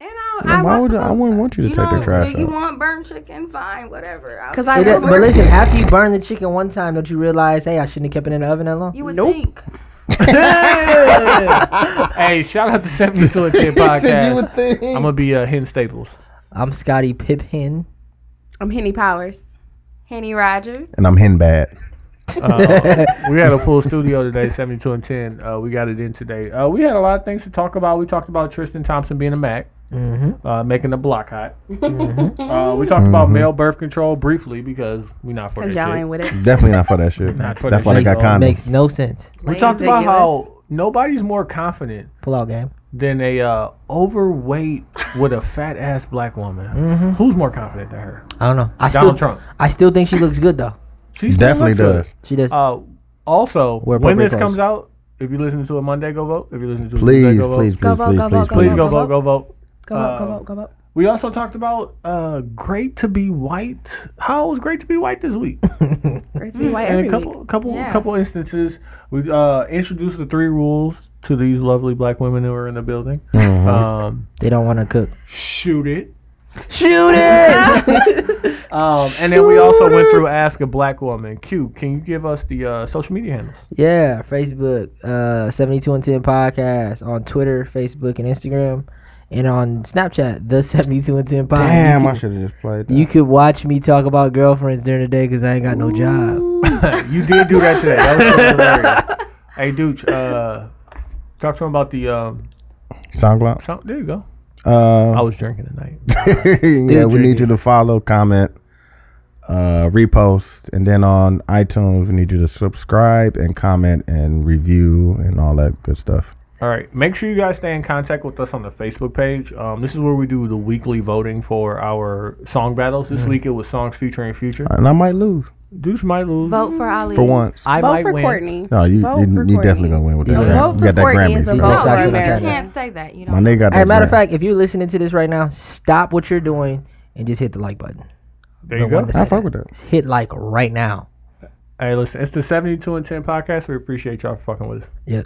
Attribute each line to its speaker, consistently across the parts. Speaker 1: No,
Speaker 2: Then
Speaker 1: I,
Speaker 2: why
Speaker 1: was
Speaker 2: would I
Speaker 1: supposed-
Speaker 2: wouldn't want you to take their
Speaker 1: know,
Speaker 2: trash
Speaker 1: if You
Speaker 2: out.
Speaker 1: want burnt chicken? Fine, whatever. I'll
Speaker 3: Because
Speaker 1: eat
Speaker 3: I
Speaker 1: it.
Speaker 4: It,
Speaker 3: love
Speaker 4: but listen, after you burn the chicken one time, don't you realize, hey, I shouldn't have kept it in the oven that long?
Speaker 1: you would
Speaker 3: Nope.
Speaker 1: think.
Speaker 5: hey, shout out to 70 to a 10 podcast.
Speaker 4: think.
Speaker 5: I'm gonna be uh, hitting staples.
Speaker 4: I'm Scotty Pippen.
Speaker 3: I'm Henny Powers.
Speaker 1: Henny Rogers.
Speaker 2: And I'm hen bad.
Speaker 5: Uh, we had a full studio today, 72 and 10. Uh, we got it in today. Uh, we had a lot of things to talk about. We talked about Tristan Thompson being a Mac,
Speaker 2: Mm-hmm.
Speaker 5: uh, making the block hot. Uh, we talked about male birth control briefly because we're not for that
Speaker 3: Because y'all
Speaker 5: shit.
Speaker 3: ain't with it.
Speaker 2: Definitely not for that shit.
Speaker 5: Not for
Speaker 2: That's
Speaker 5: that
Speaker 2: why they
Speaker 5: shit.
Speaker 2: got
Speaker 5: Makes-
Speaker 2: condoms.
Speaker 4: Makes no sense.
Speaker 5: We talked about
Speaker 3: Ridiculous.
Speaker 5: how nobody's more confident
Speaker 4: Pull out game.
Speaker 5: than a uh, overweight with a fat ass black woman.
Speaker 2: Mm-hmm.
Speaker 5: Who's more confident than her?
Speaker 4: I don't know. I
Speaker 5: Donald
Speaker 4: still,
Speaker 5: Trump.
Speaker 4: I still think she looks good though.
Speaker 5: She still
Speaker 2: Definitely
Speaker 5: looks good.
Speaker 2: does.
Speaker 4: She does.
Speaker 5: Uh, also,
Speaker 4: Wear
Speaker 5: when
Speaker 4: appropriate
Speaker 5: this
Speaker 4: clothes.
Speaker 5: comes out, if you listen to it Monday, go vote. If you listen to it Tuesday,
Speaker 2: Please,
Speaker 5: go vote.
Speaker 2: please, please,
Speaker 3: Go vote,
Speaker 2: please,
Speaker 3: go
Speaker 2: please,
Speaker 3: vote, go
Speaker 5: please
Speaker 2: please.
Speaker 5: go
Speaker 3: vote.
Speaker 5: vote. Go vote.
Speaker 3: Go up, go
Speaker 5: Uh,
Speaker 3: up, Oh, go up.
Speaker 5: We also talked about uh, great to be white. How was great to be white this week?
Speaker 3: Raise me white
Speaker 5: In
Speaker 3: every
Speaker 5: a couple,
Speaker 3: week.
Speaker 5: couple,
Speaker 1: Yeah.
Speaker 5: couple instances, we uh, introduced the three rules to these lovely black women that were in the building. Um,
Speaker 4: they don't want to cook.
Speaker 5: shoot it.
Speaker 4: Shoot it!
Speaker 5: Um, and then we also went through ask a black woman. Q, can you give us the uh, social media handles?
Speaker 4: yeah, Facebook, uh, seventy two and ten podcast on Twitter, Facebook, and Instagram, and on Snapchat, the seventy two and ten podcast.
Speaker 2: Damn,
Speaker 4: you
Speaker 2: I
Speaker 4: could,
Speaker 2: should have just played that.
Speaker 4: you could watch me talk about girlfriends during the day because I ain't got no job.
Speaker 5: you did do that today. That was so hilarious. Hey, dude, uh, talk to him about the. Um,
Speaker 2: SoundCloud?
Speaker 5: sound. There you go.
Speaker 2: Uh,
Speaker 5: I was drinking tonight.
Speaker 2: yeah, we need
Speaker 4: drinking.
Speaker 2: you to follow, comment, uh, repost, and then on iTunes, we need you to subscribe and comment and review and all that good stuff.
Speaker 5: All right. Make sure you guys stay in contact with us on the Facebook page. Um, this is where we do the weekly voting for our song battles. This week it was songs featuring future.
Speaker 2: And I might lose
Speaker 5: Douche might lose.
Speaker 1: Vote for Ali.
Speaker 2: for once.
Speaker 5: I
Speaker 3: Vote
Speaker 5: might
Speaker 3: for
Speaker 5: win.
Speaker 3: Courtney.
Speaker 2: No, you
Speaker 3: Vote
Speaker 2: you,
Speaker 3: for
Speaker 2: you
Speaker 3: Courtney.
Speaker 2: definitely gonna win with that.
Speaker 4: Yeah.
Speaker 2: Gram-
Speaker 4: Vote
Speaker 2: you
Speaker 3: for
Speaker 2: got that
Speaker 3: Courtney is
Speaker 2: Grammys.
Speaker 3: a
Speaker 2: you
Speaker 1: No,
Speaker 2: know.
Speaker 4: vote.
Speaker 1: you
Speaker 4: That's actually
Speaker 1: can't
Speaker 4: not
Speaker 1: say that. You know.
Speaker 2: My nigga got that.
Speaker 4: Hey, matter of
Speaker 2: Grammy.
Speaker 4: fact, if you're listening to this right now, stop what you're doing and just hit the like button.
Speaker 5: There you
Speaker 4: Don't
Speaker 5: go.
Speaker 4: wanna
Speaker 2: I
Speaker 4: say
Speaker 2: fuck
Speaker 4: that.
Speaker 2: with that.
Speaker 4: Hit like right now.
Speaker 5: Hey, listen, it's the 72 and 10 podcast. We appreciate y'all for fucking with us.
Speaker 4: Yeah.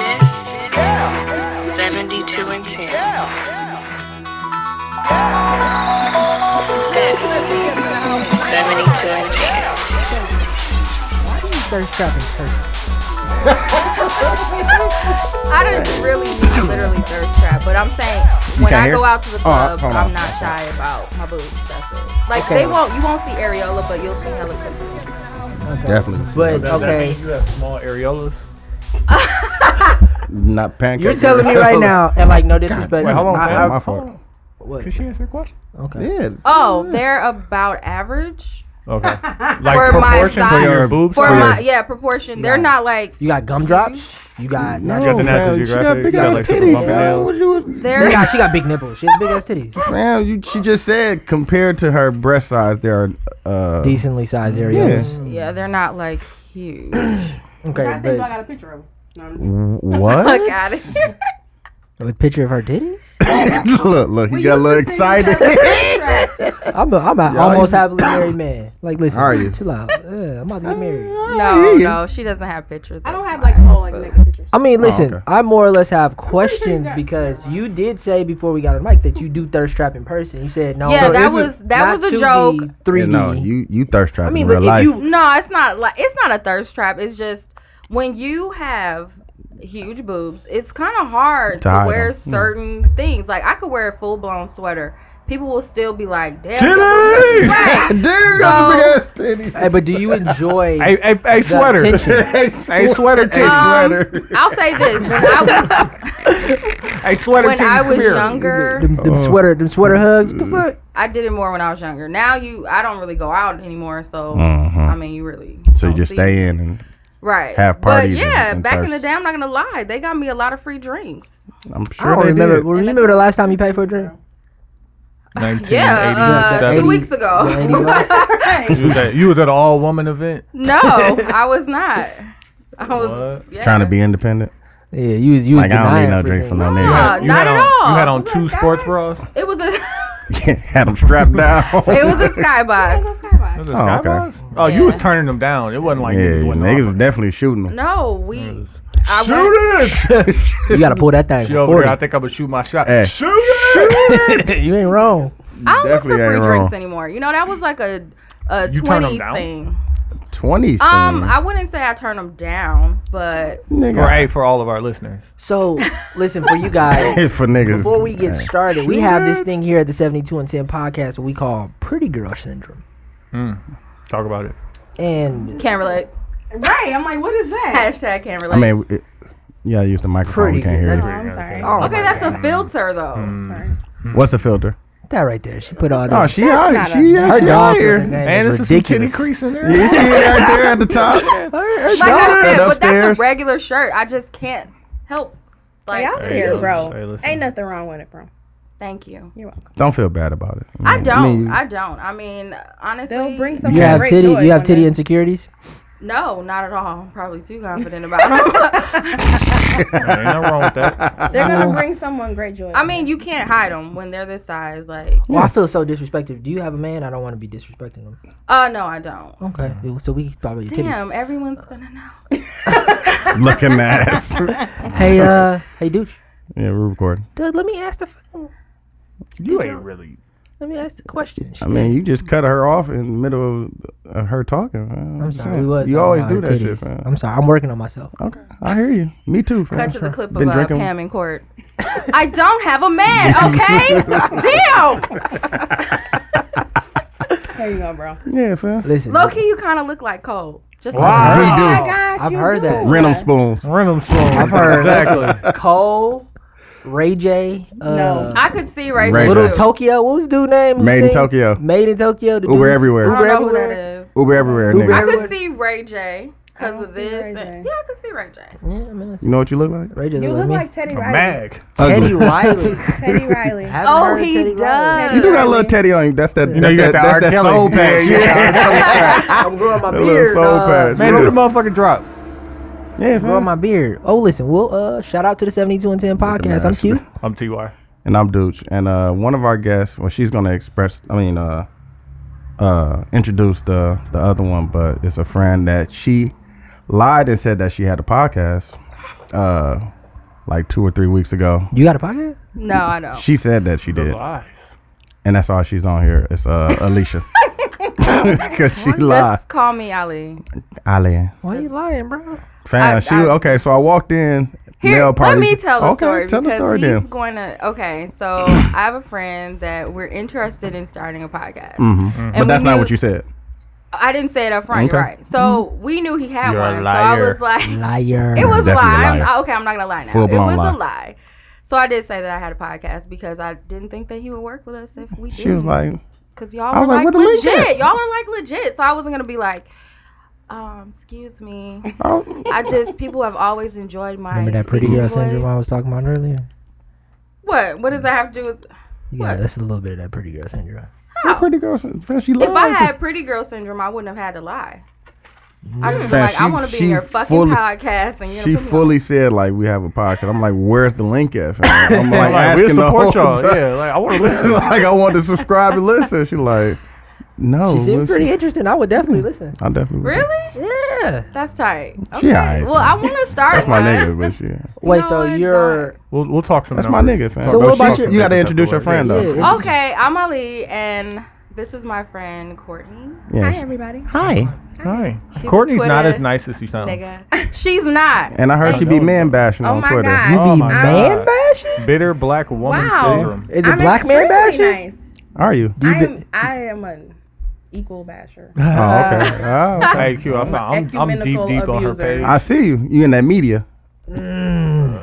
Speaker 6: This is 72 and 10. This is 72 and 10.
Speaker 4: Thirst trapping first.
Speaker 1: I didn't really need to literally thirst trap, but I'm saying
Speaker 2: You
Speaker 1: when
Speaker 2: can't
Speaker 1: I
Speaker 2: hear?
Speaker 1: go out to the
Speaker 2: Oh, I-
Speaker 1: club,
Speaker 2: hold on.
Speaker 1: I'm not shy about my boobs. That's it. Like
Speaker 4: Okay.
Speaker 1: they won't, you won't see areola, but you'll see hella cookies.
Speaker 2: Definitely.
Speaker 4: But okay.
Speaker 5: you have small areolas?
Speaker 2: Not pancakes.
Speaker 4: You're telling me right now, and like no disrespect.
Speaker 5: Wait, hold on,
Speaker 4: I-
Speaker 5: fam.
Speaker 4: I-
Speaker 2: my fault.
Speaker 4: what?
Speaker 5: Can she answer your question?
Speaker 4: Okay.
Speaker 2: Yeah.
Speaker 1: Oh, they're about average
Speaker 5: Okay.
Speaker 1: For
Speaker 5: like
Speaker 1: my
Speaker 5: proportion for
Speaker 1: size-
Speaker 5: your boobs?
Speaker 1: for
Speaker 5: or your-
Speaker 1: my yeah proportion. They're not like
Speaker 4: You got gumdrops. You got.
Speaker 2: No,
Speaker 4: No.
Speaker 5: got the National
Speaker 2: fam, she got
Speaker 5: Geographic,
Speaker 2: big
Speaker 5: she got
Speaker 2: ass
Speaker 5: like Super
Speaker 2: titties.
Speaker 5: Bumpy
Speaker 2: fam.
Speaker 5: Nails.
Speaker 2: What you-
Speaker 4: They
Speaker 1: they're
Speaker 4: got, she got big nipples. She has big ass titties.
Speaker 2: Fam, you she just said compared to her breast size, there are uh,
Speaker 4: Decently sized
Speaker 2: yeah.
Speaker 4: areas.
Speaker 1: yeah they're not like huge.
Speaker 4: Okay, but
Speaker 3: a picture of him.
Speaker 2: What?
Speaker 1: Look at it.
Speaker 4: a picture of her titties.
Speaker 2: look, look, he got a little excited.
Speaker 4: I'm a, I'm a almost happily married man. Like, listen,
Speaker 2: Are you?
Speaker 4: chill out. Yeah, I'm about to get married.
Speaker 1: No, no, she doesn't have pictures.
Speaker 3: I don't have like whole like naked pictures.
Speaker 4: I mean, listen,
Speaker 2: Oh, okay.
Speaker 4: I more or less have questions because you did say before we got on mic that you do thirst trap in person. You said no.
Speaker 1: Yeah,
Speaker 4: so
Speaker 1: that
Speaker 4: this is
Speaker 1: was- that
Speaker 4: not
Speaker 1: was a
Speaker 4: 2D,
Speaker 1: joke.
Speaker 4: 3D.
Speaker 2: Yeah, no, you you thirst trap
Speaker 4: I mean,
Speaker 2: in
Speaker 4: but
Speaker 2: real
Speaker 4: if
Speaker 2: life.
Speaker 4: you
Speaker 1: No, it's not like it's not a thirst trap. It's just when you have huge boobs, it's kind of hard
Speaker 2: To
Speaker 1: to,
Speaker 2: hide
Speaker 1: wear
Speaker 2: them.
Speaker 1: certain things. Like I could wear a full blown sweater. People will still be like, "Damn, your boobs
Speaker 5: Titties!
Speaker 1: are fat."
Speaker 2: Dude, that's a big ass
Speaker 4: Hey, but do you enjoy
Speaker 5: Hey, hey, hey,
Speaker 4: the
Speaker 5: sweater.
Speaker 4: attention?
Speaker 2: titty.
Speaker 5: Hey, sweater
Speaker 4: um,
Speaker 5: titties.
Speaker 2: sweater.
Speaker 1: I'll say this: when I
Speaker 5: Hey, sweater
Speaker 1: was when
Speaker 5: titties.
Speaker 1: I
Speaker 5: come
Speaker 1: was
Speaker 5: here.
Speaker 1: younger,
Speaker 4: Them,
Speaker 2: Oh.
Speaker 4: them sweater, them sweater hugs. What
Speaker 2: Mm.
Speaker 4: the fuck?
Speaker 1: I did it more when I was younger. Now you, I don't really go out anymore, so I mean, you really
Speaker 2: So you
Speaker 1: don't
Speaker 2: just
Speaker 1: see-
Speaker 2: stay in and
Speaker 1: right
Speaker 2: have parties
Speaker 1: But yeah,
Speaker 2: and- and
Speaker 1: back in the
Speaker 2: thirst.
Speaker 1: day, I'm not gonna lie, they got me a lot of free drinks.
Speaker 2: I'm
Speaker 4: I
Speaker 2: sure
Speaker 4: don't
Speaker 2: they
Speaker 4: remember.
Speaker 2: did.
Speaker 4: Remember the last time you paid for a drink?
Speaker 1: Uh, Yeah, uh,
Speaker 5: 1987.
Speaker 1: two weeks ago.
Speaker 4: The 80 block?
Speaker 5: you, was at, you was at an all woman event.
Speaker 1: no, I was not. I was
Speaker 5: What?
Speaker 1: yeah.
Speaker 2: Trying to be independent.
Speaker 4: Yeah, you was you was
Speaker 2: Like I don't need
Speaker 4: denying
Speaker 2: no
Speaker 4: for
Speaker 2: drink
Speaker 4: that.
Speaker 2: from no
Speaker 1: No,
Speaker 2: nigga.
Speaker 5: you
Speaker 1: not
Speaker 5: had
Speaker 1: at
Speaker 5: on,
Speaker 1: all.
Speaker 5: You had on
Speaker 1: It was
Speaker 5: two
Speaker 1: a
Speaker 5: sports
Speaker 1: skybox.
Speaker 5: bras.
Speaker 1: It was a.
Speaker 2: Had him strapped down.
Speaker 1: It was a skybox.
Speaker 5: Was
Speaker 3: Skybox.
Speaker 5: it
Speaker 2: Oh, okay.
Speaker 5: skybox? Oh, you was
Speaker 1: Yeah.
Speaker 5: turning them down. It wasn't like
Speaker 2: yeah,
Speaker 5: niggas wasn't
Speaker 2: niggas
Speaker 5: off.
Speaker 2: was definitely shooting him.
Speaker 1: No, we. I went,
Speaker 5: Shoot it! Eh.
Speaker 4: You gotta pull that thing.
Speaker 5: She
Speaker 4: for
Speaker 5: over here. I
Speaker 4: 40.
Speaker 5: think I'm gonna shoot my shot.
Speaker 2: Hey.
Speaker 5: Shoot it!
Speaker 4: you ain't wrong.
Speaker 1: I don't look for
Speaker 2: Definitely
Speaker 1: free
Speaker 2: ain't
Speaker 1: drinks
Speaker 2: wrong.
Speaker 1: anymore. You know that was like a a
Speaker 5: You turn 'em
Speaker 1: twenties
Speaker 5: down?
Speaker 1: thing.
Speaker 2: Twenties.
Speaker 1: Um, I wouldn't say I turned them down, but
Speaker 5: For hey, for all of our listeners.
Speaker 4: So listen for you guys.
Speaker 2: it's for niggas.
Speaker 4: Before we get
Speaker 2: Hey.
Speaker 4: started, we have this thing here at the 72 and 10 podcast we call Pretty Girl Syndrome.
Speaker 5: Talk about it.
Speaker 2: Oh,
Speaker 4: And
Speaker 1: can't relate.
Speaker 3: Right. I'm like, what is that?
Speaker 1: Hashtag can't relate.
Speaker 2: I mean, it, yeah, I used the microphone. We
Speaker 4: Pretty
Speaker 2: can't hear
Speaker 4: good.
Speaker 3: Oh,
Speaker 2: you.
Speaker 3: I'm sorry.
Speaker 4: Oh,
Speaker 1: okay, that's a filter though.
Speaker 5: Hmm.
Speaker 2: What's the filter?
Speaker 4: that right there, she put all that.
Speaker 2: Oh, she
Speaker 3: That's
Speaker 2: out.
Speaker 3: not a-
Speaker 2: She, yeah,
Speaker 4: her
Speaker 2: she out
Speaker 4: dog
Speaker 2: here.
Speaker 5: And
Speaker 4: is
Speaker 5: this is some kitty
Speaker 4: ridiculous.
Speaker 5: crease in there.
Speaker 2: You see it right there at the top?
Speaker 1: Like I said, but
Speaker 2: upstairs.
Speaker 1: that's a regular shirt. I just can't help. Like,
Speaker 3: Like, out
Speaker 5: Hey,
Speaker 3: there,
Speaker 5: yo,
Speaker 3: bro.
Speaker 5: hey, listen.
Speaker 3: Ain't nothing wrong with it, bro.
Speaker 1: thank you.
Speaker 3: You're welcome.
Speaker 2: Don't feel bad about it.
Speaker 1: I don't. I,
Speaker 2: mean,
Speaker 1: don't. I mean, honestly,
Speaker 3: They'll bring some.
Speaker 4: You have
Speaker 3: great
Speaker 4: titty.
Speaker 3: joy
Speaker 4: You have
Speaker 3: one
Speaker 4: titty
Speaker 3: day.
Speaker 4: insecurities.
Speaker 1: no, not at all. I'm probably too confident about them.
Speaker 5: Ain't nothing wrong with that.
Speaker 3: They're gonna bring someone great joy.
Speaker 1: I mean, you can't hide them when they're this size. Like,
Speaker 4: Well, Oh, I feel so disrespected. Do you have a man? I don't want to be disrespecting him.
Speaker 1: uh, no, I don't.
Speaker 4: Okay, so we can talk about your titties.
Speaker 1: Damn, everyone's gonna know.
Speaker 2: looking ass. yeah,
Speaker 4: Hey, uh, hey, douche.
Speaker 2: we're recording.
Speaker 4: Dude, let me ask the. fucking-
Speaker 5: You ain't really.
Speaker 4: Let me ask the question.
Speaker 2: I mean, you just cut her off in the middle of uh, her talking. Man.
Speaker 4: I'm
Speaker 2: What you
Speaker 4: sorry.
Speaker 2: saying?
Speaker 4: we was
Speaker 2: you
Speaker 4: talking
Speaker 2: always
Speaker 4: about
Speaker 2: do
Speaker 4: her
Speaker 2: that shit,
Speaker 4: titties.
Speaker 2: man.
Speaker 4: I'm sorry. I'm working on myself.
Speaker 2: Okay, I hear you. Me too. fam.
Speaker 1: Cut to the clip of
Speaker 2: Been
Speaker 1: uh,
Speaker 2: drinking.
Speaker 1: Pam and Court. I don't have a man, okay? Damn!
Speaker 3: there you go, bro.
Speaker 2: Yeah, fam.
Speaker 4: Listen,
Speaker 1: Low key, you kind of look like Cole. Just
Speaker 5: Wow.
Speaker 2: We
Speaker 5: Oh
Speaker 2: do.
Speaker 3: Oh my gosh,
Speaker 4: I've
Speaker 3: you
Speaker 4: heard
Speaker 3: do.
Speaker 4: that.
Speaker 2: Random spoons.
Speaker 5: Random song. I've
Speaker 4: heard.
Speaker 5: exactly.
Speaker 4: Cole, Ray J, uh,
Speaker 3: No.
Speaker 1: I could see right
Speaker 2: Right.
Speaker 1: there.
Speaker 4: Little
Speaker 1: too.
Speaker 4: Tokyo. What was dude name? who
Speaker 2: Made in
Speaker 4: sing?
Speaker 2: Tokyo.
Speaker 4: Made in Tokyo. The
Speaker 2: Uber
Speaker 4: dude's-
Speaker 2: everywhere.
Speaker 1: I
Speaker 4: Uber
Speaker 1: don't know who that
Speaker 4: everywhere.
Speaker 1: is.
Speaker 2: Uber everywhere,
Speaker 4: Uber
Speaker 2: nigga.
Speaker 1: I could
Speaker 4: Everywhere.
Speaker 1: see Ray J because
Speaker 3: don't
Speaker 1: of
Speaker 3: see
Speaker 1: this.
Speaker 3: Ray
Speaker 1: and-
Speaker 3: J.
Speaker 1: yeah, I could see Ray J.
Speaker 4: Yeah, I mean, that's-
Speaker 2: You know what you look like?
Speaker 4: Ray J.
Speaker 3: You look
Speaker 4: me.
Speaker 3: like Teddy Riley.
Speaker 5: Mag.
Speaker 4: Teddy Riley.
Speaker 3: Teddy Riley.
Speaker 4: I haven't
Speaker 1: Oh,
Speaker 4: heard of
Speaker 1: he
Speaker 4: Teddy Riley.
Speaker 1: does.
Speaker 2: You do got a little teddy on you. That's that.
Speaker 5: You know
Speaker 2: that's
Speaker 5: you
Speaker 2: that,
Speaker 5: got that
Speaker 2: that's that
Speaker 5: R. Kelly.
Speaker 2: soul
Speaker 5: Yeah,
Speaker 2: patch.
Speaker 5: you got
Speaker 2: Yeah,
Speaker 4: I'm growing my
Speaker 2: that little
Speaker 4: beard.
Speaker 2: soul
Speaker 4: Uh,
Speaker 2: patch.
Speaker 5: Man, do the
Speaker 2: Remember-
Speaker 5: motherfucking drop.
Speaker 2: Yeah,
Speaker 4: growing
Speaker 2: fam.
Speaker 4: my beard. Oh, listen. Well, uh, shout out to the 72 and 10 podcast. I'm
Speaker 2: Nice.
Speaker 4: cute.
Speaker 5: I'm Ty.
Speaker 2: and I'm Dooch. And uh, one of our guests, well, she's gonna express. I mean, uh, uh, introduce the the other one, but it's a friend that she lied and said that she had a podcast, uh, like two or three weeks ago.
Speaker 4: You got a podcast?
Speaker 1: No, I don't.
Speaker 2: She said that she did,
Speaker 5: Lies.
Speaker 2: and that's all she's on here. It's uh, Alicia, because she lied.
Speaker 1: Just call me Ali.
Speaker 2: Ali,
Speaker 4: Why you lying, bro?
Speaker 2: fam.
Speaker 1: I-
Speaker 2: she
Speaker 1: I-
Speaker 2: okay. So I walked in.
Speaker 1: Here,
Speaker 2: male
Speaker 1: let
Speaker 2: party-
Speaker 1: me tell the
Speaker 2: okay,
Speaker 1: story
Speaker 2: Tell the
Speaker 1: because
Speaker 2: story
Speaker 1: he's
Speaker 2: then.
Speaker 1: going to. Okay, so I have a friend that we're interested in starting a podcast,
Speaker 2: Mm.
Speaker 1: mm-hmm.
Speaker 2: But that's not what you said.
Speaker 1: I didn't say it up front. You're
Speaker 2: Okay. Mm.
Speaker 1: right. So we knew he had
Speaker 5: You're a
Speaker 1: one. So I
Speaker 5: liar.
Speaker 1: was like,
Speaker 4: Liar.
Speaker 1: it was a
Speaker 2: Definitely
Speaker 1: lie.
Speaker 2: a liar.
Speaker 1: I'm- okay, I'm not gonna lie now. it
Speaker 2: Full-blown
Speaker 1: was
Speaker 2: lie.
Speaker 1: a lie. So I did say that I had a podcast because I didn't think that he would work with us if we did.
Speaker 2: She was like,
Speaker 1: Cause y'all
Speaker 2: I
Speaker 1: are
Speaker 2: was like,
Speaker 1: like,
Speaker 2: "Where the link at?"
Speaker 1: legit. Y'all are like legit. So I wasn't gonna be like, um, excuse me.
Speaker 2: oh,
Speaker 1: I just people have always enjoyed my
Speaker 4: Remember that pretty
Speaker 1: speaking
Speaker 4: girl
Speaker 1: voice.
Speaker 4: syndrome I was talking about earlier?
Speaker 1: What? What does that have to do with?
Speaker 4: Yeah,
Speaker 1: What?
Speaker 4: that's a little bit of that pretty girl syndrome.
Speaker 2: you pretty girl. Fam, she
Speaker 1: If I
Speaker 2: lied.
Speaker 1: had pretty girl syndrome, I wouldn't have had to lie. I just
Speaker 2: Fam,
Speaker 1: feel like I
Speaker 2: she-
Speaker 1: want to be
Speaker 2: she
Speaker 1: in your fucking
Speaker 2: fully-
Speaker 1: podcast and you're
Speaker 2: She
Speaker 1: gonna put me on-
Speaker 2: fully said like we have a podcast. I'm like, where's the link at? fam? I'm like,
Speaker 5: Like, we
Speaker 2: asking the whole
Speaker 5: support y'all.
Speaker 2: time.
Speaker 5: Yeah, like I want to listen.
Speaker 2: like I want to subscribe and listen. She like, no.
Speaker 4: She seemed
Speaker 2: listen.
Speaker 4: pretty interesting. I would definitely listen.
Speaker 2: I definitely would.
Speaker 1: Really?
Speaker 4: Yeah.
Speaker 1: That's tight.
Speaker 2: She alright,
Speaker 1: Well, I want to start.
Speaker 2: That's my
Speaker 1: one.
Speaker 2: nigga, but she.
Speaker 4: Wait,
Speaker 1: No,
Speaker 4: so
Speaker 1: I
Speaker 4: you're
Speaker 5: We'll we'll talk some.
Speaker 2: That's my
Speaker 5: numbers.
Speaker 2: nigga, fam.
Speaker 4: So what
Speaker 2: No,
Speaker 4: about
Speaker 2: she-
Speaker 4: your-
Speaker 2: you? got to introduce your friend
Speaker 4: Yeah.
Speaker 2: though.
Speaker 4: Yeah.
Speaker 1: Okay, I'm Ali, and this is my friend Courtney.
Speaker 3: Hi,
Speaker 2: Yes.
Speaker 3: everybody.
Speaker 2: Hi.
Speaker 5: Hi.
Speaker 1: She's
Speaker 5: Courtney's
Speaker 1: on
Speaker 5: not
Speaker 1: Twitter,
Speaker 5: as nice as she sounds.
Speaker 1: Nigga, she's not.
Speaker 2: And I heard Oh. she be man bashing
Speaker 3: Oh
Speaker 2: on
Speaker 3: my
Speaker 2: Twitter.
Speaker 3: God.
Speaker 4: you
Speaker 5: Oh
Speaker 4: be
Speaker 5: my
Speaker 4: man
Speaker 5: God.
Speaker 4: bashing?
Speaker 5: Bitter black woman
Speaker 3: Wow.
Speaker 5: syndrome.
Speaker 4: Is it black man bashing?
Speaker 3: extremely Nice.
Speaker 2: Are you?
Speaker 4: You
Speaker 3: I
Speaker 4: been-
Speaker 3: am. I am an equal basher.
Speaker 2: Oh, okay. Oh, okay.
Speaker 5: Hey Q, I found, I'm, I'm deep
Speaker 3: Ecumenical
Speaker 5: deep on her
Speaker 3: abuser.
Speaker 5: page.
Speaker 2: I see you. You in that media?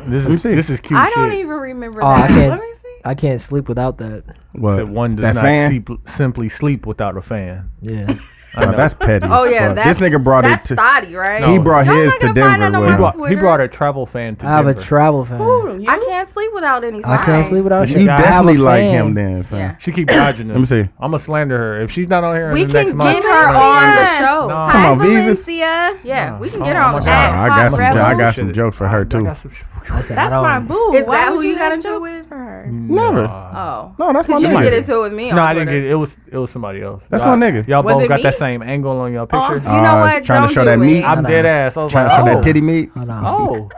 Speaker 5: this
Speaker 2: me
Speaker 5: is
Speaker 2: see.
Speaker 5: this is cute
Speaker 1: I don't
Speaker 5: shit.
Speaker 1: even remember
Speaker 4: Oh, I
Speaker 1: that.
Speaker 4: can't-
Speaker 1: Let me see.
Speaker 4: I can't sleep without that.
Speaker 2: What?
Speaker 5: That one does
Speaker 2: that
Speaker 5: not
Speaker 2: fan?
Speaker 5: Sleep, simply sleep without a fan.
Speaker 4: Yeah.
Speaker 2: Bro, that's petty.
Speaker 1: Oh yeah, that's,
Speaker 2: this nigga brought it
Speaker 1: that's
Speaker 2: to.
Speaker 1: Thotty, right?
Speaker 2: He
Speaker 5: No.
Speaker 2: brought
Speaker 1: Y'all
Speaker 2: his
Speaker 1: not
Speaker 2: to
Speaker 1: gonna find it
Speaker 2: Denver.
Speaker 1: on
Speaker 5: He
Speaker 2: With
Speaker 1: my
Speaker 2: him.
Speaker 5: brought, he
Speaker 1: Twitter.
Speaker 5: brought a travel fan to
Speaker 4: I have a
Speaker 5: Denver.
Speaker 4: travel fan.
Speaker 3: Ooh, you?
Speaker 1: I can't sleep without any.
Speaker 4: I
Speaker 1: sign.
Speaker 4: can't sleep without you.
Speaker 2: You
Speaker 4: I have a
Speaker 2: definitely like
Speaker 4: fan.
Speaker 2: him then, fam.
Speaker 1: Yeah.
Speaker 5: she keep dodging
Speaker 2: Let me see.
Speaker 5: I'm gonna slander her if she's not on here.
Speaker 1: We
Speaker 5: in the next
Speaker 1: can
Speaker 5: month,
Speaker 1: get her on the
Speaker 3: Valencia.
Speaker 1: show.
Speaker 5: No.
Speaker 2: Come
Speaker 3: Hi,
Speaker 2: on, Visas.
Speaker 3: Valencia.
Speaker 1: Yeah, we can
Speaker 5: Oh,
Speaker 1: get her
Speaker 5: oh
Speaker 1: on.
Speaker 5: my
Speaker 1: at
Speaker 5: God.
Speaker 2: I
Speaker 1: Hot
Speaker 2: got some.
Speaker 1: Rebel.
Speaker 2: I got some jokes for her
Speaker 5: I
Speaker 2: too.
Speaker 5: got some-
Speaker 4: I said,
Speaker 3: That's
Speaker 4: I
Speaker 3: my
Speaker 4: don't-
Speaker 3: boo.
Speaker 1: Is
Speaker 3: Why
Speaker 1: that
Speaker 3: would
Speaker 1: who you got
Speaker 3: have
Speaker 1: into it
Speaker 3: jokes
Speaker 1: with?
Speaker 3: For her?
Speaker 2: Never.
Speaker 1: Oh,
Speaker 2: No, that's my
Speaker 1: you
Speaker 2: nigga.
Speaker 1: get into it with me.
Speaker 5: No,
Speaker 1: on
Speaker 5: I didn't
Speaker 1: Twitter.
Speaker 5: get it. It was it was somebody else.
Speaker 2: That's
Speaker 5: Y'all-
Speaker 2: my nigga.
Speaker 5: Y'all
Speaker 1: Was
Speaker 5: both
Speaker 1: it
Speaker 5: got
Speaker 1: me?
Speaker 5: that same angle on your
Speaker 1: Oh,
Speaker 5: picture.
Speaker 1: you know
Speaker 2: Uh,
Speaker 1: what?
Speaker 2: trying
Speaker 1: Don't
Speaker 2: to show
Speaker 1: do
Speaker 2: that
Speaker 1: it.
Speaker 2: meat.
Speaker 5: I'm
Speaker 4: Hold
Speaker 5: dead
Speaker 4: on.
Speaker 5: ass. I was
Speaker 2: Trying
Speaker 5: like,
Speaker 2: to show
Speaker 5: oh,
Speaker 2: that titty meat.
Speaker 4: Hold on.
Speaker 5: oh.
Speaker 4: Hold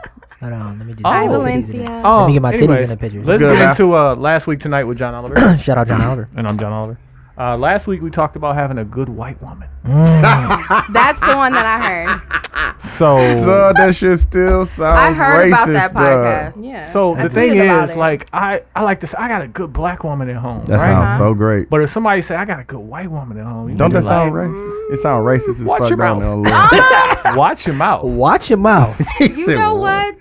Speaker 4: on. Let me just
Speaker 5: Hi,
Speaker 4: get my titties in
Speaker 3: Valencia.
Speaker 4: there.
Speaker 5: Um,
Speaker 4: Let me get my titties
Speaker 5: anyways,
Speaker 4: in the picture.
Speaker 5: Let's
Speaker 2: Good,
Speaker 5: get
Speaker 2: man.
Speaker 5: into uh, last week tonight with John Oliver,
Speaker 4: Shout out John Oliver.
Speaker 5: and I'm John Oliver. Uh, last week we talked about having a good white woman.
Speaker 3: That's the one that I heard.
Speaker 5: So,
Speaker 2: So that shit still
Speaker 1: I
Speaker 2: sounds
Speaker 1: heard
Speaker 2: racist.
Speaker 1: about that
Speaker 2: duh.
Speaker 1: podcast.
Speaker 3: Yeah.
Speaker 5: so the thing
Speaker 3: tweeted about
Speaker 5: is,
Speaker 3: it.
Speaker 5: like, I I like this. I got a good black woman at home,
Speaker 2: That
Speaker 5: right?
Speaker 2: sounds so great.
Speaker 5: But if somebody say I got a good white woman at home, you
Speaker 2: Don't
Speaker 5: be
Speaker 2: that sound
Speaker 5: like,
Speaker 2: racist? It sounds racist as
Speaker 5: Watch
Speaker 2: fuck.
Speaker 5: your
Speaker 2: down
Speaker 5: mouth.
Speaker 2: there, Lord.
Speaker 5: Watch your mouth.
Speaker 4: Watch your mouth.
Speaker 2: He
Speaker 1: You
Speaker 2: said,
Speaker 1: know
Speaker 2: "Whoa."
Speaker 1: what?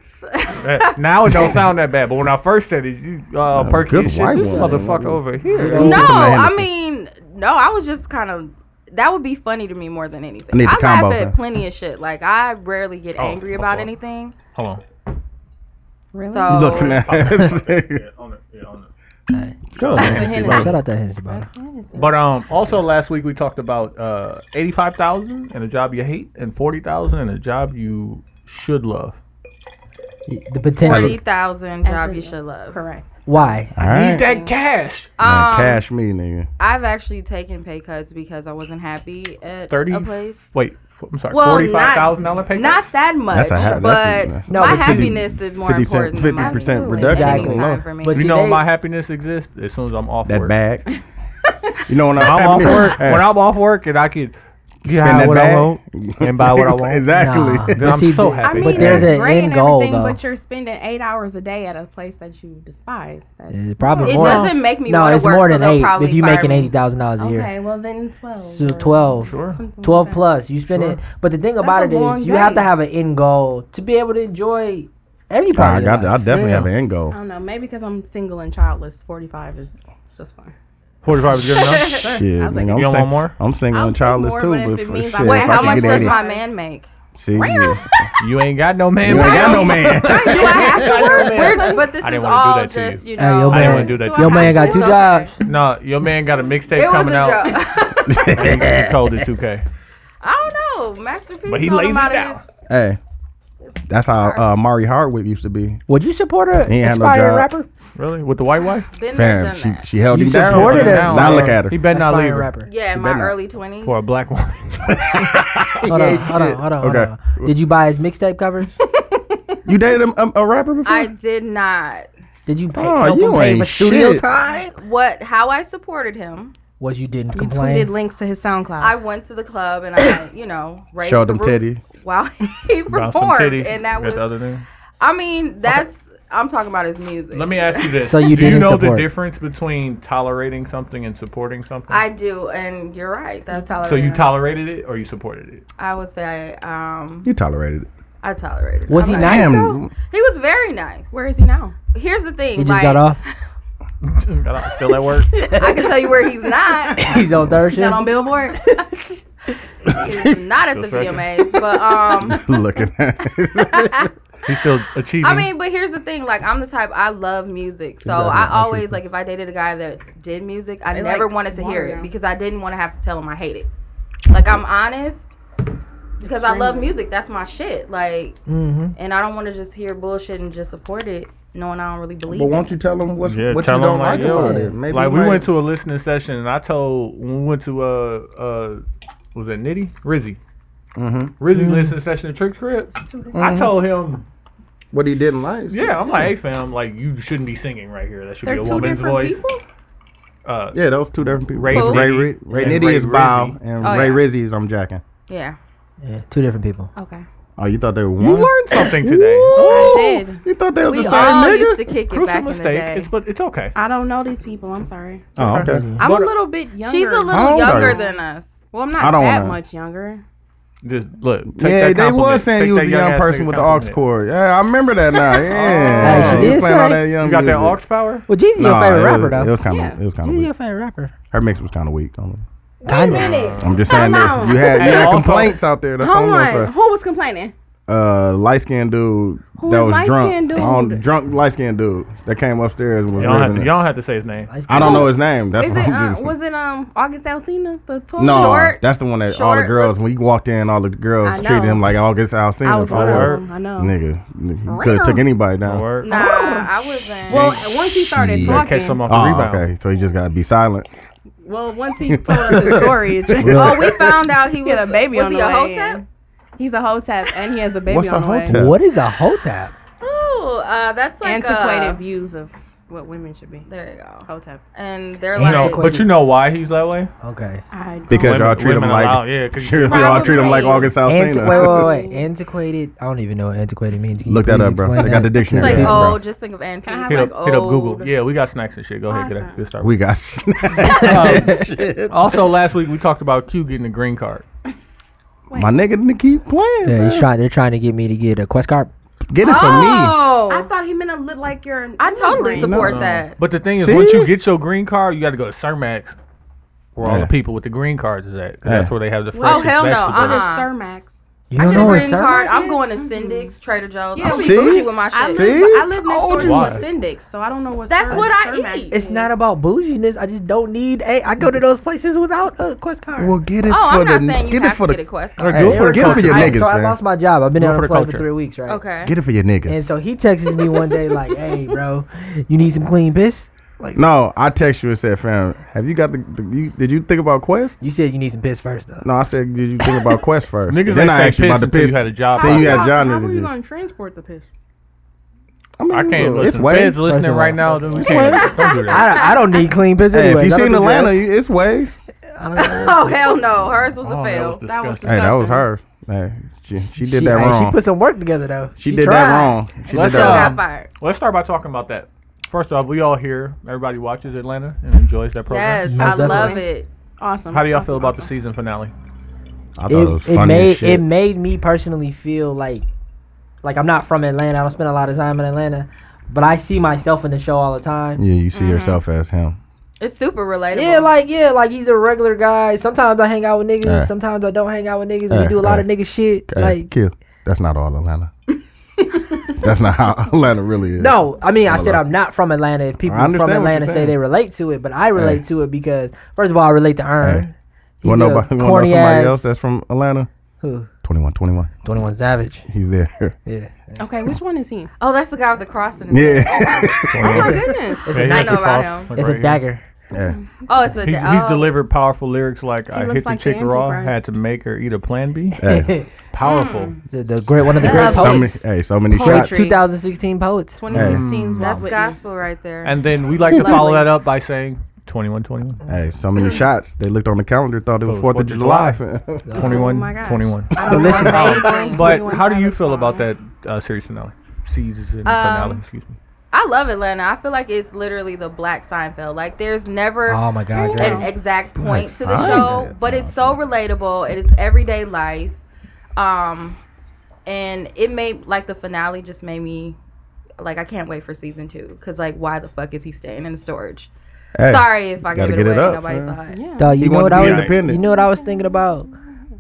Speaker 5: Eh, now it don't sound that bad, but when I first said it, you uh, perky
Speaker 2: good
Speaker 5: as shit.
Speaker 2: white
Speaker 5: This
Speaker 2: woman.
Speaker 5: motherfucker over here.
Speaker 1: No,
Speaker 2: Some of
Speaker 1: I
Speaker 2: Henderson.
Speaker 1: mean, no. I was just kind of. That would be funny to me more than anything.
Speaker 2: I need the combo,
Speaker 1: laugh at
Speaker 2: man.
Speaker 1: plenty of shit. Like I rarely get
Speaker 5: Oh,
Speaker 1: angry
Speaker 5: my
Speaker 1: about
Speaker 5: fault.
Speaker 1: anything.
Speaker 5: Hold on.
Speaker 3: Really?
Speaker 1: So
Speaker 2: Looking at us.
Speaker 4: Shout out that Hennessy bottle.
Speaker 5: But um, also last week we talked about uh, eighty-five thousand and a job you hate, and forty thousand and a job you should love.
Speaker 4: The potential.
Speaker 1: forty thousand job you should love.
Speaker 3: Correct.
Speaker 4: Why?
Speaker 2: All right.
Speaker 5: Need that cash.
Speaker 2: Man, cash me, nigga.
Speaker 1: I've actually taken pay cuts because I wasn't happy at
Speaker 5: Thirty.
Speaker 1: a place.
Speaker 5: Wait, f- I'm sorry.
Speaker 1: Well,
Speaker 5: Forty-five thousand dollar pay.
Speaker 1: Not
Speaker 5: cut?
Speaker 1: that much,
Speaker 2: That's a ha- that's a-
Speaker 1: but
Speaker 2: that's-
Speaker 4: No,
Speaker 1: my
Speaker 4: but 50
Speaker 1: happiness is more
Speaker 2: 50
Speaker 1: important. than my
Speaker 2: 50%
Speaker 1: money.
Speaker 2: reduction
Speaker 1: At any
Speaker 4: on
Speaker 1: time
Speaker 2: low.
Speaker 1: for me.
Speaker 4: But
Speaker 5: You
Speaker 4: See,
Speaker 5: know
Speaker 4: they-
Speaker 5: my happiness exists as soon as I'm off
Speaker 2: That
Speaker 5: work.
Speaker 2: bag. You know when I'm,
Speaker 5: I'm off
Speaker 2: happy-
Speaker 5: work.
Speaker 2: Hey,
Speaker 5: When I'm off work, and I could get
Speaker 2: spend
Speaker 5: high
Speaker 2: that
Speaker 5: what
Speaker 2: bag
Speaker 5: I want and buy what I want.
Speaker 2: exactly.
Speaker 4: Nah.
Speaker 5: Then
Speaker 4: But
Speaker 5: I'm
Speaker 4: see,
Speaker 5: so
Speaker 4: the-
Speaker 5: happy.
Speaker 3: I mean,
Speaker 4: But there's
Speaker 3: that's
Speaker 4: an
Speaker 3: great
Speaker 4: end
Speaker 3: and
Speaker 4: goal,
Speaker 3: everything,
Speaker 4: though.
Speaker 3: but you're spending eight hours a day at a place that you despise. That's,
Speaker 4: It's probably
Speaker 1: it
Speaker 4: more.
Speaker 1: doesn't make me
Speaker 4: no,
Speaker 1: wanna
Speaker 4: it's
Speaker 1: work,
Speaker 4: more
Speaker 1: so
Speaker 4: than
Speaker 1: they'll
Speaker 4: eight.
Speaker 1: probably
Speaker 4: If you
Speaker 1: fire
Speaker 4: making
Speaker 1: me.
Speaker 4: eighty thousand dollars a year,
Speaker 3: okay, well then twelve.
Speaker 4: so
Speaker 3: or
Speaker 4: twelve.
Speaker 5: Sure.
Speaker 3: something like
Speaker 4: Twelve
Speaker 3: that.
Speaker 4: plus, you spend it. But the thing about
Speaker 3: a
Speaker 4: it is,
Speaker 3: long
Speaker 4: you have to
Speaker 3: day.
Speaker 4: have an end goal to be able to enjoy any
Speaker 2: Nah, I,
Speaker 4: part.
Speaker 2: got, I definitely
Speaker 5: Yeah.
Speaker 2: have an end goal.
Speaker 3: I don't know. Maybe because I'm single and childless, 45 is just fine.
Speaker 5: Forty-five is good enough.
Speaker 2: Shit,
Speaker 3: I'll take
Speaker 2: nigga,
Speaker 3: it.
Speaker 2: I'm
Speaker 5: You don't
Speaker 2: sing-
Speaker 5: want more?
Speaker 2: I'm single
Speaker 3: I'll
Speaker 2: and
Speaker 3: take
Speaker 2: childless
Speaker 3: more,
Speaker 2: too,
Speaker 3: but if
Speaker 2: but
Speaker 3: it
Speaker 2: for
Speaker 3: means
Speaker 2: shit,
Speaker 3: I-
Speaker 1: Wait,
Speaker 2: if
Speaker 1: how
Speaker 2: I
Speaker 1: much
Speaker 2: can
Speaker 1: does
Speaker 2: get 80,
Speaker 1: my man make?
Speaker 2: see, you ain't
Speaker 5: You ain't got no man. back.
Speaker 2: got no man.
Speaker 1: Do I have to work? We're- but this
Speaker 5: I didn't
Speaker 1: is
Speaker 5: wanna do
Speaker 1: all
Speaker 5: that to you.
Speaker 1: just you
Speaker 4: Hey, your
Speaker 1: know.
Speaker 5: Oh, I didn't
Speaker 4: man,
Speaker 5: want to do that. to
Speaker 4: Your
Speaker 5: you.
Speaker 4: man got two
Speaker 1: It's okay.
Speaker 4: jobs.
Speaker 5: No, your man got a mixtape
Speaker 1: It was a
Speaker 5: coming out.
Speaker 1: joke.
Speaker 5: He called it 2K.
Speaker 1: I don't know. Masterpiece.
Speaker 5: But he
Speaker 1: told
Speaker 5: lays
Speaker 1: him
Speaker 5: it
Speaker 1: about
Speaker 5: down.
Speaker 1: his-
Speaker 2: Hey, that's how uh, Mari Hardwick used to be.
Speaker 4: Would you support a
Speaker 2: He ain't had no
Speaker 4: aspiring
Speaker 2: job.
Speaker 4: rapper?
Speaker 5: Really? With the white wife?
Speaker 1: Been there,
Speaker 2: Fam,
Speaker 1: done
Speaker 2: she,
Speaker 1: that.
Speaker 2: she held
Speaker 4: You
Speaker 2: him down.
Speaker 4: supported
Speaker 5: Now,
Speaker 4: us.
Speaker 2: Now
Speaker 5: uh,
Speaker 2: look at her.
Speaker 5: He better not leave
Speaker 4: Aspiring
Speaker 5: her.
Speaker 4: rapper.
Speaker 1: yeah, in my
Speaker 2: better not.
Speaker 1: early twenties.
Speaker 5: For a black woman.
Speaker 4: Hold on, hold on, hold on, hold
Speaker 2: Okay.
Speaker 4: on. Did you buy his mixtape covers?
Speaker 2: You dated a, a, a rapper before?
Speaker 1: I did not.
Speaker 4: Did you pay,
Speaker 2: Oh,
Speaker 4: help him
Speaker 2: you
Speaker 4: pay
Speaker 2: ain't
Speaker 4: for studio
Speaker 2: shit.
Speaker 4: time?
Speaker 1: What? How I supported him?
Speaker 4: Was you didn't
Speaker 3: You
Speaker 4: complain?
Speaker 3: tweeted links to his SoundCloud.
Speaker 1: I went to the club and I, you know, raised
Speaker 2: Showed
Speaker 1: the
Speaker 2: them
Speaker 1: roof
Speaker 2: titty.
Speaker 1: while he
Speaker 5: Bounced them
Speaker 1: performed,
Speaker 5: titties.
Speaker 1: and that
Speaker 5: Got
Speaker 1: was.
Speaker 5: the other thing.
Speaker 1: I mean, that's. I'm talking about his music.
Speaker 5: Let me ask you this.
Speaker 4: So you
Speaker 5: Do you
Speaker 4: didn't
Speaker 5: know the
Speaker 4: support.
Speaker 5: difference between tolerating something and supporting something?
Speaker 1: I do, and you're right. That's how
Speaker 5: so you tolerated it or you supported it?
Speaker 1: I would say. Um,
Speaker 2: You tolerated it.
Speaker 1: I tolerated. it.
Speaker 4: Was
Speaker 1: I'm
Speaker 4: he
Speaker 1: like-
Speaker 4: nice?
Speaker 2: Damn.
Speaker 4: though?
Speaker 1: He was very nice.
Speaker 3: Where is he now?
Speaker 1: Here's the thing.
Speaker 4: He just
Speaker 1: like,
Speaker 4: got off.
Speaker 5: Got out- Still at work?
Speaker 1: I can tell you where he's not.
Speaker 4: He's on third shift.
Speaker 3: Not on Billboard?
Speaker 1: He's not at the
Speaker 5: stretching.
Speaker 1: VMAs, but um.
Speaker 2: Looking at
Speaker 5: He's still achieving.
Speaker 1: I mean, but here's the thing. Like, I'm the type I love music, so
Speaker 4: love it,
Speaker 1: I
Speaker 4: that's
Speaker 1: always like if I dated a guy that did music, I
Speaker 3: They
Speaker 1: never
Speaker 3: like
Speaker 1: wanted to hear
Speaker 3: Mario.
Speaker 1: it because I didn't want to have to tell him I hate it. Like, I'm honest because I love
Speaker 3: Extremely.
Speaker 1: music. That's my shit. Like,
Speaker 4: Mm-hmm.
Speaker 1: and I don't want to just hear bullshit and just support it, knowing I don't really believe.
Speaker 2: But
Speaker 1: in
Speaker 2: won't
Speaker 1: it.
Speaker 2: you tell them what's,
Speaker 5: Yeah,
Speaker 2: what
Speaker 5: tell
Speaker 2: you
Speaker 5: 'em,
Speaker 2: don't
Speaker 5: like,
Speaker 2: like,
Speaker 5: yo,
Speaker 2: about it? Maybe
Speaker 5: like
Speaker 2: you
Speaker 5: we
Speaker 2: might-
Speaker 5: went to a listening session and I told when we went to uh uh was it Nitty Rizzy mm-hmm. Rizzy listening session at Trick Trips. I told him
Speaker 2: what he didn't like.
Speaker 5: yeah I'm like hey fam like you shouldn't be singing right here that should
Speaker 3: They're
Speaker 5: be a
Speaker 3: two
Speaker 5: woman's
Speaker 3: different
Speaker 5: voice
Speaker 3: people?
Speaker 2: yeah, those two different people.
Speaker 5: Ray
Speaker 2: Ray,
Speaker 5: Nitty
Speaker 2: Ray, Ri- Ray,
Speaker 5: and
Speaker 2: Nitty
Speaker 5: Ray
Speaker 2: is Bow,
Speaker 5: Rizzy.
Speaker 2: and
Speaker 1: Oh,
Speaker 2: Ray
Speaker 1: yeah.
Speaker 2: Rizzy is I'm jacking.
Speaker 1: Yeah.
Speaker 4: Yeah, two different people.
Speaker 3: Okay.
Speaker 2: Oh, you thought they were one?
Speaker 5: you learned something today
Speaker 2: Ooh,
Speaker 3: did.
Speaker 2: You thought they was
Speaker 1: We
Speaker 2: the same
Speaker 1: all
Speaker 2: nigga?
Speaker 1: used to kick it
Speaker 5: crucial
Speaker 1: back in
Speaker 5: mistake
Speaker 1: the day.
Speaker 5: it's but it's okay
Speaker 3: I don't know these people. I'm sorry.
Speaker 2: oh, okay.
Speaker 3: I'm
Speaker 5: But-
Speaker 3: a little bit younger.
Speaker 1: She's a
Speaker 2: How
Speaker 1: little
Speaker 2: old are
Speaker 1: younger
Speaker 2: you?
Speaker 1: than us.
Speaker 3: Well, I'm
Speaker 2: I
Speaker 3: not
Speaker 2: don't
Speaker 3: that
Speaker 2: wanna-
Speaker 3: much younger.
Speaker 5: just look take
Speaker 2: Yeah,
Speaker 5: that
Speaker 2: they
Speaker 5: compliment.
Speaker 2: was saying
Speaker 5: Take
Speaker 2: you was
Speaker 5: that
Speaker 2: the young
Speaker 5: ass
Speaker 2: person
Speaker 5: nigga
Speaker 2: with the aux
Speaker 5: compliment.
Speaker 2: cord. Yeah, I remember that now. Yeah,
Speaker 4: Hey, she
Speaker 2: Oh. You
Speaker 4: did
Speaker 2: playing all
Speaker 4: say-
Speaker 2: that young
Speaker 5: you got that aux
Speaker 2: music.
Speaker 5: power
Speaker 4: Well, Jeezy's your
Speaker 2: Nah,
Speaker 4: favorite
Speaker 2: it
Speaker 4: rapper
Speaker 2: was-
Speaker 4: though.
Speaker 2: It was kind of,
Speaker 3: Yeah.
Speaker 2: it was kind of
Speaker 4: Jeezy's your
Speaker 2: weak.
Speaker 4: favorite rapper.
Speaker 2: Her mix was kind of weak. I don't know.
Speaker 4: Kinda.
Speaker 7: Wait a minute.
Speaker 2: I'm just saying that
Speaker 7: Hold
Speaker 2: you had you
Speaker 5: Hey,
Speaker 2: had
Speaker 5: also-
Speaker 2: complaints out there. That's
Speaker 7: Hold
Speaker 2: all I'm
Speaker 7: on.
Speaker 2: gonna say.
Speaker 7: Who was complaining?
Speaker 2: Uh, light skinned dude
Speaker 7: Who
Speaker 2: that
Speaker 7: is
Speaker 2: was drunk.
Speaker 7: light-skinned dude?
Speaker 2: Um, drunk light skinned dude that came upstairs and was
Speaker 5: Y'all don't, have to,
Speaker 2: raving.
Speaker 5: y'all don't have to say his name.
Speaker 2: I don't know his name. That's
Speaker 7: Is
Speaker 2: what
Speaker 7: it
Speaker 2: I'm
Speaker 7: uh,
Speaker 2: just.
Speaker 7: was it um August Alsina the tall
Speaker 2: no,
Speaker 7: short?
Speaker 2: that's the one that all the
Speaker 7: short-
Speaker 2: girls. When he walked in, all the girls
Speaker 7: I
Speaker 2: treated
Speaker 7: know.
Speaker 2: him like August Alsina.
Speaker 7: I was
Speaker 2: for
Speaker 7: one
Speaker 2: real.
Speaker 7: of them. I
Speaker 1: "Oh."
Speaker 7: know.
Speaker 2: Nigga, you could have took anybody down.
Speaker 5: Or
Speaker 1: Nah, I wasn't.
Speaker 7: Well, once he started
Speaker 2: Shit.
Speaker 5: catch some off
Speaker 7: talking,
Speaker 5: the
Speaker 2: Oh,
Speaker 5: rebound.
Speaker 2: okay. So he just gotta be silent.
Speaker 7: well, once he told us his story, it just-
Speaker 1: Oh, we found out he
Speaker 7: he
Speaker 1: was
Speaker 7: had a baby
Speaker 1: was
Speaker 7: on
Speaker 1: he
Speaker 7: the
Speaker 1: a
Speaker 7: way.
Speaker 1: hotep?
Speaker 7: He's a hotep, and he has a baby
Speaker 2: What's
Speaker 7: on
Speaker 2: a
Speaker 7: the way.
Speaker 2: hotep?
Speaker 4: What is a hotap?
Speaker 1: Oh, uh, that's like
Speaker 7: Antiquated
Speaker 1: a-
Speaker 7: views of what women should be.
Speaker 1: there you go.
Speaker 7: Hotep.
Speaker 1: And they're
Speaker 4: You
Speaker 5: You
Speaker 1: like,
Speaker 5: know, but you know why he's that way?
Speaker 4: Okay.
Speaker 7: I
Speaker 2: Because
Speaker 5: Women-
Speaker 2: y'all treat him
Speaker 5: women
Speaker 2: like
Speaker 5: allow- yeah, 'cause you-
Speaker 2: y'all treat him like
Speaker 7: Probably.
Speaker 2: August
Speaker 4: Anti-
Speaker 2: Alsina.
Speaker 4: wait, wait, wait, wait. Antiquated. I don't even know what antiquated means. Can you
Speaker 2: Look that
Speaker 4: please
Speaker 2: up, bro.
Speaker 4: explain
Speaker 2: They got
Speaker 4: that
Speaker 2: the
Speaker 4: to
Speaker 2: dictionary
Speaker 4: the
Speaker 1: like oh,
Speaker 2: Yeah,
Speaker 4: people?
Speaker 2: bro.
Speaker 1: old. Just think of antiquated.
Speaker 7: have
Speaker 5: Hit
Speaker 1: like
Speaker 5: up, hit up Google.
Speaker 1: old.
Speaker 5: Yeah, we got snacks and shit. Go ahead, get
Speaker 7: Awesome.
Speaker 5: a good start.
Speaker 2: We got snacks.
Speaker 5: also, last week we talked about Q getting a green card.
Speaker 2: My nigga didn't keep playing.
Speaker 4: Yeah, he's
Speaker 2: man.
Speaker 4: trying. They're trying to get me to get a quest card.
Speaker 2: Get it from me.
Speaker 7: I
Speaker 1: Oh,
Speaker 7: thought he meant to look like your.
Speaker 1: I totally
Speaker 7: immigrant.
Speaker 1: support that.
Speaker 5: Uh, But the thing is,
Speaker 2: See?
Speaker 5: once you get your green card, you got to go to Cermax, where all
Speaker 2: Yeah.
Speaker 5: the people with the green cards is at. 'cause
Speaker 2: Yeah.
Speaker 5: That's where they have the freshest
Speaker 1: Oh, hell no.
Speaker 5: vegetables.
Speaker 7: What is
Speaker 1: Uh-uh.
Speaker 7: Cermax?
Speaker 4: You
Speaker 1: I
Speaker 4: don't
Speaker 1: get
Speaker 4: know
Speaker 1: a
Speaker 4: where
Speaker 1: green
Speaker 4: Sir?
Speaker 1: card. I'm going to Syndics, Trader Joe's. I'm
Speaker 7: we-
Speaker 1: gonna be bougie
Speaker 2: See?
Speaker 1: with my
Speaker 7: I
Speaker 1: shit.
Speaker 7: live,
Speaker 2: See?
Speaker 7: I live next door
Speaker 5: Told
Speaker 7: to
Speaker 5: you.
Speaker 7: a
Speaker 5: Why?
Speaker 7: Syndex, so I don't know what.
Speaker 1: That's
Speaker 7: Cer-
Speaker 1: what I
Speaker 7: Cermax
Speaker 1: eat.
Speaker 4: It's not
Speaker 7: is.
Speaker 4: about bouginess. I just don't need. Hey, I go to those places without a quest card.
Speaker 2: Well, get it
Speaker 1: Oh,
Speaker 2: for
Speaker 1: I'm not
Speaker 2: the
Speaker 1: saying you
Speaker 2: get it
Speaker 1: have
Speaker 2: for
Speaker 1: to
Speaker 2: the
Speaker 1: get a quest
Speaker 5: Or
Speaker 1: card.
Speaker 5: Go
Speaker 4: Hey,
Speaker 5: for the
Speaker 2: get it for
Speaker 5: culture.
Speaker 2: your
Speaker 4: I,
Speaker 2: niggas,
Speaker 4: so I
Speaker 2: man.
Speaker 4: lost my job. I've been
Speaker 5: Go
Speaker 4: out
Speaker 5: for
Speaker 4: of
Speaker 5: the
Speaker 4: play for
Speaker 5: culture.
Speaker 4: three weeks, right?
Speaker 1: Okay.
Speaker 2: Get it for your
Speaker 4: And
Speaker 2: niggas.
Speaker 4: so he texts me one day like, "Hey, bro, you need some clean piss."
Speaker 2: No, I text you and said, fam, have you got the, the you, did you think about Quest?
Speaker 4: You said you need some piss first though.
Speaker 2: No, I said, did you think about Quest first?
Speaker 5: Niggas
Speaker 2: then
Speaker 5: ain't
Speaker 2: I
Speaker 5: say
Speaker 2: asked you about the
Speaker 5: piss until
Speaker 2: piss.
Speaker 5: you had a job.
Speaker 2: Then you
Speaker 7: How-
Speaker 2: had John
Speaker 7: How
Speaker 2: to
Speaker 7: are
Speaker 2: do.
Speaker 7: you gonna transport the piss?
Speaker 2: I, mean,
Speaker 5: I can't
Speaker 2: look, It's
Speaker 5: listen.
Speaker 2: waves.
Speaker 5: Feds listening
Speaker 4: of
Speaker 5: right
Speaker 4: all.
Speaker 5: now. Then we can't. Don't do that.
Speaker 4: I don't, I don't need clean piss
Speaker 2: Hey,
Speaker 4: anyway.
Speaker 2: if you seen Atlanta, you- it's waves.
Speaker 1: Oh hell no, hers was
Speaker 5: Oh,
Speaker 1: a
Speaker 5: that was
Speaker 1: fail.
Speaker 5: disgusting.
Speaker 2: Hey, that was her. Hey, she, she did that
Speaker 4: hey,
Speaker 2: wrong.
Speaker 4: She put some work together though.
Speaker 2: She did
Speaker 4: tried.
Speaker 2: that wrong. She did
Speaker 5: Let's,
Speaker 1: Still
Speaker 2: that
Speaker 5: uh,
Speaker 1: got
Speaker 2: wrong.
Speaker 1: fired.
Speaker 5: Let's start by talking about that. First off, we all here. Everybody watches Atlanta and enjoys that program.
Speaker 1: Yes, I
Speaker 4: definitely.
Speaker 1: love it.
Speaker 7: Awesome.
Speaker 5: How do y'all
Speaker 7: awesome,
Speaker 5: feel about the
Speaker 7: awesome.
Speaker 5: season finale?
Speaker 2: I thought
Speaker 4: It,
Speaker 2: it, was
Speaker 4: it
Speaker 2: funny
Speaker 4: made
Speaker 2: as shit.
Speaker 4: it made me personally feel like like I'm not from Atlanta. I don't spend a lot of time in Atlanta, but I see myself in the show all the time.
Speaker 2: yeah, you see yourself as him.
Speaker 1: It's super relatable.
Speaker 4: Yeah, like yeah, like he's a regular guy. Sometimes I hang out with niggas.
Speaker 2: Hey.
Speaker 4: Sometimes I don't hang out with niggas. and
Speaker 2: Hey,
Speaker 4: we do a lot
Speaker 2: hey.
Speaker 4: of nigga shit.
Speaker 2: Hey,
Speaker 4: Like
Speaker 2: kill. That's not all Atlanta. That's not how Atlanta really is.
Speaker 4: No, I mean, I
Speaker 2: Hold
Speaker 4: said
Speaker 2: on.
Speaker 4: I'm not from Atlanta. If people
Speaker 2: I
Speaker 4: from
Speaker 2: understand what you're
Speaker 4: Atlanta say
Speaker 2: saying.
Speaker 4: they relate to it, but I relate to it because first of all, I relate to Earn.
Speaker 2: Hey.
Speaker 4: He's
Speaker 2: Uh. You want
Speaker 4: a
Speaker 2: nobody? You want
Speaker 4: corny
Speaker 2: to know somebody
Speaker 4: ass-
Speaker 2: else that's from Atlanta?
Speaker 4: Who?
Speaker 2: Twenty one, twenty one.
Speaker 4: Twenty One Savage.
Speaker 2: He's there.
Speaker 4: Yeah,
Speaker 7: Okay, which one is he?
Speaker 1: oh, that's the guy with the cross in his
Speaker 2: Yeah.
Speaker 7: Oh my goodness.
Speaker 4: a
Speaker 5: he
Speaker 1: knife.
Speaker 5: has the
Speaker 1: I know about
Speaker 5: cross,
Speaker 1: him.
Speaker 5: like,
Speaker 4: it's
Speaker 5: right
Speaker 4: a
Speaker 5: here.
Speaker 4: dagger.
Speaker 2: yeah.
Speaker 1: Oh, it's the
Speaker 5: He's,
Speaker 1: oh.
Speaker 5: he's delivered powerful lyrics like I
Speaker 7: looks
Speaker 5: hit the
Speaker 7: like
Speaker 5: chick
Speaker 7: the
Speaker 5: raw,
Speaker 7: Antichrist.
Speaker 5: had to make her eat a plan B.
Speaker 2: Hey.
Speaker 5: Powerful.
Speaker 4: It's a- the great one of the great
Speaker 1: Love
Speaker 2: So many,
Speaker 4: poets.
Speaker 1: Poets.
Speaker 2: hey, so many
Speaker 4: Great
Speaker 2: shots.
Speaker 1: Poetry.
Speaker 4: 2016 poets.
Speaker 7: 2016's
Speaker 1: That's
Speaker 7: Walt Whitman.
Speaker 1: gospel right there.
Speaker 5: And then we like to follow that
Speaker 7: Lovely.
Speaker 5: up by saying 21 21.
Speaker 2: Hey, so many shots. They looked on the calendar, thought it was
Speaker 5: it was
Speaker 2: Fourth of
Speaker 5: Fourth of
Speaker 2: July. Oh
Speaker 7: my gosh.
Speaker 5: 21.
Speaker 7: I don't
Speaker 4: Listen,
Speaker 7: know anything.
Speaker 5: Um, But how do you
Speaker 7: 21
Speaker 5: feel about
Speaker 7: songs.
Speaker 5: that uh, series finale? Season finale, excuse me.
Speaker 1: I love Atlanta. I feel like it's literally the Black Seinfeld. Like there's never
Speaker 4: Oh my god,
Speaker 7: There you
Speaker 1: an
Speaker 4: girl.
Speaker 7: go.
Speaker 1: exact point to the
Speaker 2: Seinfeld.
Speaker 1: show, but it's so relatable. It is everyday life. Um and it made like the finale just made me like I can't wait for season 2 cuz like why the fuck is he staying in storage?
Speaker 2: Hey,
Speaker 1: Sorry if I
Speaker 2: gotta
Speaker 1: gave it away.
Speaker 2: get it up,
Speaker 1: Nobody
Speaker 2: man.
Speaker 1: saw it.
Speaker 7: Yeah.
Speaker 4: Dog, you
Speaker 2: He
Speaker 4: know
Speaker 2: wanted
Speaker 4: what
Speaker 2: to
Speaker 4: I
Speaker 2: be
Speaker 4: was.
Speaker 2: independent.
Speaker 4: You know what I was thinking about,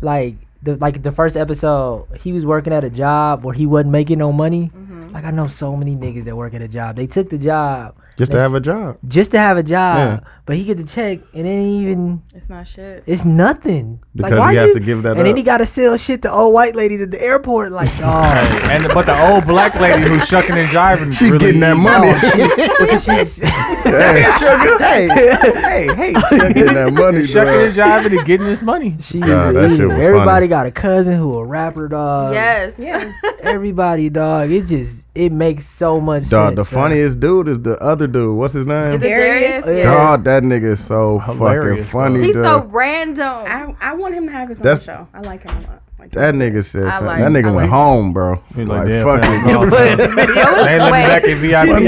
Speaker 4: like the like the first episode. He was working at a job where he wasn't making no money. Like I know so many niggas that work at a job. They took the job
Speaker 2: Just to have a job.
Speaker 4: just to have a job, but he get the check and then even
Speaker 1: It's not shit.
Speaker 4: it's nothing.
Speaker 2: Because
Speaker 4: why
Speaker 2: he
Speaker 4: are
Speaker 2: has to give that
Speaker 4: And then
Speaker 2: up.
Speaker 4: he got to sell shit to old white ladies at the airport. Like, oh,
Speaker 5: And but the old black lady who's shucking and jiving,
Speaker 2: She
Speaker 5: really
Speaker 2: getting that money.
Speaker 4: Oh,
Speaker 5: Hey, hey,
Speaker 2: She getting that money,
Speaker 5: shucking
Speaker 2: bro.
Speaker 5: and jiving and getting this money.
Speaker 4: she's
Speaker 2: Nah, that shit was funny.
Speaker 4: everybody got a cousin who a rapper,
Speaker 2: Uh,
Speaker 4: dog.
Speaker 1: Yes.
Speaker 7: Yeah.
Speaker 4: everybody, dog. It just it makes so much
Speaker 2: Dog,
Speaker 4: sense.
Speaker 2: the
Speaker 4: bro.
Speaker 2: funniest dude is the other dude. What's his name?
Speaker 1: Is it Darius?
Speaker 7: Darius?
Speaker 4: Yeah.
Speaker 2: Dog, that nigga is so
Speaker 5: Hilarious,
Speaker 2: fucking funny,
Speaker 1: He's
Speaker 2: dude.
Speaker 1: so random.
Speaker 7: I, I want him to have his own
Speaker 2: That's-
Speaker 7: show. I like him a lot. Like,
Speaker 2: That nigga said
Speaker 1: I
Speaker 2: fam-
Speaker 1: like-
Speaker 2: that nigga
Speaker 1: I
Speaker 2: went
Speaker 1: like-
Speaker 2: home, bro.
Speaker 5: He
Speaker 2: like,
Speaker 5: "Damn,
Speaker 2: fuck
Speaker 5: fam,
Speaker 2: it.
Speaker 5: no, fam. They ain't let me back
Speaker 1: Wait,
Speaker 5: in VIP.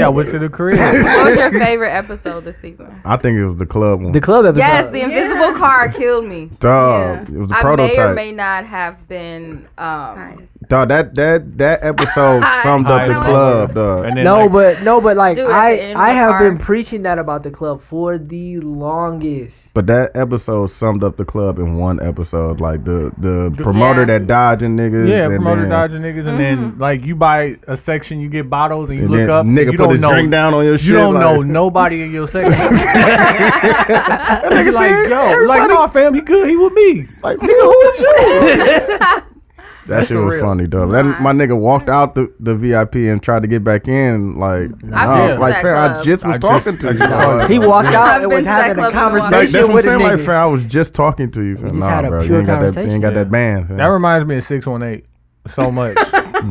Speaker 5: I went to the crib.
Speaker 1: what was your favorite episode this season?
Speaker 2: I think it was the club one.
Speaker 4: The club episode.
Speaker 1: Yes, the invisible car killed me.
Speaker 2: Dog, it was the
Speaker 1: I
Speaker 2: prototype.
Speaker 1: may or may not have been. Um,
Speaker 2: Dog, that that that episode summed up the
Speaker 5: Highest
Speaker 2: club,
Speaker 5: ever.
Speaker 2: dog.
Speaker 5: And then,
Speaker 4: no,
Speaker 5: like,
Speaker 4: but no, but like
Speaker 1: Dude, at the
Speaker 4: I,
Speaker 1: end
Speaker 4: I
Speaker 1: of
Speaker 4: have
Speaker 1: our-
Speaker 4: been preaching that about the club for the longest.
Speaker 2: But that episode summed up the club in one episode. Like the the promoter
Speaker 1: Yeah.
Speaker 2: that dodging niggas.
Speaker 5: Yeah,
Speaker 2: and
Speaker 5: promoter
Speaker 2: then,
Speaker 5: dodging niggas, and then like you buy a section, you get bottles, and you
Speaker 2: And
Speaker 5: look
Speaker 2: then
Speaker 5: up.
Speaker 2: nigga
Speaker 5: you
Speaker 2: put
Speaker 5: don't
Speaker 2: his
Speaker 5: know,
Speaker 2: drink down on your
Speaker 5: You
Speaker 2: shit,
Speaker 5: don't know
Speaker 2: like-
Speaker 5: nobody in your section. that nigga like, yo, like, nah, fam, he good, he with me.
Speaker 2: Like nigga, who's you? that shit
Speaker 5: for
Speaker 2: was
Speaker 5: real.
Speaker 2: funny, dog. That my nigga walked out the, the VIP and tried to get back in. Like, nah,
Speaker 1: been to
Speaker 2: like
Speaker 1: that
Speaker 2: fam, I
Speaker 1: club.
Speaker 2: just was
Speaker 5: I just-
Speaker 2: talking
Speaker 5: I
Speaker 2: to you.
Speaker 5: just saw
Speaker 2: dog.
Speaker 4: He walked out
Speaker 1: I've
Speaker 4: and
Speaker 1: been
Speaker 4: was
Speaker 1: to that
Speaker 4: having a
Speaker 1: club in a while.
Speaker 2: Like, that's
Speaker 4: conversation
Speaker 2: what I'm
Speaker 4: with a
Speaker 2: saying. Like,
Speaker 4: nigga.
Speaker 2: fam, I was just talking to you. Fam.
Speaker 4: just
Speaker 2: Nah,
Speaker 4: had a
Speaker 2: bro, you
Speaker 4: pure
Speaker 2: ain't got that, you
Speaker 4: conversation.
Speaker 2: ain't got that band. Fam.
Speaker 5: That reminds me of six one eight so much.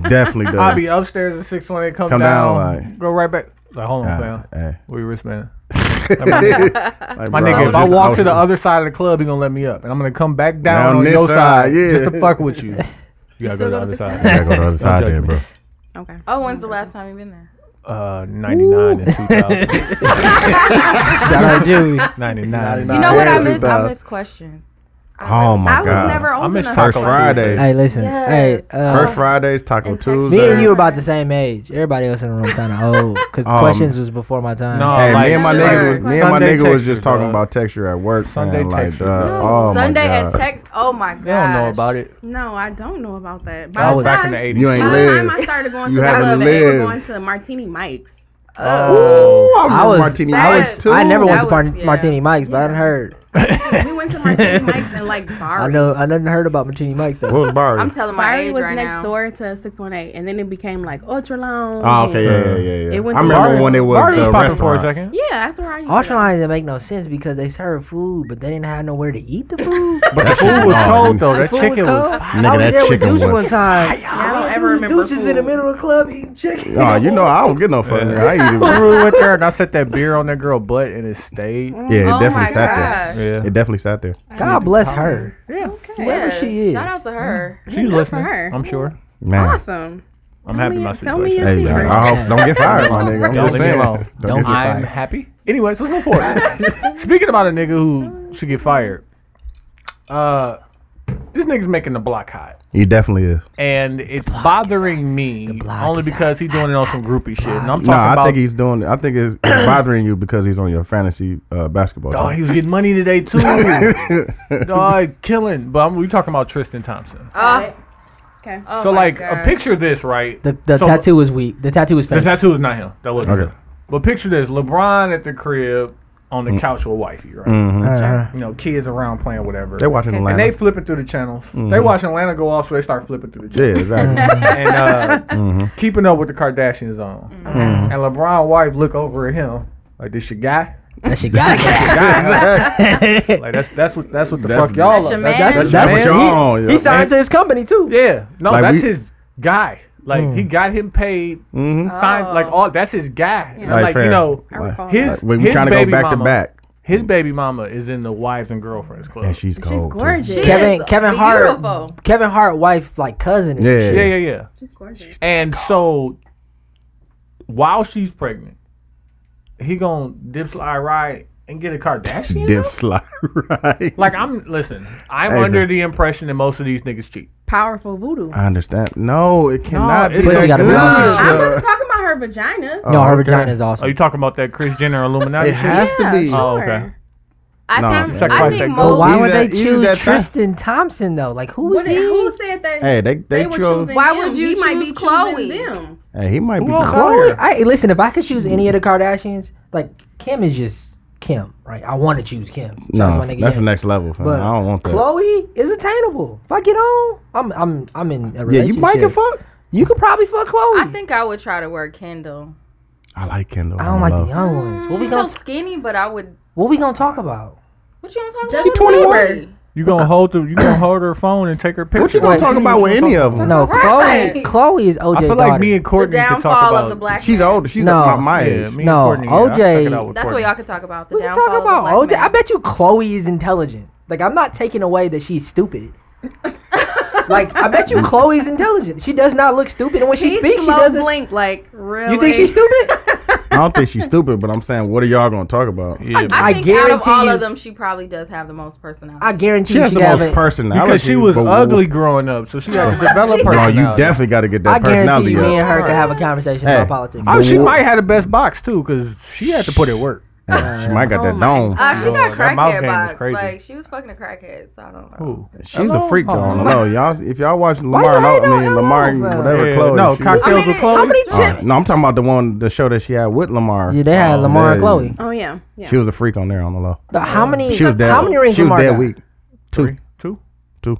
Speaker 2: Definitely does.
Speaker 5: I be upstairs at six one eight, come,
Speaker 2: Come
Speaker 5: down,
Speaker 2: down, like-
Speaker 5: go right back. Like, hold on,
Speaker 2: Uh,
Speaker 5: fam,
Speaker 2: eh.
Speaker 5: we wristband.
Speaker 2: Like,
Speaker 5: My
Speaker 2: bro,
Speaker 5: nigga,
Speaker 2: was
Speaker 5: if I
Speaker 2: just
Speaker 5: walk
Speaker 2: out
Speaker 5: to the
Speaker 2: here.
Speaker 5: other side of the club, he gonna let me up, and I'm gonna come back down
Speaker 2: Down
Speaker 5: on
Speaker 2: this
Speaker 5: your side,
Speaker 2: side, yeah.
Speaker 5: just to fuck with you. You gotta go to
Speaker 7: still
Speaker 5: the
Speaker 7: go
Speaker 5: other
Speaker 7: to
Speaker 5: side.
Speaker 2: I gotta go to the other side
Speaker 5: judge
Speaker 2: there,
Speaker 5: me.
Speaker 2: bro.
Speaker 7: okay.
Speaker 1: oh, when's the last time you've been there?
Speaker 5: Uh, ninety nine and two thousand.
Speaker 4: Shout out Julie.
Speaker 5: Ninety nine.
Speaker 1: You know what
Speaker 2: yeah,
Speaker 1: I miss? I
Speaker 2: 2000.
Speaker 1: miss questions.
Speaker 2: Oh my
Speaker 7: I was
Speaker 2: god.
Speaker 7: never
Speaker 5: I
Speaker 7: old
Speaker 5: miss
Speaker 7: enough.
Speaker 5: Taco
Speaker 2: First Friday.
Speaker 4: Hey, listen.
Speaker 1: Yes.
Speaker 4: Hey, uh,
Speaker 2: First Fridays, Taco
Speaker 1: And Texas.
Speaker 2: Tuesday.
Speaker 4: me and you about the same age. Everybody else in the room kind of old because
Speaker 2: Um,
Speaker 4: questions was before my time.
Speaker 5: No,
Speaker 2: Hey,
Speaker 5: like,
Speaker 2: me and my
Speaker 1: Sure.
Speaker 2: niggas, was, me and my
Speaker 5: Sunday
Speaker 2: nigga was
Speaker 5: texture,
Speaker 2: just talking
Speaker 5: dog.
Speaker 2: about texture at work.
Speaker 5: Sunday
Speaker 2: man, like,
Speaker 5: texture,
Speaker 2: dog.
Speaker 5: dog.
Speaker 2: oh
Speaker 1: Sunday
Speaker 2: my
Speaker 1: at
Speaker 2: God.
Speaker 1: Tech. Oh my god.
Speaker 5: They don't know about it.
Speaker 7: No, I don't know about that.
Speaker 4: I
Speaker 7: By the
Speaker 4: was-
Speaker 5: Back in
Speaker 7: time,
Speaker 5: the
Speaker 7: by
Speaker 5: eighties.
Speaker 2: You ain't
Speaker 7: the time I
Speaker 2: live.
Speaker 7: started going
Speaker 2: You
Speaker 7: to the
Speaker 2: haven't
Speaker 7: club, they were
Speaker 2: lived.
Speaker 7: going to Martini Mike's.
Speaker 5: Oh,
Speaker 4: I was,
Speaker 2: Martini
Speaker 4: I
Speaker 1: Mike's
Speaker 4: was,
Speaker 1: too.
Speaker 4: I never went
Speaker 1: That
Speaker 4: to Par-
Speaker 1: was- yeah.
Speaker 4: Martini Mike's, but I heard,
Speaker 7: we went to Martini Mike's and like
Speaker 4: I
Speaker 7: Barry.
Speaker 4: know, I done heard about Martini Mike's though.
Speaker 2: What was Barry?
Speaker 1: I'm telling my
Speaker 7: Barry
Speaker 1: age
Speaker 7: was
Speaker 1: right
Speaker 7: next
Speaker 1: now.
Speaker 7: door to 618, and then it became like Ultra Lounge.
Speaker 2: Oh, okay,
Speaker 7: and-
Speaker 2: yeah, yeah, yeah. yeah.
Speaker 7: It went
Speaker 2: I
Speaker 7: to
Speaker 2: remember
Speaker 7: Barry.
Speaker 2: when it was
Speaker 5: Barney's
Speaker 2: the
Speaker 5: popping for a
Speaker 2: restaurant.
Speaker 5: second.
Speaker 7: Yeah, that's where I used
Speaker 4: Ultra
Speaker 7: to go.
Speaker 4: line didn't make no sense because they served food, but they didn't have nowhere to eat the food.
Speaker 5: But the food was
Speaker 2: no,
Speaker 5: cold
Speaker 2: nigga.
Speaker 5: though.
Speaker 4: The
Speaker 5: That
Speaker 4: food
Speaker 5: chicken
Speaker 4: was
Speaker 5: was.
Speaker 4: cold.
Speaker 5: fire.
Speaker 2: Nigga,
Speaker 4: I was
Speaker 2: that
Speaker 4: there
Speaker 2: chicken
Speaker 4: with Deuce
Speaker 2: was
Speaker 4: one time.
Speaker 7: I don't ever remember
Speaker 4: Deuce is in the
Speaker 7: food.
Speaker 4: middle of the club eating chicken.
Speaker 2: Oh, you know, I don't get no fucking. I ain't even.
Speaker 5: Drew went there and I set that beer on that girl butt and it stayed.
Speaker 2: Yeah, it
Speaker 1: Oh my
Speaker 2: definitely sat there.
Speaker 5: gosh.
Speaker 2: It definitely sat there.
Speaker 4: God bless her.
Speaker 7: Okay.
Speaker 1: Yeah.
Speaker 4: Whoever she is.
Speaker 1: Shout out to her.
Speaker 5: She's
Speaker 7: good
Speaker 5: listening.
Speaker 7: for her.
Speaker 5: I'm sure.
Speaker 2: Man,
Speaker 7: Awesome.
Speaker 5: I'm
Speaker 7: Tell
Speaker 5: happy
Speaker 7: me-
Speaker 5: my
Speaker 7: tell me
Speaker 5: situation.
Speaker 7: your-
Speaker 2: hey,
Speaker 7: See
Speaker 2: man,
Speaker 7: her.
Speaker 2: I hope don't get fired, my nigga. I'm
Speaker 5: Don't
Speaker 2: just
Speaker 5: leave me
Speaker 2: saying.
Speaker 5: alone.
Speaker 4: Don't get
Speaker 5: I'm
Speaker 4: fired.
Speaker 5: happy. Anyways, let's move forward. Speaking about a nigga who should get fired. Uh, this nigga's making the block hot.
Speaker 2: He definitely is.
Speaker 5: and it's bothering me
Speaker 4: block
Speaker 5: only
Speaker 4: is
Speaker 5: because he's doing it on some groupie shit. And I'm talking
Speaker 2: No, I
Speaker 5: about
Speaker 2: think he's doing. I think it's it's bothering you because he's on your fantasy uh, basketball.
Speaker 5: oh,
Speaker 2: team.
Speaker 5: he was getting money today too. Dog killing. But I'm, we talking about Tristan Thompson.
Speaker 1: Uh,
Speaker 7: Okay.
Speaker 1: oh
Speaker 5: so
Speaker 1: my
Speaker 5: like
Speaker 1: God.
Speaker 5: uh, picture this, right?
Speaker 4: The, the
Speaker 5: So-
Speaker 4: tattoo is weak. The tattoo is
Speaker 5: The
Speaker 4: fake.
Speaker 5: tattoo is not him. That wasn't
Speaker 2: Okay.
Speaker 5: him. But picture this: LeBron at the crib on
Speaker 2: Mm.
Speaker 5: the couch with wifey, right?
Speaker 4: Uh-huh.
Speaker 5: You know, kids around playing
Speaker 2: Mm-hmm.
Speaker 5: whatever.
Speaker 2: They watching
Speaker 5: and they
Speaker 2: Atlanta. Mm-hmm.
Speaker 5: flipping through the channels. They watching Atlanta go off, so they start flipping through the
Speaker 2: Yeah, Mm-hmm.
Speaker 5: channels.
Speaker 2: exactly.
Speaker 5: and uh, keeping up with the Kardashians on.
Speaker 1: Mm-hmm.
Speaker 2: Mm-hmm.
Speaker 5: And LeBron wife look over at him like this your guy.
Speaker 4: That's your guy.
Speaker 2: Exactly.
Speaker 5: Like that's that's what that's what the
Speaker 2: That's-
Speaker 5: fuck y'all.
Speaker 1: That's your
Speaker 5: are.
Speaker 1: man.
Speaker 4: That's, that's,
Speaker 5: That's
Speaker 4: what
Speaker 5: what
Speaker 4: y'all
Speaker 2: y'all on,
Speaker 4: he,
Speaker 2: yo.
Speaker 4: he signed to his company too.
Speaker 5: yeah, no,
Speaker 2: Like,
Speaker 5: that's
Speaker 2: we- Mm.
Speaker 5: his guy. Like he got him paid, signed
Speaker 1: Oh.
Speaker 5: like all. That's his guy. And I'm
Speaker 2: Like,
Speaker 5: like
Speaker 2: fair.
Speaker 5: you know,
Speaker 7: I recall
Speaker 5: his
Speaker 7: that.
Speaker 2: Like, we- we
Speaker 5: his
Speaker 2: tryna go
Speaker 5: baby
Speaker 2: back to
Speaker 5: mama,
Speaker 2: back.
Speaker 5: His baby mama is in the wives and girlfriends club.
Speaker 2: and she's cold.
Speaker 7: She's
Speaker 2: too.
Speaker 7: gorgeous.
Speaker 1: She
Speaker 4: Kevin
Speaker 1: is
Speaker 4: Kevin
Speaker 1: beautiful.
Speaker 4: Hart Kevin Hart wife like cousin. and
Speaker 2: Yeah.
Speaker 4: shit.
Speaker 5: yeah, yeah, yeah.
Speaker 7: She's gorgeous.
Speaker 5: And so while she's pregnant, he gonna dip slide ride and get a Kardashian.
Speaker 2: Dip slide right.
Speaker 5: Like I'm listen, I'm
Speaker 2: Hey,
Speaker 5: under
Speaker 2: man.
Speaker 5: the impression that most of these niggas cheat.
Speaker 7: Powerful voodoo.
Speaker 2: I understand. No, it cannot be.
Speaker 5: it's
Speaker 2: that
Speaker 4: Pussy gotta be
Speaker 2: good.
Speaker 4: awesome.
Speaker 7: I
Speaker 2: Uh,
Speaker 7: wasn't talking about her vagina.
Speaker 4: No, her
Speaker 2: okay.
Speaker 4: vagina is
Speaker 5: Are
Speaker 4: awesome.
Speaker 5: you talking about that Chris Jenner Illuminati
Speaker 2: It
Speaker 5: shit?
Speaker 2: has to
Speaker 7: Yeah,
Speaker 2: be.
Speaker 7: sure.
Speaker 5: Oh, okay.
Speaker 1: I
Speaker 2: Nah,
Speaker 1: think I
Speaker 5: sacrifice
Speaker 1: think
Speaker 5: that goal.
Speaker 1: most.
Speaker 4: Why
Speaker 2: Either-
Speaker 4: would they
Speaker 2: either
Speaker 4: choose
Speaker 2: that-
Speaker 4: Tristan Thompson though? Like who
Speaker 7: What
Speaker 4: was
Speaker 7: did-
Speaker 4: he?
Speaker 7: who said that?
Speaker 2: Hey, they they,
Speaker 7: they were
Speaker 2: chose.
Speaker 7: choosing
Speaker 1: Why
Speaker 7: him?
Speaker 1: would you
Speaker 7: He might
Speaker 1: choose
Speaker 7: be choosing
Speaker 1: Chloe?
Speaker 7: Them.
Speaker 2: Hey, he might be.
Speaker 5: Who else
Speaker 2: cold.
Speaker 5: out here?
Speaker 4: I listen. If I could choose any of the Kardashians, like Kim is just Kim, right? I want to choose Kim. Shout out to
Speaker 2: No,
Speaker 4: my nigga
Speaker 2: that's the
Speaker 4: Kim.
Speaker 2: next level. Fam. I
Speaker 4: But
Speaker 2: don't want that.
Speaker 4: Chloe is attainable. If I get on, I'm I'm I'm in a
Speaker 2: Yeah,
Speaker 4: relationship.
Speaker 2: you might get fucked.
Speaker 4: You could probably fuck Chloe.
Speaker 1: I think I would try to wear Kendall.
Speaker 2: I like Kendall.
Speaker 4: I don't like the young ones. What we
Speaker 1: She's
Speaker 4: gonna
Speaker 1: so skinny, but I would.
Speaker 4: What we gonna talk about?
Speaker 1: What you want to
Speaker 7: She
Speaker 1: talk about?
Speaker 7: 21.
Speaker 1: Bieber.
Speaker 5: You gonna hold the you gonna hold her phone and take her picture.
Speaker 2: What you gonna
Speaker 4: Wait,
Speaker 2: talk
Speaker 4: she-
Speaker 2: about with any of them?
Speaker 4: No,
Speaker 1: Right.
Speaker 4: Chloe. Chloe is OJ.
Speaker 5: I feel like me and
Speaker 1: The
Speaker 5: Courtney could talk
Speaker 1: downfall
Speaker 5: about
Speaker 1: of the black.
Speaker 2: She's
Speaker 1: man.
Speaker 2: older. She's
Speaker 4: No.
Speaker 2: about my
Speaker 5: Yeah,
Speaker 2: age.
Speaker 5: me
Speaker 4: No,
Speaker 5: and Courtney. yeah, I'll check
Speaker 4: OJ
Speaker 5: it out with
Speaker 1: That's
Speaker 5: Courtney.
Speaker 1: what y'all could talk about. The
Speaker 4: we can
Speaker 1: downfall
Speaker 4: talk
Speaker 1: of
Speaker 4: about
Speaker 1: the
Speaker 4: OJ.
Speaker 1: black man.
Speaker 4: I bet you Chloe is intelligent. Like I'm not taking away that she's stupid. Like I bet you Chloe's intelligent. She does not look stupid, and when she
Speaker 7: He
Speaker 4: speaks, she
Speaker 7: slow
Speaker 4: doesn't.
Speaker 7: blink like really.
Speaker 4: You think she's stupid?
Speaker 2: I don't think she's stupid, but I'm saying, what are y'all gonna talk about?
Speaker 5: Yeah,
Speaker 1: I,
Speaker 4: I
Speaker 1: think out of
Speaker 4: guarantee
Speaker 1: all
Speaker 4: you-
Speaker 1: of them, she probably does have the most personality.
Speaker 4: I guarantee
Speaker 2: She
Speaker 4: you
Speaker 2: has
Speaker 4: she
Speaker 2: the
Speaker 4: have
Speaker 2: most
Speaker 4: a-
Speaker 2: personality
Speaker 5: because she was
Speaker 2: but-
Speaker 5: ugly growing up, so she had to develop
Speaker 2: No,
Speaker 5: personality.
Speaker 2: you definitely got to get
Speaker 4: I
Speaker 2: that
Speaker 4: guarantee
Speaker 2: personality
Speaker 4: you, me and
Speaker 2: up.
Speaker 4: her could have a conversation
Speaker 2: Hey.
Speaker 4: about politics.
Speaker 5: Oh, she might have the best box too, because she had to put in work.
Speaker 2: Yeah, she might got
Speaker 1: Oh
Speaker 2: that
Speaker 1: my
Speaker 2: dome.
Speaker 1: Uh, she got
Speaker 5: Yo, that mouth
Speaker 1: crackhead
Speaker 5: game is
Speaker 1: box.
Speaker 5: crazy.
Speaker 1: Like she was fucking a crackhead, so I don't know.
Speaker 5: Ooh.
Speaker 2: She's
Speaker 5: Hello?
Speaker 2: a freak though. I don't know, y'all. If y'all watch Lamar,
Speaker 4: you
Speaker 2: and Lo-
Speaker 4: hating
Speaker 2: I
Speaker 4: on
Speaker 2: mean
Speaker 4: Hello,
Speaker 2: Lamar, and
Speaker 4: fam?
Speaker 2: whatever
Speaker 5: Yeah,
Speaker 2: Chloe.
Speaker 5: no,
Speaker 2: she-
Speaker 5: cocktails
Speaker 1: I mean,
Speaker 5: with
Speaker 1: how
Speaker 5: Chloe.
Speaker 1: many
Speaker 2: All right. No, I'm talking about the one the show that she had with Lamar.
Speaker 4: Yeah, they had
Speaker 2: Oh,
Speaker 4: Lamar and
Speaker 2: yeah.
Speaker 4: Chloe.
Speaker 7: Oh yeah. Yeah.
Speaker 2: She was a freak on there on the low.
Speaker 4: The- how many?
Speaker 2: She was dead.
Speaker 4: How many rings
Speaker 2: She was
Speaker 4: Lamar
Speaker 2: dead
Speaker 4: got?
Speaker 2: weak. Two,
Speaker 5: Three, two.
Speaker 2: two,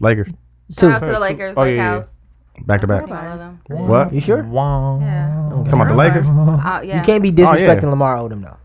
Speaker 2: Lakers
Speaker 1: Shout
Speaker 4: Two.
Speaker 1: out to the Lakers,
Speaker 5: Oh,
Speaker 1: Lake
Speaker 5: yeah, yeah.
Speaker 1: House.
Speaker 2: back to back.
Speaker 1: Team, I love them.
Speaker 2: What?
Speaker 4: You sure?
Speaker 5: Wow.
Speaker 1: Yeah.
Speaker 2: Talking about the Lakers.
Speaker 5: Uh-huh.
Speaker 1: Uh, yeah.
Speaker 4: You can't be
Speaker 2: Oh, yeah.
Speaker 4: disrespecting Lamar Odom though.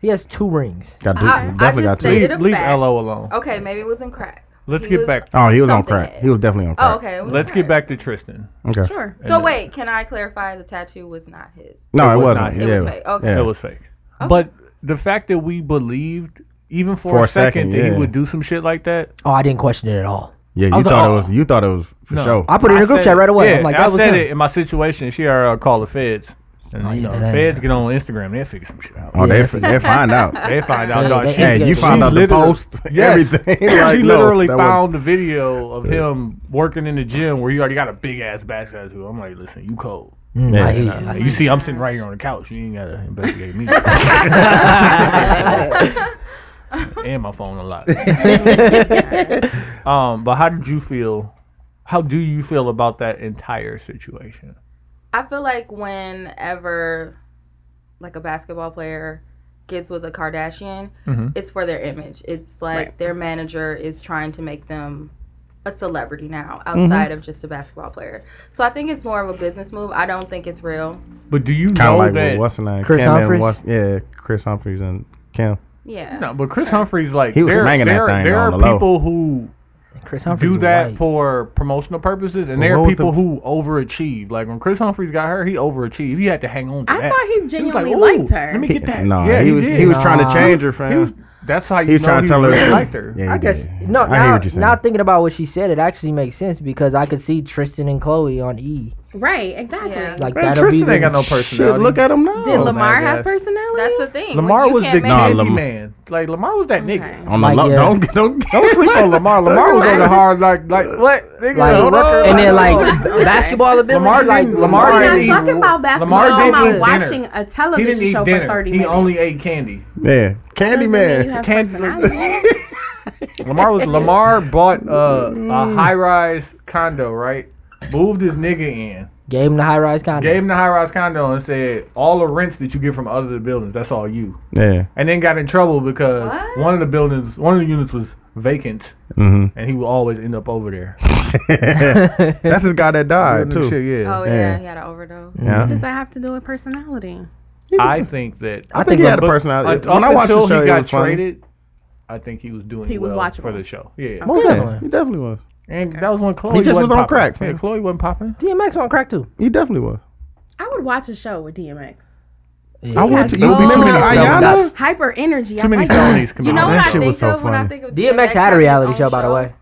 Speaker 4: He has two rings.
Speaker 2: Got Duke.
Speaker 1: I- I
Speaker 2: definitely
Speaker 1: just
Speaker 2: got two.
Speaker 1: say-
Speaker 5: Leave,
Speaker 1: Did a
Speaker 5: leave
Speaker 1: fact.
Speaker 5: LO alone.
Speaker 1: Okay, maybe it was in crack.
Speaker 5: Let's
Speaker 1: He
Speaker 5: get
Speaker 1: was-
Speaker 5: back.
Speaker 2: Oh, he was on
Speaker 1: something
Speaker 2: crack.
Speaker 1: head.
Speaker 2: He was definitely on crack.
Speaker 1: Oh, okay. it was
Speaker 5: Let's
Speaker 1: crack.
Speaker 5: get back to Tristan.
Speaker 2: Okay.
Speaker 7: Sure.
Speaker 1: So wait, can I clarify? The tattoo was not his.
Speaker 2: No,
Speaker 5: It
Speaker 2: it,
Speaker 5: was
Speaker 2: wasn't.
Speaker 5: not him.
Speaker 2: yeah.
Speaker 5: It
Speaker 1: was fake. Okay.
Speaker 2: Yeah.
Speaker 5: It was fake. But the fact that we believed, even for, a second, that
Speaker 2: yeah.
Speaker 5: he would do some shit like that,
Speaker 4: Oh, I didn't question it at all.
Speaker 2: Yeah,
Speaker 5: I
Speaker 2: you
Speaker 5: was like,
Speaker 2: thought
Speaker 5: oh.
Speaker 2: it was. You thought it was for
Speaker 5: no.
Speaker 2: sure.
Speaker 4: I put it in a group
Speaker 5: said
Speaker 4: chat right away.
Speaker 5: Yeah,
Speaker 4: I'm like,
Speaker 5: I
Speaker 4: that was
Speaker 5: said
Speaker 4: him.
Speaker 5: it in my situation. She already uh, called the feds. And
Speaker 4: yeah,
Speaker 5: you know,
Speaker 4: that
Speaker 5: the
Speaker 4: ain't-
Speaker 5: feds get on Instagram. They figure some shit out.
Speaker 2: oh, they
Speaker 4: Yeah.
Speaker 2: they they find out.
Speaker 5: They find out.
Speaker 4: Yeah,
Speaker 5: dog,
Speaker 4: they-
Speaker 5: she-
Speaker 2: Hey, you
Speaker 4: She
Speaker 2: found out the
Speaker 5: literally-
Speaker 2: post,
Speaker 5: Yes.
Speaker 2: everything.
Speaker 5: she
Speaker 2: Like, no,
Speaker 5: literally
Speaker 2: that wasn't-
Speaker 5: found the video of him working in the gym where he already got a big ass back tattoo. I'm like, listen, you cold.
Speaker 4: Mm,
Speaker 2: Yeah.
Speaker 4: I hear you.
Speaker 5: Like, you see, I'm sitting right here on the couch. You ain't gotta investigate me. and my phone a lot. um, but how did you feel? How do you feel about that entire situation?
Speaker 1: I feel like whenever like a basketball player gets with a Kardashian, it's for their image. It's like their manager is trying to make them a celebrity now outside of just a basketball player. So I think it's more of a business move. I don't think it's real.
Speaker 5: But do you
Speaker 2: Kind
Speaker 5: know
Speaker 2: of like
Speaker 5: that?
Speaker 2: what, what's the name?
Speaker 4: Chris
Speaker 2: Kim and
Speaker 4: Humphries?
Speaker 2: what's- yeah, Chris Humphries and Kim.
Speaker 1: Yeah.
Speaker 5: no, but Chris Humphries like
Speaker 2: He was
Speaker 5: there,
Speaker 2: smanging that
Speaker 5: there,
Speaker 2: thing
Speaker 5: there
Speaker 2: on the
Speaker 5: are
Speaker 2: low.
Speaker 5: people who
Speaker 4: Chris Humphries
Speaker 5: do that
Speaker 4: white.
Speaker 5: for promotional purposes, and there
Speaker 2: what
Speaker 5: are
Speaker 2: was the-
Speaker 5: people who overachieve. Like when Chris Humphries got her, he overachieved. He had to hang on to
Speaker 7: I
Speaker 5: that.
Speaker 7: thought he
Speaker 5: was
Speaker 7: genuinely
Speaker 5: "Ooh,
Speaker 7: liked her."
Speaker 5: Let me get that.
Speaker 2: No,
Speaker 5: yeah,
Speaker 2: he,
Speaker 5: he,
Speaker 2: was
Speaker 5: did.
Speaker 2: he was trying
Speaker 4: Nah.
Speaker 2: to change her,
Speaker 5: He
Speaker 2: fam.
Speaker 5: was- that's how you
Speaker 2: He was
Speaker 5: know
Speaker 2: trying
Speaker 5: he
Speaker 2: to tell her
Speaker 5: really
Speaker 2: to-
Speaker 5: liked her.
Speaker 2: Yeah, he
Speaker 4: I guess
Speaker 2: did.
Speaker 4: no.
Speaker 2: I hear
Speaker 4: now,
Speaker 2: what you're saying.
Speaker 4: now thinking about what she said, it actually makes sense because I could see Tristan and Chloe on E.
Speaker 7: Right. Exactly.
Speaker 1: Yeah.
Speaker 4: Like
Speaker 5: Man,
Speaker 4: that'll
Speaker 5: Tristan
Speaker 4: be
Speaker 5: ain't
Speaker 4: the-
Speaker 5: got no personality. Oh,
Speaker 2: Shit, look at him now.
Speaker 7: Did Lamar
Speaker 5: man, that's-
Speaker 7: have personality?
Speaker 1: That's the thing.
Speaker 5: Lamar
Speaker 1: When you
Speaker 5: was
Speaker 1: can't
Speaker 5: the
Speaker 1: make
Speaker 2: Nah,
Speaker 1: it-
Speaker 5: candy
Speaker 2: Lam-
Speaker 5: man. Like Lamar was that
Speaker 7: Okay.
Speaker 5: nigga.
Speaker 2: on the
Speaker 4: Like,
Speaker 2: low.
Speaker 4: yeah.
Speaker 2: Don't don't.
Speaker 5: Don't sleep on Lamar. Lamar was on the hard like like what nigga.
Speaker 4: Like,
Speaker 5: hold up.
Speaker 4: and then like basketball ability,
Speaker 5: Lamar
Speaker 4: like
Speaker 5: didn't- Lamar
Speaker 7: We're
Speaker 5: didn't
Speaker 7: not
Speaker 5: eat-
Speaker 7: talking about basketball.
Speaker 5: Lamar
Speaker 7: We're
Speaker 5: didn't
Speaker 7: talking
Speaker 5: eat
Speaker 7: about watching
Speaker 5: dinner.
Speaker 7: a
Speaker 5: he
Speaker 7: television
Speaker 5: didn't eat
Speaker 7: show
Speaker 5: dinner.
Speaker 7: for 30
Speaker 5: he
Speaker 7: minutes.
Speaker 5: only ate candy.
Speaker 2: yeah,
Speaker 7: Doesn't mean you
Speaker 2: Candyman.
Speaker 7: have
Speaker 5: Candy-
Speaker 7: personality.
Speaker 5: Lamar was Lamar bought uh, a high rise condo right. Moved his nigga in,
Speaker 4: gave him the high rise condo.
Speaker 5: gave him the high rise condo, and said all the rents that you get from other buildings, that's all you.
Speaker 2: Yeah,
Speaker 5: And then got in trouble because
Speaker 1: What?
Speaker 5: one of the buildings, one of the units was vacant,
Speaker 2: Mhm.
Speaker 5: and he would always end up over there.
Speaker 2: that's his guy that died too.
Speaker 5: Building shit, yeah.
Speaker 1: Oh yeah,
Speaker 2: Yeah.
Speaker 1: he had an overdose.
Speaker 7: What
Speaker 2: Yeah,
Speaker 7: does that have to do with personality?
Speaker 5: I think that
Speaker 4: I
Speaker 2: think
Speaker 4: think
Speaker 2: he had a
Speaker 4: Lam-
Speaker 5: Up-
Speaker 2: personality.
Speaker 5: up
Speaker 2: When I watched
Speaker 5: until
Speaker 2: the show,
Speaker 5: he
Speaker 2: it
Speaker 5: got
Speaker 2: was funny.
Speaker 5: traded, I think he was doing
Speaker 7: He was
Speaker 5: well
Speaker 7: watchable.
Speaker 5: for the show. Yeah,
Speaker 4: most
Speaker 2: Yeah, he
Speaker 4: definitely.
Speaker 2: definitely was.
Speaker 5: and that was when Chloe
Speaker 2: Oh. just
Speaker 5: wasn't
Speaker 2: was on
Speaker 5: popping.
Speaker 2: crack,
Speaker 5: Yeah,
Speaker 2: man.
Speaker 5: Chloe wasn't popping.
Speaker 4: DMX on crack too.
Speaker 2: He definitely was.
Speaker 7: I would watch a show with DMX.
Speaker 2: I want to.
Speaker 5: It would be
Speaker 4: Oh,
Speaker 5: too
Speaker 2: remember
Speaker 5: many
Speaker 2: that
Speaker 5: felonies.
Speaker 2: Ayana?
Speaker 7: Hyper energy.
Speaker 5: Too
Speaker 7: I
Speaker 5: many
Speaker 7: like that.
Speaker 5: felonies
Speaker 1: You
Speaker 5: committed.
Speaker 1: know
Speaker 2: that
Speaker 1: what I
Speaker 2: shit
Speaker 1: think
Speaker 2: was so
Speaker 1: of when I
Speaker 2: funny.
Speaker 1: think of
Speaker 4: DMX had
Speaker 1: his
Speaker 4: a reality
Speaker 1: own
Speaker 4: show, by the way.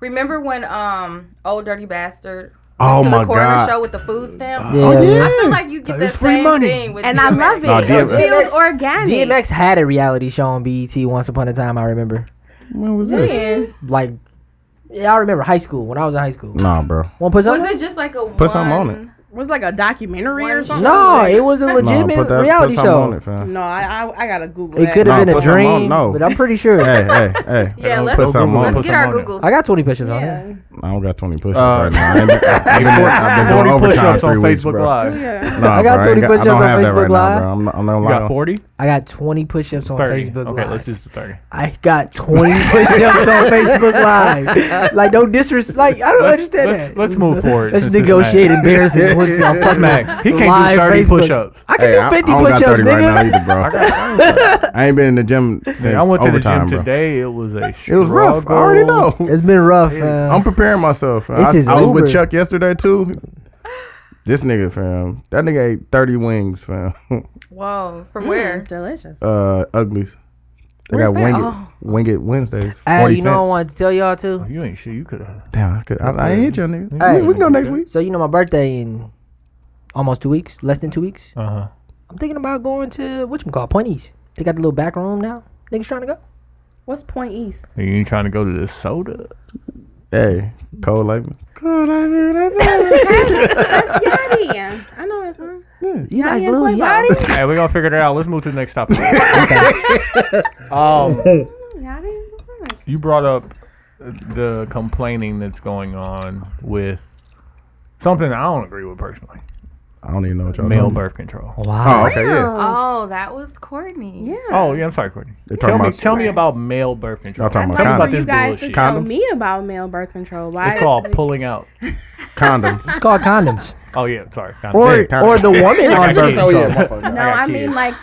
Speaker 1: Remember when um old dirty bastard
Speaker 2: Oh
Speaker 1: to
Speaker 2: my
Speaker 1: the corner show
Speaker 2: god.
Speaker 1: with the food stamps?
Speaker 4: Yeah, man.
Speaker 1: I feel like you get the
Speaker 5: It's free
Speaker 1: same
Speaker 5: money.
Speaker 1: thing with
Speaker 7: Hmm. And I love it.
Speaker 2: Nah,
Speaker 7: it
Speaker 2: DMX
Speaker 7: feels organic.
Speaker 4: DMX had a reality show on BET once upon a time. I remember,
Speaker 2: When was this?
Speaker 4: like, yeah, I remember high school when I was in high school.
Speaker 2: Nah, bro.
Speaker 4: One puts
Speaker 1: Was
Speaker 4: on.
Speaker 1: it just like a
Speaker 2: Put something on
Speaker 1: one-
Speaker 2: it.
Speaker 7: was like a documentary or
Speaker 1: One
Speaker 7: something.
Speaker 4: No,
Speaker 7: Like-
Speaker 4: it was a
Speaker 2: Nah,
Speaker 4: legitimate
Speaker 2: put that put
Speaker 4: reality
Speaker 2: something
Speaker 4: show.
Speaker 2: on it, fam.
Speaker 7: no. I I, I gotta Google
Speaker 4: It
Speaker 7: that.
Speaker 4: could
Speaker 2: Nah,
Speaker 4: have been a
Speaker 2: put something on-
Speaker 4: dream,
Speaker 2: no.
Speaker 4: but I'm pretty sure.
Speaker 2: Hey, hey, hey.
Speaker 1: Yeah,
Speaker 5: Don't
Speaker 1: let's,
Speaker 5: put
Speaker 2: put something
Speaker 5: Google
Speaker 2: on
Speaker 1: let's
Speaker 2: it.
Speaker 5: put
Speaker 1: get our
Speaker 5: something on it.
Speaker 1: Googles.
Speaker 4: I got 20 pictures on
Speaker 7: Yeah.
Speaker 4: it.
Speaker 2: I don't got 20 push-ups
Speaker 5: Uh,
Speaker 2: right now. I ain't been- I've been, doing- I've been doing
Speaker 5: 40
Speaker 2: overtime
Speaker 5: push-ups
Speaker 2: three
Speaker 5: on
Speaker 2: weeks,
Speaker 5: Facebook
Speaker 2: bro.
Speaker 5: Live. You
Speaker 7: Yeah.
Speaker 2: Nah,
Speaker 4: I got
Speaker 2: bro,
Speaker 4: 30
Speaker 2: I
Speaker 4: push-ups
Speaker 2: don't
Speaker 4: on
Speaker 2: have that right
Speaker 4: Facebook
Speaker 2: now,
Speaker 4: Live.
Speaker 2: bro. I'm not, I'm not
Speaker 5: got
Speaker 2: lying.
Speaker 5: forty.
Speaker 4: I got 20 push-ups on
Speaker 5: 30.
Speaker 4: Facebook
Speaker 5: okay,
Speaker 4: Live.
Speaker 5: let's just the thirty.
Speaker 4: I got 20 push-ups on Facebook Live. Like, don't disrespect. Like, I don't
Speaker 5: Let's,
Speaker 4: understand
Speaker 5: let's,
Speaker 4: that.
Speaker 5: let's move forward.
Speaker 4: Let's
Speaker 5: since it's
Speaker 4: negotiate
Speaker 5: Mac.
Speaker 4: embarrassing points on
Speaker 5: It's
Speaker 4: fucking
Speaker 5: Mac. He can't
Speaker 4: live
Speaker 5: do thirty
Speaker 4: Facebook.
Speaker 5: push-ups.
Speaker 4: I can
Speaker 2: Hey, I,
Speaker 4: do
Speaker 2: I
Speaker 4: 50
Speaker 2: don't got 30
Speaker 4: push-ups,
Speaker 2: right
Speaker 4: nigga.
Speaker 2: now either, bro. I ain't been in the gym since
Speaker 5: I went to the
Speaker 2: overtime,
Speaker 5: gym
Speaker 2: bro.
Speaker 5: today. It was a
Speaker 2: It was rough. I already know.
Speaker 4: it's been rough, uh, man.
Speaker 2: I'm preparing myself. I,
Speaker 4: This is
Speaker 2: I was
Speaker 4: over.
Speaker 2: with Chuck yesterday too. This nigga, fam. That nigga ate 30 wings, fam.
Speaker 1: Whoa, from
Speaker 7: Where?
Speaker 1: where?
Speaker 7: Mm, Delicious.
Speaker 2: uh, uglies. They
Speaker 1: Where's
Speaker 2: got
Speaker 1: that?
Speaker 2: wing it,
Speaker 1: Oh.
Speaker 2: wing it Wednesdays.
Speaker 4: Hey,
Speaker 2: Forty
Speaker 4: you know what I
Speaker 2: cents.
Speaker 4: wanted to tell y'all too.
Speaker 5: You ain't sure you could have.
Speaker 2: Damn, I, could, I, I ain't hit y'all niggas.
Speaker 4: Hey.
Speaker 2: We, we can go next week.
Speaker 4: So you know my birthday in almost two weeks, less than two weeks.
Speaker 5: Uh huh.
Speaker 4: I'm thinking about going to what you call Point East. They got the little back room now. Niggas trying to go.
Speaker 7: What's Point East?
Speaker 5: You ain't trying to go to the soda.
Speaker 2: Hey, cold like me. Cold like me. That's
Speaker 7: That's Yachty. I know that's one.
Speaker 4: You
Speaker 7: Yachty
Speaker 4: like
Speaker 7: and
Speaker 4: Lil
Speaker 7: Quavo.
Speaker 4: Yachty?
Speaker 5: hey, we're gonna figure that out. Let's move to the next topic. um,
Speaker 7: Yachty?
Speaker 5: you brought up the complaining that's going on with something I don't agree with personally.
Speaker 2: I don't even know what y'all
Speaker 5: Male
Speaker 2: doing.
Speaker 5: birth control.
Speaker 4: Wow.
Speaker 2: Oh, okay, yeah.
Speaker 1: Oh, that that was Courtney.
Speaker 7: Yeah.
Speaker 5: Oh yeah, I'm sorry, Courtney.
Speaker 2: They're talking
Speaker 5: Tell me,
Speaker 2: about-
Speaker 5: tell me about male birth control.
Speaker 2: Y'all talking
Speaker 7: I'm
Speaker 2: about
Speaker 7: waiting
Speaker 2: condoms.
Speaker 7: for you guys to tell
Speaker 2: Condoms?
Speaker 7: me about male birth control. Why?
Speaker 5: It's called pulling out.
Speaker 2: Condoms.
Speaker 4: It's called condoms.
Speaker 5: Oh yeah, sorry. Condoms.
Speaker 4: Or
Speaker 2: Hey, condoms.
Speaker 4: or the woman on birth
Speaker 2: oh,
Speaker 4: control.
Speaker 2: yeah, my fault.
Speaker 7: No,
Speaker 5: I got
Speaker 7: I, mean
Speaker 5: kids.
Speaker 7: like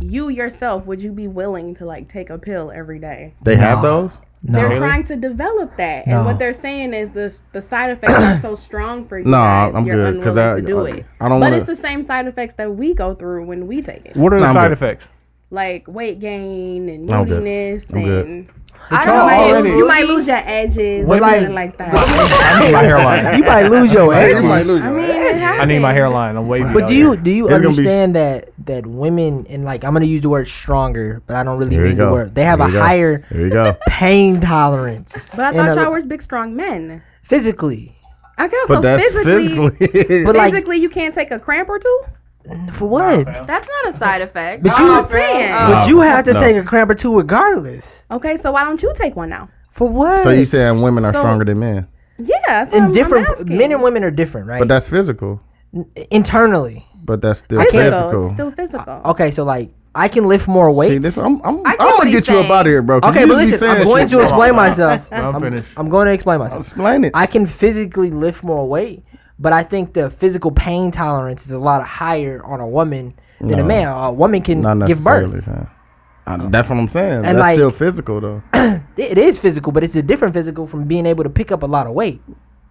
Speaker 7: you yourself. Would you be willing to like take a pill every day?
Speaker 2: They have those?
Speaker 4: No.
Speaker 7: They're
Speaker 5: Really?
Speaker 7: trying to develop that,
Speaker 4: No.
Speaker 7: and what they're saying is the the side effects are so strong for you
Speaker 2: No,
Speaker 7: guys.
Speaker 2: I'm
Speaker 7: you're
Speaker 2: good, 'cause
Speaker 7: unwilling
Speaker 2: I-
Speaker 7: to do
Speaker 2: I-
Speaker 7: it.
Speaker 2: I don't
Speaker 7: But
Speaker 2: wanna-
Speaker 7: it's the same side effects that we go through when we take it,
Speaker 5: What are
Speaker 2: No,
Speaker 5: the
Speaker 2: I'm
Speaker 5: side
Speaker 2: good.
Speaker 5: effects?
Speaker 7: like weight gain and
Speaker 2: I'm good.
Speaker 7: moodiness,
Speaker 2: I'm good.
Speaker 7: and
Speaker 1: I
Speaker 5: y'all
Speaker 4: Oh,
Speaker 1: don't like
Speaker 5: already-
Speaker 1: it.
Speaker 7: you might lose your edges,
Speaker 4: Women-
Speaker 7: or something like that.
Speaker 5: I need my hairline.
Speaker 4: You might lose your
Speaker 2: You might
Speaker 4: edges.
Speaker 2: lose
Speaker 7: I
Speaker 2: your-
Speaker 7: mean, it happens.
Speaker 5: I need my hairline. I'm wavy.
Speaker 4: But
Speaker 5: out
Speaker 4: do
Speaker 5: here.
Speaker 4: you do you
Speaker 2: It's gonna be-
Speaker 4: understand that that women and like I'm gonna use the word stronger, but I don't really
Speaker 2: Here you
Speaker 4: mean the
Speaker 2: go.
Speaker 4: word. They have
Speaker 2: Here
Speaker 4: a
Speaker 2: you go.
Speaker 4: higher
Speaker 2: Here you go.
Speaker 4: pain tolerance.
Speaker 7: But I
Speaker 4: And
Speaker 7: thought
Speaker 4: a-
Speaker 7: y'all were big, strong men.
Speaker 4: physically.
Speaker 7: I guess
Speaker 2: But
Speaker 7: so.
Speaker 2: that's
Speaker 7: physically,
Speaker 2: physically.
Speaker 4: But like
Speaker 7: physically, you can't take a cramp or two.
Speaker 4: for what?
Speaker 1: That's not a side effect. Oh,
Speaker 4: But
Speaker 1: I'm
Speaker 4: you-
Speaker 1: just saying.
Speaker 7: But
Speaker 4: But you have to
Speaker 2: No.
Speaker 4: take a cramp or two regardless.
Speaker 7: Okay, so why don't you take one now?
Speaker 4: For what?
Speaker 2: so you saying women are
Speaker 7: So-
Speaker 2: stronger than men?
Speaker 7: Yeah, that's
Speaker 4: and
Speaker 7: what I'm- I'm
Speaker 4: different
Speaker 7: asking.
Speaker 4: men and women are different, right?
Speaker 2: But that's physical.
Speaker 4: internally.
Speaker 2: But that's still
Speaker 7: physical. It's
Speaker 2: physical.
Speaker 7: still physical.
Speaker 4: Uh, Okay, so like I can lift more weight.
Speaker 2: See, this, I'm, I'm,
Speaker 1: I get what
Speaker 2: I'm gonna
Speaker 1: he's
Speaker 2: get you up
Speaker 1: saying.
Speaker 2: out of here, bro. 'cause
Speaker 4: okay,
Speaker 2: you
Speaker 4: but
Speaker 2: just be
Speaker 4: listen, I'm
Speaker 2: saying
Speaker 4: going
Speaker 2: shit.
Speaker 4: to explain myself.
Speaker 5: I'm finished.
Speaker 4: I'm going to explain myself.
Speaker 2: Explain it.
Speaker 4: I can physically lift more weight, but I think the physical pain tolerance is a lot higher on a woman than a
Speaker 2: No.
Speaker 4: man. A woman can
Speaker 2: Not
Speaker 4: give
Speaker 2: necessarily.
Speaker 4: birth.
Speaker 2: man. I- that's what I'm saying. That's
Speaker 4: like-
Speaker 2: still physical, though.
Speaker 4: It it is physical, but it's a different physical from being able to pick up a lot of weight.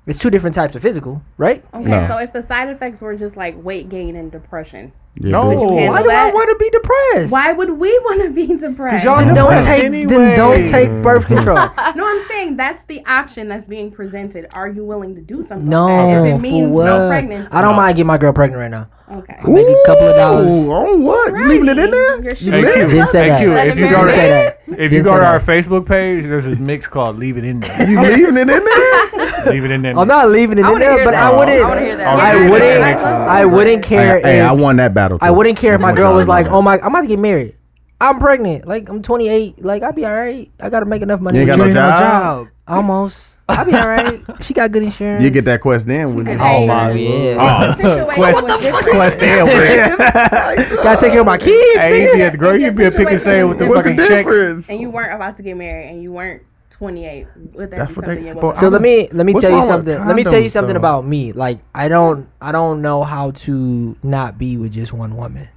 Speaker 4: It's two different types of physical, right?
Speaker 7: Okay,
Speaker 2: No.
Speaker 7: so if the side effects were just like weight gain and depression,
Speaker 2: Yeah,
Speaker 5: No.
Speaker 2: bitch.
Speaker 5: Well,
Speaker 4: Why
Speaker 7: handle
Speaker 4: do I
Speaker 7: that?
Speaker 4: want to be depressed?
Speaker 7: why would we want to be depressed?
Speaker 5: y'all-
Speaker 4: Then
Speaker 5: I'm
Speaker 4: don't
Speaker 5: depressed
Speaker 4: take
Speaker 5: anyway.
Speaker 4: then don't take birth control.
Speaker 7: no, I'm saying that's the option that's being presented. Are you willing to do something?
Speaker 4: No,
Speaker 7: like that? if it
Speaker 4: for
Speaker 7: means
Speaker 4: what?
Speaker 7: no pregnancy.
Speaker 4: I don't mind getting my girl pregnant right now.
Speaker 7: Okay.
Speaker 4: Maybe a couple of dollars.
Speaker 2: Ooh, on what? You leaving it in there?
Speaker 7: You're
Speaker 2: You
Speaker 7: sure.
Speaker 5: Hey,
Speaker 2: lit?
Speaker 5: Q,
Speaker 4: Didn't say
Speaker 5: hey,
Speaker 4: that.
Speaker 5: Q,
Speaker 1: Let
Speaker 5: if
Speaker 1: it
Speaker 5: you go
Speaker 4: Didn't
Speaker 1: marinate.
Speaker 4: say
Speaker 5: to
Speaker 4: that.
Speaker 5: if you
Speaker 4: Didn't
Speaker 5: go
Speaker 4: say
Speaker 5: to our
Speaker 4: that.
Speaker 5: Facebook page, there's this mix called "Leave It In There."
Speaker 2: You leaving it in there?
Speaker 5: Leave it in there.
Speaker 4: I'm not leaving it
Speaker 1: I
Speaker 4: in
Speaker 1: wanna
Speaker 4: there,
Speaker 1: hear
Speaker 4: but
Speaker 1: that.
Speaker 4: I wouldn't.
Speaker 1: I wanna hear that.
Speaker 5: I
Speaker 4: I
Speaker 5: wanna hear
Speaker 4: wouldn't.
Speaker 5: that.
Speaker 4: I wouldn't care.
Speaker 2: Hey, hey, I
Speaker 4: if-
Speaker 2: won that battle.
Speaker 4: I
Speaker 2: too.
Speaker 4: wouldn't care if
Speaker 2: That's
Speaker 4: my
Speaker 2: what
Speaker 4: girl
Speaker 2: y'all
Speaker 4: was
Speaker 2: know.
Speaker 4: like, "Oh my, I'm about to get married. I'm pregnant. Like I'm 28. Like I'd be all right. I gotta make enough money.
Speaker 2: You ain't
Speaker 4: to
Speaker 2: got no
Speaker 4: get a
Speaker 2: job?
Speaker 4: Almost. I'll be all right. She got good insurance.
Speaker 2: You get that quest then? wouldn't you?
Speaker 7: Oh,
Speaker 4: Oh,
Speaker 7: my
Speaker 4: yeah.
Speaker 7: Situation was different.
Speaker 5: Quest there.
Speaker 4: gotta take care of my kids.
Speaker 5: Hey, you
Speaker 4: nigga.
Speaker 5: be at the girl. You be a pick and say with the
Speaker 2: What's the
Speaker 5: fucking checks.
Speaker 2: difference?
Speaker 7: And you weren't about to get married, and you weren't 28. Would
Speaker 2: That's
Speaker 7: that be
Speaker 2: what
Speaker 7: something
Speaker 2: they-
Speaker 7: you're
Speaker 2: but
Speaker 7: willing
Speaker 4: So let me let me
Speaker 2: What's
Speaker 4: tell you
Speaker 2: wrong with
Speaker 4: something. Let me tell you
Speaker 2: condoms,
Speaker 4: something
Speaker 2: though?
Speaker 4: about me. Like I don't I don't know how to not be with just one woman.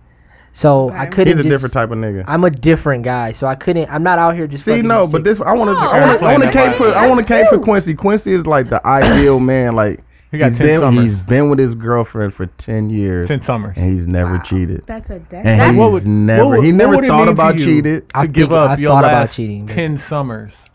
Speaker 4: So I couldn't.
Speaker 2: He's a
Speaker 4: just-
Speaker 2: different type of nigga.
Speaker 4: I'm a different guy, so I couldn't. I'm not out here just.
Speaker 2: See,
Speaker 4: fucking
Speaker 2: no,
Speaker 4: these
Speaker 2: but
Speaker 4: chicks.
Speaker 2: this I want to.
Speaker 1: No.
Speaker 2: I want to came for. I want to came for Quincy. Quincy is like the ideal man. Like
Speaker 5: He got
Speaker 2: he's
Speaker 5: 10
Speaker 2: been
Speaker 5: summers.
Speaker 2: he's been with his girlfriend for ten years,
Speaker 5: Ten summers.
Speaker 2: and he's never cheated.
Speaker 7: That's a decade.
Speaker 2: And he's
Speaker 5: What would-
Speaker 2: never.
Speaker 5: what would-
Speaker 2: he
Speaker 5: what
Speaker 2: never
Speaker 5: would it
Speaker 2: thought
Speaker 5: mean to
Speaker 2: about
Speaker 5: you
Speaker 2: cheated.
Speaker 5: To
Speaker 4: I
Speaker 5: give
Speaker 4: think-
Speaker 5: up
Speaker 4: I've
Speaker 5: your
Speaker 4: thought
Speaker 5: last
Speaker 4: about cheating, but-
Speaker 5: ten summers.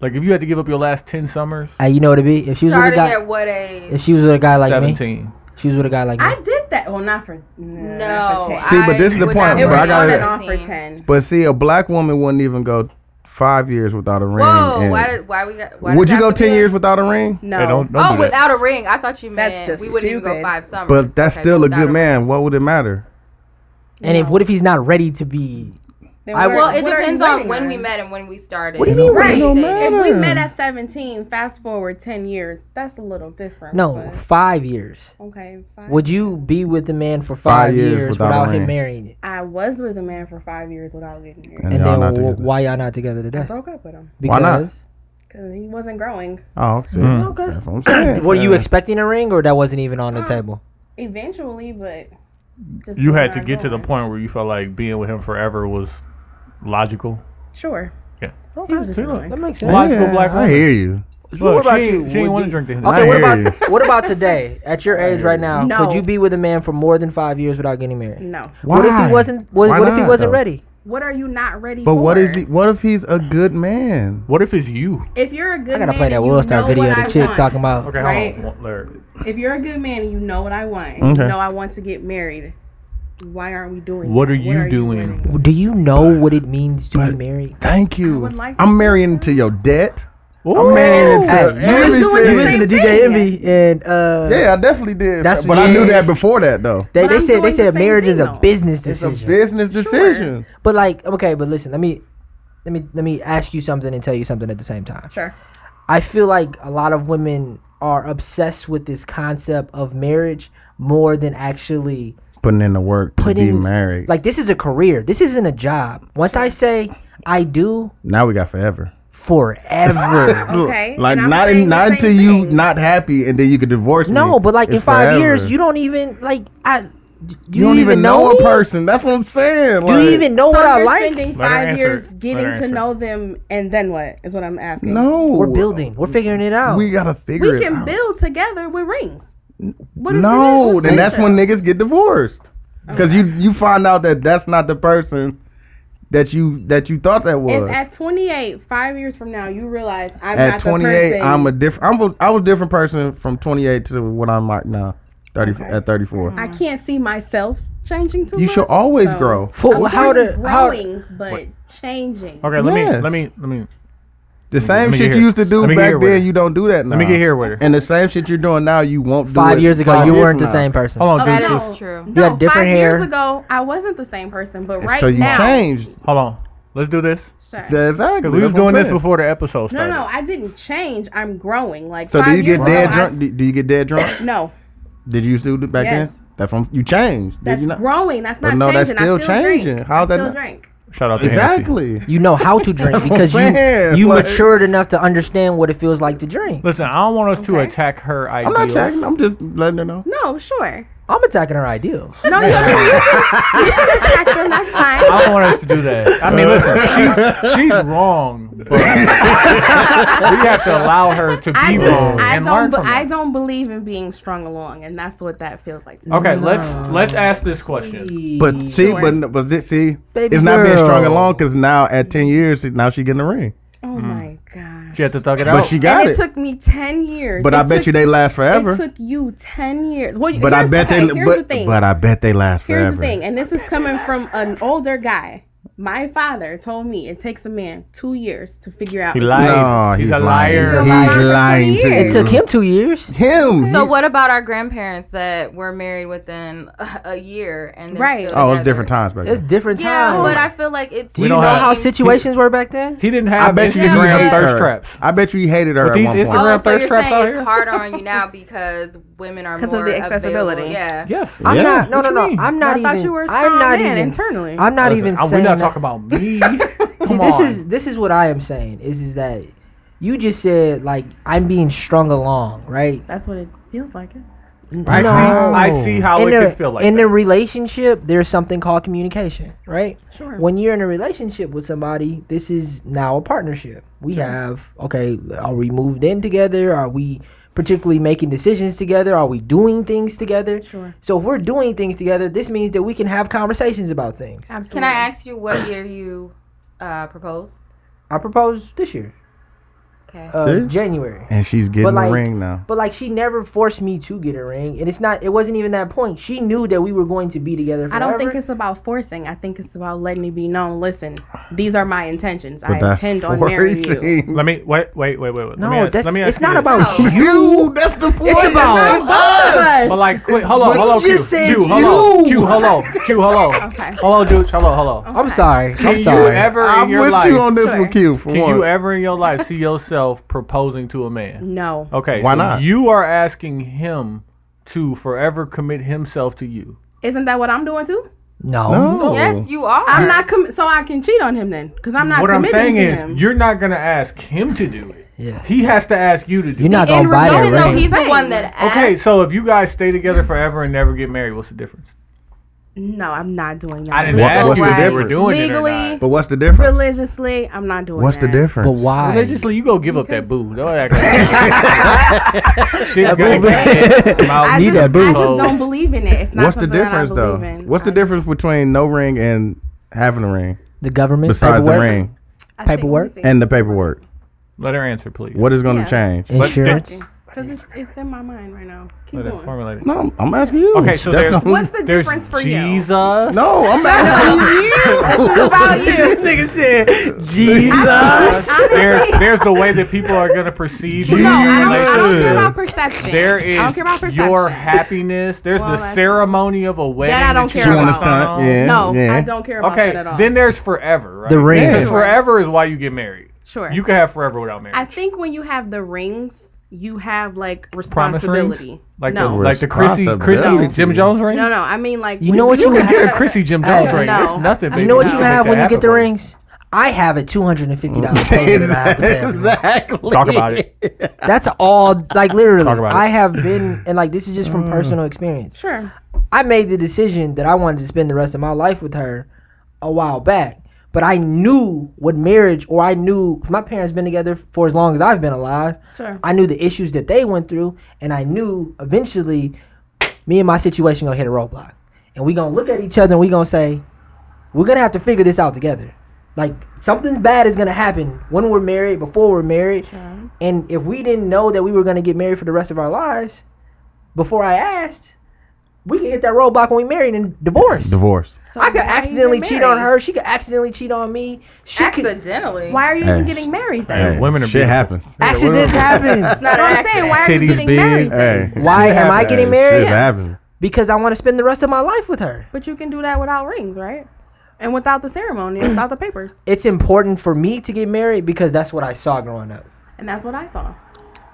Speaker 5: Like if you had to give up your last ten summers,
Speaker 4: Hey, you know what it be? If she was with a
Speaker 1: Starting
Speaker 4: guy,
Speaker 1: at what
Speaker 4: if
Speaker 1: age?
Speaker 4: she was with a guy like me,
Speaker 5: seventeen.
Speaker 4: she was with a guy like me.
Speaker 7: I did that. Well, not for no. not for
Speaker 1: No.
Speaker 7: 10.
Speaker 2: See, but
Speaker 1: I
Speaker 2: this is the
Speaker 1: would
Speaker 2: point,
Speaker 1: not
Speaker 7: it
Speaker 2: but
Speaker 1: be
Speaker 2: I
Speaker 7: was on
Speaker 2: gotta-
Speaker 7: and off for
Speaker 1: 17.
Speaker 7: 10.
Speaker 2: But see, a black woman wouldn't even go five years without a ring.
Speaker 1: Whoa!
Speaker 2: and-
Speaker 1: Why? Did, why we got? Why
Speaker 2: would
Speaker 1: does
Speaker 2: you
Speaker 1: that
Speaker 2: go
Speaker 1: have to
Speaker 2: ten
Speaker 1: be-
Speaker 2: years without a ring?
Speaker 7: No.
Speaker 5: Hey, don't- don't
Speaker 1: Oh,
Speaker 5: do that.
Speaker 1: without a ring, I thought you meant
Speaker 7: That's just
Speaker 1: we wouldn't even go
Speaker 7: stupid.
Speaker 1: five summers.
Speaker 2: But that's
Speaker 1: Okay,
Speaker 2: still a
Speaker 1: without
Speaker 2: good
Speaker 1: ring.
Speaker 2: man. What would it matter?
Speaker 4: and if what if he's not ready to be?
Speaker 7: Then
Speaker 4: I-
Speaker 7: what are-
Speaker 4: Well,
Speaker 1: Well, it
Speaker 7: what are you
Speaker 1: depends on
Speaker 7: waiting
Speaker 1: when we met and when we started.
Speaker 4: What do you mean?
Speaker 7: Right.
Speaker 2: don't
Speaker 7: If we
Speaker 2: matter.
Speaker 7: met at 17, fast forward 10 years, that's a little different.
Speaker 4: No,
Speaker 7: but-
Speaker 4: five years.
Speaker 7: okay. Fine.
Speaker 4: Would you be with a man for five, years, without,
Speaker 2: a
Speaker 4: him
Speaker 2: ring.
Speaker 4: marrying it?
Speaker 7: I was with a man for five years without getting married.
Speaker 2: And
Speaker 4: And
Speaker 2: y'all
Speaker 4: then
Speaker 2: not
Speaker 4: wh-
Speaker 2: together.
Speaker 4: why y'all not together today?
Speaker 7: I broke up with him
Speaker 2: Why not?
Speaker 4: Because
Speaker 7: because he wasn't growing.
Speaker 2: Oh, see,
Speaker 5: Mm.
Speaker 2: that's what I'm saying.
Speaker 4: were you expecting a ring or that wasn't even on the table?
Speaker 7: Eventually, but just
Speaker 5: You
Speaker 7: was
Speaker 5: had to
Speaker 7: not
Speaker 5: get to the
Speaker 7: growing.
Speaker 5: point where you felt like being with him forever was logical.
Speaker 7: Sure.
Speaker 5: Yeah.
Speaker 7: He was just
Speaker 5: see, look.
Speaker 7: annoying.
Speaker 4: That makes sense.
Speaker 5: Logical
Speaker 2: Yeah,
Speaker 5: black
Speaker 2: I
Speaker 5: woman.
Speaker 2: hear you.
Speaker 5: Look,
Speaker 4: about
Speaker 5: she
Speaker 4: you?
Speaker 5: ain't- she ain't
Speaker 4: Would
Speaker 5: want to
Speaker 4: you-
Speaker 5: drink the.
Speaker 4: Okay,
Speaker 2: I
Speaker 4: what
Speaker 2: hear you.
Speaker 4: about what about today? At your age right now,
Speaker 7: No.
Speaker 4: could you be with a man for more than five years without getting married?
Speaker 7: No.
Speaker 4: What if
Speaker 2: Why?
Speaker 4: he wasn't? What,
Speaker 2: Why
Speaker 4: what if he
Speaker 2: not,
Speaker 4: wasn't
Speaker 2: though?
Speaker 4: ready?
Speaker 7: What are you not ready
Speaker 2: But
Speaker 7: for?
Speaker 2: what is he? What if he's a good man?
Speaker 5: What if it's you?
Speaker 7: If you're a good
Speaker 4: I gotta
Speaker 7: man
Speaker 4: play that
Speaker 7: and you
Speaker 4: World Star
Speaker 7: know
Speaker 4: video
Speaker 7: what
Speaker 4: of the
Speaker 7: I
Speaker 4: chick
Speaker 7: want,
Speaker 4: talking about.
Speaker 5: Okay,
Speaker 7: Right.
Speaker 5: hold on. Larry.
Speaker 7: If you're a good man and you know what I want,
Speaker 2: Okay.
Speaker 7: you know I want to get married. Why aren't we doing
Speaker 5: What
Speaker 7: that?
Speaker 5: are you doing?
Speaker 7: winning?
Speaker 4: Do you know what it means to be married?
Speaker 2: Thank you.
Speaker 7: would like to
Speaker 2: I'm marrying into your debt.
Speaker 5: Ooh.
Speaker 2: I'm marrying into
Speaker 4: Hey, you listen, you
Speaker 2: uh, everything.
Speaker 4: listen to DJ Envy and uh,
Speaker 2: yeah, I definitely did.
Speaker 4: That's-
Speaker 2: but I
Speaker 4: yeah.
Speaker 2: knew that before that though.
Speaker 4: they,
Speaker 7: But
Speaker 4: they
Speaker 7: I'm
Speaker 4: said they
Speaker 7: doing
Speaker 4: said
Speaker 7: the same
Speaker 4: marriage is
Speaker 7: thing,
Speaker 4: a
Speaker 7: though.
Speaker 4: business
Speaker 2: It's a
Speaker 4: decision.
Speaker 2: business decision.
Speaker 4: but like okay, but listen, let me let me let me ask you something and tell you something at the same time.
Speaker 7: Sure.
Speaker 4: I feel like a lot of women are obsessed with this concept of marriage more than actually
Speaker 2: Putting in the work to be
Speaker 4: putting
Speaker 2: married.
Speaker 4: Like this is a career. This isn't a job. Once I say I do
Speaker 2: now we got forever.
Speaker 4: forever.
Speaker 7: Okay.
Speaker 2: Like
Speaker 7: and I'm
Speaker 2: not
Speaker 7: saying
Speaker 2: in,
Speaker 7: the
Speaker 2: not
Speaker 7: same
Speaker 2: until you
Speaker 7: thing.
Speaker 2: not happy and then you could divorce me.
Speaker 4: no, but like in
Speaker 2: It's
Speaker 4: five
Speaker 2: forever.
Speaker 4: years, you don't even like I. Do
Speaker 2: You don't even know a
Speaker 4: me?
Speaker 2: person. That's what I'm saying.
Speaker 4: Do you even know
Speaker 7: So
Speaker 4: what I
Speaker 7: you're
Speaker 4: like?
Speaker 7: spending
Speaker 5: Let her
Speaker 7: five
Speaker 5: answer
Speaker 7: years
Speaker 5: it.
Speaker 7: getting
Speaker 5: Let her
Speaker 7: to
Speaker 5: answer
Speaker 7: know them, and then what is what I'm asking.
Speaker 2: No,
Speaker 4: We're building. We're figuring it out.
Speaker 2: We gotta figure
Speaker 7: we
Speaker 2: it
Speaker 7: can
Speaker 2: out.
Speaker 7: build together with rings. What is it?
Speaker 2: no,
Speaker 7: What's
Speaker 2: then that's
Speaker 7: that?
Speaker 2: when niggas get divorced because you you find out that that's not the person that you that you thought that was.
Speaker 7: If at 28, five years from now, you realize I'm
Speaker 2: At
Speaker 7: not
Speaker 2: 28,
Speaker 7: the person.
Speaker 2: I'm a different. I'm a, I was a different person from 28 to what I'm like now. 30 at 34.
Speaker 7: I can't see myself changing too
Speaker 2: You
Speaker 7: much,
Speaker 2: should always
Speaker 7: so-
Speaker 2: grow.
Speaker 4: For-
Speaker 7: I'm
Speaker 4: how
Speaker 7: just
Speaker 4: to how
Speaker 7: growing, but changing.
Speaker 5: Okay, let
Speaker 2: Yes.
Speaker 5: me let me let me
Speaker 2: The same
Speaker 5: me
Speaker 2: shit
Speaker 5: get
Speaker 2: you
Speaker 5: here.
Speaker 2: used to do
Speaker 5: Let me get here
Speaker 2: back
Speaker 5: with
Speaker 2: then,
Speaker 5: it.
Speaker 2: you don't do that now.
Speaker 5: let me get here with her.
Speaker 2: And the same shit you're doing now, you won't do
Speaker 4: five
Speaker 2: it
Speaker 4: years ago,
Speaker 2: five
Speaker 4: you
Speaker 2: years
Speaker 4: weren't the
Speaker 2: from now.
Speaker 4: same person.
Speaker 5: Hold on,
Speaker 1: That
Speaker 5: dude.
Speaker 1: is
Speaker 5: Just-
Speaker 1: true.
Speaker 7: Oh, No,
Speaker 4: had different
Speaker 7: five
Speaker 4: hair.
Speaker 7: years ago, I wasn't the same person, but right
Speaker 2: so you
Speaker 7: now,
Speaker 2: changed.
Speaker 5: Hold on. Let's do this.
Speaker 7: Sure.
Speaker 2: Yeah, Exactly.
Speaker 5: Because we
Speaker 2: That's what
Speaker 5: was
Speaker 2: I'm
Speaker 5: doing this
Speaker 2: saying.
Speaker 5: before the episode
Speaker 7: No,
Speaker 5: started.
Speaker 7: no, I didn't change. I'm growing. Like
Speaker 2: So
Speaker 7: five
Speaker 2: do you get
Speaker 7: years
Speaker 2: dead
Speaker 7: ago, I
Speaker 2: drunk?
Speaker 7: s-
Speaker 2: Do, do you get dead drunk?
Speaker 7: no,
Speaker 2: Did you used to do it back
Speaker 7: Yes.
Speaker 2: then? That's from you changed.
Speaker 7: that's
Speaker 2: Did you not?
Speaker 7: growing. That's
Speaker 2: But
Speaker 7: not
Speaker 2: no,
Speaker 7: changing.
Speaker 2: that's still
Speaker 7: I still
Speaker 2: changing.
Speaker 7: Drink.
Speaker 2: How's
Speaker 7: I
Speaker 2: that not-
Speaker 7: still drink.
Speaker 5: Shout out to Hennessy.
Speaker 2: Exactly.
Speaker 4: You know how to drink
Speaker 2: what
Speaker 4: because you
Speaker 2: I'm saying,
Speaker 4: you
Speaker 2: like-
Speaker 4: matured enough to understand what it feels like to drink.
Speaker 5: Listen, I don't want us to
Speaker 7: Okay.
Speaker 5: attack her
Speaker 2: I'm
Speaker 5: ideals.
Speaker 2: not checking. I'm just letting her know.
Speaker 7: No, sure.
Speaker 4: I'm attacking her ideals.
Speaker 7: No, you don't. You can- you can attack them. That's fine.
Speaker 5: I don't want us to do that. I mean, listen, she's, she's wrong, but we have to allow her to be
Speaker 7: I just,
Speaker 5: wrong
Speaker 7: I
Speaker 5: and learn
Speaker 7: don't, be-
Speaker 5: from
Speaker 7: I
Speaker 5: it.
Speaker 7: don't believe in being strung along, and that's what that feels like to me.
Speaker 5: Okay, let's let's ask this question.
Speaker 2: But see,
Speaker 7: Sure.
Speaker 2: but but this, see,
Speaker 4: Baby
Speaker 2: it's not being strong
Speaker 4: girl.
Speaker 2: along because now at ten years, now she getting the ring,
Speaker 7: Oh my gosh.
Speaker 5: She had to thug it
Speaker 2: but
Speaker 5: out.
Speaker 2: she Mm. got
Speaker 7: And
Speaker 2: it.
Speaker 7: it took me ten years.
Speaker 2: but
Speaker 7: It
Speaker 2: I bet
Speaker 7: took-
Speaker 2: you they last
Speaker 7: It
Speaker 2: forever.
Speaker 7: took you ten years. Well,
Speaker 2: But I
Speaker 7: here's-
Speaker 2: bet
Speaker 7: okay,
Speaker 2: they.
Speaker 7: Here's the
Speaker 2: But,
Speaker 7: thing.
Speaker 2: but I bet they last
Speaker 7: Here's
Speaker 2: forever.
Speaker 7: the thing, and this is coming from an older guy. My father told me it takes a man two years to figure out.
Speaker 5: He
Speaker 7: if-
Speaker 5: lied.
Speaker 2: No,
Speaker 5: he's,
Speaker 2: he's,
Speaker 5: a
Speaker 2: lying.
Speaker 5: liar.
Speaker 7: He's a liar.
Speaker 2: He's lying to you.
Speaker 4: It took him two years.
Speaker 2: him.
Speaker 1: So
Speaker 2: He-
Speaker 1: what about our grandparents that were married within a, a year and they're
Speaker 7: Right.
Speaker 1: Still
Speaker 2: oh, it's
Speaker 1: together?
Speaker 2: different times back
Speaker 4: It's
Speaker 2: then.
Speaker 4: different
Speaker 1: Yeah,
Speaker 4: time.
Speaker 1: but I feel like it's.
Speaker 5: We
Speaker 4: you know
Speaker 5: don't have-
Speaker 4: how situations were back then.
Speaker 5: He didn't
Speaker 2: I
Speaker 5: have
Speaker 2: bet you he
Speaker 5: Instagram
Speaker 2: hated
Speaker 5: thirst
Speaker 2: her.
Speaker 5: traps.
Speaker 2: I bet you he hated her
Speaker 5: With
Speaker 2: at
Speaker 5: these
Speaker 2: one point.
Speaker 5: Instagram-
Speaker 1: Oh, so
Speaker 5: thirst
Speaker 1: you're
Speaker 5: traps out
Speaker 1: saying
Speaker 5: here?
Speaker 1: it's harder on you now because women are
Speaker 7: 'Cause
Speaker 1: more
Speaker 7: of the accessibility.
Speaker 1: available. Yeah.
Speaker 5: Yes.
Speaker 4: I'm
Speaker 2: Yeah.
Speaker 4: not. No,
Speaker 5: What
Speaker 4: no,
Speaker 5: you
Speaker 4: no.
Speaker 5: mean?
Speaker 4: I'm not
Speaker 7: I
Speaker 4: even.
Speaker 7: thought you were a strong
Speaker 4: I'm not
Speaker 7: man
Speaker 4: even.
Speaker 7: internally.
Speaker 4: I'm not even
Speaker 5: Listen, I-
Speaker 4: saying.
Speaker 5: We're not
Speaker 4: that-
Speaker 5: talking about me.
Speaker 4: See,
Speaker 5: Come
Speaker 4: this
Speaker 5: on.
Speaker 4: is this is what I am saying is is that you just said like I'm being strung along, right?
Speaker 7: That's what it feels like. It.
Speaker 5: I see. I see how
Speaker 4: in
Speaker 5: it
Speaker 4: a,
Speaker 5: could feel like
Speaker 4: in
Speaker 5: that.
Speaker 4: a relationship there's something called communication right
Speaker 7: Sure.
Speaker 4: when you're in a relationship with somebody this is now a partnership we have okay are we moved in together are we particularly making decisions together are we doing things together
Speaker 7: Sure.
Speaker 4: so if we're doing things together this means that we can have conversations about things
Speaker 1: Can
Speaker 7: Absolutely.
Speaker 1: I ask you what year you uh, proposed?
Speaker 4: i proposed this year
Speaker 1: Okay.
Speaker 4: uh,
Speaker 2: See?
Speaker 4: january
Speaker 2: and she's getting
Speaker 4: But like-
Speaker 2: the ring now.
Speaker 4: But like she never forced me to get a ring, and it's not. It wasn't even that point. She knew that we were going to be together.
Speaker 7: I
Speaker 4: Forever.
Speaker 7: don't think it's about forcing. I think it's about letting it be known. Listen, these are my intentions.
Speaker 2: But
Speaker 7: I
Speaker 2: that's
Speaker 7: intend on marrying you.
Speaker 2: forcing.
Speaker 5: Let me wait. Wait. Wait. Wait. wait.
Speaker 4: No,
Speaker 5: let me ask,
Speaker 4: that's
Speaker 5: let me ask
Speaker 4: it's
Speaker 5: you
Speaker 4: not
Speaker 5: this.
Speaker 4: about
Speaker 1: No.
Speaker 2: You. That's the forcing.
Speaker 4: It's about
Speaker 2: It's us.
Speaker 5: But like, quick, hold on,
Speaker 2: But
Speaker 5: hold on,
Speaker 2: you
Speaker 5: Q,
Speaker 2: just said
Speaker 5: Q, hello,
Speaker 2: you.
Speaker 5: Q, hello, Q, hello,
Speaker 7: Okay.
Speaker 5: hello, dude, hello, hello.
Speaker 4: I'm sorry. I'm
Speaker 5: you
Speaker 4: sorry.
Speaker 5: ever in
Speaker 2: I'm
Speaker 5: your
Speaker 2: with
Speaker 5: life-
Speaker 2: you on this
Speaker 7: Sure.
Speaker 2: one, Q. For
Speaker 5: Can you
Speaker 2: once.
Speaker 5: ever in your life see yourself proposing to a man?
Speaker 7: No.
Speaker 5: Okay,
Speaker 2: Why
Speaker 5: so
Speaker 2: not?
Speaker 5: You are asking him to forever commit himself to you.
Speaker 7: Isn't that what I'm doing too?
Speaker 4: no.
Speaker 5: Oh.
Speaker 1: yes, you are.
Speaker 7: I'm not com- so I can cheat on him then, because I'm not
Speaker 5: what I'm saying
Speaker 7: committing to
Speaker 5: is,
Speaker 7: him.
Speaker 5: you're not gonna ask him to do it.
Speaker 4: Yeah.
Speaker 5: he has to ask you to do
Speaker 4: You're
Speaker 5: it.
Speaker 4: not
Speaker 7: end
Speaker 4: gonna buy
Speaker 7: result
Speaker 4: that
Speaker 7: is
Speaker 1: No,
Speaker 7: no,
Speaker 4: ring.
Speaker 1: he's the
Speaker 7: Same.
Speaker 1: one that asked.
Speaker 5: Okay, so if you guys stay together forever and never get married, what's the difference?
Speaker 7: no, I'm not doing that.
Speaker 5: I didn't
Speaker 2: What-
Speaker 5: ask
Speaker 2: what's
Speaker 5: you
Speaker 2: the
Speaker 5: if you were
Speaker 2: difference?
Speaker 5: doing
Speaker 7: Legally,
Speaker 5: it or not.
Speaker 2: But what's the difference?
Speaker 7: religiously, I'm not doing
Speaker 2: What's the
Speaker 7: that.
Speaker 4: But
Speaker 2: difference?
Speaker 4: why?
Speaker 5: Religiously, you go give up that boo. Don't act like Shit, got bad. I'm out.
Speaker 7: I
Speaker 4: Need
Speaker 7: just,
Speaker 4: that boo.
Speaker 7: I just don't believe in it. It's not
Speaker 2: What's the
Speaker 7: something that I
Speaker 2: difference though?
Speaker 7: believe in.
Speaker 2: What's the
Speaker 7: I-
Speaker 2: difference between no ring and having a ring?
Speaker 4: The government
Speaker 2: Besides the
Speaker 4: paperwork,
Speaker 2: ring
Speaker 7: I think-
Speaker 4: Paperwork?
Speaker 7: let me see.
Speaker 2: and the paperwork,
Speaker 5: Let her answer, please.
Speaker 2: what is going to
Speaker 7: Yeah.
Speaker 2: change?
Speaker 5: Let's
Speaker 4: insurance.
Speaker 5: think.
Speaker 7: Cause it's, it's in my mind right now. Keep
Speaker 5: Let her
Speaker 7: going.
Speaker 5: formulate it.
Speaker 2: No, I'm, I'm asking you.
Speaker 5: Okay, so
Speaker 2: That's
Speaker 5: there's-
Speaker 2: the only-
Speaker 7: What's the
Speaker 5: There's
Speaker 7: difference for
Speaker 5: Jesus.
Speaker 7: you?
Speaker 2: no, I'm asking you.
Speaker 1: about you.
Speaker 4: Nigga said Jesus.
Speaker 5: There's, there's the way that people are gonna perceive you.
Speaker 7: No, I don't, I don't care
Speaker 2: Jesus.
Speaker 7: about perception.
Speaker 5: There is
Speaker 7: I don't care about perception.
Speaker 5: your happiness. There's
Speaker 7: Well,
Speaker 5: the
Speaker 7: that's-
Speaker 5: ceremony of a wedding.
Speaker 7: I don't
Speaker 5: you
Speaker 7: care
Speaker 2: you want to
Speaker 7: about.
Speaker 5: put
Speaker 2: stunt?
Speaker 5: on.
Speaker 2: Yeah.
Speaker 7: no,
Speaker 2: yeah.
Speaker 7: I don't care about
Speaker 5: Okay,
Speaker 7: that at all.
Speaker 5: then there's forever. Right?
Speaker 4: The ring.
Speaker 5: There's
Speaker 4: Sure.
Speaker 5: forever is why you get married.
Speaker 7: Sure.
Speaker 5: You can have forever without marriage.
Speaker 7: I think when you have the rings, you have like
Speaker 5: Promise rings?
Speaker 7: responsibility.
Speaker 5: Like
Speaker 7: no.
Speaker 5: the like the Chrissy
Speaker 2: Responsibility.
Speaker 5: Chrissy Jim Jones ring.
Speaker 7: no, no. I mean like
Speaker 4: You
Speaker 7: when
Speaker 4: know what you
Speaker 5: You can
Speaker 4: have-
Speaker 5: get a Chrissy Jim Jones
Speaker 7: Hey,
Speaker 5: ring.
Speaker 7: no.
Speaker 5: It's nothing. Baby.
Speaker 4: You know what you
Speaker 5: can
Speaker 4: have
Speaker 5: make
Speaker 4: when
Speaker 5: that
Speaker 4: you get the
Speaker 5: happen.
Speaker 4: rings? I have a two hundred and fifty dollars payment that I have to pay. every month.
Speaker 2: Exactly.
Speaker 5: Talk about it.
Speaker 4: That's all. Like literally,
Speaker 5: Talk about it. Mm.
Speaker 4: I have been, and like this is just from personal experience.
Speaker 7: Sure.
Speaker 4: I made the decision that I wanted to spend the rest of my life with her a while back. But I knew what marriage, or I knew 'cause my parents been together for as long as I've been alive.
Speaker 7: Sure.
Speaker 4: I knew the issues that they went through, and I knew eventually me and my situation gonna hit a roadblock, and we gonna look at each other and we gonna say, we're gonna have to figure this out together. Like something bad is gonna happen when we're married, before we're married, and if we didn't know that we were gonna get married for the rest of our lives, before I asked, we could hit that roadblock when we married and divorce.
Speaker 2: Divorce.
Speaker 7: So
Speaker 4: I could
Speaker 7: why are you
Speaker 4: accidentally
Speaker 7: getting
Speaker 4: cheat on
Speaker 7: married?
Speaker 4: her. She could accidentally cheat on me. She could.
Speaker 1: Accidentally.
Speaker 7: Why are you
Speaker 2: Hey.
Speaker 7: even getting married then?
Speaker 5: Hey, women are
Speaker 2: shit
Speaker 5: beautiful.
Speaker 2: happens.
Speaker 4: Accidents happen.
Speaker 1: Not
Speaker 7: That's
Speaker 1: an
Speaker 7: what I'm saying.
Speaker 1: accident.
Speaker 7: Why are you
Speaker 5: Titties
Speaker 7: getting
Speaker 5: big.
Speaker 7: married? then?
Speaker 2: Hey,
Speaker 4: Why
Speaker 2: shit
Speaker 4: am I
Speaker 2: happens.
Speaker 4: getting
Speaker 2: Hey,
Speaker 4: married?
Speaker 2: Shit happens.
Speaker 4: because I want to spend the rest of my life with her.
Speaker 7: But you can do that without rings, right? And without the ceremony, without the papers.
Speaker 4: It's important for me to get married because that's what I saw growing up.
Speaker 7: And that's what I saw.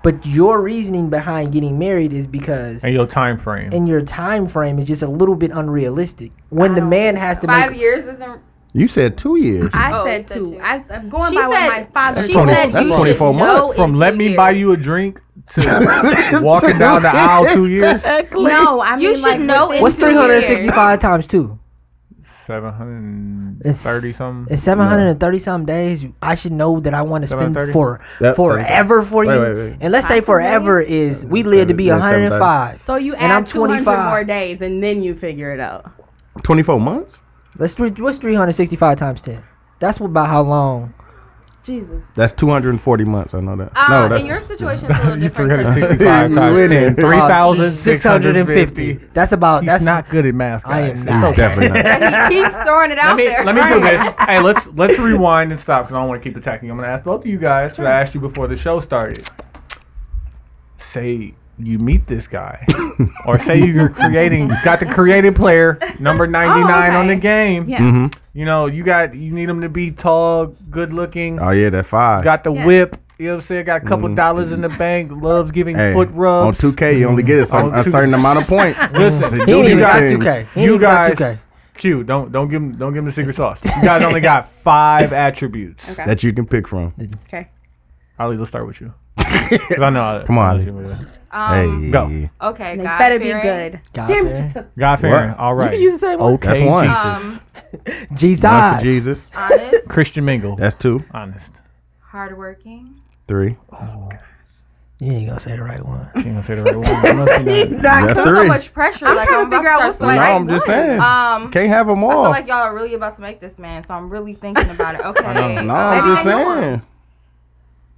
Speaker 4: But your reasoning behind getting married is because
Speaker 5: And your time frame.
Speaker 4: and your time frame is just a little bit unrealistic. When the
Speaker 7: don't
Speaker 4: man has to
Speaker 1: Five
Speaker 4: make
Speaker 1: years isn't.
Speaker 2: You said two years.
Speaker 7: I
Speaker 1: Oh,
Speaker 7: said
Speaker 1: you said
Speaker 7: two.
Speaker 1: two.
Speaker 7: I, am going
Speaker 1: She
Speaker 7: by what
Speaker 1: said-
Speaker 7: my father
Speaker 1: She
Speaker 7: told me.
Speaker 1: said
Speaker 2: that's
Speaker 1: you
Speaker 2: 24
Speaker 1: should
Speaker 2: months.
Speaker 1: know in
Speaker 5: From
Speaker 1: two
Speaker 5: let me buy
Speaker 1: years.
Speaker 5: you a drink to walking down the aisle two years.
Speaker 2: Exactly.
Speaker 7: No, I mean
Speaker 1: You
Speaker 7: like
Speaker 1: should know
Speaker 7: within
Speaker 1: in
Speaker 4: what's
Speaker 1: two
Speaker 7: two
Speaker 4: three
Speaker 1: years.
Speaker 4: hundred
Speaker 7: years.
Speaker 4: sixty-five times two?
Speaker 5: Seven hundred
Speaker 4: It's
Speaker 5: thirty something.
Speaker 4: It's seven hundred and thirty some days. I should know that I want to spend
Speaker 5: 730?
Speaker 4: for
Speaker 2: That's
Speaker 4: forever for
Speaker 2: Wait,
Speaker 4: you.
Speaker 2: wait, wait.
Speaker 4: And let's say forever is we live to be
Speaker 2: Yeah,
Speaker 4: one hundred and five.
Speaker 7: So you
Speaker 4: And
Speaker 7: add
Speaker 4: I'm 25.
Speaker 7: 200 more days and then you figure it out.
Speaker 2: 24 months?
Speaker 4: Let's three. What's three hundred sixty-five times ten? That's what- about how long. Uh,
Speaker 7: Jesus.
Speaker 2: That's 240 months. I know that.
Speaker 1: Uh,
Speaker 2: no,
Speaker 1: in
Speaker 2: that's
Speaker 1: your situation, it's a little
Speaker 5: Three
Speaker 1: different.
Speaker 5: hundred
Speaker 1: 'cause-
Speaker 5: sixty-five times
Speaker 2: Winning.
Speaker 5: ten. Three thousand six hundred and fifty.
Speaker 4: That's about.
Speaker 5: He's
Speaker 4: that's
Speaker 5: not good at math. Guys.
Speaker 4: I am
Speaker 5: It's
Speaker 4: not.
Speaker 5: okay.
Speaker 2: definitely not.
Speaker 1: and he keeps throwing it out
Speaker 5: Let me
Speaker 1: there.
Speaker 5: let me do this. Hey, let's let's rewind and stop because I don't want to keep attacking. I'm going to ask both of you guys because I asked you before the show started. Say you meet this guy, or say you're creating got the creative player number 99 on
Speaker 7: Oh, okay.
Speaker 5: the game.
Speaker 7: Yeah.
Speaker 2: Mm-hmm.
Speaker 5: You know, you got you need him to be tall, good looking,
Speaker 2: Oh, yeah, that five.
Speaker 5: got the
Speaker 7: Yeah.
Speaker 5: whip. You know what I'm saying? Got a couple dollars in the bank. Loves giving
Speaker 2: Mm-hmm. Hey,
Speaker 5: foot rubs.
Speaker 2: On 2K, you only get a, certain,
Speaker 5: On
Speaker 2: a
Speaker 5: two-
Speaker 2: certain amount of points.
Speaker 5: Listen,
Speaker 2: to
Speaker 5: he
Speaker 2: do
Speaker 5: ain't
Speaker 2: these
Speaker 5: even got
Speaker 2: things.
Speaker 4: 2K. He ain't
Speaker 5: you
Speaker 4: even got
Speaker 5: guys,
Speaker 4: 2K.
Speaker 5: Q, don't don't give him don't give him the secret sauce. You guys only got five attributes.
Speaker 7: Okay.
Speaker 2: That you can pick from.
Speaker 7: Okay.
Speaker 5: Ali, let's start with you. 'Cause I know. I-
Speaker 2: Come on, Ali.
Speaker 1: Um,
Speaker 2: hey,
Speaker 5: Go.
Speaker 1: Okay,
Speaker 7: They
Speaker 1: God
Speaker 7: better be
Speaker 1: fearing.
Speaker 7: good.
Speaker 4: God
Speaker 7: Damn
Speaker 4: fearing.
Speaker 7: it, you took
Speaker 5: God fearing.
Speaker 2: What?
Speaker 5: All right.
Speaker 4: You use the same one.
Speaker 2: That's
Speaker 5: okay,
Speaker 2: one.
Speaker 1: Um,
Speaker 5: Jesus.
Speaker 4: Jesus.
Speaker 2: One for Jesus.
Speaker 1: Honest,
Speaker 5: Christian Mingle.
Speaker 2: That's two,
Speaker 5: honest.
Speaker 1: hardworking.
Speaker 2: three.
Speaker 4: You ain't gonna say the right one.
Speaker 5: She ain't gonna say the right word.
Speaker 2: That's
Speaker 1: Put so
Speaker 2: three.
Speaker 1: much pressure.
Speaker 7: I'm
Speaker 1: like,
Speaker 7: trying to
Speaker 1: I'm about
Speaker 7: figure out
Speaker 1: start
Speaker 7: what's the
Speaker 1: sweating.
Speaker 2: no,
Speaker 7: right
Speaker 2: I'm just
Speaker 7: one.
Speaker 2: saying.
Speaker 1: Um,
Speaker 2: Can't have them
Speaker 1: I
Speaker 2: all.
Speaker 1: feel like y'all are really about to make this man, so I'm really thinking about it. Okay.
Speaker 2: no, I'm
Speaker 1: um,
Speaker 2: just saying.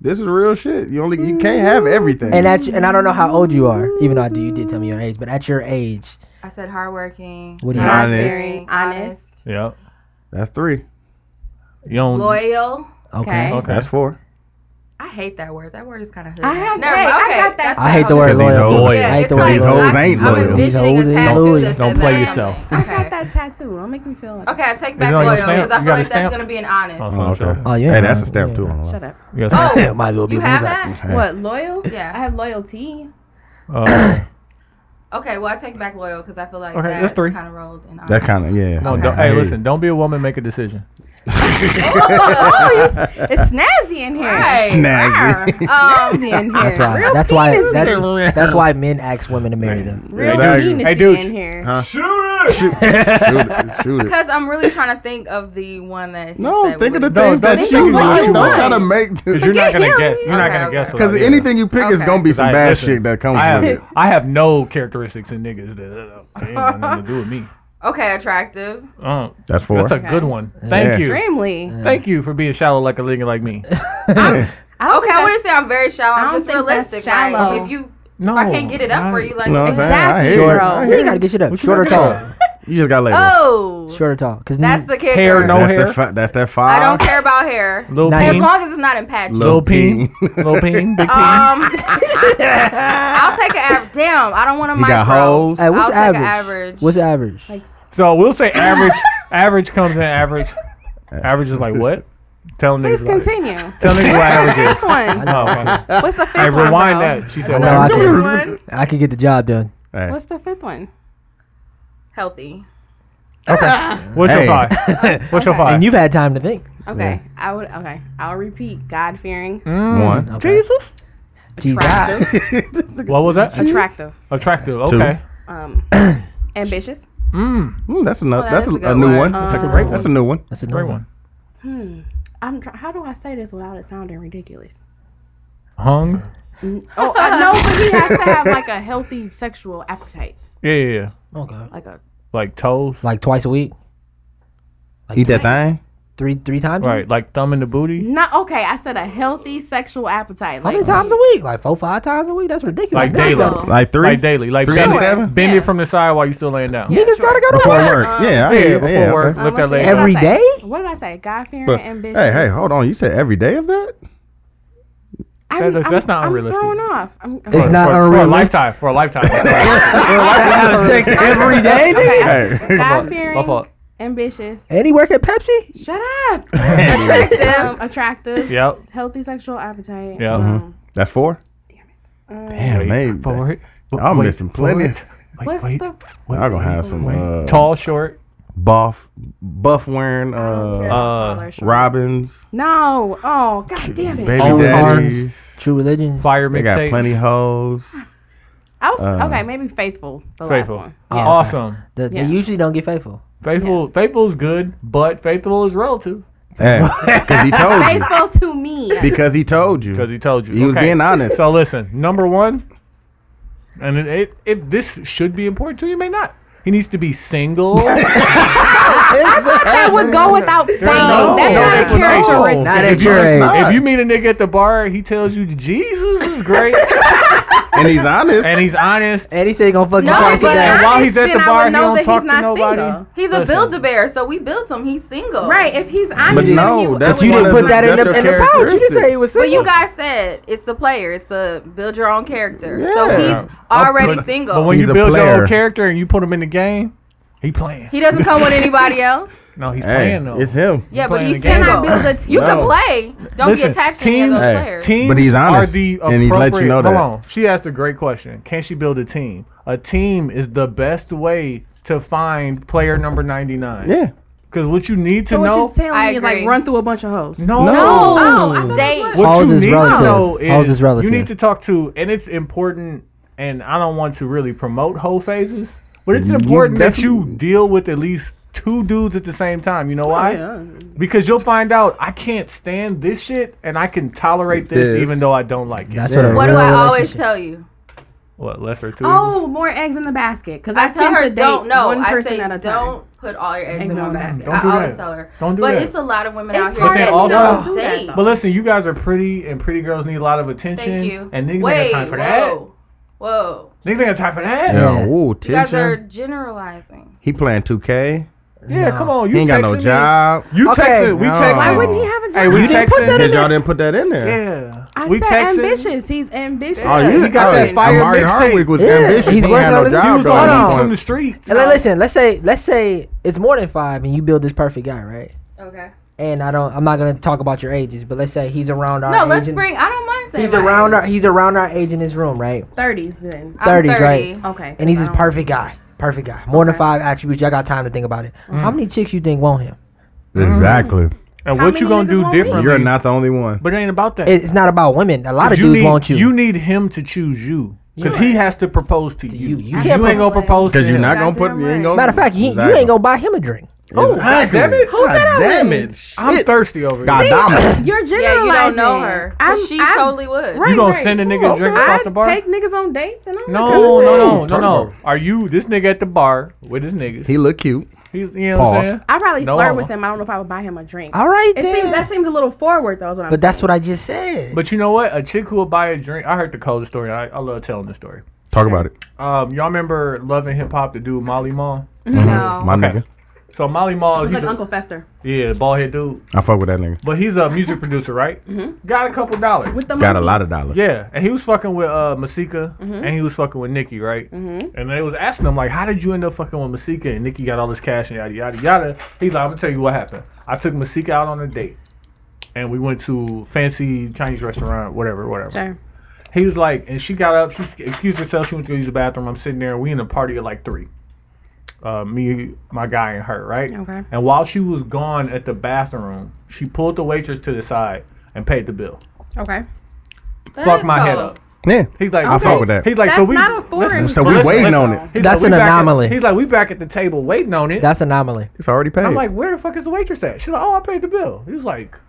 Speaker 2: This is real shit. You only you can't have everything.
Speaker 4: And at and I don't know how old you are, even though I do, you did tell me your age. But at your age,
Speaker 1: I said hardworking.
Speaker 4: What do you-
Speaker 1: God
Speaker 2: Honest.
Speaker 1: fearing, honest,
Speaker 7: Honest.
Speaker 5: Yep.
Speaker 2: That's three.
Speaker 5: You don't.
Speaker 1: loyal.
Speaker 4: okay.
Speaker 5: Okay.
Speaker 2: That's four.
Speaker 1: I hate that word. That word is kind of.
Speaker 7: I have-
Speaker 1: Never,
Speaker 7: wait,
Speaker 1: mind.
Speaker 7: I
Speaker 1: okay,
Speaker 7: got that
Speaker 1: that's
Speaker 4: I hate the
Speaker 1: fine.
Speaker 4: word
Speaker 2: Because these
Speaker 4: loyal.
Speaker 2: hoes-
Speaker 4: too. I hate
Speaker 1: it's
Speaker 4: the word
Speaker 2: These
Speaker 1: like-
Speaker 2: hoes
Speaker 4: loyal.
Speaker 1: I-
Speaker 2: ain't
Speaker 1: I'm
Speaker 2: loyal.
Speaker 4: These
Speaker 1: envisioning
Speaker 4: hoes
Speaker 1: a
Speaker 4: ain't
Speaker 1: tattoo
Speaker 4: loyal.
Speaker 1: that says
Speaker 5: Don't play
Speaker 1: that.
Speaker 5: yourself.
Speaker 7: I
Speaker 1: Okay.
Speaker 7: got that tattoo. Don't make me feel like
Speaker 1: Okay, I take
Speaker 5: it
Speaker 1: back
Speaker 5: on your
Speaker 1: loyal
Speaker 5: stamp?
Speaker 1: because I feel
Speaker 5: You got a
Speaker 1: like that's
Speaker 5: stamp?
Speaker 1: gonna be an honest.
Speaker 5: Oh,
Speaker 1: Oh,
Speaker 5: so I'm sure.
Speaker 4: Oh, you
Speaker 2: Hey,
Speaker 4: ain't
Speaker 2: that's
Speaker 4: lying.
Speaker 2: a stamp too.
Speaker 7: Shut up.
Speaker 5: You gotta say-
Speaker 4: Might as well be
Speaker 1: you
Speaker 4: a
Speaker 1: have
Speaker 4: loser.
Speaker 1: that?
Speaker 7: What, loyal?
Speaker 1: Yeah.
Speaker 7: I have loyalty.
Speaker 1: Oh.
Speaker 5: Uh,
Speaker 1: Okay, well I take back loyal because I feel like
Speaker 5: Okay, that's
Speaker 1: that's,
Speaker 5: three.
Speaker 1: kind of rolled in honest.
Speaker 2: That kind of yeah.
Speaker 5: no, don't, hey, listen. Don't be a woman. Make a decision.
Speaker 7: oh, it's, it's snazzy in here.
Speaker 1: Right.
Speaker 2: Snazzy.
Speaker 1: Um,
Speaker 7: Snazzy in here.
Speaker 4: That's why.
Speaker 7: Real
Speaker 4: that's why.
Speaker 7: penis.
Speaker 4: That's, that's why men ask women to marry them.
Speaker 7: Real
Speaker 2: Exactly.
Speaker 7: penis
Speaker 5: Hey, dude.
Speaker 7: in here.
Speaker 2: shoot, it, shoot it.
Speaker 1: because I'm really trying to think of the one that. he
Speaker 2: No,
Speaker 1: said
Speaker 2: think of the
Speaker 1: would-
Speaker 2: things
Speaker 5: don't
Speaker 2: that
Speaker 5: think
Speaker 2: you
Speaker 5: of what
Speaker 2: like.
Speaker 5: you
Speaker 2: Don't
Speaker 5: want.
Speaker 2: try to make
Speaker 5: Because you're not
Speaker 7: Forget
Speaker 5: gonna
Speaker 7: him.
Speaker 5: guess. You're not
Speaker 1: Oh, Okay,
Speaker 5: gonna
Speaker 1: okay.
Speaker 5: guess.
Speaker 2: because
Speaker 5: without you.
Speaker 2: anything you pick is
Speaker 1: Okay.
Speaker 2: gonna be some
Speaker 5: Like,
Speaker 2: bad
Speaker 5: listen,
Speaker 2: shit that comes
Speaker 5: I
Speaker 2: with
Speaker 5: have,
Speaker 2: it.
Speaker 5: I have no characteristics in niggas that uh, ain't got nothing to do with me.
Speaker 1: Okay, attractive.
Speaker 5: Oh,
Speaker 2: That's four.
Speaker 5: that's a good one. Thank you.
Speaker 7: Extremely.
Speaker 4: Uh,
Speaker 5: Thank you for being shallow like a nigga like me.
Speaker 7: I don't
Speaker 1: Okay, I
Speaker 7: think
Speaker 1: wouldn't say I'm very shallow.
Speaker 7: I
Speaker 1: I'm
Speaker 7: don't
Speaker 1: just
Speaker 7: think that's
Speaker 1: realistic. Like,
Speaker 7: shallow.
Speaker 1: if you
Speaker 5: No,
Speaker 1: if I can't get it up for
Speaker 5: right.
Speaker 1: you, like
Speaker 2: You know what I'm saying? I
Speaker 7: Exactly,
Speaker 2: hear you.
Speaker 7: bro.
Speaker 2: I
Speaker 4: You
Speaker 2: hear
Speaker 4: ain't
Speaker 2: you.
Speaker 4: gotta get shit up.
Speaker 5: What you
Speaker 4: Short or
Speaker 5: gotta
Speaker 4: tall.
Speaker 2: You just got labels.
Speaker 1: oh,
Speaker 4: Short or tall. Cause
Speaker 1: that's
Speaker 4: n-
Speaker 1: the kicker.
Speaker 5: Hair, no
Speaker 2: that's
Speaker 5: hair.
Speaker 2: The fi- that's that
Speaker 1: I
Speaker 2: five.
Speaker 1: don't care about hair.
Speaker 5: Little
Speaker 4: Nice.
Speaker 1: As
Speaker 5: peen,
Speaker 1: long as it's not in patches.
Speaker 2: Look.
Speaker 5: little peen, little peen, big peen.
Speaker 1: Um, I'll take an average. Damn, I don't want to
Speaker 2: You
Speaker 1: micro.
Speaker 2: got hoes.
Speaker 4: Hey, what's
Speaker 1: I'll take an
Speaker 4: average?
Speaker 1: average.
Speaker 4: What's average?
Speaker 7: Like
Speaker 5: So we'll say average. average comes in average. Average is like what? Tell niggas.
Speaker 7: please
Speaker 5: what-
Speaker 7: continue.
Speaker 5: Tell niggas what average is.
Speaker 7: Fifth one.
Speaker 5: Oh, okay.
Speaker 7: What's the fifth
Speaker 5: Hey,
Speaker 7: one?
Speaker 5: rewind
Speaker 7: though?
Speaker 5: that. She
Speaker 4: I
Speaker 5: said.
Speaker 4: know I
Speaker 5: average.
Speaker 4: could,
Speaker 1: One,
Speaker 4: I could get the job done.
Speaker 2: Hey.
Speaker 7: What's the fifth one?
Speaker 1: healthy.
Speaker 5: What's
Speaker 2: Hey.
Speaker 5: your five? What's your five?
Speaker 4: And you've had time to think.
Speaker 7: Okay, I would. Okay, I'll repeat. God fearing,
Speaker 2: One.
Speaker 5: Jesus.
Speaker 4: Mm. Jesus.
Speaker 5: What was that?
Speaker 7: attractive,
Speaker 5: Attractive.
Speaker 2: Two.
Speaker 5: Okay.
Speaker 7: um, ambitious.
Speaker 2: Mm, that's another.
Speaker 1: Oh, that's
Speaker 2: that's,
Speaker 1: a
Speaker 2: a, a
Speaker 1: good
Speaker 2: new
Speaker 1: one.
Speaker 2: one.
Speaker 1: Um,
Speaker 2: that's a
Speaker 5: great
Speaker 2: That's a new one.
Speaker 4: That's a
Speaker 5: Great one.
Speaker 7: I'm. Try- how do I say this without it sounding ridiculous?
Speaker 5: Hung.
Speaker 7: Oh, I know, but he has to have like a healthy sexual appetite,
Speaker 5: Yeah, yeah, yeah.
Speaker 4: Okay.
Speaker 7: like a
Speaker 5: Like toes.
Speaker 4: Like twice a week,
Speaker 2: Eat that thing.
Speaker 4: three three times. a week?
Speaker 5: Right. Like thumb in the booty.
Speaker 7: not okay. I said a healthy sexual appetite.
Speaker 4: How
Speaker 7: Like
Speaker 4: many times a week? Like four, five times a week? That's ridiculous.
Speaker 5: Like
Speaker 4: That's
Speaker 5: daily.
Speaker 4: not-
Speaker 2: Like three.
Speaker 5: Like daily. Like
Speaker 2: Three
Speaker 5: bend,
Speaker 2: out of seven?
Speaker 5: it, bend
Speaker 7: Yeah.
Speaker 5: it from the side while you still laying down.
Speaker 4: Niggas gotta go to
Speaker 2: Before
Speaker 4: work.
Speaker 2: work. yeah, I
Speaker 5: Yeah,
Speaker 2: hear you.
Speaker 5: before
Speaker 2: Yeah,
Speaker 5: work.
Speaker 2: okay.
Speaker 5: Lift that
Speaker 7: let's see,
Speaker 5: leg.
Speaker 7: what
Speaker 4: Every
Speaker 7: did I say?
Speaker 4: day?
Speaker 7: What did I say? God fearing,
Speaker 2: But,
Speaker 7: ambitious.
Speaker 2: hey, hey, hold on. You said every day of that?
Speaker 7: I'm,
Speaker 5: That is-
Speaker 7: I'm-
Speaker 5: that's not
Speaker 7: I'm
Speaker 5: unrealistic.
Speaker 7: thrown off. I'm,
Speaker 4: It's
Speaker 5: For-
Speaker 4: not
Speaker 5: for, for a
Speaker 4: unrealistic.
Speaker 5: lifetime. For a lifetime.
Speaker 2: sex every day, Hey.
Speaker 7: God
Speaker 5: My
Speaker 7: fearing,
Speaker 5: fault.
Speaker 7: ambitious.
Speaker 4: And he work at Pepsi?
Speaker 7: Shut up. attractive, um, attractive.
Speaker 5: Yep. Mm-hmm.
Speaker 7: Healthy sexual appetite.
Speaker 5: Yeah.
Speaker 7: Um,
Speaker 2: That's four. Damn, man.
Speaker 5: For it.
Speaker 2: I'm
Speaker 5: Wait,
Speaker 2: missing
Speaker 5: for
Speaker 2: plenty.
Speaker 5: it. Wait,
Speaker 7: What's
Speaker 5: wait,
Speaker 7: the?
Speaker 5: wait,
Speaker 2: I'm gonna have
Speaker 5: wait,
Speaker 2: some,
Speaker 5: wait.
Speaker 2: uh,
Speaker 5: tall, short.
Speaker 2: Buff, buff wearing
Speaker 7: Okay,
Speaker 2: uh,
Speaker 7: taller, short.
Speaker 2: Robins,
Speaker 7: No. Oh, god damn it.
Speaker 2: baby
Speaker 4: Own
Speaker 2: daddies.
Speaker 4: True religion.
Speaker 5: Fire
Speaker 2: They got
Speaker 5: mixtape.
Speaker 2: plenty hoes.
Speaker 7: I was okay. Maybe faithful. The
Speaker 5: Uh. Faithful.
Speaker 7: last one.
Speaker 5: Awesome.
Speaker 4: They- They
Speaker 7: Yeah.
Speaker 4: usually don't get faithful.
Speaker 5: Faithful. Faithful is good, but faithful is relative
Speaker 2: Because he told you.
Speaker 7: Faithful to me.
Speaker 2: Because he told you.
Speaker 5: because he told you.
Speaker 2: He was being honest.
Speaker 5: So listen, number one, and it, it, if this should be important to you, may not. He needs to be single.
Speaker 7: that would go without saying. That's
Speaker 5: no
Speaker 7: not a
Speaker 5: explanation.
Speaker 7: characteristic.
Speaker 4: Not
Speaker 5: if,
Speaker 4: at
Speaker 5: you,
Speaker 4: your age.
Speaker 5: if you meet a nigga at the bar, he tells you Jesus is great,
Speaker 2: and he's honest.
Speaker 5: and he's honest.
Speaker 4: And he said he gonna fuck you
Speaker 1: No,
Speaker 4: twice a
Speaker 1: but
Speaker 4: day.
Speaker 5: And while he's
Speaker 7: honest,
Speaker 5: at the
Speaker 7: then I
Speaker 5: bar,
Speaker 7: would
Speaker 5: he
Speaker 7: know
Speaker 5: don't
Speaker 7: that
Speaker 5: talk
Speaker 7: he's
Speaker 5: to
Speaker 7: not
Speaker 5: nobody.
Speaker 7: single.
Speaker 1: He's a
Speaker 5: Listen.
Speaker 1: build a bear, so we built him. He's single,
Speaker 7: Right. If he's honest,
Speaker 2: but
Speaker 7: with
Speaker 2: no,
Speaker 7: you,
Speaker 2: that's
Speaker 4: But you
Speaker 2: one
Speaker 4: didn't
Speaker 2: of
Speaker 4: put that in
Speaker 2: that's
Speaker 4: the,
Speaker 2: your
Speaker 4: in the pouch. You didn't say he
Speaker 2: characteristics.
Speaker 4: was
Speaker 1: But you
Speaker 4: single.
Speaker 1: guys said it's the player. It's the build your own character.
Speaker 2: Yeah.
Speaker 1: So he's
Speaker 2: I'll
Speaker 1: already
Speaker 2: put-
Speaker 1: single.
Speaker 5: But when
Speaker 2: He's
Speaker 5: you
Speaker 2: a
Speaker 5: build your
Speaker 2: player.
Speaker 5: own character and you put him in the game, he playing.
Speaker 1: he doesn't come with anybody else.
Speaker 5: No, he's
Speaker 2: Hey,
Speaker 5: playing though.
Speaker 2: it's him.
Speaker 1: Yeah, but
Speaker 5: playing
Speaker 1: he's
Speaker 5: the game.
Speaker 1: single. You
Speaker 2: No.
Speaker 1: can play. Don't
Speaker 5: Listen,
Speaker 1: be attached
Speaker 5: teams-
Speaker 1: to any of
Speaker 2: Hey,
Speaker 1: those players.
Speaker 5: Teams
Speaker 2: But he's honest,
Speaker 5: are the
Speaker 2: and he's let you know
Speaker 5: appropriate-
Speaker 2: that.
Speaker 5: Hold on. She asked a great question. Can she build a team? A team is the best way to find player number 99.
Speaker 2: Yeah.
Speaker 5: Because what you need to
Speaker 7: So what
Speaker 5: know.
Speaker 7: you're telling
Speaker 1: I
Speaker 7: me is like
Speaker 1: agree.
Speaker 7: run through a bunch of hoes.
Speaker 5: no.
Speaker 1: no, date.
Speaker 5: What
Speaker 4: How's
Speaker 5: you
Speaker 4: this
Speaker 5: need
Speaker 4: relative?
Speaker 5: to know
Speaker 4: How's
Speaker 5: is
Speaker 4: this relative?
Speaker 5: you need to talk to, and it's important, and I don't want to really promote whole phases, but it's important that you deal with at least two dudes at the same time. You
Speaker 2: Oh,
Speaker 5: know why? Because you'll find out I can't stand this shit, and I can tolerate this,
Speaker 2: This.
Speaker 5: even though I don't like it.
Speaker 4: That's what a
Speaker 1: What do
Speaker 4: real
Speaker 1: I always
Speaker 4: relationship-
Speaker 1: tell you?
Speaker 5: What lesser two? evils?
Speaker 7: Oh, more eggs in the basket. Because I,
Speaker 1: I tell
Speaker 7: tend
Speaker 1: her
Speaker 7: to date
Speaker 1: don't. No,
Speaker 7: one
Speaker 1: I
Speaker 7: person
Speaker 1: say
Speaker 7: at a time.
Speaker 1: don't put all your eggs in
Speaker 7: Eggs in
Speaker 1: one
Speaker 7: one
Speaker 1: basket.
Speaker 5: basket. Don't
Speaker 1: I
Speaker 5: do
Speaker 1: always
Speaker 5: that.
Speaker 1: tell her.
Speaker 5: Don't do
Speaker 1: but
Speaker 5: that.
Speaker 1: it's a lot of women
Speaker 7: It's
Speaker 1: out here
Speaker 7: hard
Speaker 5: But they
Speaker 1: that
Speaker 5: also-
Speaker 1: don't
Speaker 7: do that,
Speaker 1: date.
Speaker 7: though.
Speaker 5: But listen, you guys are pretty, and pretty girls need a lot of attention.
Speaker 1: Thank you.
Speaker 5: And niggas ain't
Speaker 1: Wait,
Speaker 5: got time for
Speaker 1: whoa, whoa.
Speaker 5: that. Niggas ain't got time for that. Yeah,
Speaker 2: Yeah. Ooh,
Speaker 1: You guys are
Speaker 2: tension.
Speaker 1: generalizing.
Speaker 2: He playing 2K.
Speaker 5: come on. You
Speaker 2: He ain't got
Speaker 5: texting
Speaker 2: no
Speaker 5: me.
Speaker 2: job.
Speaker 5: You
Speaker 4: Okay.
Speaker 5: texted. We
Speaker 2: No.
Speaker 5: texted.
Speaker 2: Why
Speaker 7: Wouldn't he have a job?
Speaker 5: Hey, we
Speaker 4: didn't put
Speaker 5: texting.
Speaker 4: that
Speaker 2: Did y'all didn't put that in there?
Speaker 5: Yeah.
Speaker 7: I
Speaker 5: we
Speaker 7: said
Speaker 5: texting.
Speaker 7: ambitious. He's ambitious.
Speaker 2: Oh, you
Speaker 5: He got that
Speaker 2: oh,
Speaker 5: fire
Speaker 2: Amari
Speaker 5: mixtape.
Speaker 2: Hardwick was
Speaker 4: Yeah,
Speaker 2: ambitious.
Speaker 4: he's
Speaker 2: he
Speaker 4: working
Speaker 2: had
Speaker 4: on
Speaker 2: no
Speaker 4: his-
Speaker 2: job.
Speaker 5: He was
Speaker 2: though.
Speaker 5: on
Speaker 2: He
Speaker 5: heat
Speaker 2: was
Speaker 5: Oh, from the
Speaker 2: on-
Speaker 5: streets.
Speaker 4: And like, listen, let's say let's say it's more than five, and you build this perfect guy, right?
Speaker 1: Okay.
Speaker 4: And I don't, I'm not gonna talk about your ages, but let's say he's around our.
Speaker 1: No,
Speaker 4: age
Speaker 1: let's
Speaker 4: and-
Speaker 1: bring. I don't mind saying
Speaker 4: He's
Speaker 1: my
Speaker 4: around
Speaker 1: age.
Speaker 4: our. He's around our age in this room, right?
Speaker 7: Thirties then.
Speaker 1: I'm
Speaker 4: 30s,
Speaker 1: 30.
Speaker 4: right?
Speaker 7: Okay.
Speaker 4: And he's this
Speaker 7: Um,
Speaker 4: perfect guy. Perfect guy. More than five attributes. Y'all got time to think about it. How many chicks you think want him?
Speaker 2: Exactly.
Speaker 5: And
Speaker 7: How
Speaker 5: what you gonna
Speaker 7: many niggas
Speaker 5: do
Speaker 7: want me?
Speaker 5: differently?
Speaker 2: You're not the only one.
Speaker 5: But it ain't about that.
Speaker 4: It- It's not about women. A lot of
Speaker 5: you
Speaker 4: dudes
Speaker 5: need,
Speaker 4: want you.
Speaker 5: You need him to choose you. Because he has to propose to you.
Speaker 4: you.
Speaker 5: You,
Speaker 4: You
Speaker 5: can't
Speaker 4: can't
Speaker 5: ain't gonna propose to
Speaker 2: Because you're
Speaker 5: him.
Speaker 2: not
Speaker 7: Goddamn
Speaker 2: gonna put. You ain't
Speaker 7: right.
Speaker 2: gonna.
Speaker 4: Matter of fact, you, you
Speaker 2: Exactly.
Speaker 4: ain't gonna buy him a drink.
Speaker 2: Oh,
Speaker 8: Exactly. damn it.
Speaker 7: Who said I
Speaker 2: damn
Speaker 7: wouldn't?
Speaker 2: it.
Speaker 5: I'm
Speaker 2: Shit.
Speaker 5: thirsty over here.
Speaker 2: God damn it.
Speaker 7: You're
Speaker 1: Yeah,
Speaker 7: generalizing.
Speaker 1: you don't know her. 'Cause
Speaker 7: I'm-
Speaker 1: she
Speaker 7: I'm-
Speaker 1: totally would.
Speaker 7: Right,
Speaker 5: You gonna
Speaker 7: right.
Speaker 5: send a nigga a drink
Speaker 7: Okay.
Speaker 5: across the bar?
Speaker 7: I take niggas on dates and all that kind
Speaker 5: No,
Speaker 7: of
Speaker 5: no,
Speaker 7: shit.
Speaker 5: no, no,
Speaker 2: Turn
Speaker 5: no.
Speaker 2: over.
Speaker 5: Are you this nigga at the bar with his niggas?
Speaker 2: He look cute.
Speaker 5: He, you know what I'm
Speaker 2: Pause.
Speaker 5: saying?
Speaker 7: I probably
Speaker 5: No,
Speaker 7: flirt
Speaker 5: I'm-
Speaker 7: with him. I don't know if I would buy him a drink.
Speaker 4: All right
Speaker 7: It
Speaker 4: then.
Speaker 7: seems that seems a little forward though. Is what I'm
Speaker 4: but that's
Speaker 7: saying.
Speaker 4: what I just said.
Speaker 5: But you know what? A chick who will buy a drink. I heard the coldest story. I, I love telling this story.
Speaker 2: Talk about it.
Speaker 8: Um, y'all remember Love and Hip Hop, the dude Molly Mall?
Speaker 1: No.
Speaker 2: My
Speaker 5: Okay.
Speaker 2: nigga.
Speaker 8: So Molly Mall,
Speaker 7: It's
Speaker 8: he's
Speaker 7: like
Speaker 8: a,
Speaker 7: Uncle Fester
Speaker 8: yeah, bald head dude,
Speaker 2: I fuck with that nigga.
Speaker 8: but he's a music producer, right? Mm-hmm. Got a couple dollars.
Speaker 7: with the
Speaker 2: Got a lot of dollars.
Speaker 7: monkeys.
Speaker 5: Yeah, and he was fucking with uh, Masika, and he was fucking with Nikki, right? Mm-hmm. And they was asking him like, "How did you end up fucking with Masika?" And Nikki got all this cash and yada yada yada. He's like, "I'm gonna tell you what happened. I took Masika out on a date, and we went to fancy Chinese restaurant, whatever, whatever."
Speaker 7: Sure.
Speaker 5: He was like, and she got up, she s- excused herself, she went to go use the bathroom. I'm sitting there, we in a party at like three. Uh, me, my guy, and her, right?
Speaker 7: Okay.
Speaker 5: And while she was gone at the bathroom, she pulled the waitress to the side and paid the bill.
Speaker 7: Okay.
Speaker 5: Fuck
Speaker 1: is
Speaker 5: my head
Speaker 1: cold.
Speaker 5: up.
Speaker 2: Yeah.
Speaker 5: He's like,
Speaker 2: I fuck with that.
Speaker 5: He's like,
Speaker 7: That's
Speaker 5: so we,
Speaker 7: not a foreign
Speaker 5: listen,
Speaker 2: So we
Speaker 5: listen,
Speaker 2: waiting
Speaker 5: listen.
Speaker 2: on it.
Speaker 5: He's
Speaker 4: That's
Speaker 5: like,
Speaker 4: an
Speaker 5: "We back at-
Speaker 4: anomaly.
Speaker 5: he's like, we back at the table waiting on it.
Speaker 4: That's anomaly.
Speaker 2: It's already paid.
Speaker 5: I'm like, where the fuck is the waitress at? She's like, oh, I paid the bill. He was like,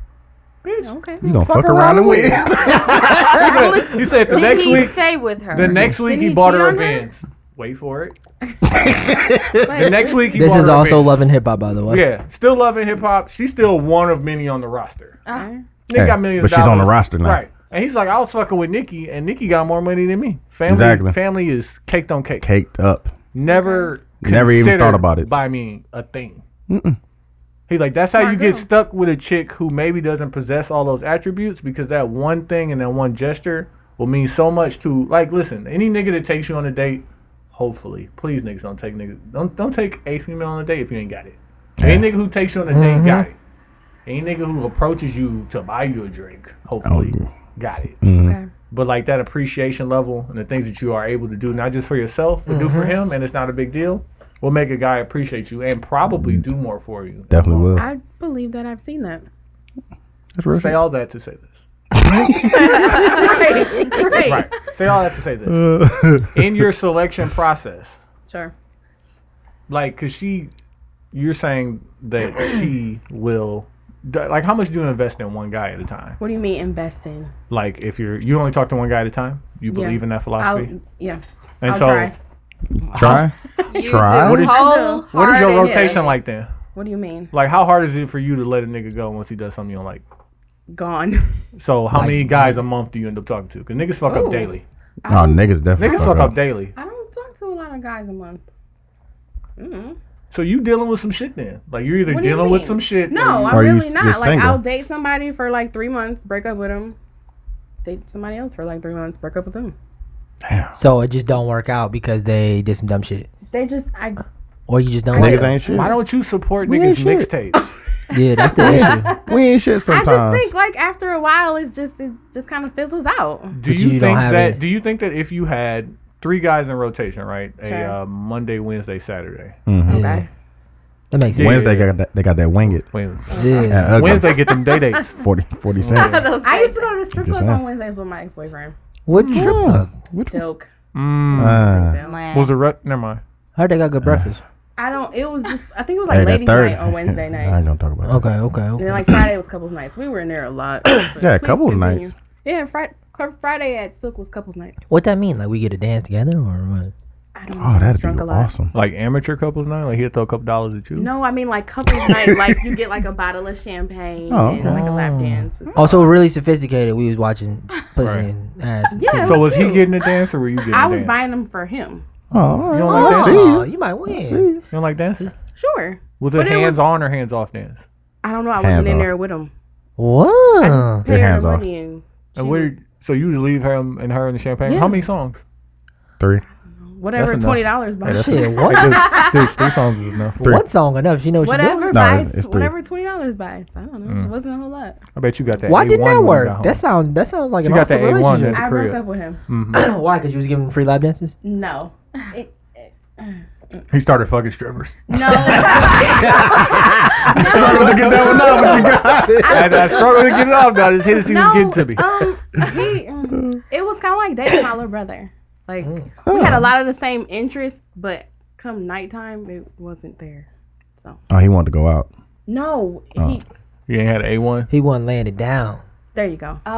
Speaker 5: bitch,
Speaker 7: Okay.
Speaker 2: you gonna fuck, around and win.
Speaker 5: he said the
Speaker 1: Did
Speaker 5: next
Speaker 1: he
Speaker 5: week,
Speaker 1: stay with her?
Speaker 5: the next week
Speaker 7: Did
Speaker 5: he
Speaker 7: he
Speaker 5: bought
Speaker 7: cheat
Speaker 5: her a
Speaker 7: on her?
Speaker 5: Benz. Wait for it.
Speaker 7: Like,
Speaker 5: The next week he
Speaker 4: This
Speaker 5: bought
Speaker 4: is
Speaker 5: her a
Speaker 4: also
Speaker 5: Benz.
Speaker 4: loving hip hop, by the way.
Speaker 5: Yeah, still loving hip hop. She's still one of many on the roster.
Speaker 7: okay.
Speaker 5: Nick
Speaker 2: Hey,
Speaker 5: got millions,
Speaker 2: but she's on the
Speaker 5: dollars.
Speaker 2: roster now.
Speaker 5: right? And he's like, I was fucking with Nikki, and Nikki got more money than me. Family,
Speaker 2: Exactly.
Speaker 5: family is caked on cake.
Speaker 2: Caked up.
Speaker 5: Never,
Speaker 2: Never even
Speaker 5: considered
Speaker 2: thought about it.
Speaker 5: By me, a thing. He's like, that's how
Speaker 7: Smart
Speaker 5: you get
Speaker 7: girl.
Speaker 5: stuck with a chick who maybe doesn't possess all those attributes because that one thing and that one gesture will mean so much to like. Listen, any nigga that takes you on a date, hopefully, please niggas don't take niggas don't don't take a female on a date if you ain't got it. Any nigga who takes you on a date
Speaker 7: Mm-hmm.
Speaker 5: got it. Any nigga who approaches you to buy you a drink, hopefully,
Speaker 2: Oh,
Speaker 5: got it.
Speaker 7: Okay.
Speaker 5: But like that appreciation level and the things that you are able to do, not just for yourself, but do for him, and it's not a big deal, will make a guy appreciate you and probably do more for you.
Speaker 2: Definitely will.
Speaker 7: I believe that I've seen that.
Speaker 2: That's real
Speaker 5: Say
Speaker 2: shit.
Speaker 5: all that to say this.
Speaker 7: right. Right.
Speaker 5: Right. Say all that to say this. In your selection process,
Speaker 7: Sure.
Speaker 5: like, cause she, you're saying that she will. Like, how much do you invest in one guy at a time?
Speaker 7: What do you mean investing?
Speaker 5: Like, if you're you only talk to one guy at a time, you
Speaker 7: Yeah.
Speaker 5: believe in that philosophy,
Speaker 7: I'll, yeah.
Speaker 5: and
Speaker 7: I'll
Speaker 5: so
Speaker 7: try.
Speaker 2: Try.
Speaker 1: You
Speaker 2: Try.
Speaker 1: do
Speaker 5: What is-
Speaker 1: wholehearted-
Speaker 5: what is your rotation like then?
Speaker 7: What do you mean?
Speaker 5: Like, how hard is it for you to let a nigga go once he does something you don't like?
Speaker 7: Gone.
Speaker 5: So, how many guys a month do you end up talking to? Because niggas fuck up
Speaker 7: Ooh.
Speaker 5: daily.
Speaker 2: Oh, niggas definitely
Speaker 5: Niggas
Speaker 2: fuck up.
Speaker 5: daily.
Speaker 7: I don't talk to a lot of guys a month.
Speaker 5: So you dealing with some shit then? Like you're either
Speaker 7: What do you
Speaker 5: dealing with
Speaker 7: mean?
Speaker 5: some shit.
Speaker 7: No,
Speaker 5: or you-
Speaker 7: I'm
Speaker 2: Are you
Speaker 7: really
Speaker 2: s-
Speaker 7: not. Like
Speaker 2: just single?
Speaker 7: I'll date somebody for like three months, break up with them, date somebody else for like three months, break up with them.
Speaker 4: So it just don't work out because they did some dumb shit,
Speaker 7: They just I
Speaker 4: or you just don't.
Speaker 2: Niggas
Speaker 4: like
Speaker 2: ain't shit.
Speaker 5: why don't you support
Speaker 2: We
Speaker 5: niggas
Speaker 2: ain't shit.
Speaker 5: mixtapes?
Speaker 4: Yeah, that's the issue.
Speaker 2: We ain't shit
Speaker 7: I
Speaker 2: sometimes.
Speaker 7: just think like after a while it's just it just kind of fizzles out.
Speaker 5: Do
Speaker 4: But
Speaker 5: you,
Speaker 4: you don't
Speaker 5: think
Speaker 4: have
Speaker 5: that?
Speaker 4: it.
Speaker 5: Do you think that if you had three guys in rotation, right?
Speaker 7: Sure.
Speaker 5: A uh, Monday, Wednesday, Saturday.
Speaker 7: Okay.
Speaker 4: That makes sense.
Speaker 2: Wednesday got that, they got that wing it.
Speaker 5: Wednesday,
Speaker 4: Yeah.
Speaker 2: And ugly.
Speaker 5: Wednesday get them day dates.
Speaker 2: 40, 40 cents.
Speaker 1: Those
Speaker 7: I used to go to the strip
Speaker 2: Just
Speaker 7: club
Speaker 2: saying.
Speaker 7: on Wednesdays with my ex boyfriend.
Speaker 4: What strip club?
Speaker 7: Silk.
Speaker 2: Uh,
Speaker 1: man.
Speaker 5: Was the rep? Never mind.
Speaker 4: Heard they got good breakfast.
Speaker 7: I don't. It was just. I think it was
Speaker 2: hey,
Speaker 7: like
Speaker 2: that
Speaker 7: ladies'
Speaker 2: third-
Speaker 7: night on Wednesday
Speaker 2: I ain't
Speaker 7: night.
Speaker 2: gonna talk about it.
Speaker 4: Okay, okay, okay.
Speaker 7: And then like Friday was couples nights. We were in there a lot.
Speaker 2: Yeah, couples nights.
Speaker 7: Yeah, Friday. Friday at Silk was couples night.
Speaker 4: What that mean? Like we get to dance together or what?
Speaker 7: I don't know.
Speaker 2: Oh, that'd
Speaker 7: Drunk
Speaker 2: be
Speaker 7: a lot.
Speaker 2: awesome.
Speaker 5: Like amateur couples night. Like he'll throw a couple dollars at you.
Speaker 7: No, I mean like couples night. Like you get like a bottle of champagne
Speaker 2: Oh,
Speaker 7: and like a lap dance. and stuff.
Speaker 4: Also, really sophisticated. We was watching pussy
Speaker 5: Right.
Speaker 4: and ass. and
Speaker 7: Yeah,
Speaker 4: titties.
Speaker 7: it
Speaker 5: So was he
Speaker 7: cute.
Speaker 5: getting a dance or were you getting?
Speaker 7: I
Speaker 5: a
Speaker 7: was
Speaker 5: dance?
Speaker 7: buying them for him.
Speaker 2: Oh, all
Speaker 5: You
Speaker 2: right.
Speaker 5: don't like
Speaker 4: Oh,
Speaker 5: dancing?
Speaker 4: you. might win.
Speaker 5: You don't like dances?
Speaker 7: Sure.
Speaker 5: Was it
Speaker 7: But it was-
Speaker 5: hands on or hands off dance?
Speaker 7: I don't know. I
Speaker 2: Hands
Speaker 7: wasn't in
Speaker 2: off.
Speaker 7: there with him.
Speaker 4: What?
Speaker 2: Your
Speaker 7: Pair
Speaker 2: hands
Speaker 7: of
Speaker 2: off.
Speaker 7: money and
Speaker 5: And
Speaker 7: she-
Speaker 5: where? So you just leave him and her in the champagne.
Speaker 7: Yeah.
Speaker 5: How many songs?
Speaker 2: Three.
Speaker 5: That's
Speaker 7: whatever
Speaker 5: enough.
Speaker 7: twenty dollars buys.
Speaker 4: Shit, what?
Speaker 5: Dude, three songs is enough.
Speaker 2: Three.
Speaker 4: One song enough. She know what she
Speaker 7: Whatever
Speaker 2: No,
Speaker 4: doing.
Speaker 7: buys,
Speaker 2: it's three.
Speaker 7: whatever twenty dollars buys. I don't know.
Speaker 5: Mm.
Speaker 7: It wasn't a whole lot.
Speaker 5: I bet you got that.
Speaker 4: Why
Speaker 5: A1
Speaker 4: didn't that
Speaker 5: when you
Speaker 4: work?
Speaker 5: got home.
Speaker 4: That sound that sounds like
Speaker 5: She
Speaker 4: an
Speaker 5: got
Speaker 4: awesome
Speaker 5: that A1
Speaker 4: relationship.
Speaker 5: The
Speaker 7: I
Speaker 5: crib.
Speaker 7: broke up with him.
Speaker 4: Why? Because you was giving free lap dances.
Speaker 7: No, It-
Speaker 5: he started fucking strippers.
Speaker 7: no.
Speaker 2: Look at that one up, but you got it.
Speaker 5: I, I struggled to get it off. Now. I just hit as he was
Speaker 7: no,
Speaker 5: getting to me.
Speaker 7: Um, he, mm, it was kind of like dating my little brother. Like
Speaker 5: Mm.
Speaker 7: we had a lot of the same interests, but come nighttime, it wasn't there. So though.
Speaker 2: Oh, he wanted to go out.
Speaker 7: No,
Speaker 5: Oh.
Speaker 7: he.
Speaker 5: You ain't had an A one.
Speaker 4: He wasn't laying it down.
Speaker 7: There you go.
Speaker 2: Uh,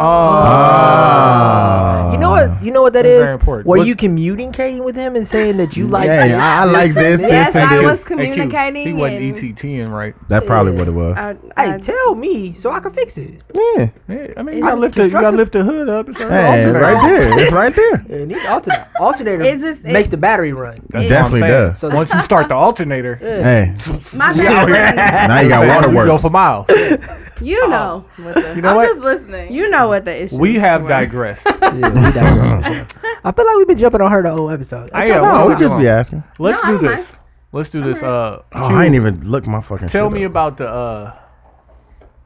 Speaker 4: you know what? You know what that
Speaker 5: Uh, Very
Speaker 4: is.
Speaker 5: important.
Speaker 4: Were
Speaker 5: What-
Speaker 4: you communicating with him and saying that you like?
Speaker 2: yeah,
Speaker 4: this?
Speaker 2: I, I like this.
Speaker 7: yes,
Speaker 2: this and
Speaker 7: I
Speaker 2: this.
Speaker 7: was
Speaker 5: Hey, Q,
Speaker 7: communicating.
Speaker 5: He
Speaker 7: and-
Speaker 5: wasn't E ET ten, right?
Speaker 2: That probably what it was.
Speaker 7: I, I,
Speaker 4: Hey, tell me so I can fix it.
Speaker 2: yeah.
Speaker 5: Yeah, I mean, you gotta,
Speaker 4: was
Speaker 5: lift the, you gotta
Speaker 4: constructive.
Speaker 5: lift the hood up. It's all right.
Speaker 2: Hey, it's right there. It's right there.
Speaker 4: It needs alternator. Alternator
Speaker 7: It just- it-
Speaker 4: makes the battery run.
Speaker 5: That's
Speaker 2: It
Speaker 5: what I'm
Speaker 2: definitely
Speaker 5: saying.
Speaker 2: does.
Speaker 4: So-
Speaker 5: Once you start the alternator,
Speaker 2: Hey,
Speaker 7: my bad.
Speaker 2: now you got water
Speaker 5: we go
Speaker 2: works.
Speaker 5: for miles.
Speaker 7: you know. What the,
Speaker 5: You know
Speaker 1: I'm
Speaker 5: what?
Speaker 1: just listening.
Speaker 7: You know what the issue
Speaker 5: we
Speaker 7: is
Speaker 5: have
Speaker 7: were.
Speaker 5: digressed.
Speaker 4: I feel like we've been jumping on her the whole episode.
Speaker 5: I
Speaker 4: It's
Speaker 5: am.
Speaker 4: all-
Speaker 2: No,
Speaker 5: Hold
Speaker 2: we
Speaker 5: on,
Speaker 2: just
Speaker 5: hold
Speaker 2: be
Speaker 5: on.
Speaker 2: asking.
Speaker 5: Let's
Speaker 7: I
Speaker 5: do
Speaker 7: don't mind.
Speaker 5: this. Let's do this. Uh,
Speaker 2: Oh, I ain't even look my fucking.
Speaker 5: tell
Speaker 2: shit
Speaker 5: me
Speaker 2: up.
Speaker 5: about the uh,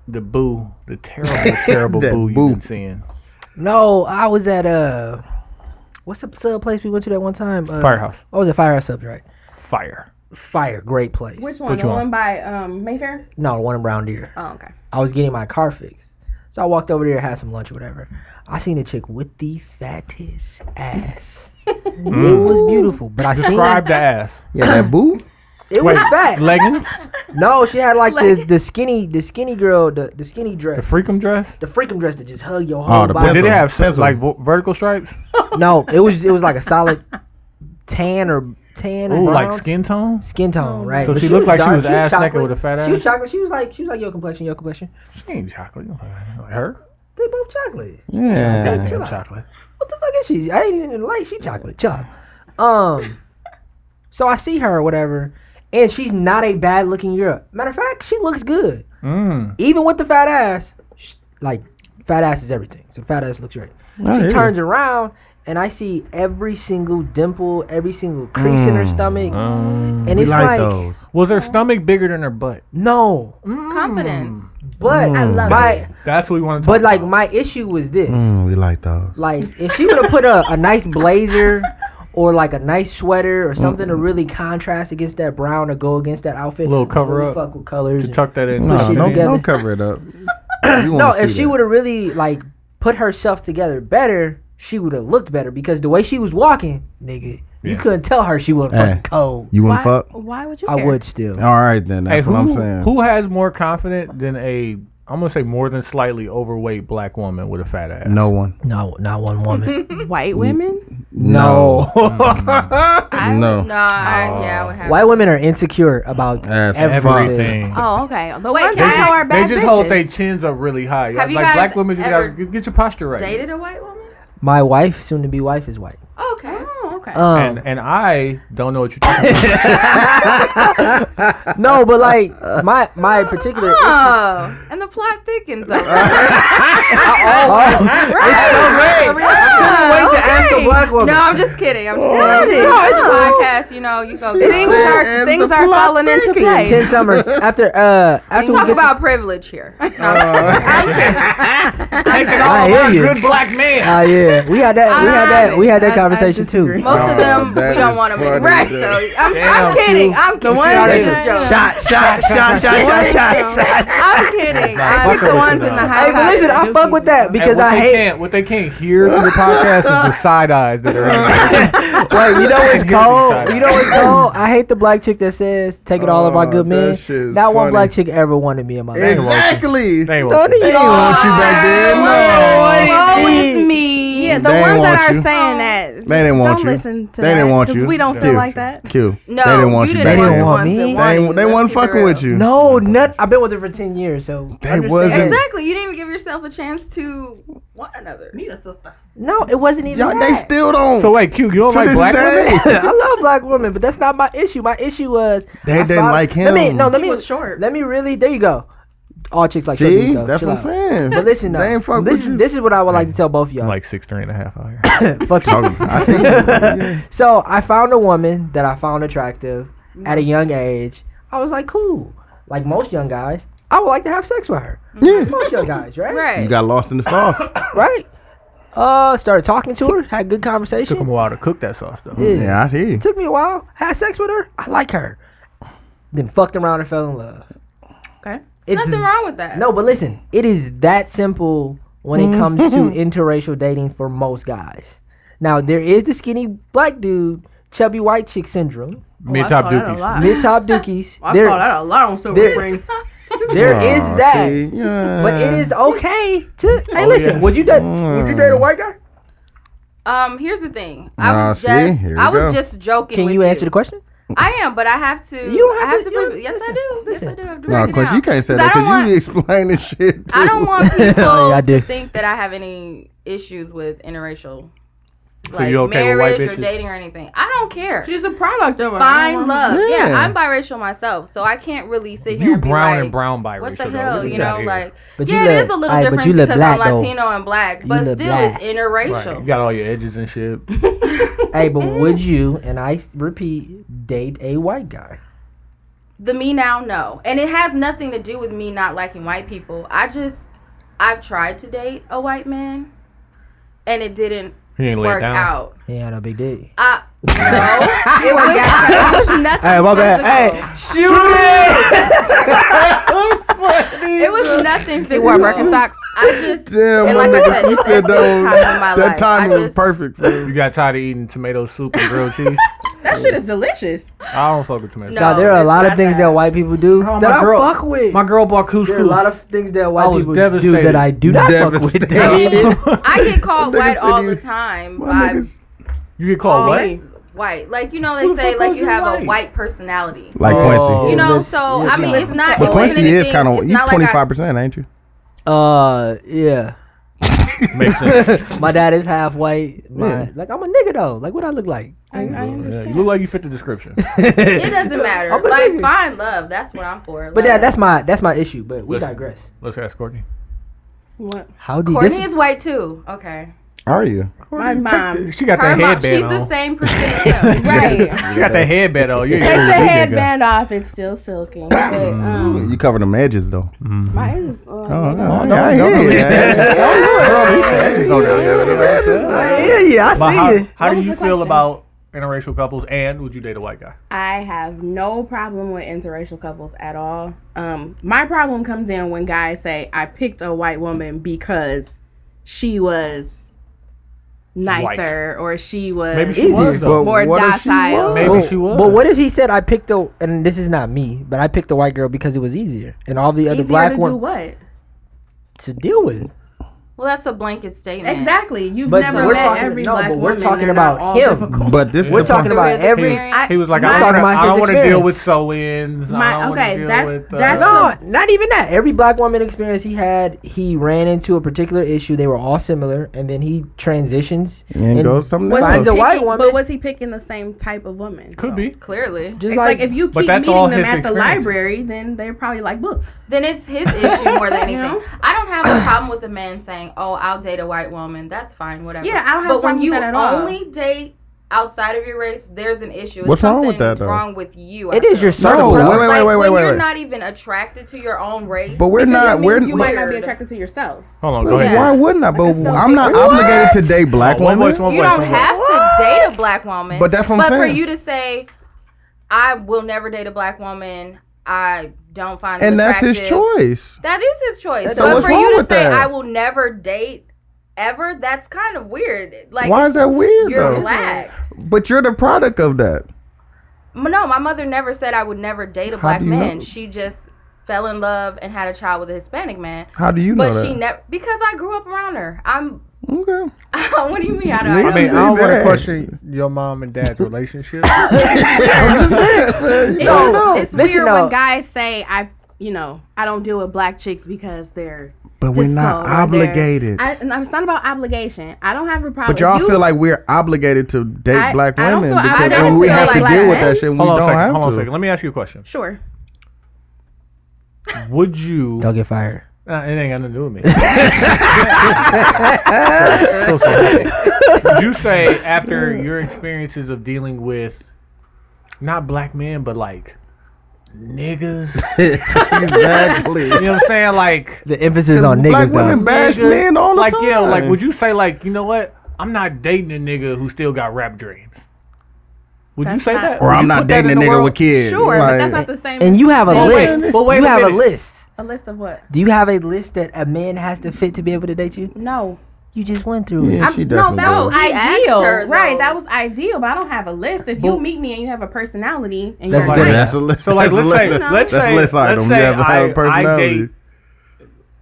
Speaker 5: the boo, the terrible, terrible
Speaker 2: That
Speaker 5: boo
Speaker 2: boo.
Speaker 5: you've been seeing.
Speaker 4: No, I was at uh, what's the sub place we went to that one time? Uh,
Speaker 5: Firehouse.
Speaker 4: I was at Firehouse Sub, right?
Speaker 5: Fire.
Speaker 4: Fire, great place.
Speaker 7: Which one?
Speaker 5: Which
Speaker 7: the
Speaker 5: one?
Speaker 7: one? by um, Mayfair?
Speaker 4: No, the one in Brown Deer.
Speaker 7: Oh, okay.
Speaker 4: I was getting my car fixed. So I walked over there, had some lunch or whatever. I seen a chick with the fattest ass. It was beautiful, but I
Speaker 5: Describe
Speaker 4: seen
Speaker 5: the ass.
Speaker 2: yeah, that boo.
Speaker 4: it
Speaker 5: Wait,
Speaker 4: was fat.
Speaker 5: leggings,
Speaker 4: no, she had like the, the skinny the skinny girl the, the skinny
Speaker 5: the Oh,
Speaker 4: dress,
Speaker 5: freakum dress.
Speaker 4: the freakum dress that just hug your whole
Speaker 2: the
Speaker 4: body.
Speaker 5: Did it
Speaker 2: Pencil,
Speaker 5: have some,
Speaker 2: pencil.
Speaker 5: like vo- vertical stripes?
Speaker 4: No, it was it was like a solid tan or tan
Speaker 5: Ooh,
Speaker 4: and
Speaker 5: like
Speaker 4: brown
Speaker 5: skin tone.
Speaker 4: skin tone, right?
Speaker 5: So
Speaker 4: But
Speaker 5: she looked like she
Speaker 4: dark,
Speaker 5: was ass
Speaker 4: chocolate.
Speaker 5: naked with a fat
Speaker 4: She was
Speaker 5: ass?
Speaker 4: chocolate. She was like she was like your complexion, your complexion.
Speaker 5: She ain't chocolate. Like her.
Speaker 4: They both chocolate.
Speaker 2: Yeah.
Speaker 5: Goddamn chocolate.
Speaker 4: What the fuck is she? I ain't even like she chocolate. Chill out. Um, so I see her or whatever, and she's not a bad looking girl. Matter of fact, she looks good. Even with the fat ass, sh like fat ass is everything. So fat ass looks great.
Speaker 2: hear
Speaker 4: she
Speaker 2: you.
Speaker 4: turns around. And I see every single dimple, every single crease in her stomach, and
Speaker 2: We
Speaker 4: it's
Speaker 2: like
Speaker 4: like,
Speaker 2: those.
Speaker 5: Was her stomach bigger than her butt?
Speaker 4: no,
Speaker 1: Confidence.
Speaker 4: but I
Speaker 7: love
Speaker 4: Mm. my,
Speaker 5: That's what we want to talk
Speaker 4: but like
Speaker 5: about.
Speaker 4: my issue was this:
Speaker 2: Mm, we like those.
Speaker 4: Like if she would have put a, a nice blazer or like a nice sweater or something to really contrast against that brown or go against that outfit.
Speaker 5: Little cover
Speaker 4: really
Speaker 5: up
Speaker 4: Fuck with colors.
Speaker 5: to
Speaker 4: and-
Speaker 5: tuck that in.
Speaker 2: Uh, No,
Speaker 4: shit
Speaker 2: don't,
Speaker 4: together.
Speaker 2: don't cover it up. You wanna
Speaker 4: no,
Speaker 2: see
Speaker 4: if she
Speaker 2: that.
Speaker 4: would have really like put herself together better, she would have looked better because the way she was walking, nigga, you
Speaker 5: Yeah.
Speaker 4: couldn't tell her she was
Speaker 2: Hey.
Speaker 4: fucking cold.
Speaker 2: you wouldn't
Speaker 7: Why,
Speaker 2: fuck.
Speaker 7: why would you
Speaker 4: I
Speaker 7: care?
Speaker 4: would still.
Speaker 2: All right, then.
Speaker 5: Hey,
Speaker 2: That's
Speaker 5: who,
Speaker 2: what I'm saying.
Speaker 5: who has more confident than a? I'm gonna say more than slightly overweight black woman with a fat ass.
Speaker 2: no one.
Speaker 4: No, not one woman.
Speaker 7: White women?
Speaker 4: no.
Speaker 1: I,
Speaker 2: No.
Speaker 1: No. I, yeah. I would have
Speaker 4: White women are insecure about
Speaker 2: That's
Speaker 4: everything.
Speaker 5: everything.
Speaker 7: Oh, okay. The
Speaker 1: Wait,
Speaker 7: ones
Speaker 1: can
Speaker 7: that
Speaker 1: I-
Speaker 7: tell are
Speaker 5: They
Speaker 7: bad
Speaker 5: just
Speaker 7: bitches.
Speaker 5: hold their chins up really high.
Speaker 1: Have you
Speaker 5: like
Speaker 1: guys
Speaker 5: black women just
Speaker 1: ever
Speaker 5: gotta get- get your posture right.
Speaker 1: dated a white woman.
Speaker 4: My wife, soon to be wife, is white.
Speaker 1: Okay.
Speaker 7: Oh, okay.
Speaker 2: Uh,
Speaker 4: Um,
Speaker 5: And and I don't know what you're talking about.
Speaker 4: no, but like my my particular issue
Speaker 1: Oh, and the plot thickens. Over. Right.
Speaker 4: wait to ask a black woman.
Speaker 1: No, I'm just kidding. I'm just kidding.
Speaker 4: No,
Speaker 1: it's
Speaker 4: it's
Speaker 1: a podcast, you know. You go.
Speaker 7: things are, things are falling into place.
Speaker 4: Ten summers after uh after we
Speaker 1: Talk
Speaker 4: get
Speaker 1: about privilege here.
Speaker 4: to, I hear you.
Speaker 5: black man.
Speaker 4: Ah yeah, we had that we had that we had that
Speaker 7: I- I
Speaker 4: conversation
Speaker 7: disagree.
Speaker 4: too.
Speaker 1: Most of them
Speaker 2: that
Speaker 1: we don't
Speaker 2: is
Speaker 1: want them.
Speaker 2: funny,
Speaker 1: Right.
Speaker 2: dude.
Speaker 1: So I'm,
Speaker 5: Damn,
Speaker 1: I'm kidding.
Speaker 5: Q.
Speaker 1: I'm kidding.
Speaker 7: ones
Speaker 1: I'm
Speaker 7: that-
Speaker 1: just joking.
Speaker 4: Shot shot shot shot shot shot shot.
Speaker 1: I'm kidding. I'm
Speaker 7: I pick the ones in the high
Speaker 4: Hey, but listen, I fuck with that because
Speaker 5: what
Speaker 4: I
Speaker 5: they
Speaker 4: hate.
Speaker 5: can't, what they can't hear through the podcast is the side eyes that are.
Speaker 4: Like you know what's
Speaker 5: I can't hear these
Speaker 4: cold. You know what's cold. I hate the black chick that says take it all of our
Speaker 2: Oh,
Speaker 4: good
Speaker 2: that
Speaker 4: men.
Speaker 2: shit is
Speaker 4: Not one
Speaker 2: funny.
Speaker 4: black chick ever wanted me in my life.
Speaker 2: Exactly. They
Speaker 5: They
Speaker 4: Don't
Speaker 5: won't-
Speaker 4: you want
Speaker 2: want you back there. No.
Speaker 7: Oh,
Speaker 1: It's me.
Speaker 7: Yeah, the
Speaker 2: They
Speaker 7: ones that
Speaker 2: want
Speaker 7: are
Speaker 2: you.
Speaker 7: saying that.
Speaker 2: They didn't want
Speaker 7: don't
Speaker 2: you.
Speaker 7: listen to
Speaker 2: they
Speaker 7: that,
Speaker 2: didn't want
Speaker 7: 'cause
Speaker 2: you.
Speaker 7: we don't
Speaker 2: Q.
Speaker 7: feel like that.
Speaker 2: Q.
Speaker 1: No,
Speaker 2: they didn't want
Speaker 1: you
Speaker 2: you.
Speaker 1: didn't
Speaker 2: back
Speaker 4: want
Speaker 2: there.
Speaker 4: the
Speaker 1: ones
Speaker 4: me.
Speaker 1: that wanted
Speaker 2: They,
Speaker 4: They
Speaker 1: you.
Speaker 2: ain't- they
Speaker 1: Let's
Speaker 2: wasn't
Speaker 1: keep it
Speaker 2: fucking
Speaker 1: real.
Speaker 2: with you.
Speaker 4: No, nut. I've been with her for ten years, so
Speaker 2: They
Speaker 4: understand.
Speaker 2: wasn't.
Speaker 1: Exactly. You didn't give yourself a chance to one another.
Speaker 7: Need a sister.
Speaker 4: No, it wasn't even.
Speaker 2: Y'all, they
Speaker 4: that.
Speaker 2: still don't.
Speaker 5: So wait, Q, you don't
Speaker 2: to
Speaker 5: like
Speaker 2: this
Speaker 5: black women?
Speaker 2: day.
Speaker 4: I love black women, but that's not my issue. My issue was
Speaker 2: They
Speaker 4: I
Speaker 2: didn't
Speaker 4: found-
Speaker 2: like
Speaker 4: Let me
Speaker 2: him.
Speaker 4: no. Let
Speaker 7: He
Speaker 4: me
Speaker 7: was short.
Speaker 4: Let me really. There you go. All chicks like
Speaker 2: See,
Speaker 4: Sylvia, though.
Speaker 2: that's
Speaker 4: Chill
Speaker 2: what I'm
Speaker 4: out.
Speaker 2: saying.
Speaker 4: But listen, though,
Speaker 2: They ain't fuck
Speaker 4: this
Speaker 2: with
Speaker 4: is
Speaker 2: you.
Speaker 4: this is what I would like to tell both of y'all.
Speaker 5: I'm like six, three and a half out here.
Speaker 4: fuck you.
Speaker 2: I see. you.
Speaker 4: So I found a woman that I found attractive at a
Speaker 7: Mm-hmm.
Speaker 4: young age. I was like, cool. Like most young guys, I would like to have sex with her. Yeah. Most young guys, right?
Speaker 2: You
Speaker 1: Right.
Speaker 2: got lost in the sauce.
Speaker 4: Right. Uh, started talking to her, had good
Speaker 5: Took them
Speaker 4: conversation.
Speaker 5: a while to cook that sauce though.
Speaker 2: yeah, I see. you.
Speaker 4: Took me a while. Had sex with her. I like her. Then fucked around and fell in love.
Speaker 7: Okay.
Speaker 4: It's-
Speaker 1: Nothing wrong with that.
Speaker 4: No, but listen, it is that simple when
Speaker 5: Mm-hmm.
Speaker 4: it comes to interracial dating for most guys. Now there is the skinny black dude, chubby white chick syndrome.
Speaker 5: mid
Speaker 1: Oh,
Speaker 5: top
Speaker 7: I call that a
Speaker 5: dookies.
Speaker 7: lot.
Speaker 4: Mid top dookies.
Speaker 7: I
Speaker 4: there,
Speaker 7: call that a lot on Silver
Speaker 4: there-
Speaker 7: Spring.
Speaker 4: there is
Speaker 2: Aw,
Speaker 4: that.
Speaker 2: see? Yeah.
Speaker 4: But it is okay to. Hey,
Speaker 5: Oh,
Speaker 4: listen.
Speaker 5: yes. Mm.
Speaker 4: Would you date? Would you date a white guy?
Speaker 1: Um, here's the thing. I
Speaker 2: Nah,
Speaker 1: was
Speaker 2: see?
Speaker 1: just
Speaker 2: Here we
Speaker 1: I was
Speaker 2: go.
Speaker 1: just joking.
Speaker 4: Can
Speaker 1: with
Speaker 4: you answer the question?
Speaker 1: I am, but I have to.
Speaker 4: You don't have
Speaker 1: I have
Speaker 4: to-
Speaker 1: to.
Speaker 4: you-
Speaker 1: prove it. Yes,
Speaker 4: listen,
Speaker 1: I do.
Speaker 4: listen.
Speaker 1: Yes, I do. I have to
Speaker 2: Nah,
Speaker 1: break it
Speaker 2: of course
Speaker 1: down.
Speaker 2: you can't say
Speaker 1: 'Cause
Speaker 2: that
Speaker 1: I don't
Speaker 2: because you
Speaker 1: want-
Speaker 2: be explaining shit. Too.
Speaker 1: I don't want
Speaker 4: Oh,
Speaker 1: people
Speaker 4: I do.
Speaker 1: to think that I have any issues with interracial,
Speaker 5: So you okay with white
Speaker 1: marriage
Speaker 5: bitches?
Speaker 1: or dating or anything. I don't care.
Speaker 7: She's a product of it.
Speaker 1: Find love. Yeah.
Speaker 2: Yeah.
Speaker 1: I'm biracial myself, so I can't really sit here
Speaker 5: You
Speaker 1: and be
Speaker 5: brown
Speaker 1: like,
Speaker 5: and brown biracial.
Speaker 1: What the
Speaker 5: though.
Speaker 1: hell,
Speaker 5: Look
Speaker 1: you
Speaker 5: at that
Speaker 1: know?
Speaker 5: here.
Speaker 1: Like,
Speaker 4: But you
Speaker 1: yeah,
Speaker 4: look-
Speaker 1: it is a little
Speaker 4: Aight, but
Speaker 1: different
Speaker 4: you look
Speaker 1: because
Speaker 4: black,
Speaker 1: I'm
Speaker 4: though.
Speaker 1: Latino and black,
Speaker 4: You
Speaker 1: but
Speaker 4: look
Speaker 1: still
Speaker 4: black.
Speaker 1: it's interracial.
Speaker 5: Right, You got all your edges and shit.
Speaker 4: hey, but would you? And I repeat, date a white guy?
Speaker 1: the me now no and it has nothing to do with me not liking white people i just i've tried to date a white man and it didn't
Speaker 5: He ain't laid
Speaker 1: work
Speaker 5: down.
Speaker 1: out
Speaker 4: He ain't no big dick.
Speaker 1: uh, no, it was, it was nothing
Speaker 4: Hey, my bad.
Speaker 1: physical.
Speaker 4: Hey, shoot it!
Speaker 1: it was nothing physical.
Speaker 7: Wore Birkenstocks.
Speaker 1: I just
Speaker 2: Damn,
Speaker 1: and
Speaker 2: my
Speaker 1: like I
Speaker 2: nigga,
Speaker 1: said,
Speaker 2: you
Speaker 1: it's
Speaker 2: said
Speaker 1: at this
Speaker 2: that
Speaker 1: time
Speaker 2: was-
Speaker 1: in my
Speaker 2: that
Speaker 1: life.
Speaker 2: timing
Speaker 1: I
Speaker 2: was
Speaker 1: just-
Speaker 2: perfect. For
Speaker 5: You got tired of eating tomato soup and grilled cheese.
Speaker 7: That shit is delicious.
Speaker 5: I don't fuck with tomato.
Speaker 1: No.
Speaker 5: soup.
Speaker 4: Now, there are a
Speaker 1: it's
Speaker 4: lot of
Speaker 1: not
Speaker 4: things
Speaker 1: that.
Speaker 4: that white people do
Speaker 5: Oh,
Speaker 4: that
Speaker 5: my
Speaker 4: I
Speaker 5: girl-
Speaker 4: fuck with.
Speaker 5: My girl bought
Speaker 4: there are a lot
Speaker 5: couscous.
Speaker 4: of things that
Speaker 5: I
Speaker 4: white
Speaker 5: was
Speaker 4: people do
Speaker 5: devastated.
Speaker 4: that I do not fuck with.
Speaker 2: Devastated.
Speaker 1: I get called
Speaker 2: Nigga
Speaker 1: white
Speaker 2: said
Speaker 1: all
Speaker 2: he
Speaker 1: the
Speaker 2: was-
Speaker 1: time
Speaker 2: My
Speaker 1: by
Speaker 2: niggas-
Speaker 5: You get called what?
Speaker 1: things white. Like you know, they
Speaker 5: Who the
Speaker 1: say
Speaker 5: fuck
Speaker 1: like
Speaker 5: calls
Speaker 1: you
Speaker 5: you
Speaker 1: have
Speaker 5: white?
Speaker 1: a white personality.
Speaker 2: like
Speaker 5: Oh.
Speaker 2: Quincy.
Speaker 1: You know,
Speaker 4: that's-
Speaker 1: so
Speaker 4: yeah,
Speaker 1: I mean,
Speaker 4: she-
Speaker 1: it's not.
Speaker 2: But
Speaker 1: it wasn't
Speaker 2: Quincy is
Speaker 1: anything-
Speaker 2: kind of
Speaker 1: it's
Speaker 2: you
Speaker 1: not like I-
Speaker 2: twenty five percent, ain't you?
Speaker 4: Uh, yeah.
Speaker 5: Makes sense.
Speaker 4: My dad is half white. My,
Speaker 2: Yeah.
Speaker 4: Like I'm a nigga though. Like what I look like?
Speaker 7: I, I
Speaker 2: Mm-hmm.
Speaker 5: Yeah, you
Speaker 7: understand.
Speaker 5: look like you fit the description.
Speaker 1: It doesn't matter.
Speaker 4: I'm a
Speaker 1: Like
Speaker 4: nigga.
Speaker 1: find love. That's what I'm for.
Speaker 4: But
Speaker 1: Love.
Speaker 4: yeah, that's my that's my issue. But we
Speaker 5: Listen.
Speaker 4: digress.
Speaker 5: Let's ask Courtney.
Speaker 7: What?
Speaker 4: How do
Speaker 1: Courtney
Speaker 4: this?
Speaker 1: is white too. Okay.
Speaker 2: Are you?
Speaker 7: My mom.
Speaker 5: She got
Speaker 1: Her
Speaker 5: that
Speaker 1: mom, she's
Speaker 5: headband
Speaker 1: the
Speaker 5: on.
Speaker 1: same person as him.
Speaker 7: Right. Take
Speaker 5: She got that headband on. You ain't
Speaker 7: the
Speaker 5: really big nigga.
Speaker 7: headband off. It's still silking. But, um,
Speaker 2: You cover them edges though.
Speaker 7: mine is. Uh,
Speaker 2: Mm. Oh, no,
Speaker 5: no,
Speaker 2: I
Speaker 5: no,
Speaker 2: hear
Speaker 5: no,
Speaker 2: you.
Speaker 5: no.
Speaker 4: Yeah, yeah, I
Speaker 5: But
Speaker 4: see
Speaker 5: how,
Speaker 4: it.
Speaker 5: how
Speaker 7: What
Speaker 5: do
Speaker 7: was
Speaker 5: you
Speaker 7: the
Speaker 5: feel
Speaker 7: question?
Speaker 5: about interracial couples and would you date a white guy?
Speaker 7: I have no problem with interracial couples at all. Um, my problem comes in when guys say, I picked a white woman because she was nicer or she was.
Speaker 5: Maybe she
Speaker 4: Easy.
Speaker 5: was though.
Speaker 7: More docile.
Speaker 5: Maybe
Speaker 4: But-
Speaker 5: she was.
Speaker 4: But what if he said I picked the and this is not me, but I picked the white girl because it was easier and all the other
Speaker 7: easier
Speaker 4: black
Speaker 7: to do
Speaker 4: one
Speaker 7: what?
Speaker 4: to deal with.
Speaker 1: Well, that's a blanket statement.
Speaker 7: Exactly. You've
Speaker 4: But
Speaker 7: never
Speaker 4: we're
Speaker 7: met
Speaker 4: talking-
Speaker 7: every
Speaker 4: no,
Speaker 7: black
Speaker 4: but we're
Speaker 7: woman.
Speaker 4: talking
Speaker 7: They're
Speaker 4: about
Speaker 7: not all
Speaker 4: him.
Speaker 7: difficult.
Speaker 2: But this
Speaker 4: We're
Speaker 2: is the point.
Speaker 4: talking about
Speaker 1: His
Speaker 4: every.
Speaker 1: experience.
Speaker 7: I-
Speaker 5: he was like,
Speaker 7: my-
Speaker 5: I don't,
Speaker 4: talking
Speaker 5: wanna,
Speaker 4: about
Speaker 5: I
Speaker 4: his
Speaker 5: don't want to deal
Speaker 4: experience.
Speaker 5: with sew-ins.
Speaker 7: My-
Speaker 5: I don't wanna
Speaker 7: okay,
Speaker 5: deal
Speaker 7: that's-
Speaker 5: with, uh,
Speaker 7: that's-
Speaker 4: No, not even that. Every black woman experience he had, he ran into a particular issue. They were all similar, and then he transitions
Speaker 2: And goes something
Speaker 7: Was he
Speaker 4: Finds
Speaker 2: else.
Speaker 4: a
Speaker 7: picking-
Speaker 4: white woman.
Speaker 7: But was he picking the same type of woman?
Speaker 5: could
Speaker 7: So-
Speaker 5: be.
Speaker 1: Clearly.
Speaker 4: Just
Speaker 7: It's like, if you
Speaker 5: But
Speaker 7: keep
Speaker 5: that's
Speaker 7: meeting
Speaker 5: all
Speaker 7: them
Speaker 5: his
Speaker 7: at the
Speaker 5: experiences.
Speaker 7: library, then they probably like books.
Speaker 1: Then it's his issue more than anything.
Speaker 7: You know?
Speaker 1: I don't have a problem with a man saying, "Oh, I'll date a white woman." That's fine, whatever.
Speaker 7: Yeah, I don't have a
Speaker 1: But
Speaker 7: problem
Speaker 1: when
Speaker 7: with
Speaker 1: you
Speaker 7: that at all.
Speaker 1: only date outside of your race, there's an issue. It's
Speaker 2: What's wrong with
Speaker 1: something
Speaker 2: that, though?
Speaker 1: Wrong with you. I
Speaker 4: it is
Speaker 1: feel.
Speaker 4: your circle.
Speaker 2: wait, wait,
Speaker 1: Like,
Speaker 2: wait,
Speaker 1: when
Speaker 2: wait,
Speaker 1: you're
Speaker 2: wait.
Speaker 1: not even attracted to your own race.
Speaker 2: But we're
Speaker 7: Because it
Speaker 2: not.
Speaker 7: means
Speaker 2: We're.
Speaker 7: you might not be
Speaker 1: Weird.
Speaker 7: attracted to yourself.
Speaker 5: Hold on, go
Speaker 1: Yeah.
Speaker 5: ahead.
Speaker 2: Why wouldn't I? But
Speaker 7: it's so
Speaker 2: I'm not
Speaker 7: weird.
Speaker 2: obligated to date black
Speaker 5: Oh, one
Speaker 2: women.
Speaker 5: voice, one
Speaker 1: you
Speaker 5: voice,
Speaker 1: don't
Speaker 5: one
Speaker 1: have to date a black woman.
Speaker 2: But that's what I'm
Speaker 1: but
Speaker 2: saying.
Speaker 1: for you to say, I will never date a black woman. I don't find it
Speaker 2: And that's his
Speaker 1: attractive,"
Speaker 2: choice.
Speaker 1: That is his choice.
Speaker 2: So
Speaker 1: but
Speaker 2: what's
Speaker 1: for
Speaker 2: wrong
Speaker 1: you to
Speaker 2: with
Speaker 1: say
Speaker 2: that?
Speaker 1: I will never date ever, that's kind of weird. Like
Speaker 2: Why is that weird
Speaker 1: You're
Speaker 2: though?
Speaker 1: black.
Speaker 2: But you're the product of that.
Speaker 1: M- No, my mother never said I would never date a black
Speaker 2: do you
Speaker 1: man.
Speaker 2: know?
Speaker 1: She just fell in love and had a child with a Hispanic man.
Speaker 2: How do you know
Speaker 1: But
Speaker 2: that?
Speaker 1: she never because I grew up around her. I'm.
Speaker 2: okay.
Speaker 1: what do you mean? I don't.
Speaker 5: I
Speaker 1: I
Speaker 5: mean,
Speaker 1: don't
Speaker 5: I don't want to
Speaker 2: Yeah.
Speaker 5: question your mom and dad's relationship.
Speaker 4: No,
Speaker 7: It's-
Speaker 4: no.
Speaker 7: It's
Speaker 4: Listen
Speaker 7: weird
Speaker 4: now.
Speaker 7: when guys say, I, you know, I don't deal with black chicks because they're.
Speaker 2: But we're not
Speaker 7: difficult or they're-"
Speaker 2: obligated.
Speaker 7: I, and it's not about obligation. I don't have a problem.
Speaker 2: But y'all
Speaker 7: You-
Speaker 2: feel like we're obligated to date
Speaker 7: I-
Speaker 2: black
Speaker 7: I don't
Speaker 2: women
Speaker 7: feel
Speaker 2: because
Speaker 7: obligated
Speaker 2: and we
Speaker 1: to
Speaker 2: have
Speaker 1: date
Speaker 2: to
Speaker 1: black
Speaker 2: deal with
Speaker 1: men.
Speaker 2: that shit. when We
Speaker 5: Hold on a
Speaker 2: don't
Speaker 5: second.
Speaker 2: have
Speaker 5: Hold on a
Speaker 2: to.
Speaker 5: second. Let me ask you a question.
Speaker 7: Sure.
Speaker 5: Would you?
Speaker 4: Don't get fired.
Speaker 5: Nah, Ah, it ain't got nothing to do with me. so, so sorry. Would you say after your experiences of dealing with not black men, but like niggas?
Speaker 2: exactly.
Speaker 5: You know what I'm saying? Like
Speaker 4: The emphasis on
Speaker 2: black
Speaker 4: niggas
Speaker 2: women
Speaker 4: though.
Speaker 2: bash men all the
Speaker 5: like,
Speaker 2: time.
Speaker 5: yeah, like would you say like, you know what? I'm not dating a nigga who still got rap dreams. Would you
Speaker 7: That's
Speaker 5: say
Speaker 7: not-
Speaker 5: that?
Speaker 2: Or
Speaker 5: Would
Speaker 2: I'm
Speaker 5: you
Speaker 2: not
Speaker 5: put that
Speaker 2: dating a
Speaker 5: in the
Speaker 2: nigga
Speaker 5: world?
Speaker 2: with kids.
Speaker 7: Sure, but that's
Speaker 2: Like,
Speaker 7: not the same.
Speaker 4: And
Speaker 7: as-
Speaker 4: you have a
Speaker 5: Well, wait,
Speaker 4: list.
Speaker 5: well, wait
Speaker 4: you
Speaker 5: a
Speaker 4: have a
Speaker 5: minute.
Speaker 4: list.
Speaker 7: a list of what?
Speaker 4: Do you have a list that a man has to fit to be able to date you?
Speaker 7: No.
Speaker 4: You just went through it.
Speaker 2: Yeah,
Speaker 7: I'm-
Speaker 2: she
Speaker 7: no,
Speaker 2: definitely
Speaker 7: that was
Speaker 2: does.
Speaker 1: He asked
Speaker 7: ideal,
Speaker 1: her,
Speaker 7: right?
Speaker 1: though.
Speaker 7: That was ideal, but I don't have a list. If you meet me and you have a personality and
Speaker 4: That's
Speaker 7: you're
Speaker 4: good.
Speaker 7: nice,
Speaker 2: That's a list.
Speaker 5: So like,
Speaker 2: that's
Speaker 5: let's
Speaker 2: a
Speaker 5: say,
Speaker 2: list.
Speaker 5: let's
Speaker 2: That's
Speaker 5: say,
Speaker 2: a list
Speaker 5: let's
Speaker 2: item.
Speaker 5: say
Speaker 2: you have
Speaker 5: I,
Speaker 2: a personality.
Speaker 5: I date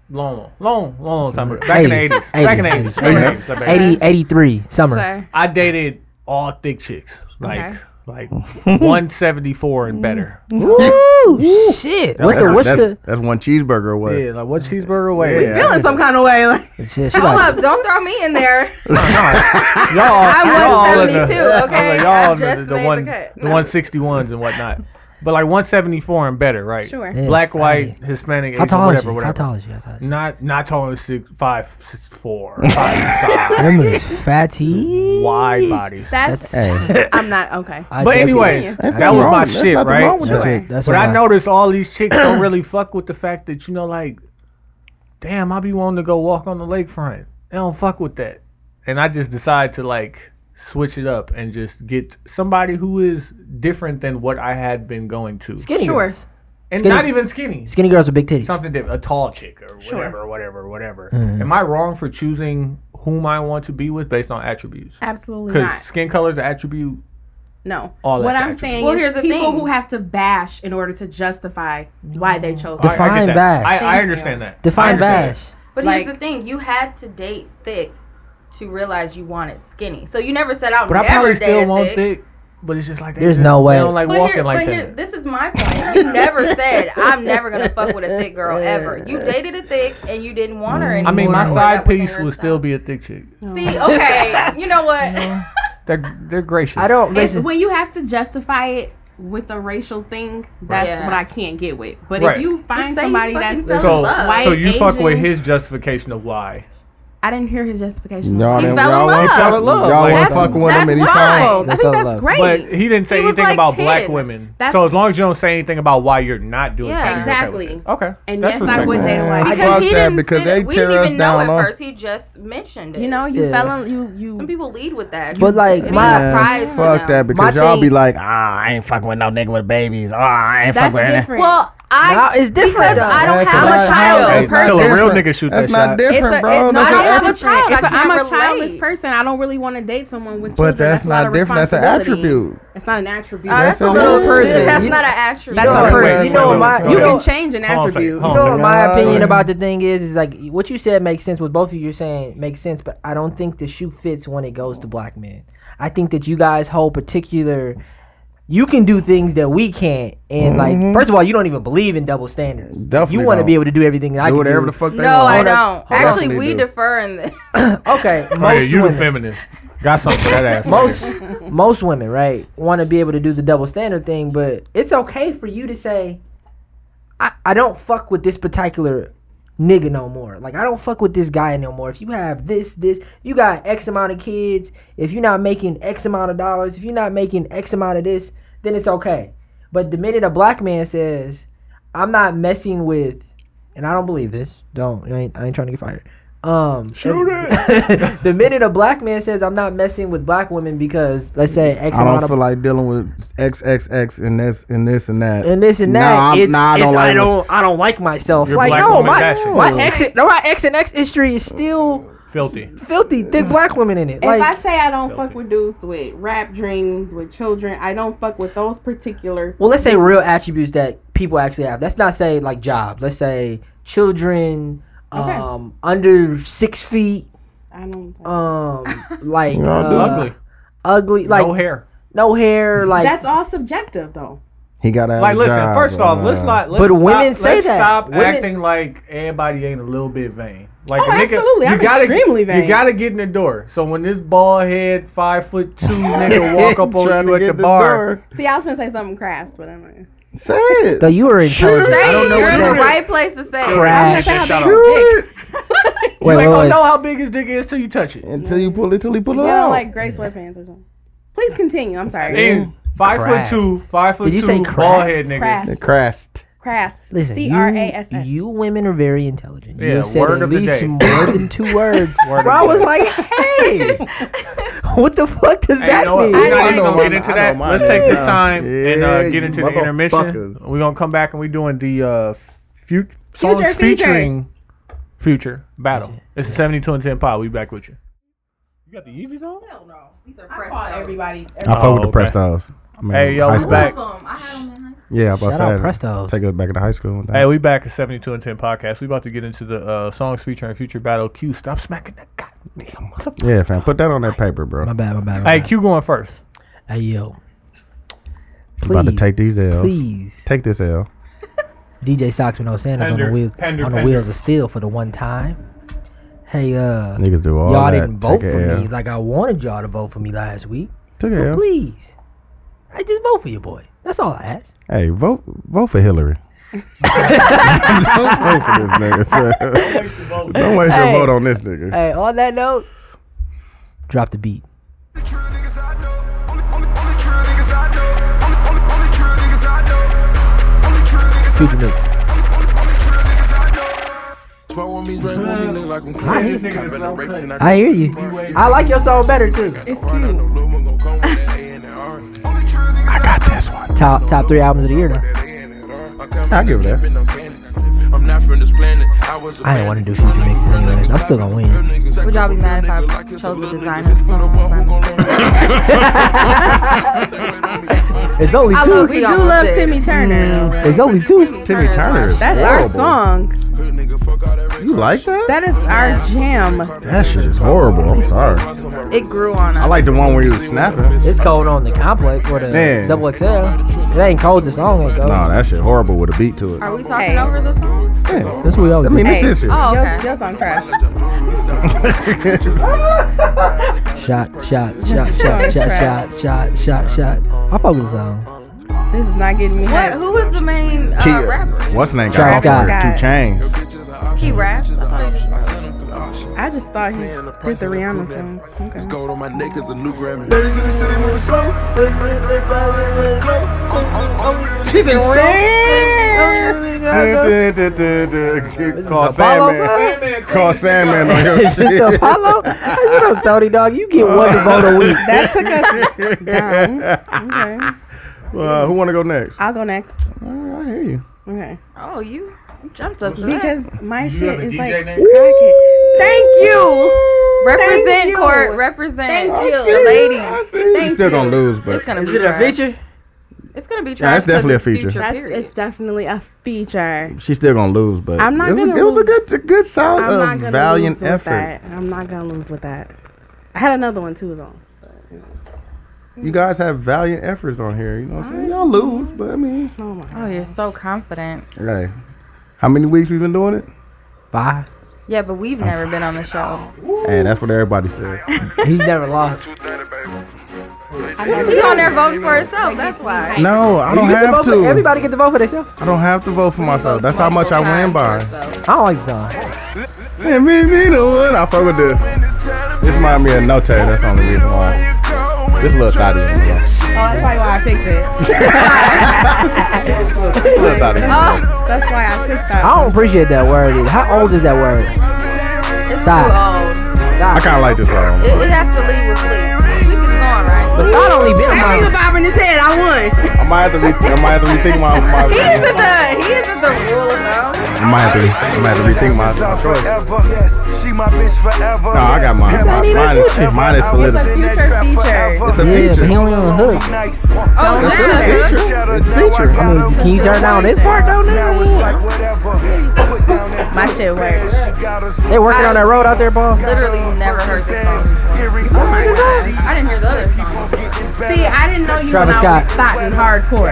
Speaker 5: long, long, long, long time ago. Back in the eighties.
Speaker 4: 80s,
Speaker 5: Back in the
Speaker 4: 80s,
Speaker 5: eighties. Back in
Speaker 4: 80s.
Speaker 5: the eighties. I dated-
Speaker 4: 80, 83, summer.
Speaker 1: Sure.
Speaker 5: I dated all thick chicks, like like one seventy four and better.
Speaker 4: Mm-hmm. Ooh, shit. What
Speaker 2: that's,
Speaker 4: the, what's
Speaker 2: that's,
Speaker 4: the.
Speaker 2: that's one cheeseburger away.
Speaker 5: Yeah, like what cheeseburger away?
Speaker 2: Yeah.
Speaker 7: feeling some kind of way. Like
Speaker 4: Shit, she
Speaker 1: Hold
Speaker 4: like,
Speaker 1: up, don't throw me in there.
Speaker 5: Y'all,
Speaker 1: I'm
Speaker 5: y'all in
Speaker 1: 172,
Speaker 5: the-
Speaker 1: okay?
Speaker 5: I'm like,
Speaker 1: I
Speaker 5: y'all in
Speaker 1: just
Speaker 5: the, the
Speaker 1: made
Speaker 5: one,
Speaker 1: the cut.
Speaker 5: the one sixty ones and whatnot. But like one seventy four and better, right?
Speaker 7: Sure.
Speaker 4: Yeah,
Speaker 5: Black,
Speaker 4: fatty.
Speaker 5: white, Hispanic,
Speaker 4: how
Speaker 5: Asian,
Speaker 4: tall is
Speaker 5: whatever,
Speaker 4: you? How
Speaker 5: whatever.
Speaker 4: tall is you? How tall is you?
Speaker 5: Not not taller than six five six four. Five, five,
Speaker 4: Them is fatty.
Speaker 5: wide bodies.
Speaker 7: that's
Speaker 4: Hey.
Speaker 7: I'm not okay.
Speaker 4: I
Speaker 5: But
Speaker 4: guess-
Speaker 5: anyways,
Speaker 2: Ain't
Speaker 5: that
Speaker 2: nothing
Speaker 5: was
Speaker 2: wrong-
Speaker 5: my
Speaker 2: there's
Speaker 5: shit,
Speaker 2: nothing
Speaker 5: right?
Speaker 2: wrong with
Speaker 4: That's
Speaker 2: that.
Speaker 4: what, that's
Speaker 5: But
Speaker 4: what
Speaker 5: I noticed all these chicks don't really fuck with the fact that you know, like, damn, I be wanting to go walk on the lakefront. They don't fuck with that, and I just decide to like switch it up and just get somebody who is different than what I had been going to,
Speaker 4: Skinny
Speaker 7: Sure.
Speaker 4: girls.
Speaker 5: and
Speaker 4: skinny-
Speaker 5: not even skinny,
Speaker 4: Skinny girls with big titties.
Speaker 5: something different, a tall chick or whatever, whatever, whatever.
Speaker 4: Mm-hmm.
Speaker 5: Am I wrong for choosing whom I want to be with based on attributes?
Speaker 7: Absolutely
Speaker 5: Because
Speaker 7: not.
Speaker 5: skin color is an attribute.
Speaker 7: No.
Speaker 5: All
Speaker 7: what
Speaker 5: that's
Speaker 7: I'm
Speaker 5: accurate.
Speaker 7: saying
Speaker 1: Well,
Speaker 7: is
Speaker 1: here's the
Speaker 7: people
Speaker 1: thing.
Speaker 7: who have to bash in order to justify why they chose
Speaker 5: I- I get
Speaker 4: Define
Speaker 5: that.
Speaker 4: bash.
Speaker 5: I, I
Speaker 7: Thank
Speaker 5: understand
Speaker 7: you.
Speaker 5: that. I
Speaker 4: Define
Speaker 5: understand that.
Speaker 4: bash.
Speaker 1: But
Speaker 7: Like-
Speaker 1: here's the thing: you had to date thick to realize you wanted skinny. So you never set out.
Speaker 5: But I
Speaker 1: never
Speaker 5: probably still
Speaker 1: dated
Speaker 5: want
Speaker 1: thick.
Speaker 5: thick. But it's just like they
Speaker 4: There's
Speaker 5: just-
Speaker 4: no way.
Speaker 5: They don't like
Speaker 1: But
Speaker 5: walking
Speaker 1: here,
Speaker 5: like
Speaker 1: but
Speaker 5: that.
Speaker 1: here, this is my point. You never said I'm never gonna fuck with a thick girl ever. You dated a thick and you didn't want her
Speaker 5: Mm. I
Speaker 1: anymore.
Speaker 5: mean, my
Speaker 1: or
Speaker 5: side
Speaker 1: that wasn't
Speaker 5: piece
Speaker 1: your
Speaker 5: would
Speaker 1: style.
Speaker 5: still be a thick chick.
Speaker 1: See, okay, you know what?
Speaker 5: They're they're gracious.
Speaker 4: I don't.
Speaker 7: It's
Speaker 4: Listen,
Speaker 7: when you have to justify it with a racial thing, that's
Speaker 1: Yeah.
Speaker 7: what I can't get with. But
Speaker 5: Right.
Speaker 7: if you
Speaker 1: Just
Speaker 7: find
Speaker 1: say you
Speaker 7: somebody
Speaker 1: fucking
Speaker 7: that's
Speaker 1: fell in
Speaker 5: So,
Speaker 1: love.
Speaker 7: white,
Speaker 5: so you fuck with
Speaker 7: Asian-
Speaker 5: his justification of why?
Speaker 7: I didn't hear his justification.
Speaker 2: Y'all
Speaker 1: He
Speaker 2: didn't-
Speaker 1: fell in
Speaker 2: y'all
Speaker 1: love.
Speaker 2: ain't
Speaker 1: Fell
Speaker 5: in love.
Speaker 2: Y'all
Speaker 5: Like,
Speaker 2: ain't
Speaker 7: that's
Speaker 2: fucking with him,
Speaker 7: that's
Speaker 2: and he fine.
Speaker 7: wild. I
Speaker 4: That's
Speaker 7: think
Speaker 4: all
Speaker 7: that's
Speaker 4: love.
Speaker 7: great.
Speaker 5: But he didn't say
Speaker 1: He was
Speaker 5: anything
Speaker 1: like
Speaker 5: about
Speaker 1: 10.
Speaker 5: black women.
Speaker 7: That's-
Speaker 5: so as long as you don't say anything about why you're not doing
Speaker 1: Yeah.
Speaker 5: something, you're okay with
Speaker 7: Exactly.
Speaker 5: it. Okay.
Speaker 7: and
Speaker 5: That's
Speaker 7: yes, I would
Speaker 5: respectable.
Speaker 7: date a white.
Speaker 2: I
Speaker 7: I
Speaker 1: because
Speaker 2: fuck
Speaker 1: he
Speaker 2: that
Speaker 1: didn't.
Speaker 2: because
Speaker 1: sit-
Speaker 2: they
Speaker 1: we
Speaker 2: tear
Speaker 1: didn't
Speaker 2: us
Speaker 1: even know
Speaker 2: down
Speaker 1: at
Speaker 2: on-
Speaker 1: first. He just mentioned it.
Speaker 7: you know, you
Speaker 4: Yeah.
Speaker 7: fell in you you.
Speaker 1: some people lead with that.
Speaker 4: But, like,
Speaker 1: It
Speaker 4: my-
Speaker 1: ain't a prize to
Speaker 2: Fuck
Speaker 1: them.
Speaker 2: that because
Speaker 4: My
Speaker 2: y'all
Speaker 4: thing-
Speaker 2: be like, ah, I ain't fucking with no nigga with babies. Ah, I ain't
Speaker 7: that's
Speaker 2: fucking with
Speaker 7: different.
Speaker 1: Well, I
Speaker 4: Nah, it's different,
Speaker 1: because
Speaker 4: though.
Speaker 1: I don't
Speaker 2: That's
Speaker 1: have
Speaker 2: not-
Speaker 1: a childless
Speaker 2: Hey,
Speaker 1: person.
Speaker 5: Until a real
Speaker 4: different.
Speaker 5: nigga shoot
Speaker 2: That's
Speaker 5: that
Speaker 2: not
Speaker 5: shot.
Speaker 7: it's
Speaker 2: different,
Speaker 7: a,
Speaker 2: bro.
Speaker 7: it- no,
Speaker 2: That's
Speaker 7: I
Speaker 2: an
Speaker 7: don't have a
Speaker 2: attribute.
Speaker 7: child.
Speaker 1: It's
Speaker 7: It's
Speaker 1: a-
Speaker 7: a, I'm a
Speaker 1: can't
Speaker 7: childless
Speaker 1: relate.
Speaker 7: person. I don't really want to date someone with children.
Speaker 2: But that's
Speaker 7: a lot
Speaker 2: not
Speaker 7: of
Speaker 2: different. That's an
Speaker 7: responsibility.
Speaker 2: attribute.
Speaker 7: It's not an attribute.
Speaker 1: Uh, that's
Speaker 2: That's
Speaker 1: a
Speaker 2: a
Speaker 1: little
Speaker 2: little
Speaker 1: person.
Speaker 2: person.
Speaker 1: That's
Speaker 4: You-
Speaker 1: not an attribute.
Speaker 4: you know
Speaker 5: Wait,
Speaker 4: what
Speaker 5: wait,
Speaker 4: my,
Speaker 5: wait,
Speaker 4: you know
Speaker 5: wait,
Speaker 4: what my,
Speaker 5: wait,
Speaker 4: you
Speaker 7: you
Speaker 5: wait.
Speaker 4: know,
Speaker 7: can change an
Speaker 5: Hold on a second,
Speaker 7: attribute.
Speaker 5: hold
Speaker 4: you
Speaker 5: on a
Speaker 4: know what
Speaker 5: second.
Speaker 4: my
Speaker 2: God.
Speaker 4: opinion about the thing is is like what you said makes sense what both of you are saying makes sense but i don't think the shoe fits when it goes to black men i think that you guys hold particular you can do things that we can't and like first of all you don't even believe in double standards
Speaker 2: Definitely
Speaker 4: you want to
Speaker 2: don't.
Speaker 4: be able to do everything that
Speaker 2: Do
Speaker 4: i
Speaker 2: whatever
Speaker 4: can
Speaker 2: the
Speaker 4: do
Speaker 2: fuck they want.
Speaker 1: No, I
Speaker 4: Hold
Speaker 1: don't.
Speaker 4: up.
Speaker 2: Hold up.
Speaker 1: Actually,
Speaker 2: Definitely
Speaker 1: we
Speaker 2: do.
Speaker 1: defer in this.
Speaker 4: okay
Speaker 5: Right,
Speaker 4: most
Speaker 5: Oh, you the
Speaker 4: women,
Speaker 5: feminist. Got something for that ass.
Speaker 4: most most women right want to be able to do the double standard thing but it's okay for you to say I, I don't fuck with this particular nigga no more like i don't fuck with this guy no more if you have this this you got x amount of kids if you're not making x amount of dollars if you're not making x amount of this then it's okay but the minute a black man says i'm not messing with and i don't believe this don't i ain't, I ain't trying to get fired um
Speaker 5: Shoot
Speaker 4: it. the minute a black man says i'm not messing with black women because let's say x
Speaker 2: I
Speaker 4: amount
Speaker 2: don't
Speaker 4: of
Speaker 2: feel like dealing with XXX and this and this and that.
Speaker 4: and this and
Speaker 2: Nah,
Speaker 4: that.
Speaker 2: I'm-
Speaker 4: it's,
Speaker 2: nah, I
Speaker 4: it's-
Speaker 2: don't like
Speaker 4: I don't, I don't like myself.
Speaker 5: Your
Speaker 4: like
Speaker 5: black
Speaker 4: no,
Speaker 5: woman
Speaker 4: my
Speaker 5: bashing.
Speaker 4: my ex, no, my X and X history is still
Speaker 5: Filthy.
Speaker 4: filthy. Thick black women in it.
Speaker 7: If I
Speaker 4: Like
Speaker 7: say I don't fuck with dudes with rap dreams, with children, I don't fuck with those particular.
Speaker 4: well, let's say real attributes that people actually have. Let's not say like jobs. Let's say children,
Speaker 7: Okay.
Speaker 4: um, under six feet,
Speaker 7: I don't.
Speaker 4: um, like
Speaker 2: You know, dude,
Speaker 4: uh,
Speaker 5: Ugly.
Speaker 4: ugly, like
Speaker 5: no hair.
Speaker 4: no hair, like
Speaker 7: that's all subjective, though.
Speaker 2: He got
Speaker 5: Like, listen. first off, let's not. Let's
Speaker 4: But
Speaker 5: stop,
Speaker 4: women say
Speaker 5: let's
Speaker 4: that.
Speaker 5: Stop
Speaker 4: Women-
Speaker 5: acting like everybody ain't a little bit vain. Like
Speaker 7: Oh,
Speaker 5: a nigga,
Speaker 7: absolutely.
Speaker 5: You
Speaker 7: I'm
Speaker 5: gotta,
Speaker 7: extremely vain.
Speaker 5: You gotta get in the door. So when this bald head, five foot two nigga walk up on
Speaker 2: Trying to
Speaker 5: you at
Speaker 2: get
Speaker 5: the
Speaker 2: the
Speaker 5: bar,
Speaker 7: See, I was gonna say something crass, but I'm. Like,
Speaker 2: Say it.
Speaker 4: though you were
Speaker 2: Shoot it.
Speaker 4: intelligent. I
Speaker 1: Hey,
Speaker 4: don't know
Speaker 1: you're
Speaker 4: what
Speaker 1: in
Speaker 4: that-
Speaker 1: the right place to say. it.
Speaker 7: I'm
Speaker 4: Crash.
Speaker 7: gonna say how
Speaker 5: Shut
Speaker 7: big
Speaker 5: up.
Speaker 7: his dick.
Speaker 4: Wait,
Speaker 5: you
Speaker 4: wait,
Speaker 5: ain't gonna
Speaker 4: wait.
Speaker 5: know how big his dick is till you touch it.
Speaker 2: until you pull it, till you pull it
Speaker 7: You
Speaker 2: out.
Speaker 7: don't like gray sweatpants or something. Please continue. I'm sorry.
Speaker 5: And five
Speaker 4: Crassed.
Speaker 5: foot two, five foot
Speaker 4: Did you
Speaker 5: two,
Speaker 4: say
Speaker 5: bald
Speaker 4: crassed?
Speaker 5: head nigga.
Speaker 2: It
Speaker 7: Crass.
Speaker 2: crashed.
Speaker 7: Crass.
Speaker 4: Listen,
Speaker 7: C R A S S.
Speaker 4: You, you women are very intelligent.
Speaker 5: Yeah,
Speaker 4: you have said
Speaker 5: word
Speaker 4: at
Speaker 5: of the
Speaker 4: least
Speaker 5: day.
Speaker 4: more than two words.
Speaker 5: Word
Speaker 4: Bro, I
Speaker 5: of the
Speaker 4: was like, hey, what the fuck does
Speaker 5: Hey, you
Speaker 4: that
Speaker 5: know what?
Speaker 4: mean?
Speaker 5: We're not
Speaker 2: I
Speaker 5: even
Speaker 2: know
Speaker 5: gonna get
Speaker 2: mine.
Speaker 5: into
Speaker 2: I
Speaker 5: that.
Speaker 2: know mine.
Speaker 5: Let's take this
Speaker 2: Yeah.
Speaker 5: time and uh,
Speaker 2: Yeah,
Speaker 5: get
Speaker 2: you
Speaker 5: into the intermission.
Speaker 2: motherfuckers.
Speaker 5: We're gonna come back and we doing the uh, fut- songs
Speaker 7: features.
Speaker 5: featuring
Speaker 8: Future battle. It's a seventy-two and ten pod. We back with you. You got the Yeezys on?
Speaker 1: Hell no. These are
Speaker 7: I
Speaker 1: pressed
Speaker 7: call
Speaker 1: toes.
Speaker 7: everybody.
Speaker 2: I fuck with
Speaker 8: Oh, okay.
Speaker 2: the Prestos. I mean,
Speaker 8: Hey, yo,
Speaker 2: high
Speaker 8: we
Speaker 1: I
Speaker 2: school.
Speaker 8: back.
Speaker 1: love them. I had them in high school.
Speaker 2: Yeah, but
Speaker 4: Shout out
Speaker 2: I said
Speaker 4: Prestos.
Speaker 2: take it back to high school.
Speaker 8: Hey, we back at seventy-two and ten podcast. We about to get into the uh, songs featuring Future Battle. Q, stop smacking that goddamn motherfucker.
Speaker 2: yeah, fam, put that on that paper, bro.
Speaker 4: My bad, my bad. My
Speaker 8: Hey,
Speaker 4: bad.
Speaker 8: Q, going first.
Speaker 4: Hey, yo. Please,
Speaker 2: About to take these L's.
Speaker 4: please,
Speaker 2: Take this L.
Speaker 4: DJ Socks with no sandals on
Speaker 8: Pender,
Speaker 4: the wheels
Speaker 8: pender,
Speaker 4: on the
Speaker 8: pender.
Speaker 4: wheels of steel for the one time. Hey, uh,
Speaker 2: Niggas do all
Speaker 4: y'all
Speaker 2: that.
Speaker 4: didn't vote
Speaker 2: Take
Speaker 4: for
Speaker 2: a L.
Speaker 4: me like I wanted y'all to vote for me last week.
Speaker 2: Took a
Speaker 4: But
Speaker 2: L.
Speaker 4: please, I just vote for your boy. That's all I ask.
Speaker 2: Hey, vote vote for Hillary. Don't vote for this nigga. fam. Don't waste your
Speaker 4: Hey.
Speaker 2: vote on this nigga.
Speaker 4: Hey, on that note, drop the beat. Future mix.
Speaker 9: Smoke with me, drink with me, look like I'm clean. Cop in the rape, then
Speaker 4: I hear you. I like your song better too.
Speaker 9: It's cute. I know Lil' one gon' come with that A and that R.
Speaker 4: Top top three albums of the year though.
Speaker 9: I
Speaker 2: give it that.
Speaker 9: I'm not from this planet. I was
Speaker 4: I ain't wanna do future mixes anyways. I'm still gonna win.
Speaker 1: Would y'all be mad if I chose the designer song by mistake?
Speaker 4: It's only
Speaker 1: I
Speaker 4: two.
Speaker 1: love-
Speaker 7: We
Speaker 1: We
Speaker 7: do
Speaker 1: almost
Speaker 7: love
Speaker 1: did.
Speaker 7: Timmy Turner.
Speaker 4: It's only two.
Speaker 2: Timmy
Speaker 1: Turner's
Speaker 2: Turner. is
Speaker 7: That's our
Speaker 2: horrible.
Speaker 7: song.
Speaker 2: You like that?
Speaker 7: That is our jam.
Speaker 2: That shit is horrible. I'm sorry.
Speaker 1: It grew on us.
Speaker 2: I like the one where you was snapping.
Speaker 4: It's cold on the complex or the
Speaker 2: Man.
Speaker 4: double XL. It ain't cold. The song ain't cold.
Speaker 2: Nah, that shit horrible with a beat to it.
Speaker 1: Are we talking over the song?
Speaker 2: Damn.
Speaker 4: That's what we
Speaker 2: I
Speaker 4: always.
Speaker 2: mean,
Speaker 4: do.
Speaker 2: this is shit.
Speaker 1: Oh,
Speaker 7: Your,
Speaker 1: okay.
Speaker 7: your song crash.
Speaker 4: Shot shot shot shot shot shot shot shot shot. I fuck with the song.
Speaker 7: This is not getting me
Speaker 1: What?
Speaker 7: hyped.
Speaker 1: Who was the main uh, rapper?
Speaker 2: What's the name?
Speaker 4: Travis
Speaker 2: Got off
Speaker 4: Scott.
Speaker 2: for two chains.
Speaker 1: He raps. I thought he was-
Speaker 7: I just thought he did the Rihanna songs.
Speaker 9: It's
Speaker 7: Okay.
Speaker 9: gold on my neck is a new Grammy. Ladies in the city moving slow.
Speaker 2: She's in Call
Speaker 4: Apollo
Speaker 2: Sandman. Call Sandman on your
Speaker 4: Is this
Speaker 2: shit.
Speaker 4: the Apollo? Shut up, Tony dog. You get one to vote a week.
Speaker 7: That took us down. Okay.
Speaker 2: Uh, who want to go next?
Speaker 7: I'll go next.
Speaker 2: I hear you.
Speaker 7: Okay.
Speaker 1: Oh, you jumped up to that.
Speaker 7: Because my shit is like
Speaker 8: name?
Speaker 7: cracking. Thank you. Thank
Speaker 1: Represent
Speaker 7: you.
Speaker 1: court. Represent
Speaker 7: Thank you.
Speaker 1: the
Speaker 2: I
Speaker 1: ladies.
Speaker 2: see you. You're still gonna lose,
Speaker 1: It's
Speaker 2: but
Speaker 1: gonna be trash. It's gonna be trash.
Speaker 2: it's definitely
Speaker 1: 'cause
Speaker 2: a
Speaker 1: it's
Speaker 2: feature.
Speaker 7: That's,
Speaker 1: period.
Speaker 7: it's definitely a feature.
Speaker 2: she's still gonna lose. But
Speaker 7: I'm not
Speaker 2: it was,
Speaker 7: gonna
Speaker 2: a, it was a
Speaker 7: lose.
Speaker 2: good, a good solid,
Speaker 7: I'm not
Speaker 2: uh,
Speaker 7: gonna
Speaker 2: valiant
Speaker 7: lose with
Speaker 2: effort.
Speaker 7: that. I'm not gonna lose with that. I had another one too though.
Speaker 2: You guys have valiant efforts on here. You know what I'm saying? Y'all lose, but I mean,
Speaker 7: Oh my.
Speaker 1: oh, you're so confident.
Speaker 2: hey, how many weeks we been doing it?
Speaker 4: Bye.
Speaker 1: Yeah, but we've never been on the show.
Speaker 2: Hey, that's what everybody says.
Speaker 4: He's never lost.
Speaker 1: He on there voting for himself. That's why.
Speaker 2: No, I don't
Speaker 4: You get to
Speaker 2: have
Speaker 4: vote for-
Speaker 2: to.
Speaker 4: Everybody get to vote for themselves.
Speaker 2: I don't have to vote for myself. That's how much I win by.
Speaker 1: Oh,
Speaker 4: I don't like the song.
Speaker 2: And me, me, the one. I fuck with this. This reminds me of No Tay. That's the only reason why. This little thotty. in here.
Speaker 7: Oh, that's probably why I picked it.
Speaker 2: This little thotty.
Speaker 1: Oh,
Speaker 7: That's why I picked that.
Speaker 4: I don't appreciate that word. either. How old is that word?
Speaker 1: It's
Speaker 4: Stop.
Speaker 1: too old.
Speaker 2: I kind of like this song.
Speaker 1: It, it has to leave with sleep. Sleep is gone, right?
Speaker 4: But I don't even. I'm like,
Speaker 7: bobbing his head. I won.
Speaker 2: I might have to, re- I might have to rethink my. my
Speaker 1: He isn't the he isn't the ruler though.
Speaker 2: I might have to, re- I might have to rethink my, my choice.
Speaker 9: She my bitch forever.
Speaker 2: No, Oh, I got mine. Mine, mine, is, mine is
Speaker 1: It's
Speaker 2: solid.
Speaker 1: a future feature.
Speaker 2: It's a
Speaker 4: yeah, but
Speaker 2: feature.
Speaker 4: he only on the hook.
Speaker 1: Oh, yeah.
Speaker 2: It's a feature. It's a feature.
Speaker 4: I mean, can you turn down this part though? Nigga?
Speaker 7: My shit works.
Speaker 4: They working on that road out there, Paul.
Speaker 1: Literally never heard this song.
Speaker 4: Oh
Speaker 1: I didn't hear the other song.
Speaker 7: See, I didn't know you
Speaker 4: Travis
Speaker 7: when I was thought in hardcore.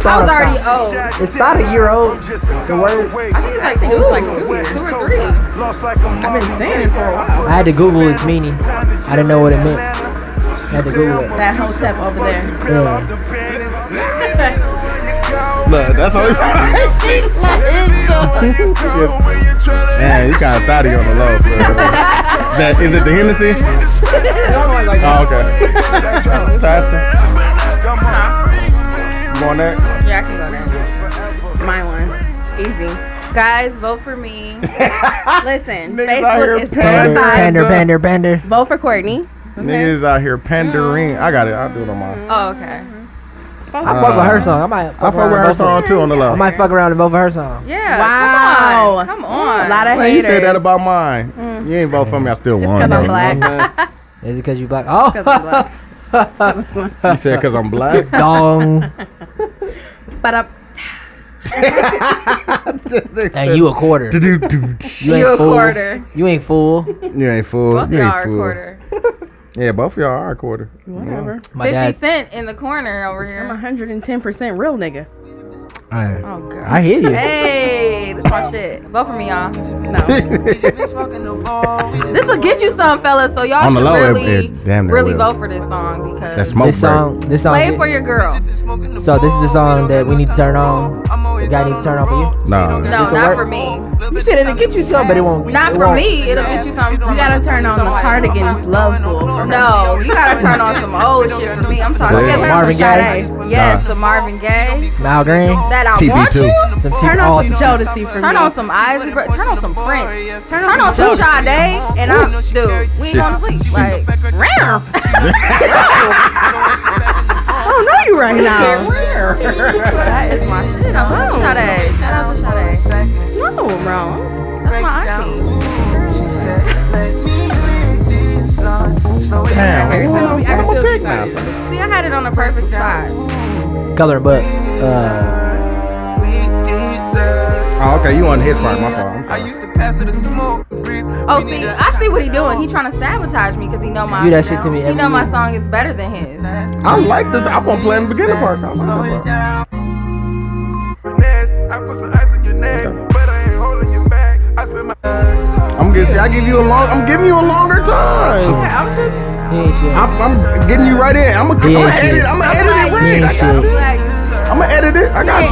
Speaker 1: I
Speaker 4: thought
Speaker 1: was
Speaker 4: of
Speaker 1: already
Speaker 4: that?
Speaker 1: old.
Speaker 4: It's not a year old. The word.
Speaker 1: I think it's like it was like two, two or three.
Speaker 7: I've been saying it for a while.
Speaker 4: I had to Google its meaning. I didn't know what it meant. I had to Google it.
Speaker 7: That whole step over there.
Speaker 4: Yeah.
Speaker 2: Look, that's all. Man, you kind of thotty on the low. bro. That is it. The Hennessy. Oh, okay. Tasha, you want that?
Speaker 1: Yeah, I can go there.
Speaker 7: My one. Easy.
Speaker 1: Guys, vote for me.
Speaker 2: out
Speaker 7: Listen,
Speaker 2: here
Speaker 7: Facebook is
Speaker 2: pandering.
Speaker 7: verified.
Speaker 4: Bender, Bender, Bender.
Speaker 7: Vote for Courtney.
Speaker 2: Niggas out here pandering. I got it. I'll do it on mine.
Speaker 1: Oh, okay.
Speaker 7: fuck
Speaker 4: I
Speaker 7: with
Speaker 4: fuck with her song. Uh, I might.
Speaker 2: I fuck with her song too on the
Speaker 4: I
Speaker 2: low.
Speaker 4: might fuck around and vote for her song.
Speaker 1: Yeah.
Speaker 7: Wow.
Speaker 1: Come on. Come on.
Speaker 7: a lot of
Speaker 2: Man, you
Speaker 7: haters.
Speaker 2: said that about mine. You ain't vote for me. I still won.
Speaker 1: 'cause I'm
Speaker 2: though, you know what I'm
Speaker 4: Is it because you black? Oh,
Speaker 1: Because I'm black.
Speaker 2: saying? you said because I'm black.
Speaker 4: dong.
Speaker 1: But
Speaker 7: uh,
Speaker 1: I,
Speaker 4: And you a quarter. You
Speaker 1: you a
Speaker 4: ain't fool.
Speaker 1: quarter.
Speaker 4: You ain't fool.
Speaker 2: You ain't fool.
Speaker 1: Both
Speaker 2: you
Speaker 1: y'all
Speaker 2: ain't
Speaker 1: are a
Speaker 2: fool.
Speaker 1: quarter.
Speaker 2: Yeah, both of y'all are a quarter.
Speaker 7: Whatever.
Speaker 4: My
Speaker 1: 50
Speaker 4: dad.
Speaker 1: Cent in the corner over
Speaker 7: I'm
Speaker 1: here.
Speaker 7: 110% real nigga.
Speaker 1: Oh, God.
Speaker 4: I hear you.
Speaker 1: Hey, this my shit. Vote for me, y'all. No. this will get you some, fellas. So y'all
Speaker 2: On the
Speaker 1: should
Speaker 2: low, it-
Speaker 1: really,
Speaker 2: it damn near
Speaker 1: really
Speaker 2: will.
Speaker 1: vote for this song because
Speaker 2: That smoke
Speaker 4: This song. This song.
Speaker 1: play
Speaker 4: did-
Speaker 1: it for your girl.
Speaker 4: So this is the song that we need to turn on. The guy need to turn on for you.
Speaker 2: Nah,
Speaker 1: No,
Speaker 4: Just a
Speaker 1: not
Speaker 4: word.
Speaker 1: for me.
Speaker 4: You said it'll get you some, but it won't.
Speaker 1: Not
Speaker 4: it
Speaker 1: for
Speaker 4: won't.
Speaker 1: me. It'll get you something. From
Speaker 7: You gotta turn on the
Speaker 1: somebody.
Speaker 7: cardigans love bull. for her.
Speaker 1: No, you gotta turn on some old shit for me. I'm talking
Speaker 2: Yeah.
Speaker 1: about
Speaker 4: Marvin Gaye.
Speaker 1: Yes, some Marvin Gaye.
Speaker 4: Mal Green.
Speaker 1: That I want
Speaker 2: TB2.
Speaker 1: you.
Speaker 4: Some
Speaker 7: Turn
Speaker 4: all
Speaker 7: on some Jodeci for
Speaker 1: Turn
Speaker 7: me.
Speaker 1: on some Isaac. Bro- Turn on some Prince. Turn on, some Sade. And I'm, dude, we ain't gonna sleep. Like,
Speaker 7: Ram. I don't know you right now.
Speaker 1: that is my shit. I love Sade. Shout out to Sade.
Speaker 7: No, bro.
Speaker 1: That's my auntie.
Speaker 2: Damn.
Speaker 1: See, I had it on the perfect spot.
Speaker 4: Color and Book. Uh,
Speaker 2: Oh, okay, you on his part. My fault. I'm sorry.
Speaker 1: Oh, see, I see what he doing. He trying to sabotage me because he know my
Speaker 4: do that shit to me
Speaker 1: he
Speaker 4: every
Speaker 1: know
Speaker 4: year.
Speaker 1: my song is better than his.
Speaker 2: I like this. I want to play in the beginner part. I like this part. I'm gonna see. I give you a long. I'm giving you a longer time.
Speaker 1: Yeah, I'm just
Speaker 4: he ain't shit.
Speaker 2: I'm, I'm getting you right in. I'm gonna
Speaker 4: Yeah,
Speaker 2: I'm gonna
Speaker 4: shit.
Speaker 2: edit. I'm gonna edit it
Speaker 1: like,
Speaker 2: right.
Speaker 4: Yeah,
Speaker 2: I got
Speaker 4: shit.
Speaker 2: you.
Speaker 1: like,
Speaker 2: I'm gonna edit it. I got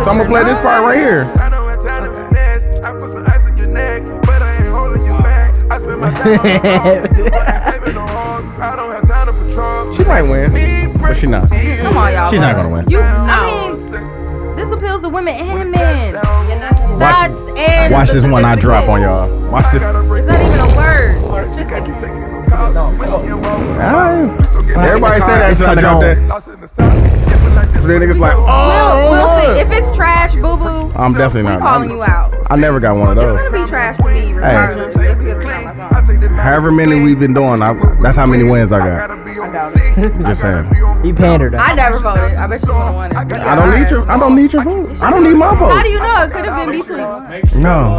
Speaker 2: you. So I'm gonna play this part right here. She might win, but she not.
Speaker 1: come on, y'all.
Speaker 2: She's not gonna win.
Speaker 1: You, I mean, this appeals to women and men.
Speaker 2: Watch-
Speaker 1: Thoughts and
Speaker 2: Watch this one. I
Speaker 1: statistics.
Speaker 2: drop on y'all. Watch this.
Speaker 1: It's not even a word.
Speaker 9: Oh,
Speaker 2: Everybody say that until I drop that. So then niggas like,
Speaker 1: We'll, we'll see.
Speaker 2: oh,
Speaker 1: If it's trash, boo boo,
Speaker 2: I'm
Speaker 1: we
Speaker 2: definitely not.
Speaker 1: calling you out. It's
Speaker 2: I never got one of those.
Speaker 1: gonna be trash to me, regardless. Just because it's not my song.
Speaker 2: However many we've been doing, I, that's how many wins I got. Just saying.
Speaker 4: He pandered her.
Speaker 1: I never voted. I bet you don't want it.
Speaker 2: I don't need your. I don't need your vote. I don't need my
Speaker 1: How do
Speaker 2: vote.
Speaker 1: you know it could have been between?
Speaker 2: No.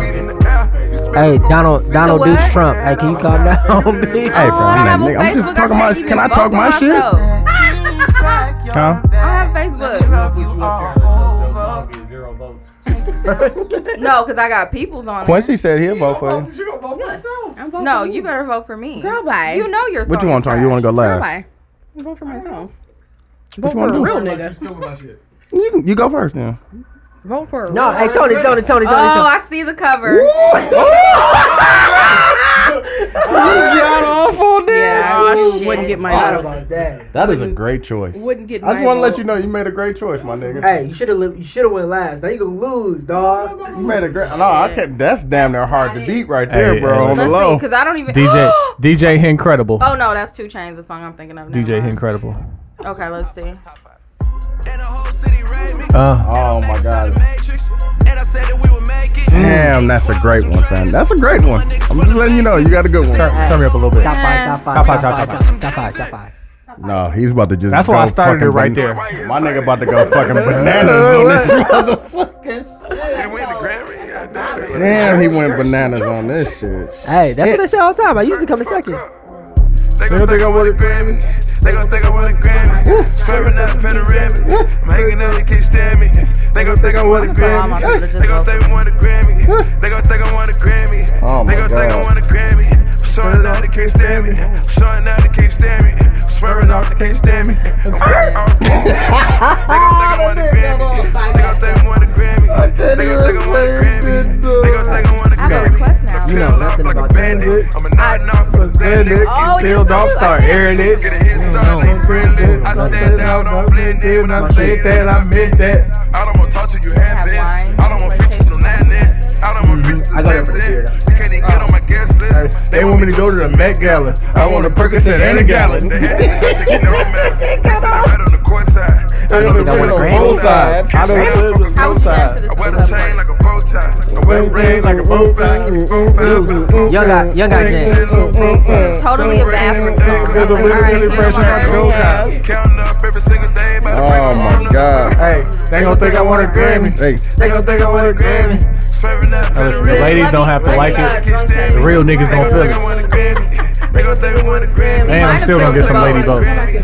Speaker 4: Hey, Donald, Donald
Speaker 1: what?
Speaker 4: Dukes Trump. Hey, can you calm down, B?
Speaker 2: Hey, fam,
Speaker 1: Oh, I
Speaker 2: I'm,
Speaker 1: have a
Speaker 2: that nigga. I'm
Speaker 1: Facebook.
Speaker 2: just talking my.
Speaker 1: can't
Speaker 2: Can I
Speaker 1: even
Speaker 2: talk
Speaker 1: vote
Speaker 2: my
Speaker 1: for
Speaker 2: shit?
Speaker 1: myself.
Speaker 2: Huh?
Speaker 1: I have Facebook. No, because I got people's on it.
Speaker 2: Quincy said he'll vote for you.
Speaker 7: I'm voting
Speaker 1: No,
Speaker 7: for
Speaker 1: you better vote for me.
Speaker 7: Girl, bye.
Speaker 1: You know your song.
Speaker 2: What you want,
Speaker 1: is
Speaker 2: Tom? You want to go
Speaker 7: Girl,
Speaker 2: last?
Speaker 7: bye. I'm voting for myself.
Speaker 2: What you
Speaker 7: For
Speaker 2: want
Speaker 7: a
Speaker 2: to
Speaker 7: real
Speaker 2: do?
Speaker 7: nigga.
Speaker 2: You, can- you go first then.
Speaker 7: Vote for a
Speaker 4: No, hey, Tony, Tony, Tony, Tony,
Speaker 1: Oh,
Speaker 4: Tony.
Speaker 1: I see the cover.
Speaker 7: Yeah, I wouldn't get
Speaker 4: Forgot
Speaker 7: my vote.
Speaker 4: about that.
Speaker 2: That is a great choice.
Speaker 7: Wouldn't get
Speaker 2: I just
Speaker 7: my
Speaker 2: want to let
Speaker 7: vote.
Speaker 2: you know you made a great choice, my nigga.
Speaker 4: Hey, you should have you should have went last. Now you gonna lose, dog.
Speaker 2: You made a great. No, I can't. That's damn near hard to beat right there,
Speaker 5: Hey,
Speaker 2: bro.
Speaker 5: hey,
Speaker 2: On the
Speaker 1: Let's
Speaker 2: low.
Speaker 1: see, because I don't even.
Speaker 5: DJ DJ Incredible.
Speaker 1: Oh no, that's Two Chains, the song I'm thinking of. Never
Speaker 5: DJ
Speaker 1: mind.
Speaker 5: Incredible.
Speaker 1: Okay, let's see.
Speaker 5: Uh,
Speaker 2: Oh my god. Damn, that's a great one, fam. That's a great one. I'm just letting you know you got a good one.
Speaker 5: turn me up a little bit.
Speaker 4: Top five, top five, top five, top five, top five, top five.
Speaker 2: No, he's about to just.
Speaker 5: That's why
Speaker 2: go
Speaker 5: I started
Speaker 2: fucking
Speaker 5: it right
Speaker 2: ban-
Speaker 5: there.
Speaker 2: My nigga about to go fucking bananas on this motherfucker. Damn, he went bananas on this shit.
Speaker 4: Hey, that's what I say all the time. I usually come in second.
Speaker 9: They gon' think I want a Grammy. They gon' think I want a Grammy. Swerving out panoramic. I'm hanging out, they can't stand me. They gon' think I want
Speaker 1: I'm
Speaker 9: a
Speaker 1: gonna tell all my
Speaker 9: Grammy.
Speaker 1: people to just
Speaker 9: They
Speaker 1: vote for
Speaker 9: gon' think I want a Grammy. They gon' think I want a Grammy.
Speaker 2: Oh my
Speaker 9: They gon' think I
Speaker 2: God.
Speaker 9: want a Grammy. I'm showing out, they can't stand me. I'm showing out, they can't stand me. I'm swearing out, they can't stand me. I'm swearing out, they can't stand me. They gon' think I want a Grammy. They gon' think I want a Grammy. They gon' think I want a Grammy. They gon' think I want a
Speaker 1: I have a
Speaker 9: Grammy.
Speaker 1: request now.
Speaker 9: You know nothing about that. I'm a nine off for Xanax.
Speaker 1: Oh, you
Speaker 5: Field
Speaker 1: said
Speaker 5: off
Speaker 1: you- I
Speaker 5: star
Speaker 1: said-
Speaker 5: airing it.
Speaker 9: Get a head start, they friendly. I stand out, I'm blended. When I say that, I meant that. I don't want to talk to you, half
Speaker 1: Have
Speaker 9: this.
Speaker 1: wine.
Speaker 9: I don't want features on that net. I don't want features on
Speaker 4: I got
Speaker 9: that
Speaker 4: it right
Speaker 9: net.
Speaker 4: here.
Speaker 9: You can't even get on my guest list. They want me to go to the Met Gala. I want a Percocet and a gallon. The head is taking no matter. It's not bad on the court side. I
Speaker 4: don't think I
Speaker 5: got no business.
Speaker 1: How would you answer this?
Speaker 9: I wear the chain like a bow tie. I wear the ring like a bow tie.
Speaker 4: Young guy, young guy gang.
Speaker 1: Totally a bathroom song. I'm like, all right,
Speaker 5: fresh
Speaker 1: here's
Speaker 5: out the
Speaker 1: one.
Speaker 5: go
Speaker 1: Yeah.
Speaker 9: Counting up every single day by the break
Speaker 10: Oh
Speaker 9: of
Speaker 10: my
Speaker 9: dawn.
Speaker 10: God.
Speaker 5: Hey, they gonna think I want a Grammy.
Speaker 10: Hey,
Speaker 5: They gonna think I want a Grammy.
Speaker 9: Swerving up in the
Speaker 5: the
Speaker 9: red.
Speaker 5: ladies
Speaker 1: Let
Speaker 5: don't
Speaker 1: me-
Speaker 5: have
Speaker 1: let
Speaker 5: to
Speaker 1: me,
Speaker 5: like it.
Speaker 1: uh, drunk text.
Speaker 5: The real niggas don't feel
Speaker 9: They
Speaker 5: it.
Speaker 9: gon' think I want a Grammy. They gon' think I want a Grammy.
Speaker 5: And I'm
Speaker 1: Might
Speaker 5: still
Speaker 1: have
Speaker 5: gonna get some
Speaker 1: felt
Speaker 5: lady
Speaker 1: it.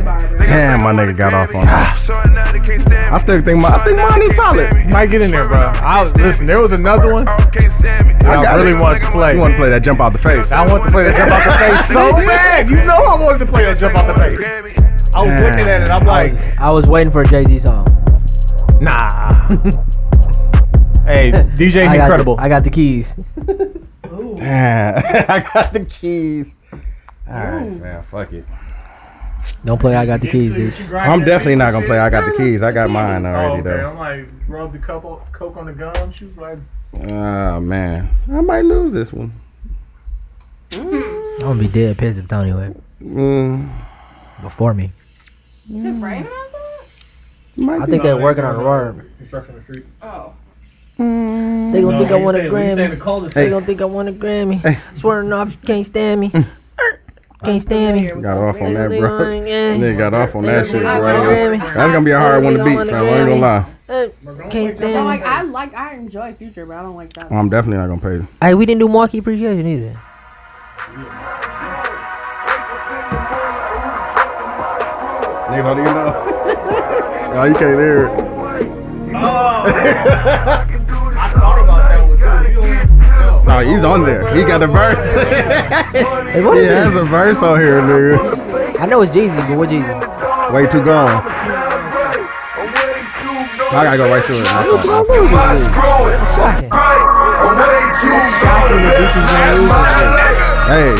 Speaker 5: votes.
Speaker 2: Damn, my nigga got off on that.
Speaker 9: Showing out Ah. they can't stand
Speaker 2: I
Speaker 9: me.
Speaker 2: still think my, I think money's solid.
Speaker 5: Might get in there, bro. I was, listen, there was another one
Speaker 9: All can't stand me.
Speaker 5: that I
Speaker 2: got
Speaker 5: really
Speaker 2: it.
Speaker 5: wanted to play.
Speaker 2: You want to play that jump out the face?
Speaker 5: I wanted to play that jump out the face so bad. You know I wanted to play that jump out the face. I was looking at it. I'm like,
Speaker 4: I was waiting for a Jay Z song.
Speaker 5: nah. hey, DJ
Speaker 4: I got
Speaker 5: Incredible.
Speaker 4: The, I got the keys.
Speaker 2: Damn, I got the keys. All right, man, fuck it.
Speaker 4: Don't play. I got the keys, dude.
Speaker 2: I'm definitely not gonna play. I got the Oh, keys. I got mine already though.
Speaker 5: I'm like, rub the coke, coke on the gum. She was like,
Speaker 2: Oh man, I might lose this one.
Speaker 4: I'm gonna be dead pissed if Tony went
Speaker 2: Mm,
Speaker 4: before me.
Speaker 1: Is it raining outside?
Speaker 2: might
Speaker 4: I
Speaker 2: be.
Speaker 4: think they're working on a worm.
Speaker 5: construction the street.
Speaker 1: Oh.
Speaker 4: They gonna think I want a
Speaker 5: Stay in
Speaker 4: Grammy.
Speaker 5: the coldest.
Speaker 4: They gonna think I want a Grammy. Swearing off, you can't stand me.
Speaker 2: Mm.
Speaker 4: Er, Can't stand me.
Speaker 2: got off on
Speaker 4: They
Speaker 2: that,
Speaker 4: gonna think I
Speaker 2: bro.
Speaker 4: want a Grammy.
Speaker 2: Nigga got off on
Speaker 4: They
Speaker 2: that
Speaker 4: gonna
Speaker 2: shit,
Speaker 4: think
Speaker 2: bro.
Speaker 4: I want a Grammy.
Speaker 2: That's gonna be a hard one to beat, fam. I ain't gonna lie.
Speaker 4: Er, Can't
Speaker 5: Oh
Speaker 7: So
Speaker 4: stand
Speaker 7: like
Speaker 4: me.
Speaker 7: I like I enjoy Future, but I don't like that.
Speaker 2: I'm definitely not gonna pay.
Speaker 4: Hey, we didn't do marquee appreciation either.
Speaker 2: Nigga, how do you know? oh, you can't hear it.
Speaker 5: I thought about that one too.
Speaker 2: Oh, he's on there. He got a verse.
Speaker 4: Hey, what
Speaker 2: he
Speaker 4: is
Speaker 2: has
Speaker 4: this?
Speaker 2: a verse on here, nigga.
Speaker 4: I know it's Jeezy, but what Jeezy?
Speaker 2: Way too gone. I gotta go right to it. That's all. Hey,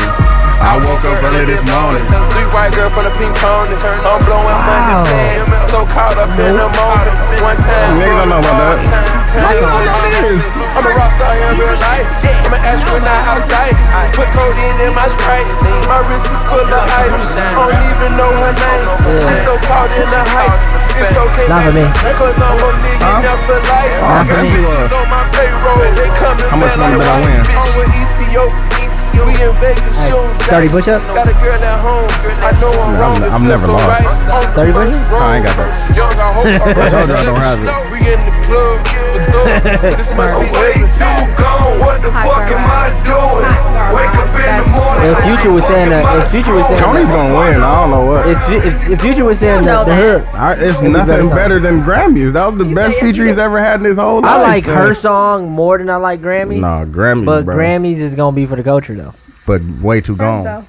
Speaker 9: I woke up early this morning. Three white girl from the pink pony. I'm blowing money fast. So caught up in the moment. One time.
Speaker 2: Nigga don't know about that.
Speaker 9: I'm a rock star in real life. I'm an astronaut outside. Put codeine in my sprite. My wrist is full of ice. Don't even know her name. I'm so caught in the hype. It's okay.
Speaker 4: Not for me.
Speaker 9: Cause I'm a millionaire for life. I
Speaker 2: for
Speaker 9: got
Speaker 2: me.
Speaker 9: bitches on my payroll. They coming
Speaker 2: How much
Speaker 9: back
Speaker 2: money
Speaker 9: like
Speaker 2: did I
Speaker 9: white
Speaker 2: win?
Speaker 9: bitches. I'm with Ethiopia. We in Vegas, shoes.
Speaker 4: 30 push-ups?
Speaker 9: Got a girl at home. I know I'm
Speaker 2: I'm
Speaker 9: wrong.
Speaker 2: ne-
Speaker 9: it
Speaker 2: I'm
Speaker 9: feels
Speaker 2: never
Speaker 9: so
Speaker 2: lost.
Speaker 9: right. On the
Speaker 4: 30
Speaker 9: first
Speaker 4: push-ups?
Speaker 9: row.
Speaker 2: I ain't got that.
Speaker 9: Young, I hope I'm
Speaker 2: I told you I don't have it.
Speaker 9: We in the club. the thug. This must be way too gone. What the fuck am I doing? Wake up in the morning.
Speaker 4: If Future was saying that, if Future was saying
Speaker 2: Tony's
Speaker 4: that,
Speaker 2: gonna win. I don't know what.
Speaker 4: if, Fu- if, if Future was saying
Speaker 1: know
Speaker 4: that, the
Speaker 1: that.
Speaker 4: hook,
Speaker 2: I, it's
Speaker 4: be better
Speaker 2: nothing
Speaker 4: song.
Speaker 2: better than Grammys. That was the best
Speaker 1: said-
Speaker 2: feature he's ever had in his whole life.
Speaker 4: I like her
Speaker 2: man.
Speaker 4: song more than I like Grammys.
Speaker 2: Nah, Grammys,
Speaker 4: but
Speaker 2: bro.
Speaker 4: Grammys is gonna be for the culture though.
Speaker 2: but way too gone.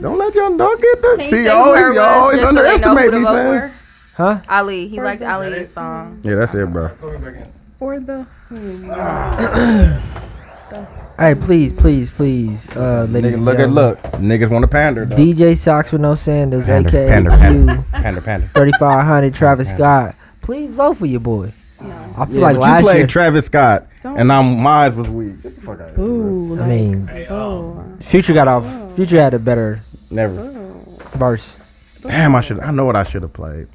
Speaker 2: Don't let y'all don't get that.
Speaker 1: Can you say
Speaker 2: See, y'all
Speaker 1: who her
Speaker 2: always, y'all
Speaker 1: was
Speaker 2: always
Speaker 1: just so they know
Speaker 2: underestimate
Speaker 1: who to
Speaker 2: me,
Speaker 1: vote
Speaker 2: fam.
Speaker 1: for?
Speaker 4: Huh?
Speaker 1: Ali, he liked Ali's song.
Speaker 2: Yeah, that's it, bro.
Speaker 7: For the
Speaker 4: All right, please, please, please, uh, ladies.
Speaker 2: Nigga,
Speaker 4: and
Speaker 2: look at
Speaker 4: gentlemen.
Speaker 2: look. Niggas want to pander. though.
Speaker 4: DJ Socks with no sandals,
Speaker 2: Pander,
Speaker 4: aka
Speaker 2: pander,
Speaker 4: Q
Speaker 2: pander, pander, pander.
Speaker 4: thirty five hundred Travis Scott. Please vote for your boy. I feel
Speaker 2: but
Speaker 4: like
Speaker 2: you
Speaker 4: last
Speaker 2: played
Speaker 4: year.
Speaker 2: Travis Scott, and I'm mine was weak. Get the fuck out of here, bro.
Speaker 4: I mean,
Speaker 5: Oh.
Speaker 4: Future got off. Future had a better
Speaker 2: Never.
Speaker 4: verse.
Speaker 2: Damn, I should. I know what I should have played.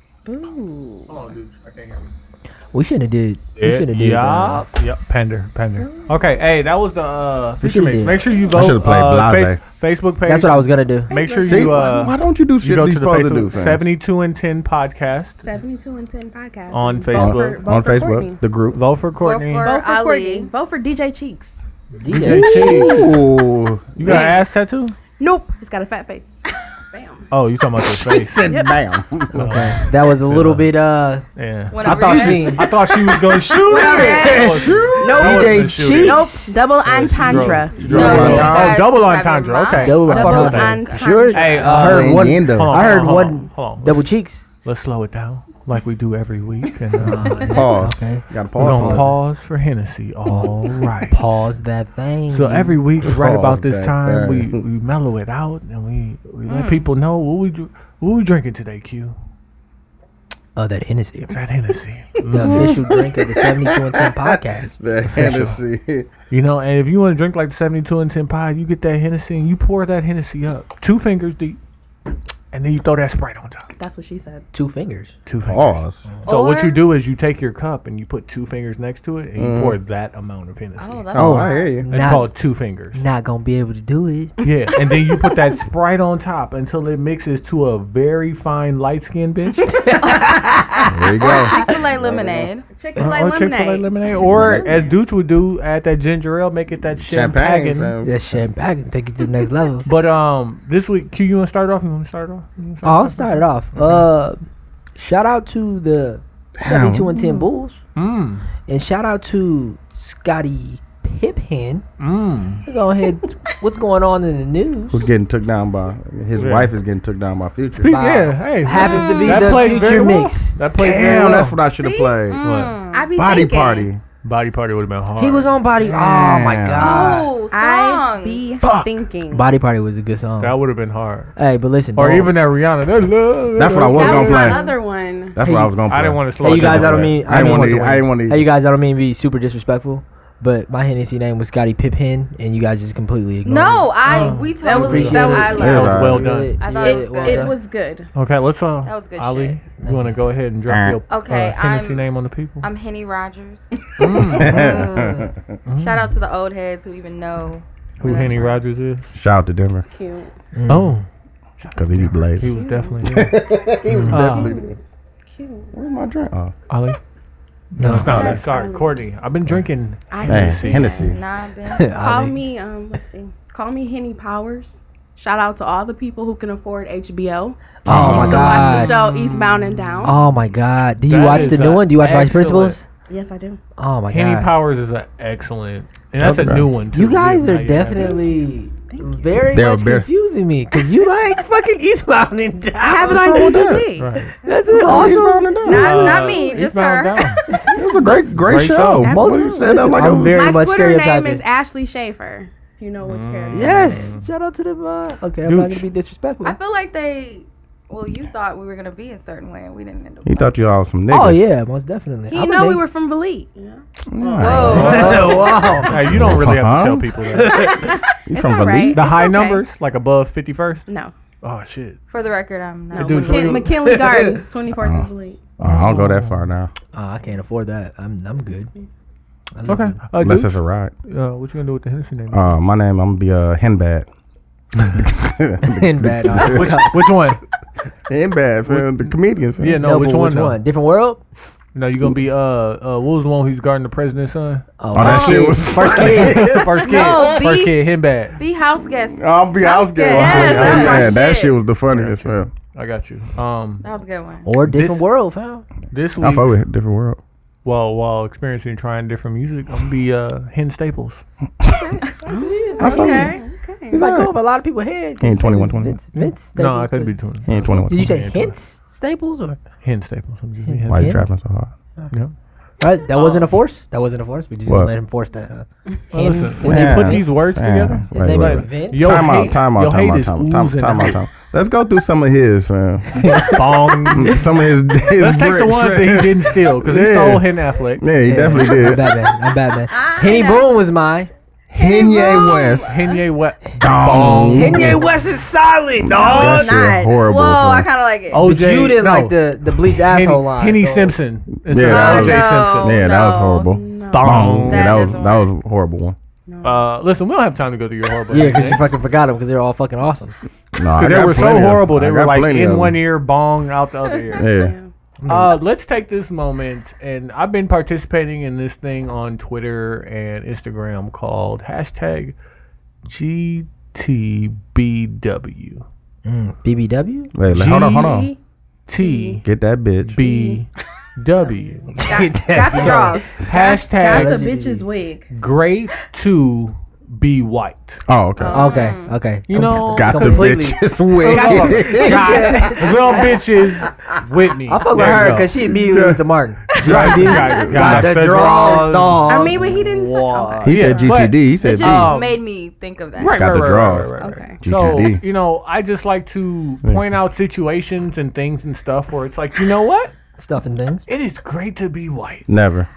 Speaker 4: We shouldn't have did. We
Speaker 5: Yeah,
Speaker 4: shouldn't have did. that.
Speaker 5: yeah, yep. Pander, pander. Okay, hey, that was the uh, Fisher
Speaker 4: should've
Speaker 5: Mix.
Speaker 4: did.
Speaker 5: Make sure you
Speaker 2: I
Speaker 5: vote.
Speaker 2: should've played
Speaker 5: uh,
Speaker 2: Blase.
Speaker 5: face- Facebook page.
Speaker 4: That's what I was gonna do.
Speaker 5: Make sure
Speaker 2: See,
Speaker 5: you uh,
Speaker 2: why, why don't you do shit
Speaker 5: you go
Speaker 2: these
Speaker 5: to the
Speaker 2: supposed to do?
Speaker 5: Facebook
Speaker 2: fam?
Speaker 5: seventy-two and ten podcast.
Speaker 7: seventy-two and ten podcast
Speaker 5: On
Speaker 7: Vote for-
Speaker 5: Facebook.
Speaker 7: vote
Speaker 2: on
Speaker 7: for
Speaker 2: Facebook,
Speaker 7: Courtney.
Speaker 2: the group.
Speaker 5: Vote for
Speaker 1: Vote
Speaker 5: Courtney.
Speaker 1: for
Speaker 7: Vote for Courtney.
Speaker 1: Ali.
Speaker 7: Vote for DJ Cheeks.
Speaker 5: DJ Cheese.
Speaker 2: Ooh,
Speaker 5: You got an ass tattoo?
Speaker 7: Nope, he's got a fat face. Bam.
Speaker 5: Oh, you talking about your face?
Speaker 2: said bam.
Speaker 4: Okay, that was a little bit. Uh,
Speaker 5: yeah.
Speaker 4: I
Speaker 1: Whenever
Speaker 4: thought you
Speaker 1: read-
Speaker 4: seen
Speaker 5: I thought she was gonna shoot Oh, it.
Speaker 4: DJ
Speaker 7: Nope,
Speaker 4: Cheeks.
Speaker 7: double entendre.
Speaker 1: No,
Speaker 5: Oh,
Speaker 1: you guys
Speaker 5: double
Speaker 1: have
Speaker 5: entendre.
Speaker 1: your
Speaker 5: Okay.
Speaker 4: Double
Speaker 5: I fuck
Speaker 4: entendre.
Speaker 5: with that.
Speaker 4: Sure.
Speaker 5: Hey,
Speaker 4: I
Speaker 5: I
Speaker 4: heard
Speaker 5: heard
Speaker 2: heard
Speaker 5: one.
Speaker 2: one- Innuendo.
Speaker 5: Hold on,
Speaker 4: I heard
Speaker 5: hold on,
Speaker 4: one
Speaker 5: Hold on.
Speaker 4: double
Speaker 5: Let's,
Speaker 4: cheeks.
Speaker 5: let's slow it down like we do every week. And, uh,
Speaker 2: Pause.
Speaker 5: Okay.
Speaker 2: You gotta
Speaker 5: We're
Speaker 2: pause.
Speaker 5: gonna
Speaker 2: on
Speaker 5: pause for Hennessy. All right.
Speaker 4: Pause that thing.
Speaker 5: So every week, right
Speaker 2: Pause
Speaker 5: about this
Speaker 2: back
Speaker 5: time, we,
Speaker 2: there.
Speaker 5: we mellow it out and we, we let people know what we dr- what we drinking today. Q
Speaker 4: oh that Hennessy,
Speaker 5: that Hennessy. Mm.
Speaker 4: the official drink of the seventy two and ten podcast.
Speaker 2: it. The Hennessy.
Speaker 5: You know, and if you want to drink like the 72 and 10 pie, you get that Hennessy and you pour that Hennessy up. Two fingers deep. and then you throw that Sprite on top.
Speaker 7: That's what she said.
Speaker 4: Two fingers.
Speaker 5: Two fingers.
Speaker 2: Pause.
Speaker 5: So what
Speaker 1: Or-
Speaker 5: you do is you take your cup and you put two fingers next to it and you pour that amount of Hennessy.
Speaker 1: Oh, that's
Speaker 2: Oh, I hear you.
Speaker 5: it's
Speaker 4: Nah.
Speaker 5: called two fingers.
Speaker 4: Not gonna be able to do it.
Speaker 5: Yeah, and then you put that Sprite on top until it mixes to a very fine light skinned bitch.
Speaker 2: There you go.
Speaker 1: Chick-fil-A lemonade.
Speaker 7: Chick
Speaker 5: Uh,
Speaker 7: Fil A
Speaker 5: or Chick Fil A
Speaker 7: lemonade.
Speaker 5: lemonade, or as Dooch would do, add that ginger ale, make it that champagne.
Speaker 2: Champagne. fam.
Speaker 4: That's champagne. and Take it to the next level.
Speaker 5: But um, this week, Q, you want to start off? You want to start off? You wanna
Speaker 4: I'll start it Oh, off. Uh, shout out to the seventy-two and ten Bulls,
Speaker 5: Mm,
Speaker 4: and shout out to Scotty Pippen.
Speaker 5: mm.
Speaker 4: Go ahead. What's going on in the news?
Speaker 2: Who's getting took down by his
Speaker 5: Yeah.
Speaker 2: wife is getting took down by future.
Speaker 5: Pe- Yeah, hey,
Speaker 4: Happens to be
Speaker 5: that
Speaker 4: the
Speaker 5: plays
Speaker 4: future
Speaker 5: very well.
Speaker 4: mix. Mm.
Speaker 5: That plays very
Speaker 2: Damn,
Speaker 5: well.
Speaker 2: that's what I should have played.
Speaker 1: Mm,
Speaker 5: What?
Speaker 7: I be
Speaker 2: Body
Speaker 7: thinking,
Speaker 2: party.
Speaker 5: Body party would have been hard.
Speaker 4: He was on Body. Oh my
Speaker 2: Damn.
Speaker 4: god.
Speaker 1: Oh,
Speaker 7: I
Speaker 1: song.
Speaker 7: be thinking.
Speaker 4: Body Party was a good song.
Speaker 5: That would have been hard.
Speaker 4: hey, but listen.
Speaker 5: Or
Speaker 4: don't-
Speaker 5: even that Rihanna. That love.
Speaker 2: That's what I was
Speaker 7: That
Speaker 2: gonna
Speaker 7: was my
Speaker 2: play.
Speaker 7: other one.
Speaker 2: That's what I was gonna play.
Speaker 5: I didn't want to slow
Speaker 4: Hey, you
Speaker 5: it
Speaker 4: guys,
Speaker 5: down.
Speaker 4: I don't mean.
Speaker 2: I
Speaker 4: I
Speaker 2: didn't
Speaker 4: mean
Speaker 2: want to. I didn't want
Speaker 4: hey,
Speaker 2: to.
Speaker 4: you guys, I don't mean to be super disrespectful, but my Hennessy name was Scotty Pippen, and you guys just completely ignored
Speaker 1: No, I we totally. That
Speaker 7: was-
Speaker 1: was,
Speaker 7: that was-
Speaker 1: I
Speaker 4: it.
Speaker 2: Yeah,
Speaker 1: love.
Speaker 5: was well
Speaker 4: Yeah,
Speaker 5: done.
Speaker 4: yeah,
Speaker 1: I thought
Speaker 4: yeah,
Speaker 1: it was
Speaker 4: well
Speaker 1: good.
Speaker 7: It
Speaker 4: done.
Speaker 7: was good.
Speaker 5: Okay, let's. Uh,
Speaker 1: That was good
Speaker 5: Ali,
Speaker 1: shit.
Speaker 5: you want to go ahead and drop your uh,
Speaker 1: Okay,
Speaker 5: Hennessy
Speaker 1: I'm-
Speaker 5: name on the people?
Speaker 1: I'm Henny Rogers.
Speaker 4: Mm.
Speaker 1: Shout out to the old heads who even know
Speaker 5: Who
Speaker 1: where that's
Speaker 5: Henny
Speaker 1: from.
Speaker 5: Rogers is?
Speaker 2: Shout out to Denver
Speaker 7: Cute.
Speaker 4: Mm.
Speaker 5: Oh,
Speaker 2: because he be
Speaker 5: he
Speaker 2: blazed.
Speaker 5: was definitely. there. Um,
Speaker 7: Cute.
Speaker 2: Where's my drink? Oh,
Speaker 5: Ali. No, it's not. Ali. Sorry, Courtney. I've been drinking.
Speaker 7: I
Speaker 2: man,
Speaker 7: miss it.
Speaker 2: Hennessy.
Speaker 1: Nah, Ben.
Speaker 7: Call me um what's the call me Henny Powers. Shout out to all the people who can afford HBO.
Speaker 4: Oh my
Speaker 7: to watch the
Speaker 4: god.
Speaker 7: show Eastbound and Down.
Speaker 4: Oh my god. Do you
Speaker 5: That
Speaker 4: watch
Speaker 5: is
Speaker 4: the new
Speaker 5: a
Speaker 4: one? Do you watch Vice
Speaker 5: excellent-
Speaker 4: Principals?
Speaker 7: Yes, I do.
Speaker 4: Oh my
Speaker 5: Henny
Speaker 4: god.
Speaker 5: Powers is an excellent, and that's a
Speaker 2: Okay.
Speaker 5: new one too.
Speaker 4: You guys
Speaker 5: We have
Speaker 4: are
Speaker 5: not yet had that.
Speaker 4: definitely very
Speaker 2: They're
Speaker 4: much
Speaker 2: bare-
Speaker 4: confusing me because you like fucking Eastbound and Down.
Speaker 7: I have it on DVD.
Speaker 5: Right.
Speaker 4: That's awesome.
Speaker 1: Not,
Speaker 5: Uh,
Speaker 1: not me, just
Speaker 5: Eastbound
Speaker 1: her.
Speaker 5: Down.
Speaker 2: It was a great, great,
Speaker 5: great
Speaker 2: show.
Speaker 5: show.
Speaker 2: Most of you said that
Speaker 4: Listen,
Speaker 2: like
Speaker 4: I'm
Speaker 2: a-
Speaker 4: very
Speaker 7: My
Speaker 4: much
Speaker 7: Twitter name
Speaker 4: stereotyping.
Speaker 7: is Ashley Schaefer. if You know which
Speaker 5: Mm.
Speaker 7: character.
Speaker 4: Yes. Shout out to the uh, okay. I'm not gonna be disrespectful.
Speaker 1: I feel like they. Well, you thought we were gonna be a certain way, and we didn't end up.
Speaker 2: He thought you all some niggas.
Speaker 4: Oh yeah, most definitely.
Speaker 7: He
Speaker 4: I'm a
Speaker 7: know we
Speaker 4: nigga.
Speaker 7: were from Valete.
Speaker 1: Whoa.
Speaker 4: wow.
Speaker 5: Hey, you don't really have to
Speaker 2: Huh?
Speaker 5: tell people that.
Speaker 2: You from
Speaker 7: all
Speaker 2: Belize?
Speaker 7: right.
Speaker 5: Uh-huh. the
Speaker 7: It's
Speaker 5: high
Speaker 7: okay.
Speaker 5: numbers, like above fifty first.
Speaker 7: No.
Speaker 5: Oh shit.
Speaker 1: For the record, I'm not.
Speaker 5: dude's
Speaker 7: McKin-
Speaker 5: real.
Speaker 7: McKinley Gardens, 24th and Valete.
Speaker 2: Oh, I don't go that far now,
Speaker 4: Oh, I can't afford that. I'm I'm good. I love
Speaker 5: Okay.
Speaker 4: you.
Speaker 5: Uh,
Speaker 2: unless
Speaker 5: Gooch,
Speaker 2: it's a ride.
Speaker 5: uh, what you gonna do with the Hennessy name?
Speaker 2: Uh, my name, I'm gonna be uh, Henbad.
Speaker 4: In bad odds.
Speaker 5: which, which one?
Speaker 2: Henbad, fam, the comedian. Fam.
Speaker 5: Yeah, no,
Speaker 4: No,
Speaker 5: which
Speaker 4: but
Speaker 5: one? though?
Speaker 4: Different world.
Speaker 5: No, you gonna be uh uh what was the one who's guarding the president's son?
Speaker 2: Oh, that
Speaker 4: first
Speaker 2: shit
Speaker 4: kid.
Speaker 2: was-
Speaker 4: first kid.
Speaker 5: First kid,
Speaker 1: No,
Speaker 5: first
Speaker 1: B.
Speaker 5: kid, him bad.
Speaker 1: Be house guest.
Speaker 2: I'll Oh, be out
Speaker 1: scared. Yeah, that's my
Speaker 2: Yeah, that
Speaker 1: shit.
Speaker 2: shit was the funniest, man.
Speaker 5: I got you. Um,
Speaker 1: That was a good one.
Speaker 4: or different
Speaker 5: This-
Speaker 4: world, fam.
Speaker 5: this
Speaker 2: I
Speaker 5: week,
Speaker 2: fuck with different world.
Speaker 5: while while experiencing and trying different music, I'm gonna be uh Hen Staples.
Speaker 2: I fuck with.
Speaker 1: Okay.
Speaker 4: It's like oh, but a lot of people had.
Speaker 2: He ain't 21, 21.
Speaker 4: Vince, Vince
Speaker 5: no, I
Speaker 4: Staples, but-
Speaker 5: could be doing
Speaker 2: He ain't 21.
Speaker 4: Did you say
Speaker 5: Yeah, 21.
Speaker 4: hints Staples or
Speaker 5: Hen Staples. I'm just being
Speaker 4: Hen
Speaker 2: Why you
Speaker 4: Yeah.
Speaker 2: trapping so hard?
Speaker 5: Yeah.
Speaker 4: Right, that wasn't a force. That wasn't a force. We just
Speaker 2: Uh, oh. What?
Speaker 4: gonna let him force that. Huh?
Speaker 5: Well,
Speaker 4: Hint-
Speaker 5: listen, when you
Speaker 2: Yeah.
Speaker 5: put these words
Speaker 2: Yeah.
Speaker 5: together,
Speaker 4: His
Speaker 2: Wait,
Speaker 4: name
Speaker 2: wait,
Speaker 4: is
Speaker 2: wait.
Speaker 4: Vince.
Speaker 5: yo
Speaker 2: time
Speaker 5: hate,
Speaker 2: out, time out,
Speaker 5: your
Speaker 2: time
Speaker 5: hate
Speaker 2: out,
Speaker 5: is
Speaker 2: time out, time out,
Speaker 5: oozing
Speaker 2: time out, time out. Let's go through some of his, man.
Speaker 5: Bong.
Speaker 2: some of his, his
Speaker 5: Let's take the
Speaker 2: bricks,
Speaker 5: ones
Speaker 2: fam.
Speaker 5: that he didn't steal because he
Speaker 2: Yeah.
Speaker 5: stole Hen Affleck.
Speaker 2: Yeah, he definitely
Speaker 4: I'm
Speaker 2: did.
Speaker 4: bad man. I'm bad man. Henny Boone was mine.
Speaker 2: Henye West.
Speaker 5: Henye Wet.
Speaker 2: Dong.
Speaker 4: Henny West is solid.
Speaker 2: That
Speaker 5: Oh,
Speaker 4: No,
Speaker 2: shit horrible.
Speaker 1: Whoa,
Speaker 2: fam.
Speaker 1: I kind of like it.
Speaker 4: but
Speaker 5: OJ.
Speaker 4: you didn't
Speaker 5: no.
Speaker 4: like the the bleached asshole
Speaker 5: Henny,
Speaker 4: line.
Speaker 5: Henny
Speaker 4: so-
Speaker 5: Simpson. Instead
Speaker 2: Yeah,
Speaker 5: of
Speaker 2: that
Speaker 5: OJ
Speaker 1: was-
Speaker 5: Simpson.
Speaker 2: yeah, that was
Speaker 1: No.
Speaker 2: horrible. Dong.
Speaker 1: That
Speaker 2: Yeah, that was
Speaker 1: doesn't
Speaker 2: that was a horrible one.
Speaker 5: Uh, listen, we don't have time to go through your horrible.
Speaker 4: Yeah, because you fucking forgot them because they're all fucking awesome.
Speaker 2: No, I
Speaker 5: because they
Speaker 2: got
Speaker 5: were so
Speaker 2: plenty of-
Speaker 5: horrible.
Speaker 2: I
Speaker 5: They were
Speaker 2: got
Speaker 5: like
Speaker 2: plenty of
Speaker 5: in
Speaker 2: them.
Speaker 5: one ear, bong out the other ear.
Speaker 2: Yeah.
Speaker 5: Uh, let's take this moment, and I've been participating in this thing on Twitter and Instagram called hashtag GTBW.
Speaker 4: BBW.
Speaker 2: Wait, like, hold on, hold on.
Speaker 5: TBW.
Speaker 2: Get that bitch.
Speaker 1: Got the draws.
Speaker 7: Got
Speaker 5: hashtag
Speaker 7: the bitch's wig.
Speaker 5: great to be white.
Speaker 2: Oh, okay.
Speaker 4: Okay, okay.
Speaker 5: You know,
Speaker 2: got the
Speaker 4: completely-
Speaker 2: bitch's wig.
Speaker 5: got little bitches with me.
Speaker 4: I fuck with
Speaker 5: There you
Speaker 4: her
Speaker 5: go.
Speaker 4: because she immediately went to Martin.
Speaker 5: Got-
Speaker 4: Got
Speaker 5: got- got
Speaker 4: the draws, dog.
Speaker 7: I mean, but he didn't say. Okay.
Speaker 2: He said
Speaker 5: Yeah, but-
Speaker 2: GTD. He
Speaker 1: It
Speaker 2: said
Speaker 1: just
Speaker 2: B.
Speaker 5: Um,
Speaker 1: made me think of that.
Speaker 5: Right,
Speaker 2: Got
Speaker 5: right,
Speaker 2: the
Speaker 5: right,
Speaker 2: draws.
Speaker 5: right, right, right, right.
Speaker 7: Okay.
Speaker 5: So
Speaker 2: GTD.
Speaker 5: you know, I just like to point out situations and things and stuff where it's like, you know what?
Speaker 4: stuff and things.
Speaker 5: It is great to be white.
Speaker 2: Never.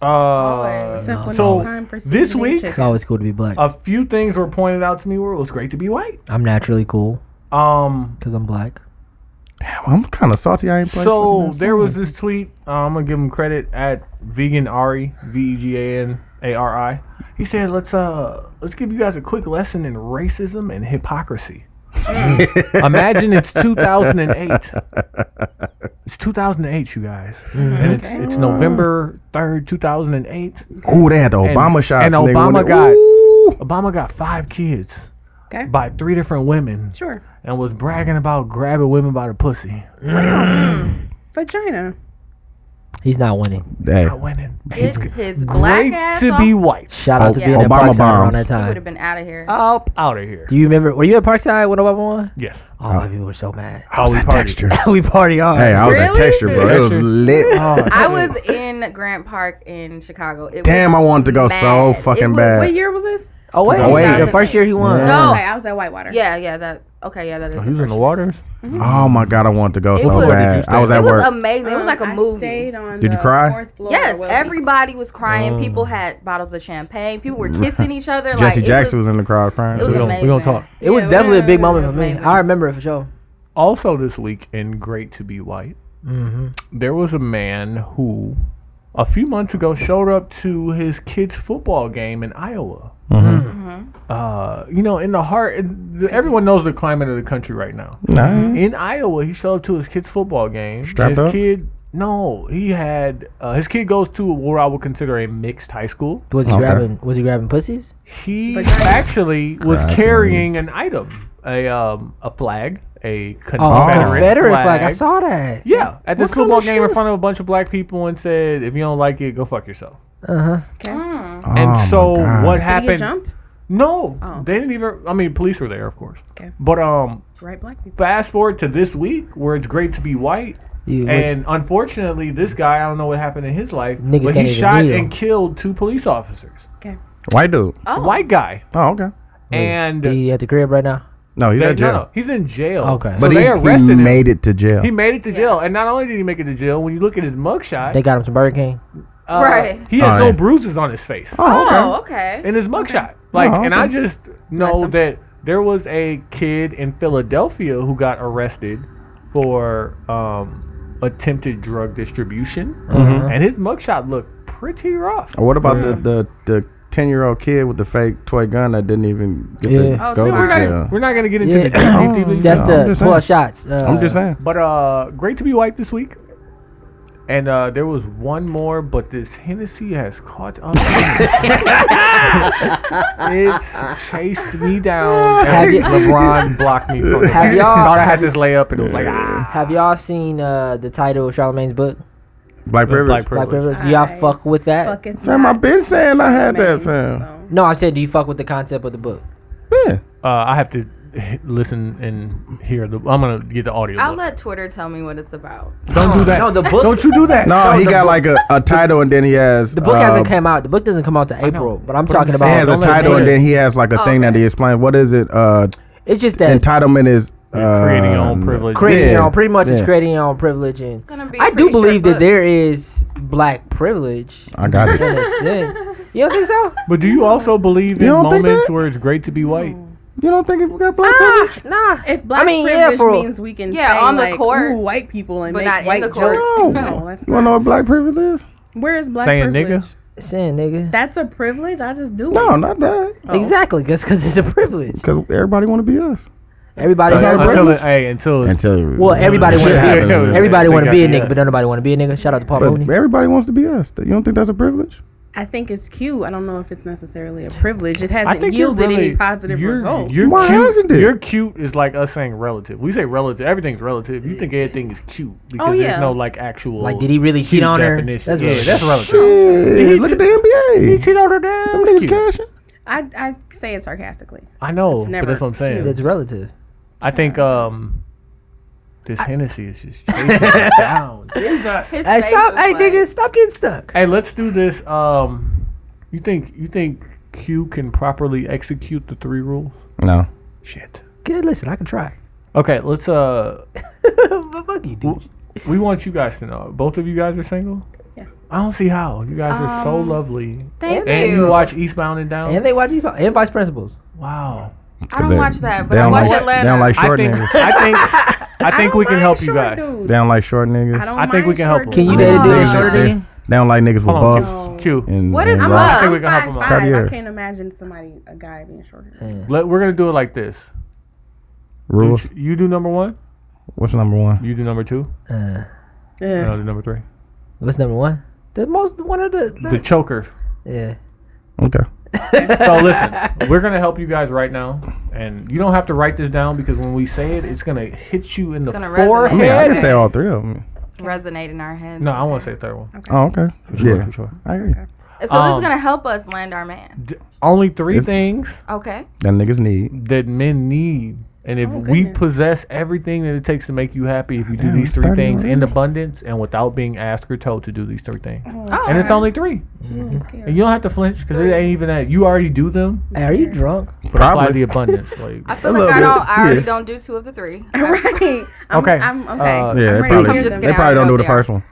Speaker 5: Uh,
Speaker 7: Except when
Speaker 5: So,
Speaker 7: it's time for
Speaker 5: this
Speaker 7: seasoning
Speaker 5: week-
Speaker 7: chicken.
Speaker 5: Oh.
Speaker 4: It's always cool to be black.
Speaker 5: a few things were pointed out to me where it was great to be white.
Speaker 4: I'm naturally cool.
Speaker 5: Um,
Speaker 4: because I'm black.
Speaker 2: Damn, I'm kind of salty. I ain't played
Speaker 5: so
Speaker 2: fucking Minnesota.
Speaker 5: there was this tweet. Uh, I'm gonna give him credit at Vegan Ari V E G A N A R I. He said, "Let's uh, let's give you guys a quick lesson in racism and hypocrisy." Imagine it's 2008. It's 2008, you guys, and it's it's November 3rd, 2008.
Speaker 2: Ooh, they had the
Speaker 5: And-
Speaker 2: Obama shots.
Speaker 5: And
Speaker 2: nigga, when
Speaker 5: Obama
Speaker 2: they-
Speaker 5: got
Speaker 2: Ooh.
Speaker 5: Obama got five kids
Speaker 7: Okay.
Speaker 5: by three different women
Speaker 7: Sure.
Speaker 5: and was bragging about grabbing women by the pussy.
Speaker 7: Vagina.
Speaker 4: He's not winning.
Speaker 2: Hey,
Speaker 5: Not winning.
Speaker 1: His, his black
Speaker 5: Great
Speaker 1: ass
Speaker 5: to
Speaker 1: off,
Speaker 5: be
Speaker 1: he
Speaker 5: white.
Speaker 4: Shout out to
Speaker 1: Oh,
Speaker 4: being at
Speaker 2: Obama
Speaker 4: Parkside around
Speaker 2: bombs.
Speaker 4: that
Speaker 1: would have
Speaker 4: time.
Speaker 1: been out of here.
Speaker 5: Up out of here.
Speaker 4: Do you remember? Were you at Parkside when Obama won?
Speaker 5: Yes.
Speaker 4: Oh, my people were so mad.
Speaker 2: I was
Speaker 5: we
Speaker 2: at
Speaker 5: partied.
Speaker 2: texture.
Speaker 4: we party on.
Speaker 2: Hey, I was at
Speaker 1: Really?
Speaker 2: texture, bro. It was lit.
Speaker 5: Oh.
Speaker 1: I was in Grant Park in Chicago. It
Speaker 2: Damn,
Speaker 1: was
Speaker 2: I wanted to go so
Speaker 1: mad.
Speaker 2: fucking
Speaker 1: It was-
Speaker 2: bad.
Speaker 7: What year was this?
Speaker 4: oh wait,
Speaker 2: Oh, wait.
Speaker 4: the first year he
Speaker 5: Uh,
Speaker 4: won.
Speaker 2: Yeah.
Speaker 1: No.
Speaker 7: Okay, I was at Whitewater.
Speaker 1: Yeah, yeah, that. Okay, yeah, that is. the first-
Speaker 5: waters.
Speaker 2: Oh my god, I wanted to go so
Speaker 1: was- Where did
Speaker 2: bad.
Speaker 5: you
Speaker 2: I was
Speaker 5: stay?
Speaker 2: at
Speaker 1: It was
Speaker 2: work.
Speaker 1: amazing. It was
Speaker 7: Um,
Speaker 1: like a
Speaker 7: I
Speaker 1: movie.
Speaker 7: stayed on
Speaker 2: Did you
Speaker 7: the
Speaker 2: cry?
Speaker 7: Fourth floor
Speaker 1: Yes,
Speaker 7: where we-
Speaker 1: everybody was crying. People had bottles of champagne. People were kissing each other.
Speaker 2: Uh. Jesse
Speaker 1: like, it
Speaker 2: Jackson was,
Speaker 1: was,
Speaker 2: in the crowd crying.
Speaker 1: It was
Speaker 2: too.
Speaker 1: amazing.
Speaker 5: We gonna talk.
Speaker 4: It was
Speaker 7: Yeah,
Speaker 4: definitely a
Speaker 7: we-
Speaker 4: big
Speaker 7: it
Speaker 4: moment
Speaker 7: was
Speaker 4: for me.
Speaker 1: amazing.
Speaker 4: I remember it for sure.
Speaker 5: Also, this week in Great to Be White, there was a man who a few months ago showed up to his kids' football game in Iowa.
Speaker 1: Mm-hmm.
Speaker 5: Uh, you know, in the heart, in the- everyone knows the climate of the country right now.
Speaker 1: Mm-hmm.
Speaker 2: Nah.
Speaker 5: In Iowa, he showed up to his kid's football game.
Speaker 2: Strapped
Speaker 5: his
Speaker 2: up?
Speaker 5: kid, no, he had uh, his kid goes to what I would consider a mixed high school.
Speaker 4: Was he
Speaker 2: Okay.
Speaker 4: grabbing? Was he grabbing pussies?
Speaker 5: He actually was carrying an item, a um, a flag, a Confederate,
Speaker 4: Oh,
Speaker 2: Confederate
Speaker 4: Confederate flag. I saw that.
Speaker 5: Yeah, at this
Speaker 4: What kind
Speaker 5: football
Speaker 4: of
Speaker 5: game in
Speaker 4: shit?
Speaker 5: front of a bunch of black people and said, "If you don't like it, go fuck yourself."
Speaker 4: Uh-huh.
Speaker 2: Oh
Speaker 5: and
Speaker 2: my
Speaker 5: so
Speaker 2: God.
Speaker 5: what
Speaker 7: Did he get
Speaker 5: happened?
Speaker 7: jumped? Oh.
Speaker 5: No, they didn't even. I mean, police were there, of course.
Speaker 7: Okay.
Speaker 5: But um,
Speaker 7: Right, black people.
Speaker 5: fast forward to this week where it's great to be white.
Speaker 4: You went
Speaker 5: And unfortunately, this guy, I don't know what happened in his life,
Speaker 4: Niggas
Speaker 5: but he
Speaker 4: can't even
Speaker 5: shot
Speaker 4: kneel.
Speaker 5: and killed two police officers.
Speaker 2: White dude.
Speaker 5: White guy.
Speaker 2: Oh, okay.
Speaker 5: And
Speaker 4: to- he at the crib right now.
Speaker 2: No, he's
Speaker 5: they-
Speaker 2: at jail.
Speaker 5: no, no, he's in jail.
Speaker 4: Okay.
Speaker 5: So
Speaker 2: But
Speaker 5: they
Speaker 2: he,
Speaker 5: arrested
Speaker 2: he
Speaker 5: him.
Speaker 2: made it to jail.
Speaker 5: He made it to jail. And not only did he make it to jail, when you look at his mugshot,
Speaker 4: They got him some Burger King.
Speaker 5: uh,
Speaker 1: Right.
Speaker 5: he has
Speaker 2: Oh,
Speaker 5: no
Speaker 2: yeah.
Speaker 5: bruises on his face.
Speaker 1: Oh, okay.
Speaker 5: in his mugshot. Like,
Speaker 2: Oh,
Speaker 5: and I
Speaker 2: okay.
Speaker 5: just know that there was a kid in Philadelphia who got arrested for um, attempted drug distribution, and his mugshot looked pretty rough.
Speaker 2: Or what about the the the ten year old kid with the fake toy gun that didn't even get
Speaker 4: Yeah.
Speaker 2: to go
Speaker 5: So
Speaker 2: to
Speaker 5: we're, not,
Speaker 2: jail?
Speaker 5: we're not gonna get into
Speaker 4: Yeah,
Speaker 5: the deep, deep, deep,
Speaker 4: that's
Speaker 2: I'm
Speaker 4: the
Speaker 2: just
Speaker 4: twelve shots. Uh,
Speaker 2: I'm just saying.
Speaker 5: But uh, great to be white this week. And uh, there was one more, but this Hennessy has caught up. it's chased me down.
Speaker 4: Have
Speaker 5: And
Speaker 4: you-
Speaker 5: LeBron blocked me from.
Speaker 4: Have y'all-
Speaker 5: thought I had this layup, and it was like ah.
Speaker 4: Have y'all seen uh, the title of Charlemagne's book,
Speaker 2: Black privilege.
Speaker 5: Black
Speaker 4: Black
Speaker 5: privilege.
Speaker 4: Privilege? Do y'all
Speaker 7: I
Speaker 4: fuck with that?
Speaker 7: Fucking
Speaker 2: Fam, I been saying I had that, fam.
Speaker 7: Charlemagne, so.
Speaker 4: No, I said, do you fuck with the concept of the book?
Speaker 2: Yeah.
Speaker 5: Uh, I have to h- listen and hear the. I'm gonna get the audio.
Speaker 1: I'll
Speaker 5: book.
Speaker 1: let Twitter tell me what it's about.
Speaker 5: Don't do that.
Speaker 4: No, the book.
Speaker 5: Don't you do that.
Speaker 2: No, he got like a, a title and then he has
Speaker 4: The book
Speaker 2: uh,
Speaker 4: hasn't come out. The book doesn't come out to April. But I'm talking
Speaker 5: saying
Speaker 4: about.
Speaker 2: He has a
Speaker 5: Don't let
Speaker 2: title and
Speaker 5: Twitter-
Speaker 2: then he has like
Speaker 5: Oh,
Speaker 2: a thing that he explained. What is it? Uh,
Speaker 4: It's just that
Speaker 2: entitlement is uh,
Speaker 5: creating your own privilege.
Speaker 4: creating your
Speaker 2: Yeah.
Speaker 4: own, pretty much it's
Speaker 2: Yeah.
Speaker 4: creating your own privilege. And
Speaker 1: gonna be a
Speaker 4: I do
Speaker 1: pretty short
Speaker 4: believe that
Speaker 1: book.
Speaker 4: there is black privilege
Speaker 2: I got it.
Speaker 4: in a sense. You don't think so?
Speaker 5: But do you also believe
Speaker 2: You
Speaker 5: in
Speaker 2: don't think
Speaker 5: moments
Speaker 2: that?
Speaker 5: where it's great to be white?
Speaker 2: You don't think he got black privilege?
Speaker 4: Nah.
Speaker 7: If black
Speaker 4: mean, yeah,
Speaker 7: privilege
Speaker 4: for-
Speaker 7: means we can
Speaker 1: Yeah,
Speaker 7: say,
Speaker 1: on the
Speaker 7: like,
Speaker 1: court.
Speaker 7: "Ooh, white people and
Speaker 1: But
Speaker 7: make
Speaker 1: not in
Speaker 7: white
Speaker 1: the court.
Speaker 7: jokes. No, that's
Speaker 2: You wanna know
Speaker 7: not.
Speaker 2: what black privilege is?
Speaker 7: Where is black
Speaker 5: Saying
Speaker 7: privilege?
Speaker 5: nigga?
Speaker 4: Saying nigga.
Speaker 7: That's a privilege. I just do
Speaker 2: No,
Speaker 7: it.
Speaker 2: not that.
Speaker 1: Oh.
Speaker 4: Exactly, because it's a privilege.
Speaker 2: Because everybody want to be us.
Speaker 4: Everybody
Speaker 2: That's
Speaker 4: has
Speaker 2: not
Speaker 4: privilege.
Speaker 5: Until it, hey, until it's,
Speaker 2: Until
Speaker 4: Well, everybody
Speaker 2: Shit
Speaker 4: want to
Speaker 2: happens,
Speaker 4: be.
Speaker 2: man.
Speaker 4: Everybody
Speaker 5: They
Speaker 4: want to be a
Speaker 5: got
Speaker 4: nigga,
Speaker 5: the
Speaker 4: but nobody want to be a nigga. Shout out to Paul
Speaker 2: But
Speaker 4: Mooney.
Speaker 2: everybody wants to be us. You don't think that's a privilege?
Speaker 7: I think it's cute. I don't know if it's necessarily a privilege. It hasn't
Speaker 5: I think
Speaker 7: yielded
Speaker 5: you're really,
Speaker 7: any positive
Speaker 5: you're,
Speaker 7: results.
Speaker 5: You're
Speaker 2: Why
Speaker 5: cute.
Speaker 2: hasn't it?
Speaker 5: You're cute is like us saying relative. We say relative. Everything's relative. You think everything is cute because
Speaker 7: Oh, yeah.
Speaker 5: there's no like actual.
Speaker 4: Like, did he really
Speaker 5: cute
Speaker 4: cheat on her?
Speaker 5: definition.
Speaker 4: That's
Speaker 5: yeah,
Speaker 4: relative.
Speaker 5: that's relative.
Speaker 2: Yeah,
Speaker 5: he
Speaker 2: look
Speaker 5: t-
Speaker 2: at the NBA.
Speaker 5: Cheat on her, damn.
Speaker 2: Them
Speaker 5: that's
Speaker 2: niggas
Speaker 5: cute.
Speaker 2: cashing.
Speaker 7: I, I say it sarcastically.
Speaker 5: I know,
Speaker 7: It's
Speaker 5: but
Speaker 7: never
Speaker 5: that's what I'm saying.
Speaker 4: That's relative.
Speaker 5: I think um this Hennessy is just chasing it down. Jesus.
Speaker 1: His
Speaker 4: Hey,
Speaker 1: face
Speaker 4: stop!
Speaker 1: was
Speaker 4: Hey,
Speaker 1: like-
Speaker 4: nigga, stop getting stuck.
Speaker 5: Hey, let's do this. Um, you think you think Q can properly execute the three rules?
Speaker 2: No.
Speaker 5: Shit.
Speaker 4: Good, listen, I can try.
Speaker 5: Okay, let's uh.
Speaker 4: Oh, But fuck you, dude.
Speaker 5: w- we want you guys to know. Both of you guys are single.
Speaker 7: Yes.
Speaker 5: I don't see how. You guys are so lovely.
Speaker 1: Thank
Speaker 5: and
Speaker 1: you.
Speaker 5: you watch Eastbound and Down.
Speaker 4: And they watch you and vice principals.
Speaker 5: wow.
Speaker 1: I don't
Speaker 2: They-
Speaker 1: watch that, but
Speaker 2: they
Speaker 1: I
Speaker 2: don't
Speaker 1: watch
Speaker 2: like,
Speaker 1: Atlanta.
Speaker 2: They don't like
Speaker 5: I
Speaker 2: short
Speaker 5: think,
Speaker 2: niggas.
Speaker 5: I think, I
Speaker 7: I
Speaker 5: think
Speaker 7: don't
Speaker 5: we can
Speaker 7: mind
Speaker 5: help you
Speaker 7: short
Speaker 5: guys.
Speaker 7: dudes.
Speaker 2: They don't like short
Speaker 7: I
Speaker 2: niggas.
Speaker 7: don't
Speaker 5: I think we
Speaker 7: mind
Speaker 5: can help
Speaker 7: short
Speaker 11: them.
Speaker 4: Can you
Speaker 7: dudes.
Speaker 4: date a dude
Speaker 2: They-
Speaker 4: that's shorter
Speaker 2: they-
Speaker 4: than you?
Speaker 2: They don't like niggas with
Speaker 5: Hold on,
Speaker 2: buffs.
Speaker 5: Q. Q.
Speaker 2: And,
Speaker 1: What is
Speaker 2: and
Speaker 1: I'm
Speaker 2: rock.
Speaker 1: up?
Speaker 5: I think we
Speaker 7: I'm
Speaker 5: can help them out.
Speaker 2: Cut
Speaker 7: five,
Speaker 2: your-
Speaker 7: I can't imagine somebody, a guy being shorter. than me.
Speaker 5: Let, we're gonna do it like this. You,
Speaker 2: Rule.
Speaker 5: ch- you do number one.
Speaker 2: What's number one?
Speaker 5: You do number two.
Speaker 4: Uh,
Speaker 5: and
Speaker 7: Ugh.
Speaker 5: I'll do number three.
Speaker 4: what's number one? The most one of the,
Speaker 5: The choker.
Speaker 4: yeah.
Speaker 2: Okay.
Speaker 5: So listen, we're gonna help you guys right now, and you don't have to write this down because when we say it, it's gonna hit you in the
Speaker 1: gonna resonate.
Speaker 5: forehead.
Speaker 2: I mean, I can say all three of them.
Speaker 1: resonate in our heads.
Speaker 5: no, I want to say the third one.
Speaker 2: Oh, okay. For
Speaker 5: sure,
Speaker 2: yeah,
Speaker 5: for sure.
Speaker 2: I hear you.
Speaker 1: So this
Speaker 5: Um,
Speaker 1: is gonna help us land our man.
Speaker 5: D- only three
Speaker 2: It's-
Speaker 5: things
Speaker 1: Okay.
Speaker 2: That niggas need.
Speaker 5: that men need, and if we
Speaker 7: Oh, goodness.
Speaker 5: possess everything that it takes to make you happy, if you do these
Speaker 2: it's
Speaker 5: three
Speaker 2: 30
Speaker 5: things in
Speaker 2: already.
Speaker 5: abundance and without being asked or told to do these three things,
Speaker 1: Oh,
Speaker 5: and it's only three,
Speaker 7: I'm scared.
Speaker 5: and you don't have to flinch because it ain't even that you already do them,
Speaker 4: Hey, are you drunk?
Speaker 5: but apply
Speaker 2: Probably.
Speaker 5: the abundance. Like,
Speaker 1: I feel like I don't. I already don't do two of the three.
Speaker 7: right. I'm,
Speaker 5: Okay.
Speaker 7: I'm okay.
Speaker 5: Uh,
Speaker 7: I'm
Speaker 2: Yeah, they
Speaker 7: ready to
Speaker 2: probably,
Speaker 7: hear
Speaker 1: Just
Speaker 7: them.
Speaker 1: get
Speaker 2: they
Speaker 1: out
Speaker 2: probably
Speaker 1: and
Speaker 2: don't
Speaker 1: go
Speaker 2: do the
Speaker 1: there.
Speaker 2: first one.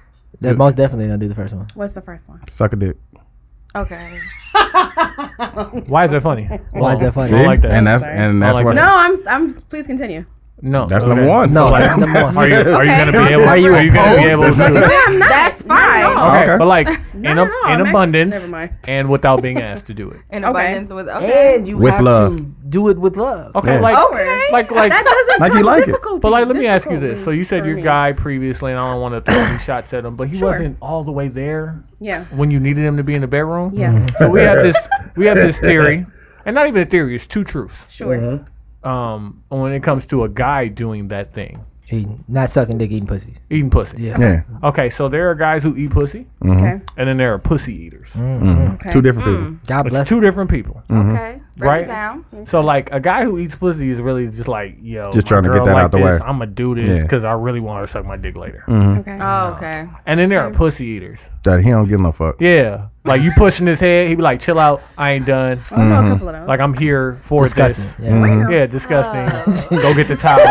Speaker 4: They most definitely gonna do the first one.
Speaker 7: What's the first one?
Speaker 2: Suck a dick.
Speaker 1: Okay.
Speaker 5: why is that funny?
Speaker 4: Why is that funny?
Speaker 2: See?
Speaker 5: I like that.
Speaker 2: And that's and that's
Speaker 5: like
Speaker 2: what
Speaker 5: that.
Speaker 7: No, I'm. I'm. Please continue.
Speaker 5: No,
Speaker 2: that's
Speaker 5: okay.
Speaker 2: number one.
Speaker 4: No,
Speaker 2: So, like,
Speaker 4: that's number one.
Speaker 5: Are you, are you gonna be able? Are you, gonna be able to?
Speaker 7: I'm not. That's fine.
Speaker 5: Okay,
Speaker 2: Okay.
Speaker 5: but like in,
Speaker 7: Not
Speaker 5: a,
Speaker 7: at all. I'm
Speaker 5: in
Speaker 7: actually-
Speaker 5: abundance
Speaker 7: never mind.
Speaker 5: and without being asked to do it.
Speaker 1: In
Speaker 7: Okay.
Speaker 1: abundance with okay.
Speaker 4: And you
Speaker 2: With
Speaker 4: have to
Speaker 2: love.
Speaker 4: do it with love.
Speaker 5: Okay,
Speaker 2: Yeah.
Speaker 5: like
Speaker 1: Okay.
Speaker 5: like like.
Speaker 7: That doesn't.
Speaker 2: Like you
Speaker 7: come
Speaker 2: like it.
Speaker 7: difficult
Speaker 5: but
Speaker 7: to-
Speaker 5: like, let me ask you
Speaker 7: difficult
Speaker 5: this. So you said
Speaker 7: for
Speaker 5: your
Speaker 7: me.
Speaker 5: guy previously, and I don't want to throw any shots at him, but he wasn't all the way there
Speaker 7: Yeah.
Speaker 5: when you needed him to be in the bedroom.
Speaker 7: Yeah.
Speaker 2: Mm-hmm.
Speaker 5: So we have this we have this theory, and not even a theory; it's two truths.
Speaker 7: Sure.
Speaker 2: Mm-hmm.
Speaker 5: Um, when it comes to a guy doing that thing,
Speaker 4: Eating, not sucking dick, eating pussy.
Speaker 5: eating pussy.
Speaker 4: Yeah.
Speaker 2: yeah,
Speaker 5: Okay, so there are guys who eat pussy,
Speaker 7: Okay.
Speaker 5: and then there are pussy eaters.
Speaker 2: Mm,
Speaker 7: Okay.
Speaker 2: two different people.
Speaker 1: Mm.
Speaker 4: God
Speaker 5: It's
Speaker 4: bless.
Speaker 5: two different people.
Speaker 2: Mm.
Speaker 1: Okay. Break
Speaker 5: Mm-hmm. Right.
Speaker 1: it down.
Speaker 5: So like a guy who eats pussy is really just like yo,
Speaker 2: Just trying to get that out the way.
Speaker 5: I'm gonna do this
Speaker 2: Yeah. Mm-hmm.
Speaker 5: because I really want her to suck my dick later.
Speaker 7: Okay.
Speaker 5: Uh,
Speaker 1: Oh, okay.
Speaker 5: And then there are pussy eaters.
Speaker 2: That he don't give no fuck.
Speaker 5: Yeah, like you pushing his head, he be like, chill out, I ain't done.
Speaker 7: I know a couple of those.
Speaker 5: Like I'm here for
Speaker 4: Disgusting. Yeah.
Speaker 2: Mm.
Speaker 5: this. Yeah, disgusting. Go get the towel.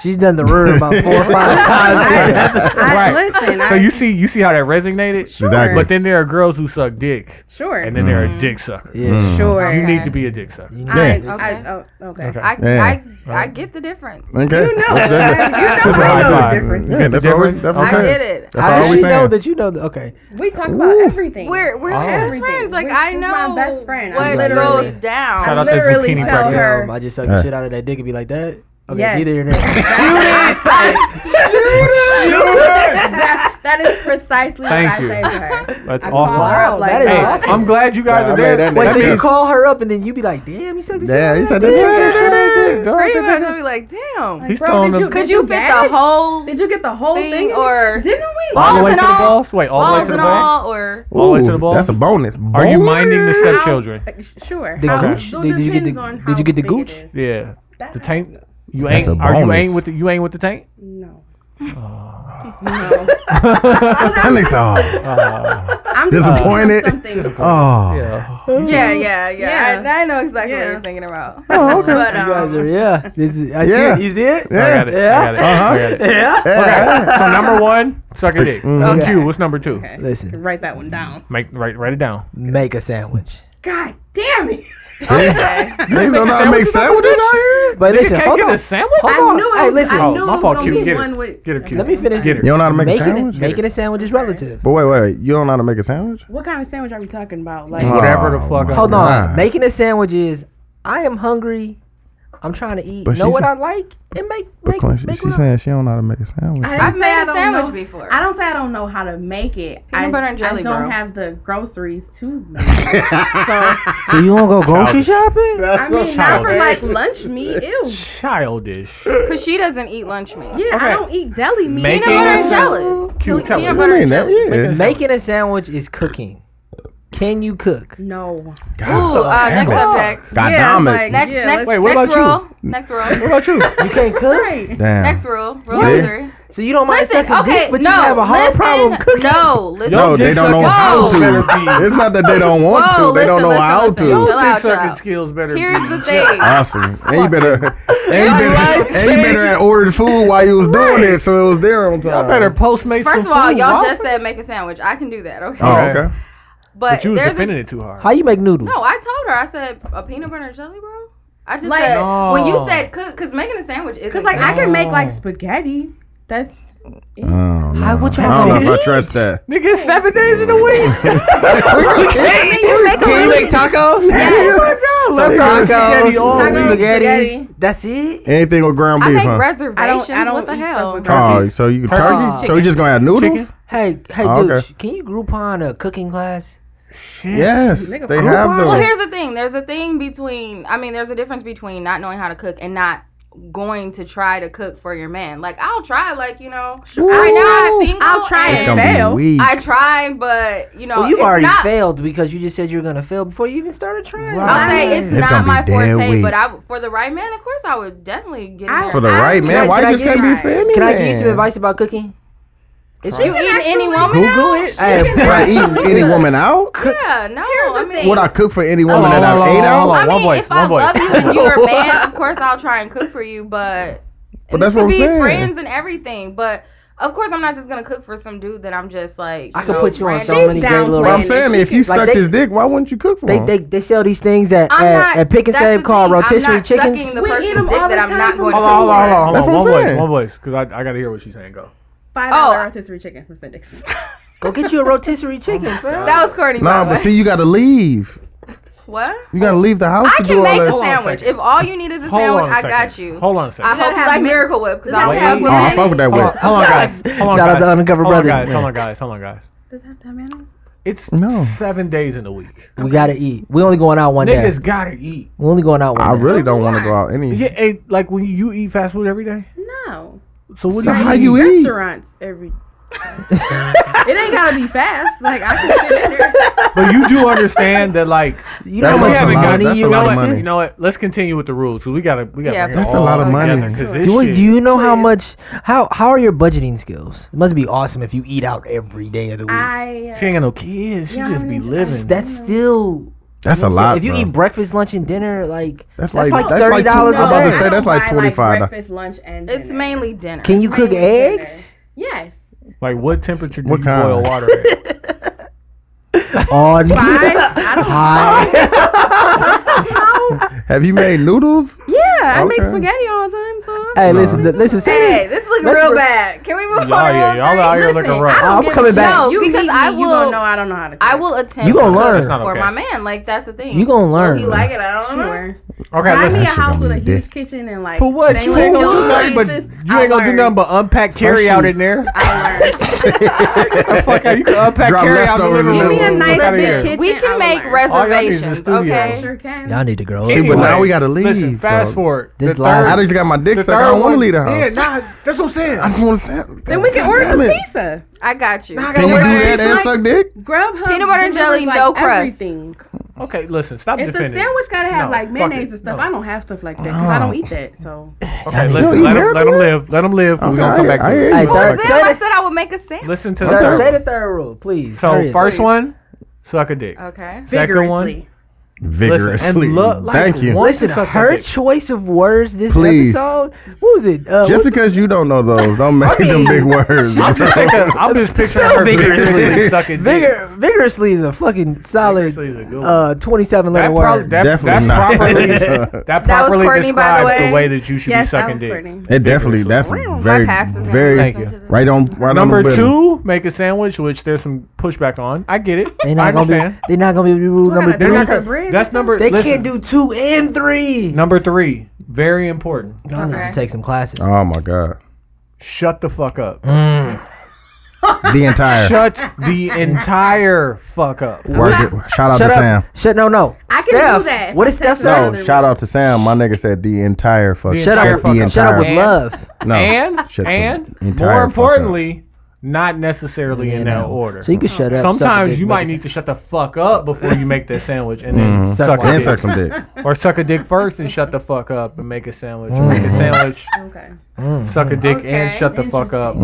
Speaker 4: She's done the room about four or five times.
Speaker 7: I,
Speaker 5: Right.
Speaker 7: listen.
Speaker 5: So
Speaker 7: I,
Speaker 5: you see, you see how that resonated.
Speaker 2: Exactly.
Speaker 5: But then there are girls who suck dick,
Speaker 7: sure.
Speaker 5: and then
Speaker 1: Mm-hmm.
Speaker 5: there are dick suckers.
Speaker 2: Mm.
Speaker 4: Yeah.
Speaker 7: sure.
Speaker 5: You need
Speaker 1: Okay.
Speaker 5: to be a dick sucker.
Speaker 7: I,
Speaker 2: Yeah.
Speaker 7: I, oh, okay.
Speaker 5: Okay.
Speaker 1: I,
Speaker 2: Yeah.
Speaker 1: I I get the difference.
Speaker 2: Okay. You know, that's,
Speaker 5: Sister
Speaker 7: I
Speaker 5: high
Speaker 7: know the
Speaker 5: five.
Speaker 7: difference.
Speaker 2: Yeah, that's all we-
Speaker 5: difference?
Speaker 2: that's
Speaker 1: I
Speaker 2: what I'm
Speaker 1: get
Speaker 2: saying.
Speaker 1: it.
Speaker 2: That's
Speaker 4: How
Speaker 2: all
Speaker 4: does
Speaker 2: we
Speaker 4: she know
Speaker 2: saying.
Speaker 4: that you know that? Okay.
Speaker 7: We talk about everything.
Speaker 1: We're we're best friends. Like
Speaker 7: We're-
Speaker 1: I
Speaker 7: she's
Speaker 1: know
Speaker 7: my best friend. I
Speaker 1: what
Speaker 7: literally-
Speaker 1: goes down.
Speaker 5: Shout
Speaker 7: I
Speaker 5: out to
Speaker 7: literally
Speaker 5: zucchini
Speaker 7: tell
Speaker 5: breakfast.
Speaker 7: her.
Speaker 4: Um, I just sucked the
Speaker 2: Uh.
Speaker 4: shit out of that dick and be like that. Okay,
Speaker 7: Yes.
Speaker 4: neither here nor there.
Speaker 7: that, that is precisely
Speaker 5: Thank
Speaker 7: what
Speaker 5: you.
Speaker 7: I say to her.
Speaker 5: That's
Speaker 7: I call
Speaker 5: awesome.
Speaker 7: her
Speaker 4: Wow,
Speaker 7: up like
Speaker 4: that is
Speaker 5: Hey,
Speaker 7: that.
Speaker 4: awesome.
Speaker 5: I'm glad you guys
Speaker 2: Yeah, I
Speaker 5: are
Speaker 2: made
Speaker 5: there.
Speaker 2: that-
Speaker 4: Wait,
Speaker 2: that
Speaker 4: so you
Speaker 2: means-
Speaker 4: call her up and then you be like, damn, you sucked the shit
Speaker 2: Yeah,
Speaker 4: out
Speaker 2: you
Speaker 4: of that
Speaker 2: said
Speaker 4: dick.
Speaker 2: this.
Speaker 1: Pretty much I'll be like, damn.
Speaker 5: He's
Speaker 7: Bro,
Speaker 5: throwing
Speaker 7: did
Speaker 5: them-
Speaker 7: you,
Speaker 1: Could
Speaker 7: did
Speaker 1: you
Speaker 7: you
Speaker 1: fit
Speaker 7: bag
Speaker 1: the
Speaker 7: it?
Speaker 1: whole
Speaker 7: Did you get the whole
Speaker 1: thing
Speaker 7: thing,
Speaker 1: or-
Speaker 7: didn't we?
Speaker 5: All the
Speaker 1: Balls
Speaker 5: way
Speaker 1: and
Speaker 5: to the
Speaker 1: all.
Speaker 5: balls. Wait, all the way
Speaker 1: balls
Speaker 5: to the
Speaker 1: and
Speaker 5: balls.
Speaker 1: all, or
Speaker 5: All the way to the balls.
Speaker 2: That's a bonus.
Speaker 5: Are you
Speaker 2: Bonus?
Speaker 5: minding the stepchildren?
Speaker 7: Sure.
Speaker 4: The
Speaker 7: How-
Speaker 4: gooch?
Speaker 7: so
Speaker 4: Did- did you get the-
Speaker 7: depends on
Speaker 4: did
Speaker 7: how
Speaker 4: you get the
Speaker 7: big it
Speaker 4: gooch?
Speaker 7: is.
Speaker 5: Yeah. The tank. You
Speaker 2: That's
Speaker 5: ain't.
Speaker 2: a
Speaker 5: Are you
Speaker 2: bonus.
Speaker 5: ain't with the? You ain't with the tank.
Speaker 7: No. no.
Speaker 2: That makes all
Speaker 7: I'm just thinking of
Speaker 2: disappointed.
Speaker 7: Something.
Speaker 2: Oh,
Speaker 1: yeah, yeah, yeah.
Speaker 7: Mm-hmm. Yeah.
Speaker 1: I, I know exactly what
Speaker 7: Yeah.
Speaker 1: you're thinking about. Oh, okay. But,
Speaker 4: You guys
Speaker 1: um,
Speaker 4: are, yeah. This is, I
Speaker 2: Yeah.
Speaker 4: see it. You see it?
Speaker 5: I
Speaker 2: yeah.
Speaker 5: got it. I got it. I got it. Okay. So number one, suck a dick.
Speaker 4: Okay.
Speaker 5: Q. What's number two?
Speaker 7: Okay.
Speaker 4: Listen.
Speaker 7: Write that one down.
Speaker 5: Make write write it down.
Speaker 4: Make a sandwich.
Speaker 7: God damn it.
Speaker 2: Niggas don't know how to make sandwiches out here.
Speaker 4: But
Speaker 5: Nigga
Speaker 4: listen,
Speaker 5: can't
Speaker 4: hold
Speaker 5: get
Speaker 4: on.
Speaker 5: a sandwich.
Speaker 4: Hold
Speaker 7: I
Speaker 4: on.
Speaker 7: knew it
Speaker 4: Hey,
Speaker 7: was-
Speaker 4: listen.
Speaker 7: I
Speaker 5: Oh,
Speaker 7: knew
Speaker 5: my
Speaker 7: it was
Speaker 5: fault,
Speaker 7: gonna
Speaker 5: Q.
Speaker 7: be
Speaker 5: Get it.
Speaker 7: one with.
Speaker 5: Get it, Q.
Speaker 4: Let me finish.
Speaker 5: Get
Speaker 2: You
Speaker 5: it.
Speaker 2: don't know how to make a
Speaker 4: Making it,
Speaker 2: sandwich.
Speaker 4: making a sandwich is relative.
Speaker 2: But wait, wait, wait. You don't know how to make a sandwich?
Speaker 7: What kind of sandwich are we talking about? Like,
Speaker 5: Whatever the fuck.
Speaker 2: my
Speaker 5: I-
Speaker 4: Hold on.
Speaker 2: God.
Speaker 4: Making a sandwich is I am hungry. I'm trying to eat.
Speaker 2: But
Speaker 4: know
Speaker 2: she's
Speaker 4: what
Speaker 2: a-
Speaker 4: I like and make
Speaker 2: But
Speaker 4: make,
Speaker 2: Quincy,
Speaker 4: make
Speaker 2: she's
Speaker 4: what I-
Speaker 2: saying she don't know how to make a sandwich.
Speaker 7: I
Speaker 1: I've
Speaker 7: didn't say
Speaker 1: made
Speaker 7: I
Speaker 1: a
Speaker 7: don't
Speaker 1: sandwich
Speaker 7: know-
Speaker 1: before.
Speaker 7: I don't say I don't know how to make it. I,
Speaker 1: butter and jelly,
Speaker 7: I don't
Speaker 1: bro.
Speaker 7: have the groceries to. Make it. so
Speaker 4: So you wanna go grocery shopping?
Speaker 7: I mean, not for like lunch meat. Ew.
Speaker 5: Childish.
Speaker 1: Cause she doesn't eat lunch meat.
Speaker 7: Yeah, I don't eat deli meat.
Speaker 5: Make
Speaker 1: Peanut
Speaker 5: it.
Speaker 1: butter and jelly.
Speaker 5: Q,
Speaker 1: Peanut
Speaker 5: tell me.
Speaker 1: butter
Speaker 2: I mean,
Speaker 1: and
Speaker 2: that,
Speaker 1: jelly.
Speaker 2: yeah.
Speaker 4: Making a sandwich is cooking. Can you cook?
Speaker 7: No.
Speaker 1: Ooh, uh, next subject.
Speaker 2: God
Speaker 7: Yeah,
Speaker 2: damn it.
Speaker 7: like-
Speaker 1: Next,
Speaker 7: Yeah,
Speaker 1: next,
Speaker 5: Wait, what
Speaker 1: next
Speaker 5: about
Speaker 1: rule. Next rule.
Speaker 5: What about you?
Speaker 4: You can't cook.
Speaker 2: Damn.
Speaker 1: Next rule. Rule
Speaker 2: See?
Speaker 1: number three.
Speaker 4: So you don't mind
Speaker 1: Listen,
Speaker 4: sucking
Speaker 1: okay,
Speaker 4: dick, but
Speaker 1: no,
Speaker 4: you have a hard
Speaker 1: listen,
Speaker 4: problem cooking.
Speaker 1: No, listen.
Speaker 2: No, they
Speaker 5: dick
Speaker 2: don't know
Speaker 5: sucking
Speaker 2: how
Speaker 1: skills
Speaker 5: better
Speaker 2: to. It's not that they don't want
Speaker 1: Whoa,
Speaker 2: to. They
Speaker 1: listen,
Speaker 2: don't know
Speaker 1: listen,
Speaker 2: how
Speaker 1: listen.
Speaker 2: to.
Speaker 1: Chill out,
Speaker 5: Dick
Speaker 1: chill
Speaker 5: sucking
Speaker 1: out.
Speaker 5: skills better
Speaker 1: Here's
Speaker 5: be.
Speaker 1: the thing.
Speaker 2: Awesome. And you better, and you better, and you better have ordered food while you was doing it, so it was there on time.
Speaker 5: I better postmate
Speaker 1: First of
Speaker 5: some
Speaker 1: all,
Speaker 5: food.
Speaker 1: y'all
Speaker 5: Why
Speaker 1: just
Speaker 5: the-
Speaker 1: said make a sandwich. I can do that, okay?
Speaker 2: Oh,
Speaker 5: Okay.
Speaker 2: okay.
Speaker 1: But,
Speaker 5: But you was
Speaker 1: there's a,
Speaker 5: defending it too hard.
Speaker 4: How you make noodles?
Speaker 1: no. I told her. I said a peanut butter and jelly, bro. I just
Speaker 7: Like-
Speaker 1: said when you
Speaker 5: No.
Speaker 1: said cook, because making a sandwich is
Speaker 7: Cause like I can make like spaghetti. That's
Speaker 2: Oh, no.
Speaker 4: I would try
Speaker 2: I don't know
Speaker 4: to
Speaker 2: if I trust that.
Speaker 5: Nigga, it's seven days in the week.
Speaker 4: Can you make tacos?
Speaker 5: oh
Speaker 4: So
Speaker 5: my God, spaghetti all
Speaker 4: tacos,
Speaker 5: week.
Speaker 4: spaghetti,
Speaker 7: Spaghetti.
Speaker 4: That's it.
Speaker 2: Anything with ground
Speaker 1: I
Speaker 2: beef,
Speaker 1: make
Speaker 2: huh?
Speaker 1: reservations.
Speaker 7: I don't. I don't
Speaker 1: what the
Speaker 7: eat stuff
Speaker 1: hell?
Speaker 7: with
Speaker 2: oh,
Speaker 5: turkey.
Speaker 2: so you turkey?
Speaker 4: Turkey?
Speaker 2: So you just gonna have noodles?
Speaker 5: Chicken?
Speaker 4: Hey, hey,
Speaker 2: Oh,
Speaker 4: dude,
Speaker 2: okay.
Speaker 4: can you Groupon a cooking class?
Speaker 5: Shit.
Speaker 2: Yes,
Speaker 7: Nigga,
Speaker 2: they
Speaker 7: Groupon?
Speaker 2: have
Speaker 1: Well,
Speaker 2: them.
Speaker 1: here's the thing. There's a thing between. I mean, there's a difference between not knowing how to cook and not going to try to cook for your man. Like I'll try, like you know, I know I'm single.
Speaker 7: I'll try
Speaker 2: It's
Speaker 1: and
Speaker 2: gonna be
Speaker 7: fail.
Speaker 2: weak.
Speaker 1: I try, but you know,
Speaker 4: Well, you've
Speaker 1: it's
Speaker 4: already
Speaker 1: not,
Speaker 4: failed because you just said you were gonna fail before you even started trying.
Speaker 1: I'll say it's,
Speaker 2: It's gonna
Speaker 1: not
Speaker 2: be
Speaker 1: my
Speaker 2: dead
Speaker 1: forte,
Speaker 2: weak.
Speaker 1: but I, for the right man, of course, I would definitely get in
Speaker 7: I-
Speaker 1: there.
Speaker 2: For the
Speaker 7: I-
Speaker 2: right
Speaker 7: Can
Speaker 2: man,
Speaker 7: I-
Speaker 2: why
Speaker 7: can I
Speaker 2: just
Speaker 7: give
Speaker 2: can't be
Speaker 7: you-
Speaker 2: for any
Speaker 4: Can I
Speaker 2: man?
Speaker 4: give you some advice about cooking? It's
Speaker 1: you eat any woman
Speaker 2: Google
Speaker 1: out?
Speaker 2: it.
Speaker 4: Hey,
Speaker 2: By eating any woman out?
Speaker 1: Yeah, no, I mean,
Speaker 2: Would I cook for any woman
Speaker 5: Hold on,
Speaker 2: that
Speaker 5: hold
Speaker 2: I've
Speaker 5: on,
Speaker 2: ate
Speaker 5: hold
Speaker 2: out?
Speaker 5: on.
Speaker 1: I
Speaker 5: one
Speaker 1: mean,
Speaker 5: voice,
Speaker 1: if I
Speaker 5: one voice,
Speaker 1: love you and you're a man, of course I'll try and cook for you. But
Speaker 2: But
Speaker 1: and
Speaker 2: that's
Speaker 1: this
Speaker 2: what
Speaker 1: could
Speaker 2: I'm
Speaker 1: be
Speaker 2: saying.
Speaker 1: friends and everything. But of course, I'm not just gonna cook for some dude that I'm just like.
Speaker 4: I
Speaker 1: you
Speaker 4: could
Speaker 1: know,
Speaker 4: put you on
Speaker 1: friends-
Speaker 4: so
Speaker 7: She's
Speaker 4: many great little.
Speaker 7: downplaying
Speaker 2: But I'm
Speaker 7: And
Speaker 2: saying
Speaker 7: she
Speaker 2: if
Speaker 7: can-
Speaker 2: you
Speaker 4: like,
Speaker 2: sucked
Speaker 4: they-
Speaker 2: his dick, why wouldn't you cook for
Speaker 4: They,
Speaker 2: him?
Speaker 4: they they sell these things at
Speaker 1: I'm
Speaker 4: at,
Speaker 1: not-
Speaker 4: at Pick and
Speaker 1: that's
Speaker 4: Save
Speaker 1: the
Speaker 4: called
Speaker 1: thing, I'm
Speaker 4: rotisserie
Speaker 1: not sucking
Speaker 4: chickens.
Speaker 1: the
Speaker 7: We eat
Speaker 1: person's
Speaker 7: them
Speaker 1: dick
Speaker 7: all the
Speaker 1: that I'm
Speaker 7: time
Speaker 1: not
Speaker 7: from
Speaker 1: going
Speaker 7: Cindy.
Speaker 1: to.
Speaker 5: Hold on, hold on, hold on,
Speaker 2: That's
Speaker 5: hold
Speaker 2: what I'm
Speaker 5: on. One voice,
Speaker 2: saying.
Speaker 5: one voice, because I, I got to hear what she's saying. Go.
Speaker 7: five
Speaker 1: Oh.
Speaker 7: dollar rotisserie chicken from Cindy's.
Speaker 4: Go get you a rotisserie chicken, fam.
Speaker 1: That was Courtney.
Speaker 2: Nah,
Speaker 1: by the
Speaker 2: but
Speaker 1: way.
Speaker 2: see, you gotta leave.
Speaker 1: what?
Speaker 2: You gotta leave the house
Speaker 1: I
Speaker 2: to
Speaker 1: can
Speaker 2: do all
Speaker 1: make a
Speaker 2: that.
Speaker 5: Hold on a
Speaker 1: sandwich.
Speaker 5: second.
Speaker 1: If all you need is a
Speaker 5: Hold on
Speaker 1: sandwich,
Speaker 5: a
Speaker 1: I
Speaker 5: second.
Speaker 1: got you.
Speaker 5: Hold on a
Speaker 1: I
Speaker 5: second.
Speaker 1: hope you
Speaker 7: have
Speaker 1: like
Speaker 7: mi-
Speaker 1: Miracle Whip because I
Speaker 7: that
Speaker 1: don't
Speaker 7: have
Speaker 1: fuck
Speaker 7: mi-
Speaker 1: with
Speaker 2: Oh, I
Speaker 1: men.
Speaker 2: fuck with that
Speaker 5: Hold on,
Speaker 2: whip.
Speaker 5: hold on, guys. Hold on,
Speaker 4: Shout out to
Speaker 5: guys.
Speaker 4: Undercover
Speaker 5: hold on,
Speaker 4: Brother.
Speaker 5: guys. Hold on, guys. Hold on, guys.
Speaker 7: Does that have that mayonnaise?
Speaker 5: It's
Speaker 2: No.
Speaker 5: seven days in the week.
Speaker 4: We gotta eat. We only going out one day.
Speaker 5: Niggas gotta eat.
Speaker 4: We only going out one
Speaker 2: I
Speaker 4: day.
Speaker 2: really don't want to go out any.
Speaker 5: Yeah, hey, like when you, you eat fast food every day.
Speaker 7: No.
Speaker 5: So what
Speaker 2: So
Speaker 5: do you
Speaker 2: how
Speaker 5: eat?
Speaker 2: you eat?
Speaker 7: Restaurants every. it ain't gotta be fast. Like I can sit here.
Speaker 5: But you do understand that, like
Speaker 4: You
Speaker 2: That
Speaker 4: know
Speaker 5: we
Speaker 2: was
Speaker 4: how
Speaker 2: a
Speaker 5: haven't
Speaker 4: much
Speaker 2: lot-
Speaker 4: money
Speaker 2: that's
Speaker 4: you
Speaker 2: a lot of
Speaker 4: lost?
Speaker 2: money.
Speaker 5: You know what? Let's continue with the rules because we gotta we gotta.
Speaker 1: Yeah,
Speaker 5: bring it
Speaker 2: That's a
Speaker 5: all
Speaker 2: lot of
Speaker 5: together,
Speaker 2: money.
Speaker 5: 'cause this
Speaker 4: Do,
Speaker 5: shit-
Speaker 4: do you know how much? How how are your budgeting skills? It must be awesome if you eat out every day of the week.
Speaker 7: I. uh,
Speaker 5: She ain't got no kids. She
Speaker 7: Yeah,
Speaker 5: just
Speaker 7: I
Speaker 5: be
Speaker 7: mean,
Speaker 5: living.
Speaker 4: That's still.
Speaker 2: That's a
Speaker 4: I'm saying,
Speaker 2: lot.
Speaker 4: If you
Speaker 2: bro.
Speaker 4: eat breakfast, lunch, and dinner, like
Speaker 2: That's
Speaker 4: that's,
Speaker 2: like-
Speaker 4: like,
Speaker 2: that's like
Speaker 4: thirty
Speaker 2: two-
Speaker 4: dollars
Speaker 2: I'm
Speaker 4: a
Speaker 2: about to
Speaker 4: day.
Speaker 2: say
Speaker 7: I
Speaker 2: that's
Speaker 7: don't
Speaker 2: like
Speaker 7: buy,
Speaker 2: $25.
Speaker 7: breakfast, lunch, and
Speaker 1: It's
Speaker 7: dinner.
Speaker 1: mainly dinner.
Speaker 4: Can you cook
Speaker 7: Mainly
Speaker 4: eggs?
Speaker 7: dinner. Yes.
Speaker 5: like what temperature do
Speaker 2: What
Speaker 5: you
Speaker 2: kind?
Speaker 5: boil water at?
Speaker 4: On
Speaker 7: Five. I don't.
Speaker 4: high.
Speaker 2: Have you made noodles?
Speaker 7: Yeah, I make
Speaker 2: Okay.
Speaker 7: spaghetti all the time. So I'm-
Speaker 4: Hey, listen, th- listen.
Speaker 1: Hey,
Speaker 4: Say
Speaker 1: this looking
Speaker 4: Let's
Speaker 1: real
Speaker 4: re-
Speaker 1: bad. Can we move
Speaker 5: Y'all-
Speaker 1: on? to
Speaker 5: yeah,
Speaker 1: round
Speaker 5: y'all
Speaker 1: three?
Speaker 5: out here
Speaker 1: Listen,
Speaker 5: looking rough.
Speaker 1: I don't
Speaker 4: I'm
Speaker 1: give
Speaker 4: coming
Speaker 1: a-
Speaker 4: back.
Speaker 1: No,
Speaker 7: you
Speaker 1: because
Speaker 7: meet me,
Speaker 1: I
Speaker 7: you gonna
Speaker 1: will.
Speaker 7: know I don't know how to. Cook.
Speaker 1: I will attempt
Speaker 4: You
Speaker 1: to
Speaker 4: gonna
Speaker 1: cook
Speaker 4: learn. That's
Speaker 5: not
Speaker 1: for
Speaker 5: okay.
Speaker 1: my man. Like that's the thing.
Speaker 4: You gonna
Speaker 1: Will he
Speaker 4: learn.
Speaker 1: like it? I don't know.
Speaker 7: Sure.
Speaker 5: Okay,
Speaker 7: Buy me
Speaker 5: listen.
Speaker 7: a house with a
Speaker 2: gonna be
Speaker 7: huge
Speaker 2: dick.
Speaker 7: kitchen and like
Speaker 5: For what? You
Speaker 7: stainless
Speaker 5: ain't gonna
Speaker 7: steel
Speaker 5: do nothing,
Speaker 7: appliances.
Speaker 5: but you
Speaker 7: I
Speaker 5: ain't gonna do
Speaker 7: learned.
Speaker 5: nothing but unpack carry out in there.
Speaker 7: I learned.
Speaker 5: the fuck out. You can unpack
Speaker 2: Drop
Speaker 5: carry out
Speaker 2: leftovers
Speaker 5: deliver
Speaker 2: in
Speaker 7: Give me
Speaker 2: Get
Speaker 7: a
Speaker 2: out
Speaker 7: nice
Speaker 5: outta
Speaker 7: big
Speaker 5: here.
Speaker 7: kitchen.
Speaker 1: We can
Speaker 7: I'll
Speaker 1: make
Speaker 7: learn.
Speaker 5: All y'all need is a
Speaker 1: reservations.
Speaker 5: studio.
Speaker 1: Okay.
Speaker 7: Sure can.
Speaker 4: y'all need to grow
Speaker 2: See,
Speaker 4: up.
Speaker 2: but now we gotta
Speaker 5: Listen,
Speaker 2: leave,
Speaker 5: fast
Speaker 2: dog.
Speaker 5: forward.
Speaker 4: This
Speaker 5: the
Speaker 4: last-
Speaker 2: I
Speaker 5: third,
Speaker 2: just got my dick
Speaker 5: the
Speaker 2: sucked. I don't
Speaker 5: third
Speaker 2: want to
Speaker 5: one-
Speaker 2: leave the house.
Speaker 5: Yeah, nah, that's what I'm saying.
Speaker 2: I just want to sit.
Speaker 7: Then we can order some pizza.
Speaker 1: I got you.
Speaker 2: Can you do that and suck dick?
Speaker 7: Grubhub,
Speaker 1: Peanut butter and
Speaker 7: delivers,
Speaker 1: jelly, no crust.
Speaker 7: Everything.
Speaker 5: Okay, listen, stop
Speaker 7: If the
Speaker 5: defending.
Speaker 7: sandwich gotta have
Speaker 5: No,
Speaker 7: like
Speaker 5: fuck
Speaker 7: mayonnaise
Speaker 5: it.
Speaker 7: and stuff,
Speaker 5: No.
Speaker 7: I don't have stuff like that because I don't eat that. So
Speaker 5: Okay,
Speaker 2: Yo,
Speaker 5: listen,
Speaker 2: you
Speaker 5: let him,
Speaker 2: married
Speaker 5: let him
Speaker 2: for
Speaker 5: live. Let him live. We're
Speaker 2: Okay,
Speaker 5: gonna
Speaker 2: I
Speaker 5: come
Speaker 2: hear-
Speaker 5: back
Speaker 2: I
Speaker 5: to
Speaker 2: hear
Speaker 5: it.
Speaker 2: you.
Speaker 4: Hey,
Speaker 1: Well,
Speaker 4: third,
Speaker 1: damn,
Speaker 4: say
Speaker 1: I
Speaker 4: the,
Speaker 1: said I would make a sandwich.
Speaker 5: Listen to the
Speaker 4: third,
Speaker 5: third.
Speaker 4: say
Speaker 5: one.
Speaker 4: the third rule, please.
Speaker 5: So
Speaker 4: Hurry up.
Speaker 5: first one, suck a dick.
Speaker 1: Okay.
Speaker 5: Second one,
Speaker 7: vigorously.
Speaker 2: Vigorously.
Speaker 5: and lo- like,
Speaker 2: Thank you.
Speaker 5: one-
Speaker 4: Listen,
Speaker 5: Suck my
Speaker 4: her
Speaker 5: dick.
Speaker 4: choice of words this
Speaker 2: Please.
Speaker 4: episode. What was it? Uh,
Speaker 2: Just because you don't know those, don't make them big words.
Speaker 5: I'm just, thinking, I'm just picturing her vigorously sucking dick.
Speaker 4: vigor, vigorously is a fucking solid
Speaker 5: Vigorously is a good one.
Speaker 4: uh, twenty-seven
Speaker 5: That,
Speaker 4: letter
Speaker 5: prob-
Speaker 4: word.
Speaker 5: that,
Speaker 2: Definitely
Speaker 5: that
Speaker 2: not.
Speaker 5: properly, that properly
Speaker 1: Courtney, by the
Speaker 5: describes the way.
Speaker 1: way.
Speaker 5: that you should be
Speaker 7: Yes, that
Speaker 5: sucking
Speaker 7: was
Speaker 5: dick.
Speaker 7: Courtney.
Speaker 2: It definitely. That's very,
Speaker 1: pastor's gonna
Speaker 2: very
Speaker 5: Thank
Speaker 1: listen
Speaker 5: you.
Speaker 1: to this.
Speaker 2: right on. Right on
Speaker 5: Number
Speaker 2: the button.
Speaker 5: two, make a sandwich, which there's some pushback on. I get it.
Speaker 4: They're
Speaker 5: I
Speaker 4: not gonna
Speaker 5: understand.
Speaker 4: be. They're not gonna be rule number
Speaker 7: gotta
Speaker 4: three.
Speaker 5: They're not
Speaker 7: Toss the
Speaker 5: gonna-
Speaker 7: bread
Speaker 5: that's
Speaker 7: or
Speaker 5: number.
Speaker 4: They
Speaker 5: listen,
Speaker 4: can't do two and three.
Speaker 5: number three. Very important.
Speaker 4: Y'all need to take some classes.
Speaker 2: Oh my god.
Speaker 5: Shut the fuck up.
Speaker 2: Mm. The entire.
Speaker 5: Shut the entire fuck up.
Speaker 2: Work it. Shout out
Speaker 4: Shut
Speaker 2: to
Speaker 4: up.
Speaker 2: Sam.
Speaker 4: Shut no no.
Speaker 7: I can do
Speaker 4: Steph,
Speaker 7: that.
Speaker 4: What did Steph say?
Speaker 2: No, shout out to Sam. My nigga said the entire fuck.
Speaker 5: The
Speaker 4: Shut
Speaker 5: entire
Speaker 4: up.
Speaker 5: fuck
Speaker 2: The
Speaker 5: up.
Speaker 4: Shut up with
Speaker 2: entire-
Speaker 4: love.
Speaker 2: No.
Speaker 5: and
Speaker 2: Shut the
Speaker 5: and
Speaker 2: entire fuck
Speaker 5: more
Speaker 2: up.
Speaker 5: importantly, not necessarily in that
Speaker 4: no.
Speaker 5: order.
Speaker 4: So you can shut up. suck a
Speaker 5: Sometimes
Speaker 4: dick,
Speaker 5: you
Speaker 4: make
Speaker 5: might
Speaker 4: a
Speaker 5: need to shut the fuck up before you make that sandwich and then
Speaker 4: Mhm.
Speaker 5: suck
Speaker 4: Suck
Speaker 5: a
Speaker 2: And
Speaker 5: dick.
Speaker 2: Mm-hmm. suck some dick.
Speaker 5: or suck a dick first and shut the fuck up and make a sandwich. Or
Speaker 2: Mm-hmm.
Speaker 5: make a sandwich,
Speaker 7: Okay.
Speaker 5: suck a dick and
Speaker 1: Okay,
Speaker 5: shut the fuck up.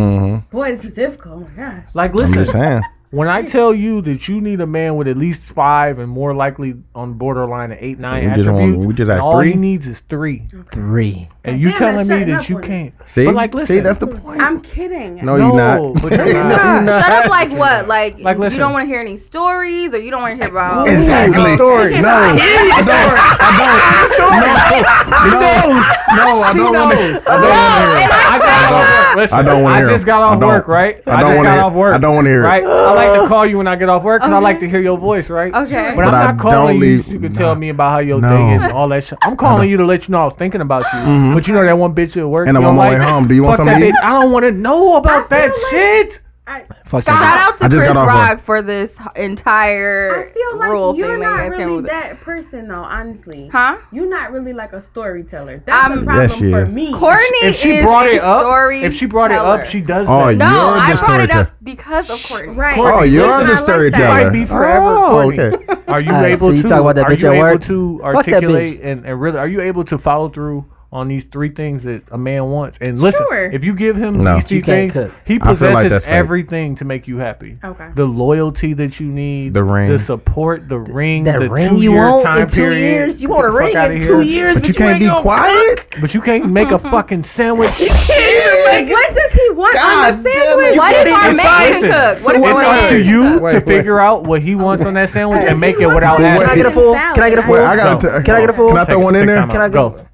Speaker 7: Boy, this is difficult. Oh my gosh.
Speaker 5: Like
Speaker 2: I'm just
Speaker 5: listen,
Speaker 2: saying.
Speaker 5: when I tell you that you need a man with at least five and more likely on borderline of eight nine
Speaker 2: We just want-
Speaker 5: attributes,
Speaker 2: we just
Speaker 5: and
Speaker 2: asked
Speaker 5: all
Speaker 2: three?
Speaker 5: he needs is three,
Speaker 4: three.
Speaker 5: and you
Speaker 7: Damn,
Speaker 5: telling
Speaker 7: that's
Speaker 5: me
Speaker 7: shutting
Speaker 5: that
Speaker 7: up
Speaker 5: you
Speaker 7: for us.
Speaker 5: can't.
Speaker 2: See,
Speaker 5: but like, listen,
Speaker 2: see, that's the point.
Speaker 7: I'm kidding.
Speaker 2: no,
Speaker 5: no,
Speaker 2: you're not.
Speaker 5: but you're not.
Speaker 1: Shut up, like what? Like,
Speaker 5: Like,
Speaker 1: you
Speaker 5: listen.
Speaker 1: don't want to hear any stories, or you don't want to hear about.
Speaker 2: Exactly.
Speaker 5: Story.
Speaker 2: No, I don't. I don't. No, no, I don't want to. I don't want to hear it.
Speaker 5: I got off work. Listen,
Speaker 2: I
Speaker 5: I,
Speaker 2: don't wanna hear
Speaker 5: just
Speaker 2: it.
Speaker 5: got
Speaker 2: I
Speaker 5: off
Speaker 2: don't-
Speaker 5: work, right?
Speaker 2: I don't
Speaker 5: just
Speaker 2: wanna
Speaker 5: got
Speaker 2: hear it.
Speaker 5: off work.
Speaker 2: I don't wanna hear it.
Speaker 5: Right? I like to call you when I get off work because I like
Speaker 1: Okay.
Speaker 5: to hear your voice, right?
Speaker 1: Okay.
Speaker 5: But, I'm
Speaker 2: But I
Speaker 5: not calling
Speaker 2: don't
Speaker 5: you.
Speaker 2: leave-
Speaker 5: so You can
Speaker 2: nah.
Speaker 5: tell me about how your
Speaker 2: No.
Speaker 5: day and all that shit. I'm calling you to let you know I was thinking about you. But you know that one bitch at work.
Speaker 2: Mm-hmm. And I'm
Speaker 5: you
Speaker 2: on
Speaker 5: don't
Speaker 2: my way
Speaker 5: like?
Speaker 2: home. Do you want
Speaker 5: Fuck
Speaker 2: something
Speaker 5: that
Speaker 2: to eat?
Speaker 5: bitch. I don't want to know about that shit.
Speaker 2: Fuck
Speaker 1: Shout out
Speaker 2: I
Speaker 1: to
Speaker 2: just
Speaker 1: Chris
Speaker 2: got off
Speaker 1: Rock
Speaker 2: work.
Speaker 1: for this h- entire
Speaker 7: I feel like
Speaker 1: rule
Speaker 7: you're
Speaker 1: thing that you
Speaker 7: not
Speaker 1: guys came
Speaker 7: really
Speaker 1: up with.
Speaker 7: that person though, honestly.
Speaker 1: Huh?
Speaker 7: You're not really like a storyteller. That's
Speaker 1: I'm-
Speaker 7: a
Speaker 2: Yes,
Speaker 7: problem
Speaker 2: she
Speaker 7: for
Speaker 2: is.
Speaker 7: me.
Speaker 1: Courtney
Speaker 5: If she
Speaker 1: is
Speaker 5: brought
Speaker 1: a
Speaker 5: it up,
Speaker 1: story
Speaker 5: if she brought it
Speaker 1: teller.
Speaker 5: up, she does
Speaker 2: Oh,
Speaker 5: that.
Speaker 1: no,
Speaker 2: You're
Speaker 1: I
Speaker 2: the
Speaker 1: brought it up
Speaker 2: storyteller.
Speaker 1: because of Courtney.
Speaker 7: Right.
Speaker 2: Oh,
Speaker 7: It's
Speaker 2: you're
Speaker 7: not
Speaker 2: the
Speaker 7: like
Speaker 2: storyteller.
Speaker 7: that.
Speaker 5: might be forever.
Speaker 2: Oh,
Speaker 5: Courtney.
Speaker 2: okay.
Speaker 5: Are you
Speaker 4: All right,
Speaker 5: able
Speaker 4: so you
Speaker 5: to?
Speaker 4: talk about that
Speaker 5: are
Speaker 4: bitch
Speaker 5: you
Speaker 4: at
Speaker 5: able
Speaker 4: work?
Speaker 5: to
Speaker 4: Fuck that bitch.
Speaker 5: articulate and, and really? Are you able to follow through on these three things that a man wants? And listen,
Speaker 7: Sure.
Speaker 5: if you give him
Speaker 2: No.
Speaker 5: these three
Speaker 4: You can't
Speaker 5: things,
Speaker 4: cook.
Speaker 5: he
Speaker 2: I feel like that's
Speaker 5: possesses
Speaker 2: fake.
Speaker 5: everything to make you happy.
Speaker 7: Okay.
Speaker 5: The loyalty that you need,
Speaker 2: The ring.
Speaker 5: the support, the ring,
Speaker 4: That
Speaker 5: the
Speaker 4: ring
Speaker 5: two-year
Speaker 4: you want
Speaker 5: time
Speaker 4: in two
Speaker 5: period.
Speaker 4: years? You
Speaker 5: Get
Speaker 4: want a
Speaker 5: the fuck
Speaker 4: ring
Speaker 5: outta
Speaker 4: in
Speaker 5: here.
Speaker 4: two years,
Speaker 2: But you can't be quiet.
Speaker 5: But you can't make a fucking sandwich.
Speaker 7: What does he want on
Speaker 2: God
Speaker 7: the
Speaker 2: damn it.
Speaker 7: sandwich?
Speaker 2: You
Speaker 1: What if
Speaker 2: couldn't
Speaker 1: our
Speaker 2: even
Speaker 1: man
Speaker 2: find
Speaker 1: can
Speaker 2: it.
Speaker 1: cook?
Speaker 2: So
Speaker 1: What if
Speaker 2: wait,
Speaker 1: our man
Speaker 5: it's up to
Speaker 1: can
Speaker 5: you
Speaker 1: cook?
Speaker 2: Wait,
Speaker 5: to
Speaker 2: wait.
Speaker 5: figure out what he wants on that sandwich and make it
Speaker 7: wants
Speaker 5: without
Speaker 7: to eat
Speaker 5: asking.
Speaker 4: Can I get a full? Can I get a full?
Speaker 2: Wait, I gotta.
Speaker 5: Go.
Speaker 2: t-
Speaker 4: Can I get a full?
Speaker 2: Can I throw one in there?
Speaker 4: Can I go?
Speaker 5: go?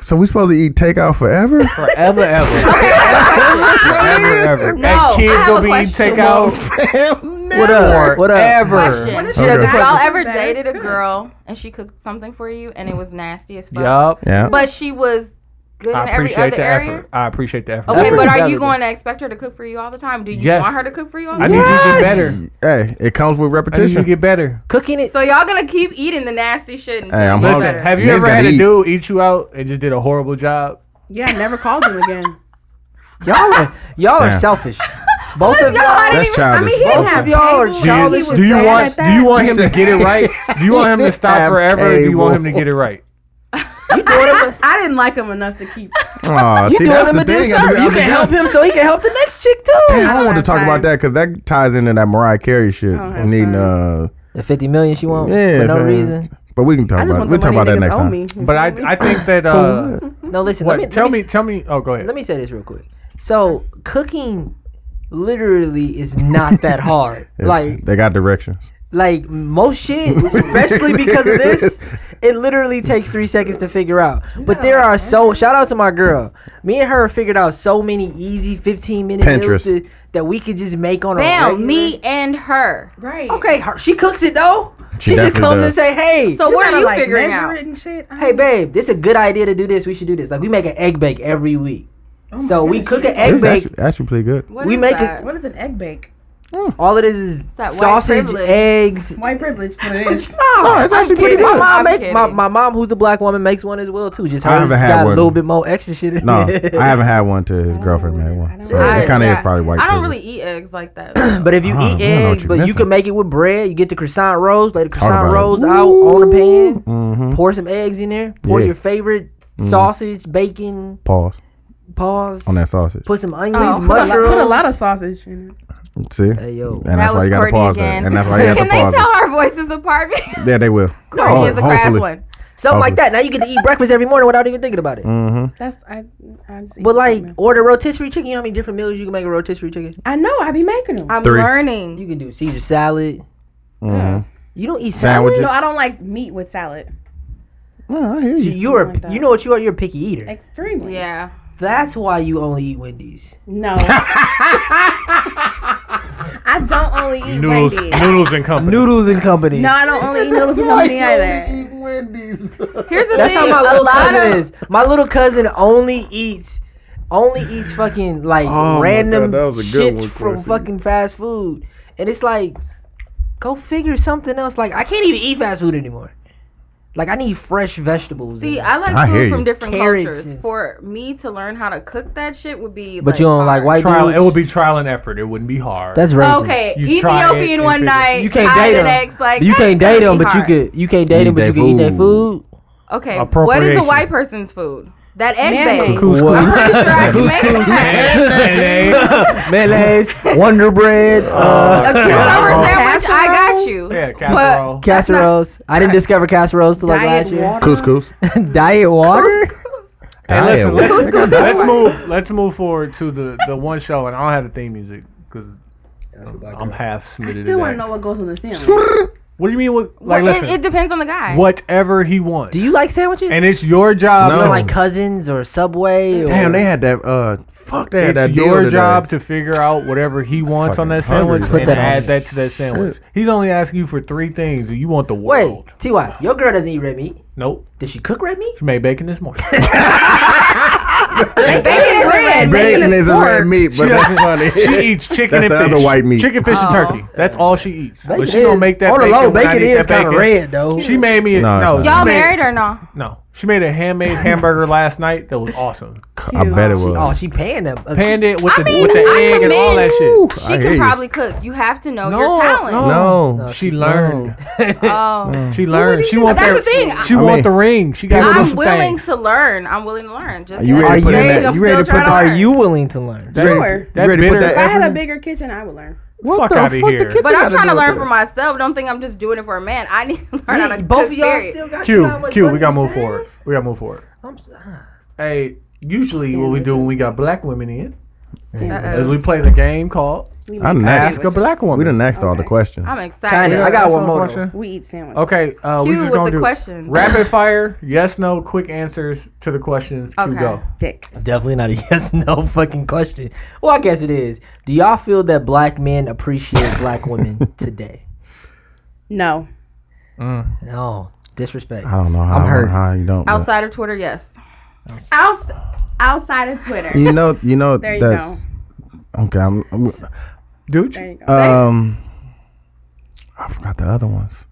Speaker 2: So we supposed to eat takeout forever?
Speaker 5: Forever, ever, ever, ever.
Speaker 1: No,
Speaker 5: That
Speaker 1: I
Speaker 5: kids
Speaker 1: have
Speaker 5: will
Speaker 1: a
Speaker 5: be
Speaker 1: question.
Speaker 5: eating takeout
Speaker 4: What up? What up?
Speaker 5: forever.
Speaker 1: Question.
Speaker 4: She has a
Speaker 2: Okay.
Speaker 1: Y'all
Speaker 4: question.
Speaker 1: ever
Speaker 7: Better
Speaker 1: dated a
Speaker 7: cook.
Speaker 1: girl and she cooked something for you and it was nasty as fuck?
Speaker 5: Yup.
Speaker 2: Yeah.
Speaker 1: But she was good
Speaker 5: I
Speaker 1: in every
Speaker 5: appreciate
Speaker 1: other
Speaker 5: the
Speaker 1: area.
Speaker 5: effort. I appreciate the effort.
Speaker 1: Okay,
Speaker 4: Effort
Speaker 1: but
Speaker 4: is
Speaker 1: are
Speaker 4: valuable.
Speaker 1: you going to expect her to cook for you all the time? Do you
Speaker 5: Yes.
Speaker 1: want her to cook for you all the
Speaker 5: I
Speaker 1: time?
Speaker 5: need you to get better.
Speaker 2: hey, it comes with
Speaker 5: I need you
Speaker 2: repetition.
Speaker 5: to get better.
Speaker 4: Cooking it.
Speaker 1: So y'all gonna keep eating the nasty shit until
Speaker 2: Hey,
Speaker 1: you
Speaker 2: I'm
Speaker 1: get
Speaker 2: hungry.
Speaker 1: better.
Speaker 5: Listen, have you
Speaker 2: Niggas
Speaker 5: ever had
Speaker 2: gotta
Speaker 5: a
Speaker 2: eat.
Speaker 5: dude eat you out and just did a horrible job?
Speaker 7: Yeah, I never called him again.
Speaker 4: Y'all are y'all are
Speaker 2: Damn.
Speaker 4: selfish. Both of
Speaker 1: Y'all
Speaker 4: y'all.
Speaker 1: didn't
Speaker 2: That's
Speaker 1: even, I
Speaker 2: childish.
Speaker 1: mean, he didn't
Speaker 4: Both
Speaker 1: have
Speaker 4: of y'all are
Speaker 7: Do
Speaker 5: Do you,
Speaker 4: childish.
Speaker 5: do you
Speaker 7: sad
Speaker 5: want
Speaker 7: at
Speaker 5: do you
Speaker 7: that.
Speaker 5: want him to get it right? Do you want him to
Speaker 2: Have
Speaker 5: stop forever? Or do you want him to
Speaker 2: cable.
Speaker 5: get it right?
Speaker 4: You doing him?
Speaker 7: I didn't like him enough to keep.
Speaker 2: Aw,
Speaker 4: You
Speaker 2: see,
Speaker 4: doing
Speaker 2: that's
Speaker 4: him
Speaker 2: the
Speaker 4: a
Speaker 2: thing.
Speaker 4: disservice. You can help him so he can help the next chick
Speaker 2: Damn,
Speaker 4: too.
Speaker 2: I don't want to talk
Speaker 7: time.
Speaker 2: about that because that ties into that Mariah Carey shit.
Speaker 7: have
Speaker 2: Needing
Speaker 7: time.
Speaker 2: uh,
Speaker 4: The fifty million she want
Speaker 2: yeah,
Speaker 4: for no
Speaker 2: fam.
Speaker 4: reason.
Speaker 2: But we can talk
Speaker 7: I just
Speaker 2: about it.
Speaker 7: want
Speaker 2: We'll
Speaker 7: the
Speaker 2: talk
Speaker 7: money
Speaker 2: about that
Speaker 7: niggas
Speaker 2: next
Speaker 7: owe
Speaker 2: time.
Speaker 7: me.
Speaker 5: But I I think that uh
Speaker 4: No, listen.
Speaker 5: what,
Speaker 4: let me,
Speaker 5: tell
Speaker 4: let
Speaker 5: me tell me oh go ahead.
Speaker 4: Let me say this real quick. So cooking literally is not that hard. Like
Speaker 2: they got directions.
Speaker 4: like most shit, especially because of this, it literally takes three seconds to figure out. But there are so shout out to my girl. Me and her figured out so many easy fifteen minute meals
Speaker 2: Pinterest.
Speaker 4: to, that we could just make on a regular.
Speaker 1: Bam, me and her.
Speaker 7: Right.
Speaker 4: Okay, her, she cooks it though. She,
Speaker 2: She
Speaker 4: just
Speaker 2: definitely
Speaker 4: comes
Speaker 2: does.
Speaker 4: and say, "Hey,
Speaker 1: So what are you figuring
Speaker 7: measure
Speaker 1: out?
Speaker 7: it and shit. I
Speaker 4: hey, babe, this is a good idea to do this. We should do this. Like we make an egg bake every week.
Speaker 1: Oh
Speaker 4: so we cook an egg
Speaker 2: It's
Speaker 4: bake.
Speaker 2: actually, actually pretty good.
Speaker 1: What
Speaker 4: We
Speaker 1: is
Speaker 4: make it-
Speaker 1: that?
Speaker 7: Oh What is an egg bake?
Speaker 4: All of this is
Speaker 1: that white
Speaker 4: sausage,
Speaker 1: privilege.
Speaker 4: eggs,
Speaker 7: White privilege. What it is.
Speaker 4: No, it's actually
Speaker 1: pretty
Speaker 4: My
Speaker 1: good.
Speaker 4: mom
Speaker 1: I'm
Speaker 4: make,
Speaker 1: kidding.
Speaker 4: my, my mom, who's the black woman, makes one as well too. Just
Speaker 2: I
Speaker 4: her
Speaker 2: haven't had
Speaker 4: got a
Speaker 2: one.
Speaker 4: little bit more extra shit. In
Speaker 2: No,
Speaker 4: it.
Speaker 2: I haven't had one to his girlfriend made one. So
Speaker 1: I-
Speaker 2: it kind of
Speaker 1: yeah.
Speaker 2: is probably white.
Speaker 1: I don't
Speaker 2: privilege.
Speaker 1: really eat eggs like that.
Speaker 4: But if you
Speaker 2: Uh-huh, you
Speaker 4: eat
Speaker 2: don't know what
Speaker 4: eggs,
Speaker 2: you
Speaker 4: but you
Speaker 2: missing.
Speaker 4: can make it with bread. You get the croissant rolls, lay the croissant
Speaker 2: about it.
Speaker 4: rolls out on the pan.
Speaker 2: Mhm.
Speaker 4: Pour some eggs in there. Pour
Speaker 2: Yeah.
Speaker 4: your favorite sausage, bacon,
Speaker 2: Pause
Speaker 4: paws.
Speaker 2: on that sausage.
Speaker 4: Put some onions,
Speaker 1: Oh.
Speaker 7: Put a, lot,
Speaker 4: mushrooms.
Speaker 7: put a lot of sausage in it.
Speaker 2: See,
Speaker 4: Hey, yo.
Speaker 2: and that's
Speaker 4: That
Speaker 1: that
Speaker 2: why
Speaker 1: was
Speaker 2: you got to
Speaker 1: Courtney
Speaker 2: pause
Speaker 1: again.
Speaker 2: it. And that's why you have to
Speaker 1: Can they
Speaker 2: pause
Speaker 1: tell
Speaker 2: it.
Speaker 1: our voices apart?
Speaker 2: Yeah, they will.
Speaker 1: Courtney is a crass
Speaker 2: Hopefully.
Speaker 1: one.
Speaker 4: Something like
Speaker 2: Okay.
Speaker 4: that. Now you get to eat breakfast every morning without even thinking about it.
Speaker 2: Mm.
Speaker 7: That's I. I just eat
Speaker 4: But like,
Speaker 7: them.
Speaker 4: order rotisserie chicken. You know how many different meals you can make a rotisserie chicken?
Speaker 7: I know I be making them.
Speaker 1: I'm
Speaker 2: Three.
Speaker 1: learning.
Speaker 4: You can do Caesar salad. You don't eat salad.
Speaker 2: Mm-hmm. Sandwiches.
Speaker 7: no, I don't like meat with salad.
Speaker 2: Well, I hear
Speaker 4: So
Speaker 2: you.
Speaker 4: you're a,
Speaker 7: like that.
Speaker 4: you know what you are. You're a picky eater.
Speaker 7: Extremely.
Speaker 1: Yeah.
Speaker 4: That's why you only eat Wendy's.
Speaker 7: No. I don't only eat
Speaker 5: Noodles
Speaker 7: Wendy's.
Speaker 5: noodles and company.
Speaker 4: Noodles and company.
Speaker 7: No, I don't only eat noodles and company either.
Speaker 1: Here's the
Speaker 4: That's
Speaker 1: thing.
Speaker 4: how my
Speaker 1: a
Speaker 4: little
Speaker 1: lot
Speaker 4: cousin
Speaker 1: of
Speaker 4: is. My little cousin only eats only eats fucking like
Speaker 2: Oh my
Speaker 4: random
Speaker 2: God, that was a good
Speaker 4: shits
Speaker 2: one,
Speaker 4: from
Speaker 2: Quincy.
Speaker 4: fucking fast food. And it's like go figure something else. Like I can't even eat fast food anymore. Like I need fresh vegetables.
Speaker 1: See,
Speaker 4: in
Speaker 1: I like
Speaker 2: I hear
Speaker 1: food
Speaker 2: you.
Speaker 1: from different
Speaker 4: Carrots
Speaker 1: cultures.
Speaker 4: is-
Speaker 1: For me to learn how to cook that shit would be.
Speaker 4: but
Speaker 1: like,
Speaker 4: you don't like
Speaker 1: hard.
Speaker 4: white
Speaker 5: trial
Speaker 4: dudes.
Speaker 5: it would be trial and effort. It wouldn't be hard.
Speaker 4: That's racist.
Speaker 1: Okay,
Speaker 5: You try it
Speaker 1: Ethiopian
Speaker 5: and
Speaker 1: one
Speaker 5: figure-
Speaker 1: night.
Speaker 4: You can't
Speaker 1: Thai
Speaker 4: date
Speaker 1: the
Speaker 4: them.
Speaker 1: next, like,
Speaker 4: you
Speaker 1: that's
Speaker 4: can't
Speaker 1: gonna
Speaker 4: date
Speaker 1: be
Speaker 4: them, but you
Speaker 1: hard.
Speaker 4: could you can't date
Speaker 2: Eat
Speaker 4: them, but
Speaker 2: they
Speaker 4: you can eat their
Speaker 2: food.
Speaker 4: food.
Speaker 1: Okay, what is a
Speaker 5: Appropriation.
Speaker 1: white person's food? That egg
Speaker 7: Mayonnaise.
Speaker 1: bake.
Speaker 4: What?
Speaker 1: I'm pretty sure I can make that.
Speaker 5: yeah,
Speaker 4: Mayonnaise, Wonder Bread, uh,
Speaker 1: A cucumber
Speaker 5: Casserole.
Speaker 1: sandwich, I got you.
Speaker 5: casserole.
Speaker 4: casseroles. I didn't discover casseroles till like last
Speaker 7: Diet
Speaker 4: year.
Speaker 7: water.
Speaker 2: Couscous.
Speaker 4: Diet water.
Speaker 5: Hey,
Speaker 2: Diet.
Speaker 5: listen, let's, let's move. Let's move forward to the the one show, and I don't have the theme music because I'm half
Speaker 7: I
Speaker 5: submitted.
Speaker 7: still want to know what goes on the sandwich.
Speaker 5: What do you mean? What, like,
Speaker 1: Well, it,
Speaker 5: listen,
Speaker 1: it depends on the guy.
Speaker 5: whatever he wants,
Speaker 4: Do you like sandwiches?
Speaker 5: and it's your job.
Speaker 2: No.
Speaker 4: You
Speaker 5: to-
Speaker 4: know, like cousins or Subway? Or,
Speaker 2: Damn, they had that. Uh, fuck, they had that
Speaker 5: It's
Speaker 2: deal
Speaker 5: your
Speaker 2: today.
Speaker 5: job to figure out whatever he wants on that
Speaker 2: Fucking hungry, man.
Speaker 5: sandwich and
Speaker 4: Put that on
Speaker 5: add
Speaker 4: me.
Speaker 5: that to that sandwich. He's only asking you for three things, and you want the
Speaker 4: Wait,
Speaker 5: world.
Speaker 4: Ty, your girl doesn't eat red meat.
Speaker 5: Nope.
Speaker 4: Did she cook red meat?
Speaker 5: She made bacon this morning.
Speaker 1: Bacon is red. Bacon
Speaker 2: Bacon
Speaker 1: is
Speaker 2: is a red
Speaker 1: pork.
Speaker 2: meat, but that's funny.
Speaker 5: she eats chicken
Speaker 2: That's
Speaker 5: and
Speaker 2: the
Speaker 5: fish.
Speaker 2: other white meat.
Speaker 5: Chicken, fish, and
Speaker 1: Oh.
Speaker 5: turkey. That's all she eats.
Speaker 4: Bacon
Speaker 5: but she gonna
Speaker 4: is-
Speaker 5: make that
Speaker 4: on the
Speaker 5: bacon.
Speaker 4: low.
Speaker 5: when I
Speaker 4: Bacon
Speaker 5: eat
Speaker 4: is
Speaker 5: that
Speaker 4: kind of
Speaker 5: bacon.
Speaker 4: red though.
Speaker 5: She made me. A,
Speaker 2: No,
Speaker 5: no,
Speaker 2: it's
Speaker 5: she
Speaker 2: not.
Speaker 1: Y'all
Speaker 5: made-
Speaker 1: married or no?
Speaker 5: No, she made a handmade hamburger last night that was awesome.
Speaker 2: I bet it was.
Speaker 4: oh, she paying them. Uh,
Speaker 5: Panned it with
Speaker 1: I
Speaker 5: the
Speaker 1: mean,
Speaker 5: with the
Speaker 1: I
Speaker 5: egg and all that shit.
Speaker 1: She
Speaker 2: I hear
Speaker 1: can
Speaker 2: you.
Speaker 1: probably cook. You have to know
Speaker 5: No,
Speaker 1: your talent.
Speaker 5: no.
Speaker 2: no,
Speaker 5: She learned.
Speaker 1: Oh.
Speaker 5: She learned. She wants
Speaker 1: That's the
Speaker 5: that.
Speaker 1: thing.
Speaker 5: She
Speaker 2: Mm. I
Speaker 5: want
Speaker 2: mean,
Speaker 5: the ring. She got to do
Speaker 1: I'm
Speaker 5: some
Speaker 1: willing
Speaker 5: things.
Speaker 1: to learn. I'm willing to learn. Just
Speaker 2: Are you ready
Speaker 1: at
Speaker 2: to put
Speaker 1: the
Speaker 2: in
Speaker 1: stage,
Speaker 2: that-
Speaker 1: I'm
Speaker 2: you ready
Speaker 1: still
Speaker 2: to put
Speaker 1: trying
Speaker 2: that-
Speaker 4: Are
Speaker 1: learn.
Speaker 4: you willing to learn?
Speaker 2: You ready-
Speaker 7: Sure.
Speaker 2: you
Speaker 5: That
Speaker 2: ready to
Speaker 5: bitter-
Speaker 2: put
Speaker 7: If
Speaker 2: that
Speaker 7: I
Speaker 2: effort
Speaker 7: had a
Speaker 2: in?
Speaker 7: bigger kitchen, I would learn.
Speaker 5: Fuck
Speaker 2: the
Speaker 5: outta
Speaker 2: fuck the
Speaker 5: here.
Speaker 2: kitchen
Speaker 1: But I'm
Speaker 2: gotta
Speaker 1: trying to
Speaker 2: do
Speaker 1: learn
Speaker 2: with
Speaker 1: for
Speaker 2: that?
Speaker 1: myself. Don't think I'm just doing it for a man. I need to learn how to
Speaker 4: Wait, both
Speaker 1: cook.
Speaker 4: of y'all
Speaker 1: period.
Speaker 4: still got that
Speaker 5: Q,
Speaker 4: much
Speaker 5: Q, we
Speaker 4: money
Speaker 5: gotta move
Speaker 4: saved?
Speaker 5: forward. We gotta move forward.
Speaker 4: I'm s- ah.
Speaker 5: Hey, usually what we do when we got black women in is
Speaker 1: Uh-oh.
Speaker 5: we play the game called
Speaker 2: I done
Speaker 5: Ask
Speaker 2: asked.
Speaker 5: a Black
Speaker 2: We
Speaker 5: Woman.
Speaker 2: done asked all the questions.
Speaker 1: I'm
Speaker 4: Kinda,
Speaker 1: excited.
Speaker 4: I got one more.
Speaker 5: That's my
Speaker 4: though.
Speaker 5: question.
Speaker 7: We eat sandwiches.
Speaker 5: Okay, uh, we
Speaker 1: Q
Speaker 5: just
Speaker 1: with
Speaker 5: gonna
Speaker 1: the
Speaker 5: do
Speaker 1: questions.
Speaker 5: rapid fire, yes, no, quick answers to the questions. Q,
Speaker 1: Okay.
Speaker 5: go.
Speaker 7: Dick.
Speaker 4: Definitely not a yes no fucking question. Well, I guess it is. Do y'all feel that black men appreciate black women today?
Speaker 7: No.
Speaker 4: No disrespect.
Speaker 2: I don't know how,
Speaker 4: I'm hurt.
Speaker 2: how you don't. but-
Speaker 1: Outside of Twitter, yes.
Speaker 7: Outs- outside of Twitter.
Speaker 5: Mm,
Speaker 2: You know, you know
Speaker 7: There you
Speaker 2: that's okay. I'm, I'm
Speaker 5: Dude,
Speaker 7: There you go.
Speaker 5: uh,
Speaker 2: um, I forgot the other ones.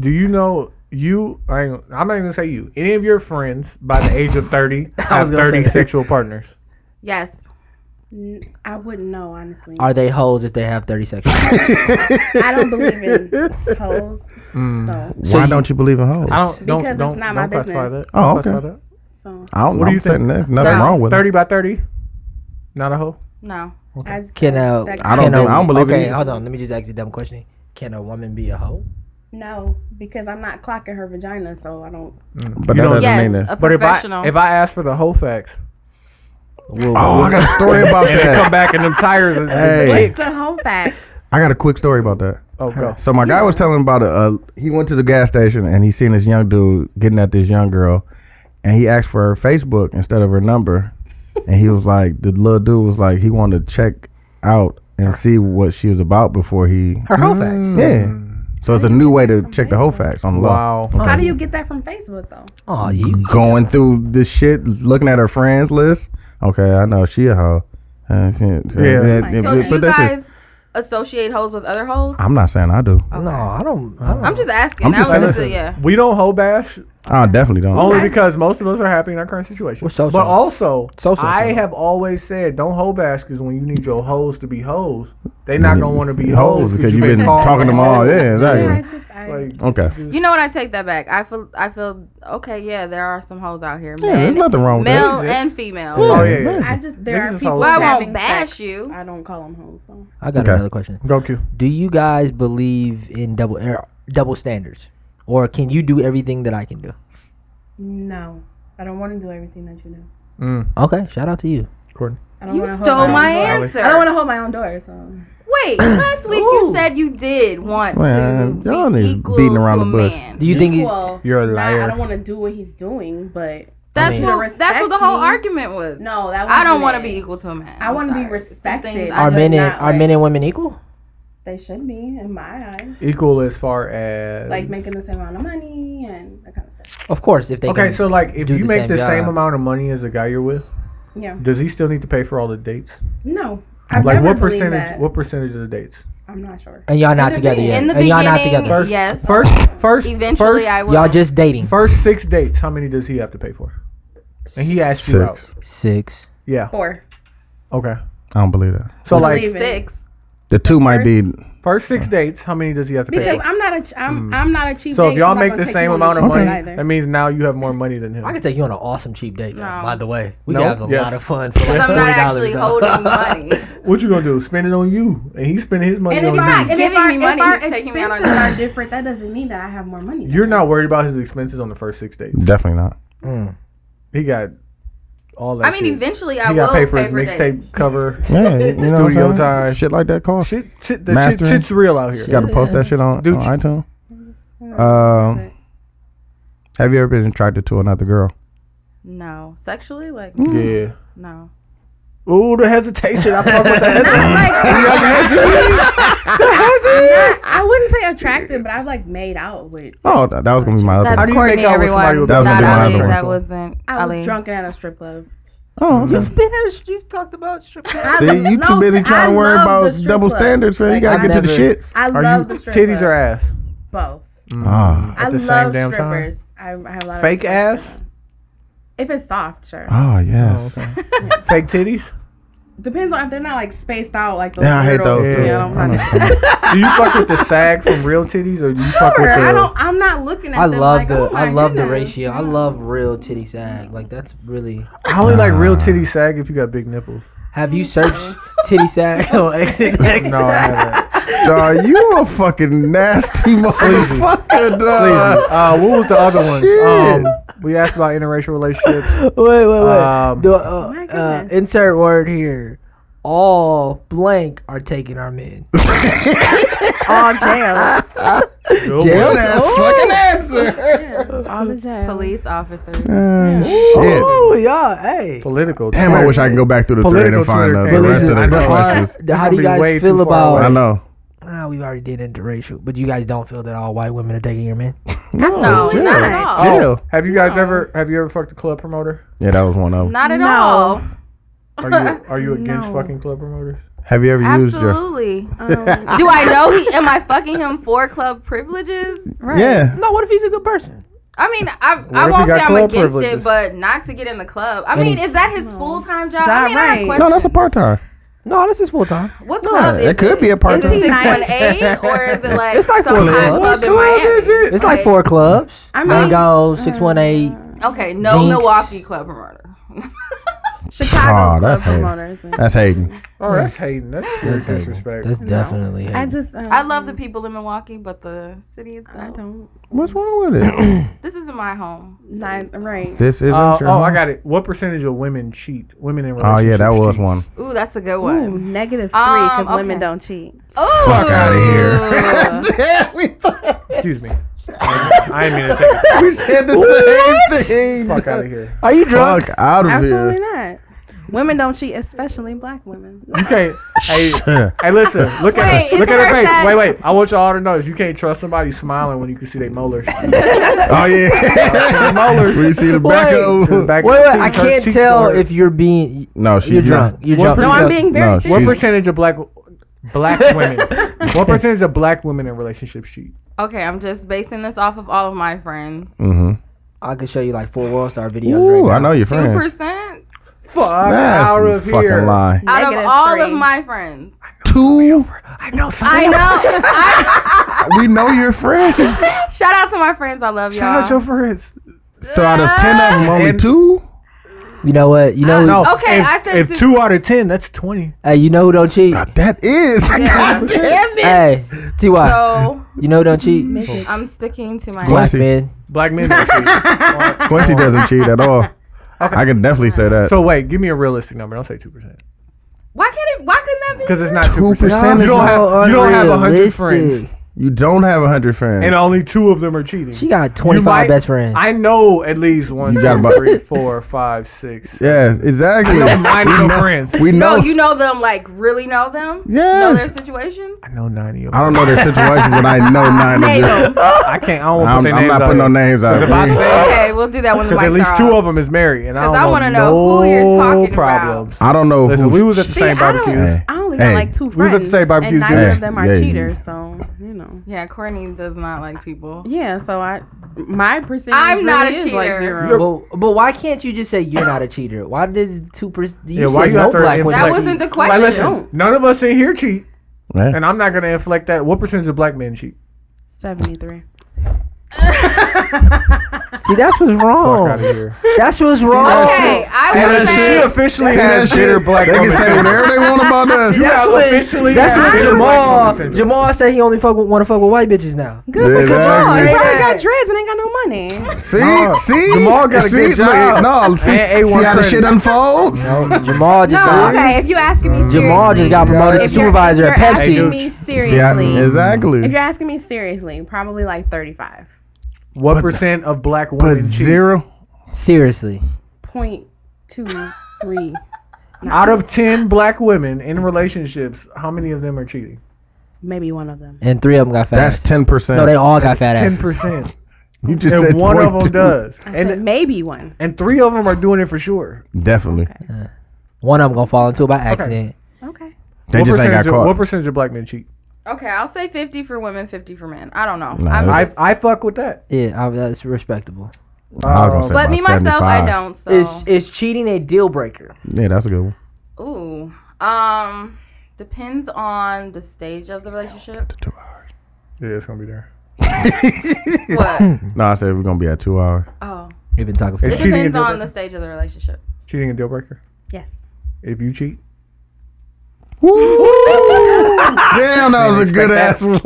Speaker 5: do you know you? I ain't, I'm not even gonna say you. Any of your friends by the age of 30 have
Speaker 4: was gonna
Speaker 5: 30
Speaker 4: say that.
Speaker 5: sexual partners?
Speaker 1: Yes.
Speaker 7: N- I wouldn't know, honestly.
Speaker 4: Are they hoes if they have thirty seconds?
Speaker 7: I don't believe in hoes.
Speaker 5: Mm.
Speaker 7: So,
Speaker 4: So
Speaker 2: Why
Speaker 4: you-
Speaker 2: don't you believe in hoes?
Speaker 5: I don't. Don't,
Speaker 7: Because it's
Speaker 5: don't,
Speaker 7: not
Speaker 5: don't
Speaker 7: my
Speaker 5: classify
Speaker 7: business.
Speaker 5: That.
Speaker 2: Oh,
Speaker 5: Don't classify
Speaker 2: okay.
Speaker 5: that.
Speaker 7: so
Speaker 2: I don't.
Speaker 5: What do
Speaker 2: I'm
Speaker 5: you
Speaker 2: saying
Speaker 5: think?
Speaker 2: there's nothing
Speaker 1: No.
Speaker 2: wrong with it.
Speaker 5: 30 by 30, not a hoe.
Speaker 1: No.
Speaker 7: I just
Speaker 4: Can uh,
Speaker 7: that-
Speaker 2: I don't
Speaker 4: can a-
Speaker 2: think- I don't believe
Speaker 4: Okay,
Speaker 2: it.
Speaker 4: hold on. Let me just ask you a dumb question. Can a woman be a hoe?
Speaker 7: no because I'm not clocking her vagina, so I don't.
Speaker 2: But
Speaker 5: You
Speaker 2: that
Speaker 5: don't-
Speaker 2: doesn't
Speaker 1: Yes.
Speaker 2: mean that.
Speaker 1: A
Speaker 5: But if I
Speaker 1: professional.
Speaker 5: if I ask for the whole facts,
Speaker 2: Oh, I got a story about
Speaker 5: and they come
Speaker 2: that.
Speaker 5: back and them tires is
Speaker 2: Hey.
Speaker 7: What's the whole fact?
Speaker 2: I got a quick story about that.
Speaker 5: Oh, go.
Speaker 2: So my guy was telling about a. Uh, he went to the gas station and he seen this young dude getting at this young girl, and he asked for her Facebook instead of her number, and he was like, the little dude was like, he wanted to check out and see what she was about before he. Mm.
Speaker 4: Her hoe facts.
Speaker 2: Yeah. So it's a new way to check the whole facts on the law.
Speaker 5: Wow.
Speaker 7: How do you get that from Facebook though?
Speaker 4: Oh, you
Speaker 2: Going through this shit, looking at her friends list. Okay, I know she a hoe. Uh, she-
Speaker 1: so do you
Speaker 2: but that's
Speaker 1: guys
Speaker 2: it.
Speaker 1: associate hoes with other hoes?
Speaker 2: I'm not saying I do.
Speaker 4: no, I don't. I don't.
Speaker 1: I'm just asking.
Speaker 2: I'm
Speaker 1: that
Speaker 2: just
Speaker 1: was
Speaker 2: saying-
Speaker 1: just a, yeah.
Speaker 5: We don't hoe bash
Speaker 2: I definitely don't.
Speaker 5: only because most of us are happy in our current situation.
Speaker 4: We're so-so.
Speaker 5: But also,
Speaker 4: So-so,
Speaker 5: I
Speaker 4: so.
Speaker 5: have always said don't hoe bash because when you need your hoes to be hoes, they not gonna want to be hoes
Speaker 2: because you've
Speaker 5: been
Speaker 2: been
Speaker 5: called
Speaker 2: talking to them all.
Speaker 5: hoes.
Speaker 2: Yeah, exactly.
Speaker 7: I just I,
Speaker 5: Like,
Speaker 2: Okay.
Speaker 1: You know what? I take that back. I feel. I feel. Okay. Yeah, there are some hoes out here.
Speaker 2: Yeah, there's
Speaker 1: Men-
Speaker 2: nothing wrong with that.
Speaker 1: Male
Speaker 5: They exist.
Speaker 1: and female.
Speaker 5: Oh yeah. yeah.
Speaker 7: I just there
Speaker 5: Niggas
Speaker 7: are
Speaker 5: is
Speaker 7: people.
Speaker 5: hoes.
Speaker 1: Well, I won't
Speaker 7: having
Speaker 1: bash
Speaker 7: sex.
Speaker 1: you.
Speaker 7: I don't call them hoes though.
Speaker 4: I got
Speaker 2: Okay.
Speaker 4: another question.
Speaker 5: Go Q.
Speaker 4: Do you guys believe in double er, double standards, or can you do everything that I can do?
Speaker 7: No, I don't want to do everything that you do.
Speaker 4: Okay, shout out to you.
Speaker 5: Courtney.
Speaker 7: I don't
Speaker 1: You
Speaker 7: wanna hold
Speaker 1: stole
Speaker 7: own
Speaker 1: my
Speaker 7: door.
Speaker 1: answer.
Speaker 7: I don't want to hold my own door. So
Speaker 1: Wait, last week you said you did want
Speaker 2: Man,
Speaker 1: to
Speaker 2: y'all
Speaker 1: be
Speaker 2: niggas
Speaker 1: equal
Speaker 2: beating around
Speaker 1: to
Speaker 2: the
Speaker 1: a
Speaker 2: bush.
Speaker 1: man.
Speaker 4: Do you think he's
Speaker 7: well,
Speaker 5: You're a
Speaker 7: nah, I
Speaker 5: liar.
Speaker 7: don't want to do what he's doing, but
Speaker 1: That's
Speaker 4: mean-
Speaker 1: what that's what the whole
Speaker 7: Respect me.
Speaker 1: argument was.
Speaker 7: no, that
Speaker 1: I don't
Speaker 7: wasn't
Speaker 1: want to
Speaker 7: it.
Speaker 1: be equal to a man.
Speaker 7: I
Speaker 1: I'm
Speaker 7: wanna
Speaker 1: sorry.
Speaker 7: be
Speaker 1: Some things
Speaker 7: respected.
Speaker 1: I
Speaker 4: are
Speaker 7: just
Speaker 4: men and
Speaker 7: not
Speaker 4: are
Speaker 7: like-
Speaker 4: men and women equal?
Speaker 7: They should be in my eyes,
Speaker 5: Equal as far as
Speaker 7: like making the same amount of money and that kind of stuff.
Speaker 4: Of course, if they
Speaker 5: Okay,
Speaker 4: can-
Speaker 5: so like if
Speaker 4: do
Speaker 5: you
Speaker 4: the
Speaker 5: make
Speaker 4: same
Speaker 5: the same
Speaker 4: job.
Speaker 5: amount of money as the guy you're with,
Speaker 7: Yeah.
Speaker 5: does he still need to pay for all the dates?
Speaker 7: No, I've
Speaker 5: like
Speaker 7: never
Speaker 5: what
Speaker 7: believed
Speaker 5: percentage?
Speaker 7: That.
Speaker 5: What percentage of the dates?
Speaker 7: I'm not sure.
Speaker 4: and y'all not
Speaker 7: the
Speaker 4: together
Speaker 7: be-
Speaker 4: yet,
Speaker 1: in the
Speaker 4: and y'all not
Speaker 1: beginning,
Speaker 4: together,
Speaker 5: First,
Speaker 1: Yes.
Speaker 5: First, first,
Speaker 1: Eventually,
Speaker 5: first,
Speaker 1: I will.
Speaker 4: y'all just dating.
Speaker 5: first six dates. How many does he have to pay for? And he asked you out.
Speaker 2: Six.
Speaker 4: Six.
Speaker 5: Yeah.
Speaker 7: Four.
Speaker 5: Okay.
Speaker 2: I don't believe that.
Speaker 5: So like
Speaker 7: Believe it.
Speaker 1: six.
Speaker 2: The two might be.
Speaker 5: first six dates, how many does he have to
Speaker 7: Because
Speaker 5: pay? For?
Speaker 7: I'm not a ch- I'm I'm not a cheap.
Speaker 5: Mm. So
Speaker 7: date,
Speaker 5: if y'all
Speaker 7: I'm not
Speaker 5: make
Speaker 7: gonna
Speaker 5: the
Speaker 7: take
Speaker 5: same
Speaker 7: you on a
Speaker 5: amount of
Speaker 7: cheap
Speaker 5: money,
Speaker 7: date either.
Speaker 5: that means now you have more money than him.
Speaker 4: I could take you on an awesome cheap date. though,
Speaker 1: No.
Speaker 4: By the way, we
Speaker 5: No?
Speaker 4: can have a
Speaker 5: Yes.
Speaker 4: lot of fun for like
Speaker 1: Because
Speaker 4: forty
Speaker 1: I'm not actually
Speaker 4: dollars.
Speaker 1: holding money.
Speaker 5: What you gonna do? Spend it on you, and he's spending his money
Speaker 7: And if,
Speaker 5: on
Speaker 7: you're
Speaker 5: you.
Speaker 7: not, and if
Speaker 1: Giving
Speaker 7: our,
Speaker 1: me money,
Speaker 7: if our
Speaker 1: he's taking me out on
Speaker 7: expenses
Speaker 1: a-
Speaker 7: are different, that doesn't mean that I have more money. than
Speaker 5: You're
Speaker 7: him.
Speaker 5: not worried about his expenses on the first six dates.
Speaker 2: Definitely not.
Speaker 5: He got all that.
Speaker 1: I mean,
Speaker 5: shit.
Speaker 1: eventually I
Speaker 5: he
Speaker 1: will
Speaker 5: got paid for his
Speaker 1: pay dates.
Speaker 5: mixtape cover.
Speaker 8: Yeah, you know what I'm
Speaker 5: Studio
Speaker 8: saying?
Speaker 5: time.
Speaker 8: Shit like that cost.
Speaker 5: shit, shit, the shit,
Speaker 8: Mastering.
Speaker 5: shit's real out here.
Speaker 8: You gotta post that shit on,
Speaker 5: Dude,
Speaker 8: on
Speaker 5: sh-
Speaker 8: iTunes. Um, have you ever been attracted to another girl?
Speaker 1: No, sexually, like
Speaker 5: Yeah.
Speaker 1: no.
Speaker 5: Ooh, the hesitation. I fuck with that.
Speaker 7: I wouldn't say attractive, but I've like made out with.
Speaker 8: Oh, that, that was gonna be my
Speaker 1: That's
Speaker 8: other.
Speaker 5: do you
Speaker 1: Courtney,
Speaker 5: make out with
Speaker 1: everyone.
Speaker 5: somebody with
Speaker 8: That was
Speaker 1: not
Speaker 8: gonna be my
Speaker 1: Ali.
Speaker 8: other
Speaker 1: That
Speaker 8: one.
Speaker 1: wasn't
Speaker 7: I was
Speaker 1: Ali.
Speaker 7: drunk and at a strip club.
Speaker 8: Oh, okay.
Speaker 4: You've been at a, you've talked about strip club.
Speaker 8: see, you too
Speaker 7: no,
Speaker 8: busy
Speaker 7: I
Speaker 8: trying to worry
Speaker 7: love the
Speaker 8: about
Speaker 7: strip
Speaker 8: double
Speaker 7: club.
Speaker 8: standards, man. You
Speaker 7: Like,
Speaker 8: gotta
Speaker 7: I
Speaker 8: get to the
Speaker 5: never-
Speaker 8: shits.
Speaker 7: I
Speaker 5: Are you
Speaker 7: love the strip
Speaker 5: titties
Speaker 7: club.
Speaker 5: or ass?
Speaker 7: Both.
Speaker 8: Ah,
Speaker 7: I
Speaker 5: the same
Speaker 7: love
Speaker 5: damn time?
Speaker 7: strippers. I, I have a lot of
Speaker 5: Fake
Speaker 7: respect for
Speaker 5: ass?
Speaker 7: them. If it's soft, sure.
Speaker 8: oh yes.
Speaker 5: Fake titties?
Speaker 7: Depends on if they're not like spaced out like those.
Speaker 8: Yeah, I hate
Speaker 7: weirdo-
Speaker 8: those
Speaker 5: too.
Speaker 7: Yeah, I'm
Speaker 8: I
Speaker 7: not-
Speaker 5: Do you fuck with the sag from real titties or do you fuck with
Speaker 7: Sure,
Speaker 5: the
Speaker 7: I don't. I'm not looking at.
Speaker 4: I
Speaker 7: them
Speaker 4: love
Speaker 7: like,
Speaker 4: the
Speaker 7: oh my
Speaker 4: I love the
Speaker 7: goodness.
Speaker 4: ratio. I love real titty sag. Like that's really.
Speaker 5: I only like real titty sag if you got big nipples.
Speaker 4: Have you searched titty sag
Speaker 7: Oh,
Speaker 4: on exit?
Speaker 5: No, I haven't.
Speaker 8: Dog, you a fucking nasty motherfucker,
Speaker 4: Oh.
Speaker 8: dog.
Speaker 5: Uh, what was the other ones?
Speaker 8: Shit.
Speaker 5: Um, we asked about interracial relationships.
Speaker 4: wait, wait, wait.
Speaker 5: Um,
Speaker 4: Do- uh,
Speaker 7: Oh My
Speaker 4: uh,
Speaker 7: goodness.
Speaker 4: insert word here. All blank are taking our men.
Speaker 7: all jails.
Speaker 4: Jails?
Speaker 7: Yeah, all the jails.
Speaker 1: Police officers.
Speaker 8: Uh, shit.
Speaker 4: Oh, y'all, hey.
Speaker 5: Political.
Speaker 8: Damn, I wish I could go back through the thread
Speaker 5: Political
Speaker 8: and find
Speaker 5: Twitter
Speaker 8: the,
Speaker 5: came
Speaker 8: the
Speaker 4: But
Speaker 8: rest
Speaker 4: listen,
Speaker 8: of the
Speaker 5: I know.
Speaker 8: questions.
Speaker 4: how, how do you
Speaker 5: It's gonna be way
Speaker 4: guys feel
Speaker 5: too far
Speaker 8: I
Speaker 4: about?
Speaker 8: know.
Speaker 4: Nah, we already did interracial, but you guys don't feel that all white women are taking your men.
Speaker 1: No,
Speaker 8: Jill.
Speaker 1: not at all.
Speaker 8: Jill.
Speaker 5: Oh, Have you guys ever have you ever fucked a club promoter?
Speaker 8: Yeah, that was one of them.
Speaker 1: Not at
Speaker 7: No.
Speaker 1: all.
Speaker 5: Are you are you against fucking club promoters?
Speaker 8: Have you ever used your?
Speaker 1: Absolutely. Um, do I know he? Am I fucking him for club privileges?
Speaker 8: Yeah.
Speaker 4: No, what if he's a good person?
Speaker 1: I mean, I
Speaker 5: if
Speaker 1: I
Speaker 5: he
Speaker 1: won't say
Speaker 5: got
Speaker 1: I'm
Speaker 5: club
Speaker 1: against
Speaker 5: privileges?
Speaker 1: it, but not to get in the club. I mean, is that his full time job?
Speaker 7: Job,
Speaker 1: I mean, I
Speaker 7: right.
Speaker 1: have
Speaker 8: No,
Speaker 1: questions.
Speaker 8: that's a part time.
Speaker 4: No, this is full time.
Speaker 1: What club
Speaker 8: it
Speaker 1: is
Speaker 8: could be a part-
Speaker 1: Is it six one eight or is it like
Speaker 4: It's like
Speaker 1: some
Speaker 4: four
Speaker 1: high
Speaker 4: clubs.
Speaker 1: club in
Speaker 5: What club is
Speaker 1: Miami?
Speaker 5: it?
Speaker 4: It's like four clubs.
Speaker 7: I mean-
Speaker 4: Mango, six one eight.
Speaker 7: Uh,
Speaker 1: Okay, no
Speaker 4: Jinx.
Speaker 1: Milwaukee club murder.
Speaker 7: Chicago
Speaker 8: Oh,
Speaker 7: club
Speaker 8: that's hating.
Speaker 7: promoters. and-
Speaker 8: That's Hayden.
Speaker 5: Oh, that's hating. That's Uh, pure
Speaker 4: That's hating.
Speaker 5: disrespect.
Speaker 4: That's definitely hating.
Speaker 7: I just. Um,
Speaker 1: I love the people in Milwaukee, but the city itself.
Speaker 7: I don't.
Speaker 8: What's wrong with it?
Speaker 1: This isn't my home. so
Speaker 7: Nine, right.
Speaker 8: This isn't
Speaker 5: Uh,
Speaker 8: your
Speaker 5: oh, I
Speaker 8: home?
Speaker 5: got it. What percentage of women cheat? Women in
Speaker 8: Oh
Speaker 5: relationships.
Speaker 8: yeah, that was
Speaker 5: cheat?
Speaker 8: one.
Speaker 1: Ooh, that's a good
Speaker 7: Ooh,
Speaker 1: one.
Speaker 7: negative three
Speaker 1: Um,
Speaker 7: because women
Speaker 1: okay. Oh,
Speaker 7: don't cheat.
Speaker 8: Fuck out of here.
Speaker 1: Ooh.
Speaker 5: Excuse me. I didn't mean to take the
Speaker 8: we said the same
Speaker 5: fuck out of here.
Speaker 4: Are you drunk?
Speaker 8: Fuck out of
Speaker 7: Absolutely
Speaker 8: here.
Speaker 7: not. Women don't cheat, especially black women.
Speaker 5: You can't. hey, hey, listen. Look at
Speaker 1: Wait,
Speaker 5: look at her
Speaker 1: insert
Speaker 5: face.
Speaker 1: that.
Speaker 5: Wait, wait. I want y'all to know is you can't trust somebody smiling when you can see their molars.
Speaker 8: Oh yeah.
Speaker 5: molars.
Speaker 8: We see the back
Speaker 4: Wait.
Speaker 8: of.
Speaker 5: Back
Speaker 4: Wait, wait.
Speaker 5: cheeks
Speaker 4: I
Speaker 5: hurt,
Speaker 4: can't
Speaker 5: cheeks
Speaker 4: tell
Speaker 5: hurt.
Speaker 4: if you're being.
Speaker 8: No, she's
Speaker 4: You're drunk. You're
Speaker 5: What
Speaker 4: drunk.
Speaker 7: No, I'm
Speaker 5: percent-
Speaker 7: being very
Speaker 8: No,
Speaker 7: serious.
Speaker 5: What
Speaker 8: She's-
Speaker 5: percentage of black black women? what percentage of black women in relationships cheat?
Speaker 1: Okay, I'm just basing this off of all of my friends.
Speaker 8: Mm-hmm.
Speaker 4: I can show you like four world star videos
Speaker 8: Ooh,
Speaker 4: right now.
Speaker 8: I know your
Speaker 1: Two
Speaker 8: friends.
Speaker 1: percent
Speaker 5: Fuck
Speaker 8: That's
Speaker 5: out of
Speaker 8: a fucking
Speaker 5: here.
Speaker 8: lie.
Speaker 1: out of
Speaker 7: Negative
Speaker 1: all
Speaker 7: three.
Speaker 1: of my friends.
Speaker 8: Two.
Speaker 5: I know something.
Speaker 1: I know.
Speaker 8: We know your friends.
Speaker 1: Shout out to my friends. I love y'all.
Speaker 5: Shout out your friends.
Speaker 8: So out of ten of them, only
Speaker 5: And-
Speaker 8: two.
Speaker 4: You know what? You know. who-
Speaker 5: No.
Speaker 1: Okay,
Speaker 5: if,
Speaker 1: I said
Speaker 5: if
Speaker 1: two.
Speaker 5: two out of ten, that's twenty.
Speaker 4: Hey, you know who don't cheat?
Speaker 8: That is.
Speaker 1: Yeah.
Speaker 8: God damn it.
Speaker 4: Hey, Ty.
Speaker 1: So
Speaker 4: you know who don't cheat?
Speaker 1: I'm sticking to my.
Speaker 4: Black
Speaker 8: Quincy.
Speaker 4: men.
Speaker 5: Black men don't cheat.
Speaker 8: Quincy doesn't cheat at all. I can definitely say that.
Speaker 5: so wait, give me a realistic number. Don't say two percent
Speaker 1: Why can't it? Why couldn't that be?
Speaker 5: because it's not two
Speaker 8: 2%
Speaker 5: percent. You
Speaker 8: is
Speaker 5: don't have you don't have a hundred friends,
Speaker 4: unrealistic.
Speaker 8: you don't have hundred friends.
Speaker 5: and only two of them are cheating.
Speaker 4: She got
Speaker 5: You
Speaker 4: 25
Speaker 5: might-
Speaker 4: best friends.
Speaker 5: I know at least one,
Speaker 8: You got
Speaker 5: two,
Speaker 8: about-
Speaker 5: three, four, five, six.
Speaker 8: yeah, exactly.
Speaker 5: No, mine no friends.
Speaker 8: We
Speaker 1: No,
Speaker 8: know.
Speaker 1: you know them like really know them. Know
Speaker 8: Yes.
Speaker 1: their situations.
Speaker 5: I know ninety of
Speaker 8: I
Speaker 5: them.
Speaker 8: don't know their situation, but I know nine
Speaker 1: Name
Speaker 8: of them.
Speaker 1: them.
Speaker 5: I can't. I don't want to put
Speaker 8: I'm,
Speaker 5: their
Speaker 8: I'm
Speaker 5: names
Speaker 8: not
Speaker 5: out
Speaker 8: putting no
Speaker 5: here.
Speaker 8: names out.
Speaker 5: If I
Speaker 8: here.
Speaker 5: say-
Speaker 1: Okay, we'll do that when the
Speaker 5: Because
Speaker 1: mics
Speaker 5: at least
Speaker 1: are
Speaker 5: two
Speaker 1: off.
Speaker 5: of them is married, and I
Speaker 1: 'Cause
Speaker 5: don't
Speaker 1: I
Speaker 5: want to
Speaker 1: wanna know who you're talking about.
Speaker 5: problems.
Speaker 8: I don't know
Speaker 5: Listen,
Speaker 8: who.
Speaker 5: we was at the
Speaker 7: See,
Speaker 5: same
Speaker 7: I don't-
Speaker 5: barbecue.
Speaker 7: I only got
Speaker 8: Hey.
Speaker 7: like two
Speaker 5: We was
Speaker 7: friends.
Speaker 5: at the same barbecue
Speaker 7: and neither
Speaker 8: today.
Speaker 7: of them are
Speaker 8: Yeah, yeah.
Speaker 7: cheaters, so you know.
Speaker 1: Yeah, Courtney does not like people.
Speaker 7: Yeah, so I my percentage
Speaker 1: I'm not
Speaker 7: really
Speaker 1: a
Speaker 7: is
Speaker 1: cheater.
Speaker 7: like zero.
Speaker 4: But, but why can't you just say you're not a cheater? Why does two percent?
Speaker 5: Yeah,
Speaker 4: You
Speaker 5: why
Speaker 4: said
Speaker 5: you
Speaker 4: no
Speaker 5: out there
Speaker 4: black
Speaker 5: in
Speaker 4: women.
Speaker 1: That
Speaker 5: Like,
Speaker 1: wasn't the
Speaker 5: Like,
Speaker 1: question.
Speaker 5: listen, none of us in here cheat,
Speaker 8: Yeah.
Speaker 5: and I'm not gonna inflict that. What percentage of black men cheat?
Speaker 7: Seventy three.
Speaker 4: See, that's what's
Speaker 8: Oh.
Speaker 5: Fuck out of
Speaker 4: wrong.
Speaker 5: here.
Speaker 4: That's what's wrong.
Speaker 1: Okay, I
Speaker 2: that
Speaker 1: would
Speaker 2: shit?
Speaker 1: say
Speaker 2: officially
Speaker 9: See that
Speaker 2: has bitter
Speaker 9: shit?
Speaker 2: black
Speaker 9: They can say whatever they want about us.
Speaker 4: That's
Speaker 5: Yeah,
Speaker 4: what,
Speaker 5: officially,
Speaker 4: that's
Speaker 5: yeah.
Speaker 4: what
Speaker 5: I don't like
Speaker 4: Jamal
Speaker 5: women.
Speaker 4: Jamal said he only fuck with, want to fuck with white bitches now.
Speaker 7: Good for
Speaker 9: Yeah,
Speaker 7: Jamal.
Speaker 9: exactly.
Speaker 7: He
Speaker 4: Say
Speaker 7: probably
Speaker 4: that.
Speaker 7: got dreads and ain't got no money.
Speaker 9: See,
Speaker 2: No,
Speaker 9: see,
Speaker 2: Jamal got a
Speaker 9: see,
Speaker 2: good job.
Speaker 9: Look, no, see,
Speaker 5: And A1
Speaker 9: see how the
Speaker 5: credit.
Speaker 9: shit unfolds.
Speaker 4: Jamal just
Speaker 7: No,
Speaker 4: got,
Speaker 7: okay. If you asking me seriously,
Speaker 4: Jamal just got promoted to
Speaker 7: if you're-
Speaker 4: supervisor
Speaker 7: if
Speaker 4: at
Speaker 7: you're
Speaker 4: Pepsi.
Speaker 7: Asking me seriously,
Speaker 2: See, I- exactly.
Speaker 7: if you're asking me seriously, probably like 35.
Speaker 5: What percent of black
Speaker 2: But
Speaker 5: women cheat?
Speaker 2: zero.
Speaker 4: Seriously,
Speaker 7: Point two three.
Speaker 5: Out of ten black women in relationships, how many of them are cheating?
Speaker 7: Maybe one of them.
Speaker 4: and three of them got fat.
Speaker 2: That's
Speaker 4: asses.
Speaker 2: ten percent.
Speaker 4: no, they all got fat
Speaker 5: Ten
Speaker 4: asses.
Speaker 5: percent,
Speaker 2: you just said
Speaker 5: and one of them
Speaker 2: 22.
Speaker 5: does,
Speaker 7: I said
Speaker 5: and
Speaker 7: maybe one.
Speaker 5: and three of them are doing it for sure.
Speaker 2: Definitely.
Speaker 4: One of them gonna fall into it by accident.
Speaker 7: Okay.
Speaker 2: They just ain't got
Speaker 5: percentage of- What
Speaker 2: caught.
Speaker 5: percentage of black men cheat?
Speaker 1: okay, I'll say fifty for women, fifty for men. I don't know.
Speaker 2: Nah,
Speaker 1: I'm
Speaker 5: I
Speaker 1: just-
Speaker 5: I fuck with that.
Speaker 4: Yeah, I, that's respectable.
Speaker 2: I was gonna say
Speaker 1: but
Speaker 2: about
Speaker 1: me myself, I
Speaker 2: 75.
Speaker 1: don't. So
Speaker 4: Is is cheating a deal breaker?
Speaker 2: Yeah, that's a good one.
Speaker 1: Ooh. Um depends on the stage of the relationship.
Speaker 2: Two hours.
Speaker 5: Yeah, it's gonna be there.
Speaker 1: What?
Speaker 2: No, I said we're gonna be at two hours.
Speaker 1: Oh.
Speaker 4: We've been talking. For
Speaker 5: It's
Speaker 1: It
Speaker 5: cheating a
Speaker 1: depends
Speaker 5: deal
Speaker 1: on
Speaker 5: breaker?
Speaker 1: the stage of the relationship.
Speaker 5: Cheating a deal breaker.
Speaker 7: Yes.
Speaker 5: If you cheat,
Speaker 4: Ah,
Speaker 2: Damn, that was a good ass one.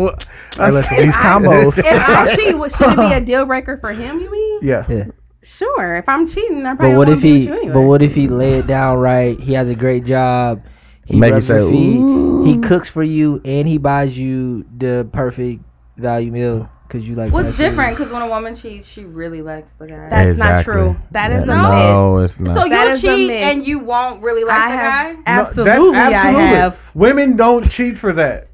Speaker 5: Hey, listen, these combos.
Speaker 7: If I cheat, what- should it be a deal breaker for him? You mean?
Speaker 5: Yeah,
Speaker 4: Yeah.
Speaker 7: Sure. If I'm cheating, I probably
Speaker 4: But
Speaker 7: don't
Speaker 4: what
Speaker 7: want
Speaker 4: if
Speaker 7: to be with
Speaker 4: he?
Speaker 7: you anyway.
Speaker 4: But what if he lay it down right? He has a great job. He
Speaker 2: Make you
Speaker 4: rubs your
Speaker 2: say,
Speaker 4: feet. He cooks for you, and he buys you the perfect value meal because you like.
Speaker 1: What's
Speaker 4: fast food.
Speaker 1: different? Because when a woman cheats, she really likes the guy.
Speaker 7: That's not true. That is not
Speaker 2: No, it's not.
Speaker 1: so
Speaker 7: That
Speaker 1: you
Speaker 7: is a
Speaker 1: cheat
Speaker 7: myth.
Speaker 1: and you won't really like
Speaker 7: I
Speaker 1: the
Speaker 7: have
Speaker 1: guy.
Speaker 5: No,
Speaker 7: absolutely,
Speaker 5: that's
Speaker 7: I have.
Speaker 5: Women don't cheat for that.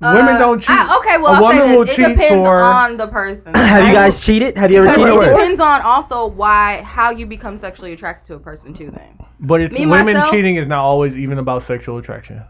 Speaker 5: women don't cheat.
Speaker 1: Uh, I- okay, well,
Speaker 5: a
Speaker 1: I'll
Speaker 5: woman
Speaker 1: say this.
Speaker 5: will
Speaker 1: it
Speaker 5: cheat
Speaker 1: depends
Speaker 5: for.
Speaker 1: on the person.
Speaker 4: Have you guys cheated? Have you ever
Speaker 1: Because
Speaker 4: cheated?
Speaker 1: it
Speaker 4: before?
Speaker 1: depends on also why how you become sexually attracted to a person too. Then
Speaker 5: but it's
Speaker 1: me,
Speaker 5: women
Speaker 1: myself-
Speaker 5: cheating is not always even about sexual attraction.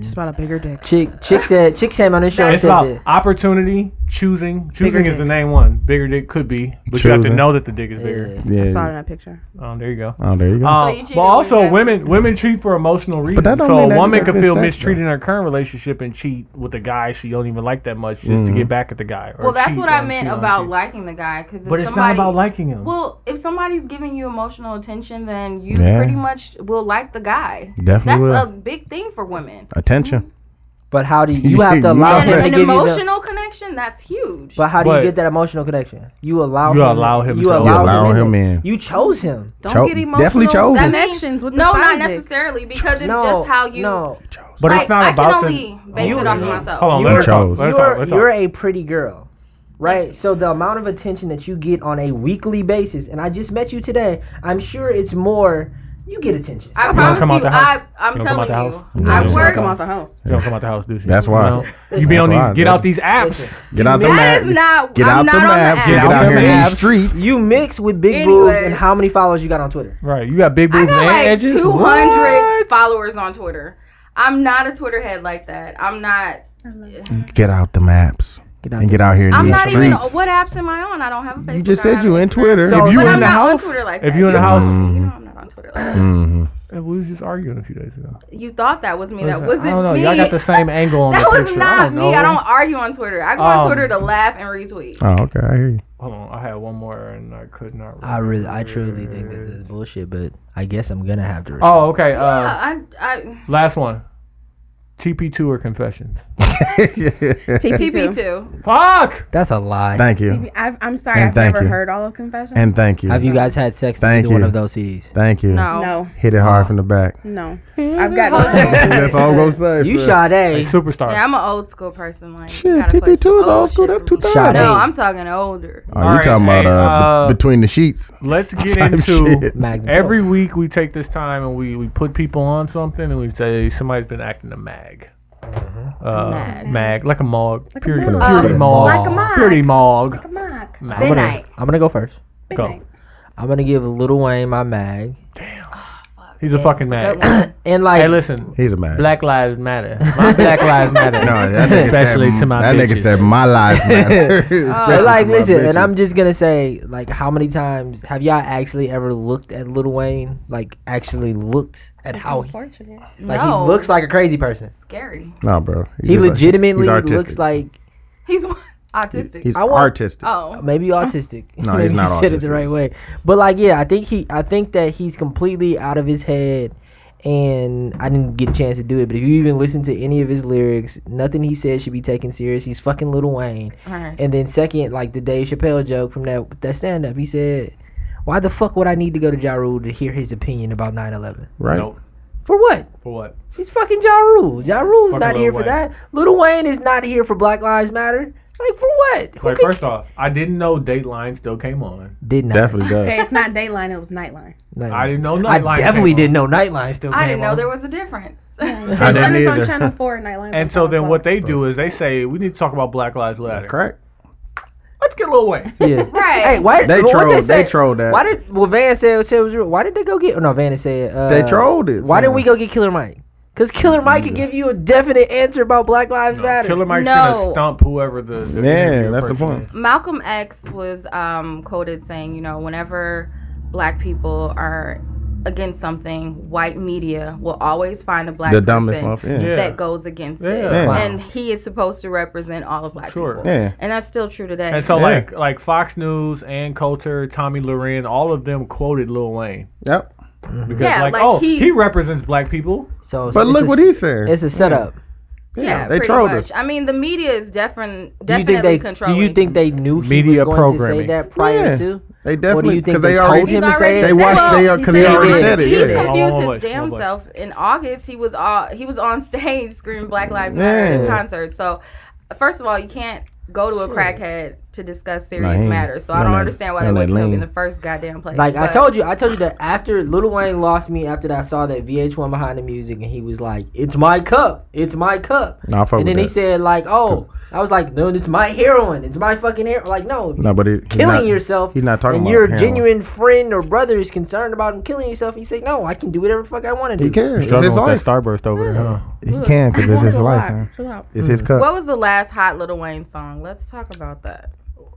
Speaker 7: Just about a bigger dick.
Speaker 4: Chick, chick said, chick came on this show and
Speaker 5: It's
Speaker 4: said
Speaker 5: about
Speaker 4: that.
Speaker 5: opportunity, choosing. Choosing is the name one. Bigger dick could be, but you have to
Speaker 2: Choosing.
Speaker 5: know that the dick is bigger.
Speaker 2: yeah.
Speaker 7: I saw it in that picture.
Speaker 5: Um, there you go.
Speaker 2: Oh, there you go.
Speaker 5: Um,
Speaker 1: you cheated
Speaker 5: but
Speaker 1: when you
Speaker 5: also,
Speaker 1: had-
Speaker 5: women women cheat for emotional reasons.
Speaker 2: that don't
Speaker 5: so
Speaker 2: mean that
Speaker 5: a
Speaker 2: you
Speaker 5: women
Speaker 2: got
Speaker 5: could
Speaker 2: good
Speaker 5: feel
Speaker 2: sex,
Speaker 5: mistreated in her current relationship and cheat with a guy she don't even like that much just
Speaker 2: Mm-hmm.
Speaker 5: to get back at the guy. or
Speaker 1: well, that's
Speaker 5: cheat
Speaker 1: what I
Speaker 5: on,
Speaker 1: meant
Speaker 5: cheat on,
Speaker 1: about
Speaker 5: cheat.
Speaker 1: liking the guy. Because
Speaker 5: But it's not
Speaker 1: somebody,
Speaker 5: about liking him.
Speaker 1: Well, if somebody's giving you emotional attention, then you
Speaker 2: Yeah.
Speaker 1: pretty much will like the guy.
Speaker 2: Definitely
Speaker 1: That's
Speaker 2: will.
Speaker 1: a big thing for women.
Speaker 2: Attention.
Speaker 4: But how do you, you have
Speaker 2: Yeah,
Speaker 4: to allow
Speaker 2: you
Speaker 1: And
Speaker 4: him to
Speaker 1: an
Speaker 4: give you the,
Speaker 1: emotional connection, that's huge.
Speaker 4: But how do
Speaker 5: But-
Speaker 4: you get that emotional connection? You allow
Speaker 5: You
Speaker 4: him.
Speaker 5: allow him
Speaker 4: You
Speaker 5: to- You
Speaker 4: allow,
Speaker 2: allow
Speaker 4: him,
Speaker 2: him
Speaker 4: in.
Speaker 2: in.
Speaker 4: You chose him.
Speaker 7: Don't
Speaker 2: Cho-
Speaker 7: get emotional.
Speaker 2: definitely chosen.
Speaker 7: That
Speaker 2: That
Speaker 1: means-
Speaker 7: connections with the
Speaker 1: no,
Speaker 7: side
Speaker 1: not
Speaker 7: dick.
Speaker 1: necessarily because it's
Speaker 4: no,
Speaker 1: just how you.
Speaker 4: No,
Speaker 5: But
Speaker 1: like,
Speaker 5: it's not
Speaker 1: I
Speaker 5: about
Speaker 1: can
Speaker 5: the-
Speaker 1: only base
Speaker 4: You-
Speaker 1: it off myself.
Speaker 5: Hold on,
Speaker 4: You
Speaker 5: let her
Speaker 4: are-
Speaker 5: talk. Let her talk.
Speaker 4: you're,
Speaker 5: Oh, Let's
Speaker 4: you're
Speaker 5: talk.
Speaker 4: a pretty girl, right? So the amount of attention that you get on a weekly basis, and I just met you today. I'm sure it's more. You get attention.
Speaker 1: I
Speaker 5: don't
Speaker 1: promise
Speaker 5: come out
Speaker 1: you,
Speaker 5: the house.
Speaker 1: I, I'm
Speaker 5: You don't come out
Speaker 1: telling
Speaker 5: the
Speaker 1: you,
Speaker 5: house.
Speaker 1: I
Speaker 5: You don't
Speaker 1: work.
Speaker 5: come
Speaker 7: Out the house.
Speaker 5: She don't come out the house, do she?
Speaker 2: That's why.
Speaker 5: You, know? You be
Speaker 2: That's
Speaker 5: on
Speaker 2: why,
Speaker 5: these. Get
Speaker 2: dude.
Speaker 5: out these apps.
Speaker 4: Listen,
Speaker 2: Get out the
Speaker 1: That
Speaker 2: map.
Speaker 1: is not.
Speaker 2: Get
Speaker 1: I'm
Speaker 2: out
Speaker 1: not
Speaker 2: the
Speaker 1: on
Speaker 2: maps.
Speaker 1: the
Speaker 2: Get
Speaker 1: app.
Speaker 5: out
Speaker 2: out here in
Speaker 5: the
Speaker 2: these
Speaker 5: apps.
Speaker 2: streets.
Speaker 4: you mix with big boobs
Speaker 1: Anyway.
Speaker 4: and how many followers you got on Twitter?
Speaker 5: Right. You got big
Speaker 1: I
Speaker 5: boobs
Speaker 1: got
Speaker 5: and
Speaker 1: like
Speaker 5: edges.
Speaker 1: 200
Speaker 5: What?
Speaker 1: followers on Twitter. I'm not a Twitter head like that. I'm not.
Speaker 2: Get out the maps.
Speaker 4: Get out
Speaker 2: and
Speaker 4: the
Speaker 2: get out here in
Speaker 1: I'm
Speaker 2: these
Speaker 1: not even.
Speaker 2: streets.
Speaker 1: What apps am I on? I don't have a Facebook.
Speaker 2: you just
Speaker 1: I don't
Speaker 2: said
Speaker 1: have
Speaker 2: you
Speaker 1: an
Speaker 2: in
Speaker 1: Instagram.
Speaker 2: Twitter.
Speaker 4: So-
Speaker 5: If you
Speaker 1: But
Speaker 5: in
Speaker 1: I'm
Speaker 5: the
Speaker 1: not
Speaker 5: house,
Speaker 1: on Twitter like
Speaker 5: if
Speaker 1: that.
Speaker 5: you in the
Speaker 1: know,
Speaker 5: house,
Speaker 1: You know I'm not on Twitter like that.
Speaker 5: we was just arguing a few days ago.
Speaker 1: You thought that was me. That
Speaker 5: Listen,
Speaker 1: wasn't
Speaker 5: I don't know.
Speaker 1: me.
Speaker 5: Y'all got the same angle on
Speaker 1: that
Speaker 5: the
Speaker 1: was
Speaker 5: picture. I
Speaker 1: not
Speaker 5: don't
Speaker 1: me.
Speaker 5: know.
Speaker 1: I don't argue on Twitter. I go
Speaker 5: Um,
Speaker 1: on Twitter to laugh and retweet.
Speaker 8: uh,
Speaker 2: Oh, okay. I hear you.
Speaker 5: Hold on. I had one more and I could not.
Speaker 4: I really, I truly think that this is bullshit, but I guess I'm gonna have to.
Speaker 5: Oh, okay. Uh,
Speaker 1: I, I
Speaker 5: last one. TP2 or confessions?
Speaker 1: TP two.
Speaker 5: Fuck!
Speaker 4: That's a lie.
Speaker 2: Thank you.
Speaker 7: I've, I'm sorry,
Speaker 2: And
Speaker 7: I've
Speaker 2: thank
Speaker 7: never
Speaker 2: you.
Speaker 7: heard all of confessions.
Speaker 2: And thank you.
Speaker 4: Have you guys had sex with
Speaker 2: Thank
Speaker 4: either one
Speaker 2: you.
Speaker 4: of those CDs?
Speaker 2: Thank you.
Speaker 1: No.
Speaker 7: no,
Speaker 2: Hit it hard from the back.
Speaker 7: no, I've got
Speaker 2: That's all I'm gonna say.
Speaker 4: You
Speaker 2: fam.
Speaker 4: shot
Speaker 5: Like
Speaker 4: A.
Speaker 5: superstar.
Speaker 1: Yeah, I'm an old school person. Like you
Speaker 2: Shit,
Speaker 1: gotta play
Speaker 2: TP two is
Speaker 1: some
Speaker 2: old school.
Speaker 1: shit
Speaker 2: That's
Speaker 1: for
Speaker 2: two
Speaker 1: me.
Speaker 2: thousand.
Speaker 4: Shot
Speaker 1: No,
Speaker 4: A.
Speaker 1: I'm talking older.
Speaker 2: Oh,
Speaker 5: All
Speaker 2: you
Speaker 5: right,
Speaker 2: talking about
Speaker 5: hey,
Speaker 2: uh,
Speaker 5: uh,
Speaker 2: b- between the sheets?
Speaker 5: Let's get
Speaker 2: Type
Speaker 5: into
Speaker 2: shit.
Speaker 4: Max
Speaker 5: every week we take this time and we, we put people on something and we say somebody's been acting a mag. Uh, mag. like a mog, purity,
Speaker 7: mog.
Speaker 1: Oh,
Speaker 5: purity
Speaker 4: Uh,
Speaker 5: mog,
Speaker 4: like a
Speaker 7: mog.
Speaker 5: purity mog.
Speaker 7: Mark.
Speaker 4: I'm
Speaker 5: Mag.
Speaker 4: gonna,
Speaker 1: Midnight.
Speaker 4: I'm gonna go first.
Speaker 5: Go.
Speaker 4: I'm gonna give Lil Wayne my mag.
Speaker 5: He's a fucking mag.
Speaker 4: And like,
Speaker 5: Hey, listen,
Speaker 2: He's a man.
Speaker 5: Black Lives Matter. My Black Lives Matter.
Speaker 2: No, that nigga
Speaker 5: especially
Speaker 2: said,
Speaker 5: to my
Speaker 2: That nigga
Speaker 5: bitches. Oh,
Speaker 2: said my life matters. Especially
Speaker 4: but like,
Speaker 2: to my
Speaker 4: listen, and
Speaker 2: bitches.
Speaker 4: I'm just gonna say, like, how many times have y'all actually ever looked at Lil Wayne? Like, actually looked at how he,
Speaker 7: Unfortunate.
Speaker 4: like
Speaker 1: No.
Speaker 4: he looks like a crazy person.
Speaker 1: Scary.
Speaker 2: Nah, bro.
Speaker 4: He
Speaker 2: just like-
Speaker 4: legitimately
Speaker 2: he's artistic.
Speaker 4: looks like
Speaker 1: He's one. Autistic.
Speaker 2: He's
Speaker 4: I want-
Speaker 2: artistic.
Speaker 1: oh.
Speaker 4: maybe autistic.
Speaker 2: No,
Speaker 4: Maybe
Speaker 2: he's not
Speaker 4: you said it the
Speaker 2: autistic.
Speaker 4: right way. But like, yeah, I think he, I think that he's completely out of his head, and I didn't get a chance to do it. But if you even listen to any of his lyrics, nothing he says should be taken serious. He's fucking Little Wayne.
Speaker 1: Right.
Speaker 4: And then second, like the Dave Chappelle joke from that that stand up, he said, "Why the fuck would I need to go to Ja Rule to hear his opinion about 9/11?
Speaker 2: Right.
Speaker 5: Nope.
Speaker 4: For what?
Speaker 5: For what?
Speaker 4: He's fucking Ja Rule. Ja Rule's
Speaker 5: Fucking
Speaker 4: not
Speaker 5: Lil
Speaker 4: here for
Speaker 5: Wayne.
Speaker 4: that. Little Wayne is not here for Black Lives Matter. Like for what? Who
Speaker 5: Like
Speaker 4: could-
Speaker 5: first off, I didn't know Dateline still came on.
Speaker 4: did not.
Speaker 2: Definitely does.
Speaker 7: Okay, it's not Dateline, it was Nightline.
Speaker 4: Like-
Speaker 5: I didn't know
Speaker 4: I
Speaker 5: Nightline.
Speaker 4: definitely
Speaker 5: came
Speaker 4: didn't know Nightline still.
Speaker 1: I
Speaker 4: came
Speaker 1: didn't know
Speaker 4: on.
Speaker 1: there was a difference.
Speaker 2: I
Speaker 7: One
Speaker 2: didn't
Speaker 7: is on
Speaker 2: either.
Speaker 7: Channel 4, Nightline.
Speaker 5: On. And so then what they do is they say we need to talk about Black Lives Matter.
Speaker 2: Correct.
Speaker 5: Let's get a little way.
Speaker 4: Yeah.
Speaker 1: right.
Speaker 4: Hey, why
Speaker 2: They
Speaker 4: what
Speaker 2: trolled-
Speaker 4: They,
Speaker 2: they
Speaker 4: say,
Speaker 2: trolled that.
Speaker 4: Why did well Van said, said it was real. Why did they go get? oh, No, Van said uh,
Speaker 2: They trolled it,
Speaker 4: Why didn't
Speaker 2: fam.
Speaker 4: we go get Killer Mike? Because Killer Mike could give you a definite answer about Black Lives Matter.
Speaker 5: Killer Mike's
Speaker 1: No.
Speaker 5: gonna stump whoever the, the
Speaker 2: Yeah,
Speaker 5: interview
Speaker 2: that's the
Speaker 5: person
Speaker 2: point.
Speaker 5: is.
Speaker 1: Malcolm X was um, quoted saying, you know, whenever black people are against something, white media will always find a black
Speaker 2: The dumbest
Speaker 1: person
Speaker 2: motherfucker, yeah.
Speaker 1: that goes against it.
Speaker 5: Yeah.
Speaker 2: Yeah.
Speaker 1: And he is supposed to represent all of black
Speaker 5: Sure.
Speaker 1: people.
Speaker 2: Yeah.
Speaker 1: And that's still true today.
Speaker 5: And so
Speaker 2: Yeah.
Speaker 5: like like Fox News, Ann Coulter, Tommy Loren, all of them quoted Lil Wayne
Speaker 2: Yep.
Speaker 5: because
Speaker 1: Yeah,
Speaker 5: like,
Speaker 1: like,
Speaker 5: oh he,
Speaker 1: he-
Speaker 5: represents black people.
Speaker 4: So,
Speaker 2: But
Speaker 4: it's
Speaker 2: look
Speaker 4: a-
Speaker 2: what he said.
Speaker 4: It's a setup.
Speaker 1: yeah,
Speaker 2: they
Speaker 1: pretty
Speaker 2: trolled
Speaker 1: much.
Speaker 2: us.
Speaker 1: I mean, the media is defin-
Speaker 4: Do
Speaker 1: definitely
Speaker 4: you think they?
Speaker 1: controlling.
Speaker 4: Do you think they knew he
Speaker 5: Media
Speaker 4: was going to
Speaker 5: programming.
Speaker 4: say that prior
Speaker 2: Yeah.
Speaker 4: to?
Speaker 2: They
Speaker 4: What do
Speaker 2: definitely
Speaker 4: you think
Speaker 2: because
Speaker 4: they
Speaker 2: they
Speaker 4: told
Speaker 2: already
Speaker 4: him
Speaker 1: He's
Speaker 4: to
Speaker 1: already
Speaker 4: say it?
Speaker 2: They watched- they are- 'cause they
Speaker 1: said
Speaker 2: already
Speaker 1: it.
Speaker 2: said it,
Speaker 1: He's
Speaker 2: yeah.
Speaker 1: confused
Speaker 5: Oh,
Speaker 1: his
Speaker 5: wait,
Speaker 1: damn
Speaker 5: wait.
Speaker 1: self. In August, he was all he was on stage screaming Black Lives Matter at his
Speaker 2: Yeah.
Speaker 1: concert. So, first of all, you can't go to a crackhead to discuss serious
Speaker 2: he ain't-
Speaker 1: matters. So
Speaker 2: he
Speaker 1: I don't
Speaker 2: ain't-
Speaker 1: understand why
Speaker 2: he
Speaker 1: they
Speaker 2: ain't
Speaker 1: went to him
Speaker 2: lean.
Speaker 1: in the first goddamn place.
Speaker 4: Like I
Speaker 1: But-
Speaker 4: told you, I told you that after Little Wayne lost me after that I saw that VH1 behind the music and he was like, "It's my cup, it's my cup,"
Speaker 2: Nah, I fuck
Speaker 4: and
Speaker 2: with
Speaker 4: then he
Speaker 2: that.
Speaker 4: said like, "Oh," I was like, "No, it's my heroin, it's my fucking heroin." Like, no,
Speaker 2: No, but it, he's
Speaker 4: killing
Speaker 2: not-
Speaker 4: yourself.
Speaker 2: He's not talking
Speaker 4: and
Speaker 2: about
Speaker 4: your
Speaker 2: heroin.
Speaker 4: genuine friend or brother is concerned about him killing yourself. You say, "No, I can do whatever the fuck I want to do."
Speaker 2: He can. It's his life.
Speaker 5: starburst over there.
Speaker 2: He can because it's his life. Man.
Speaker 7: Chill out.
Speaker 2: It's his cup.
Speaker 1: What was the last hot Little Wayne song? Let's talk about that.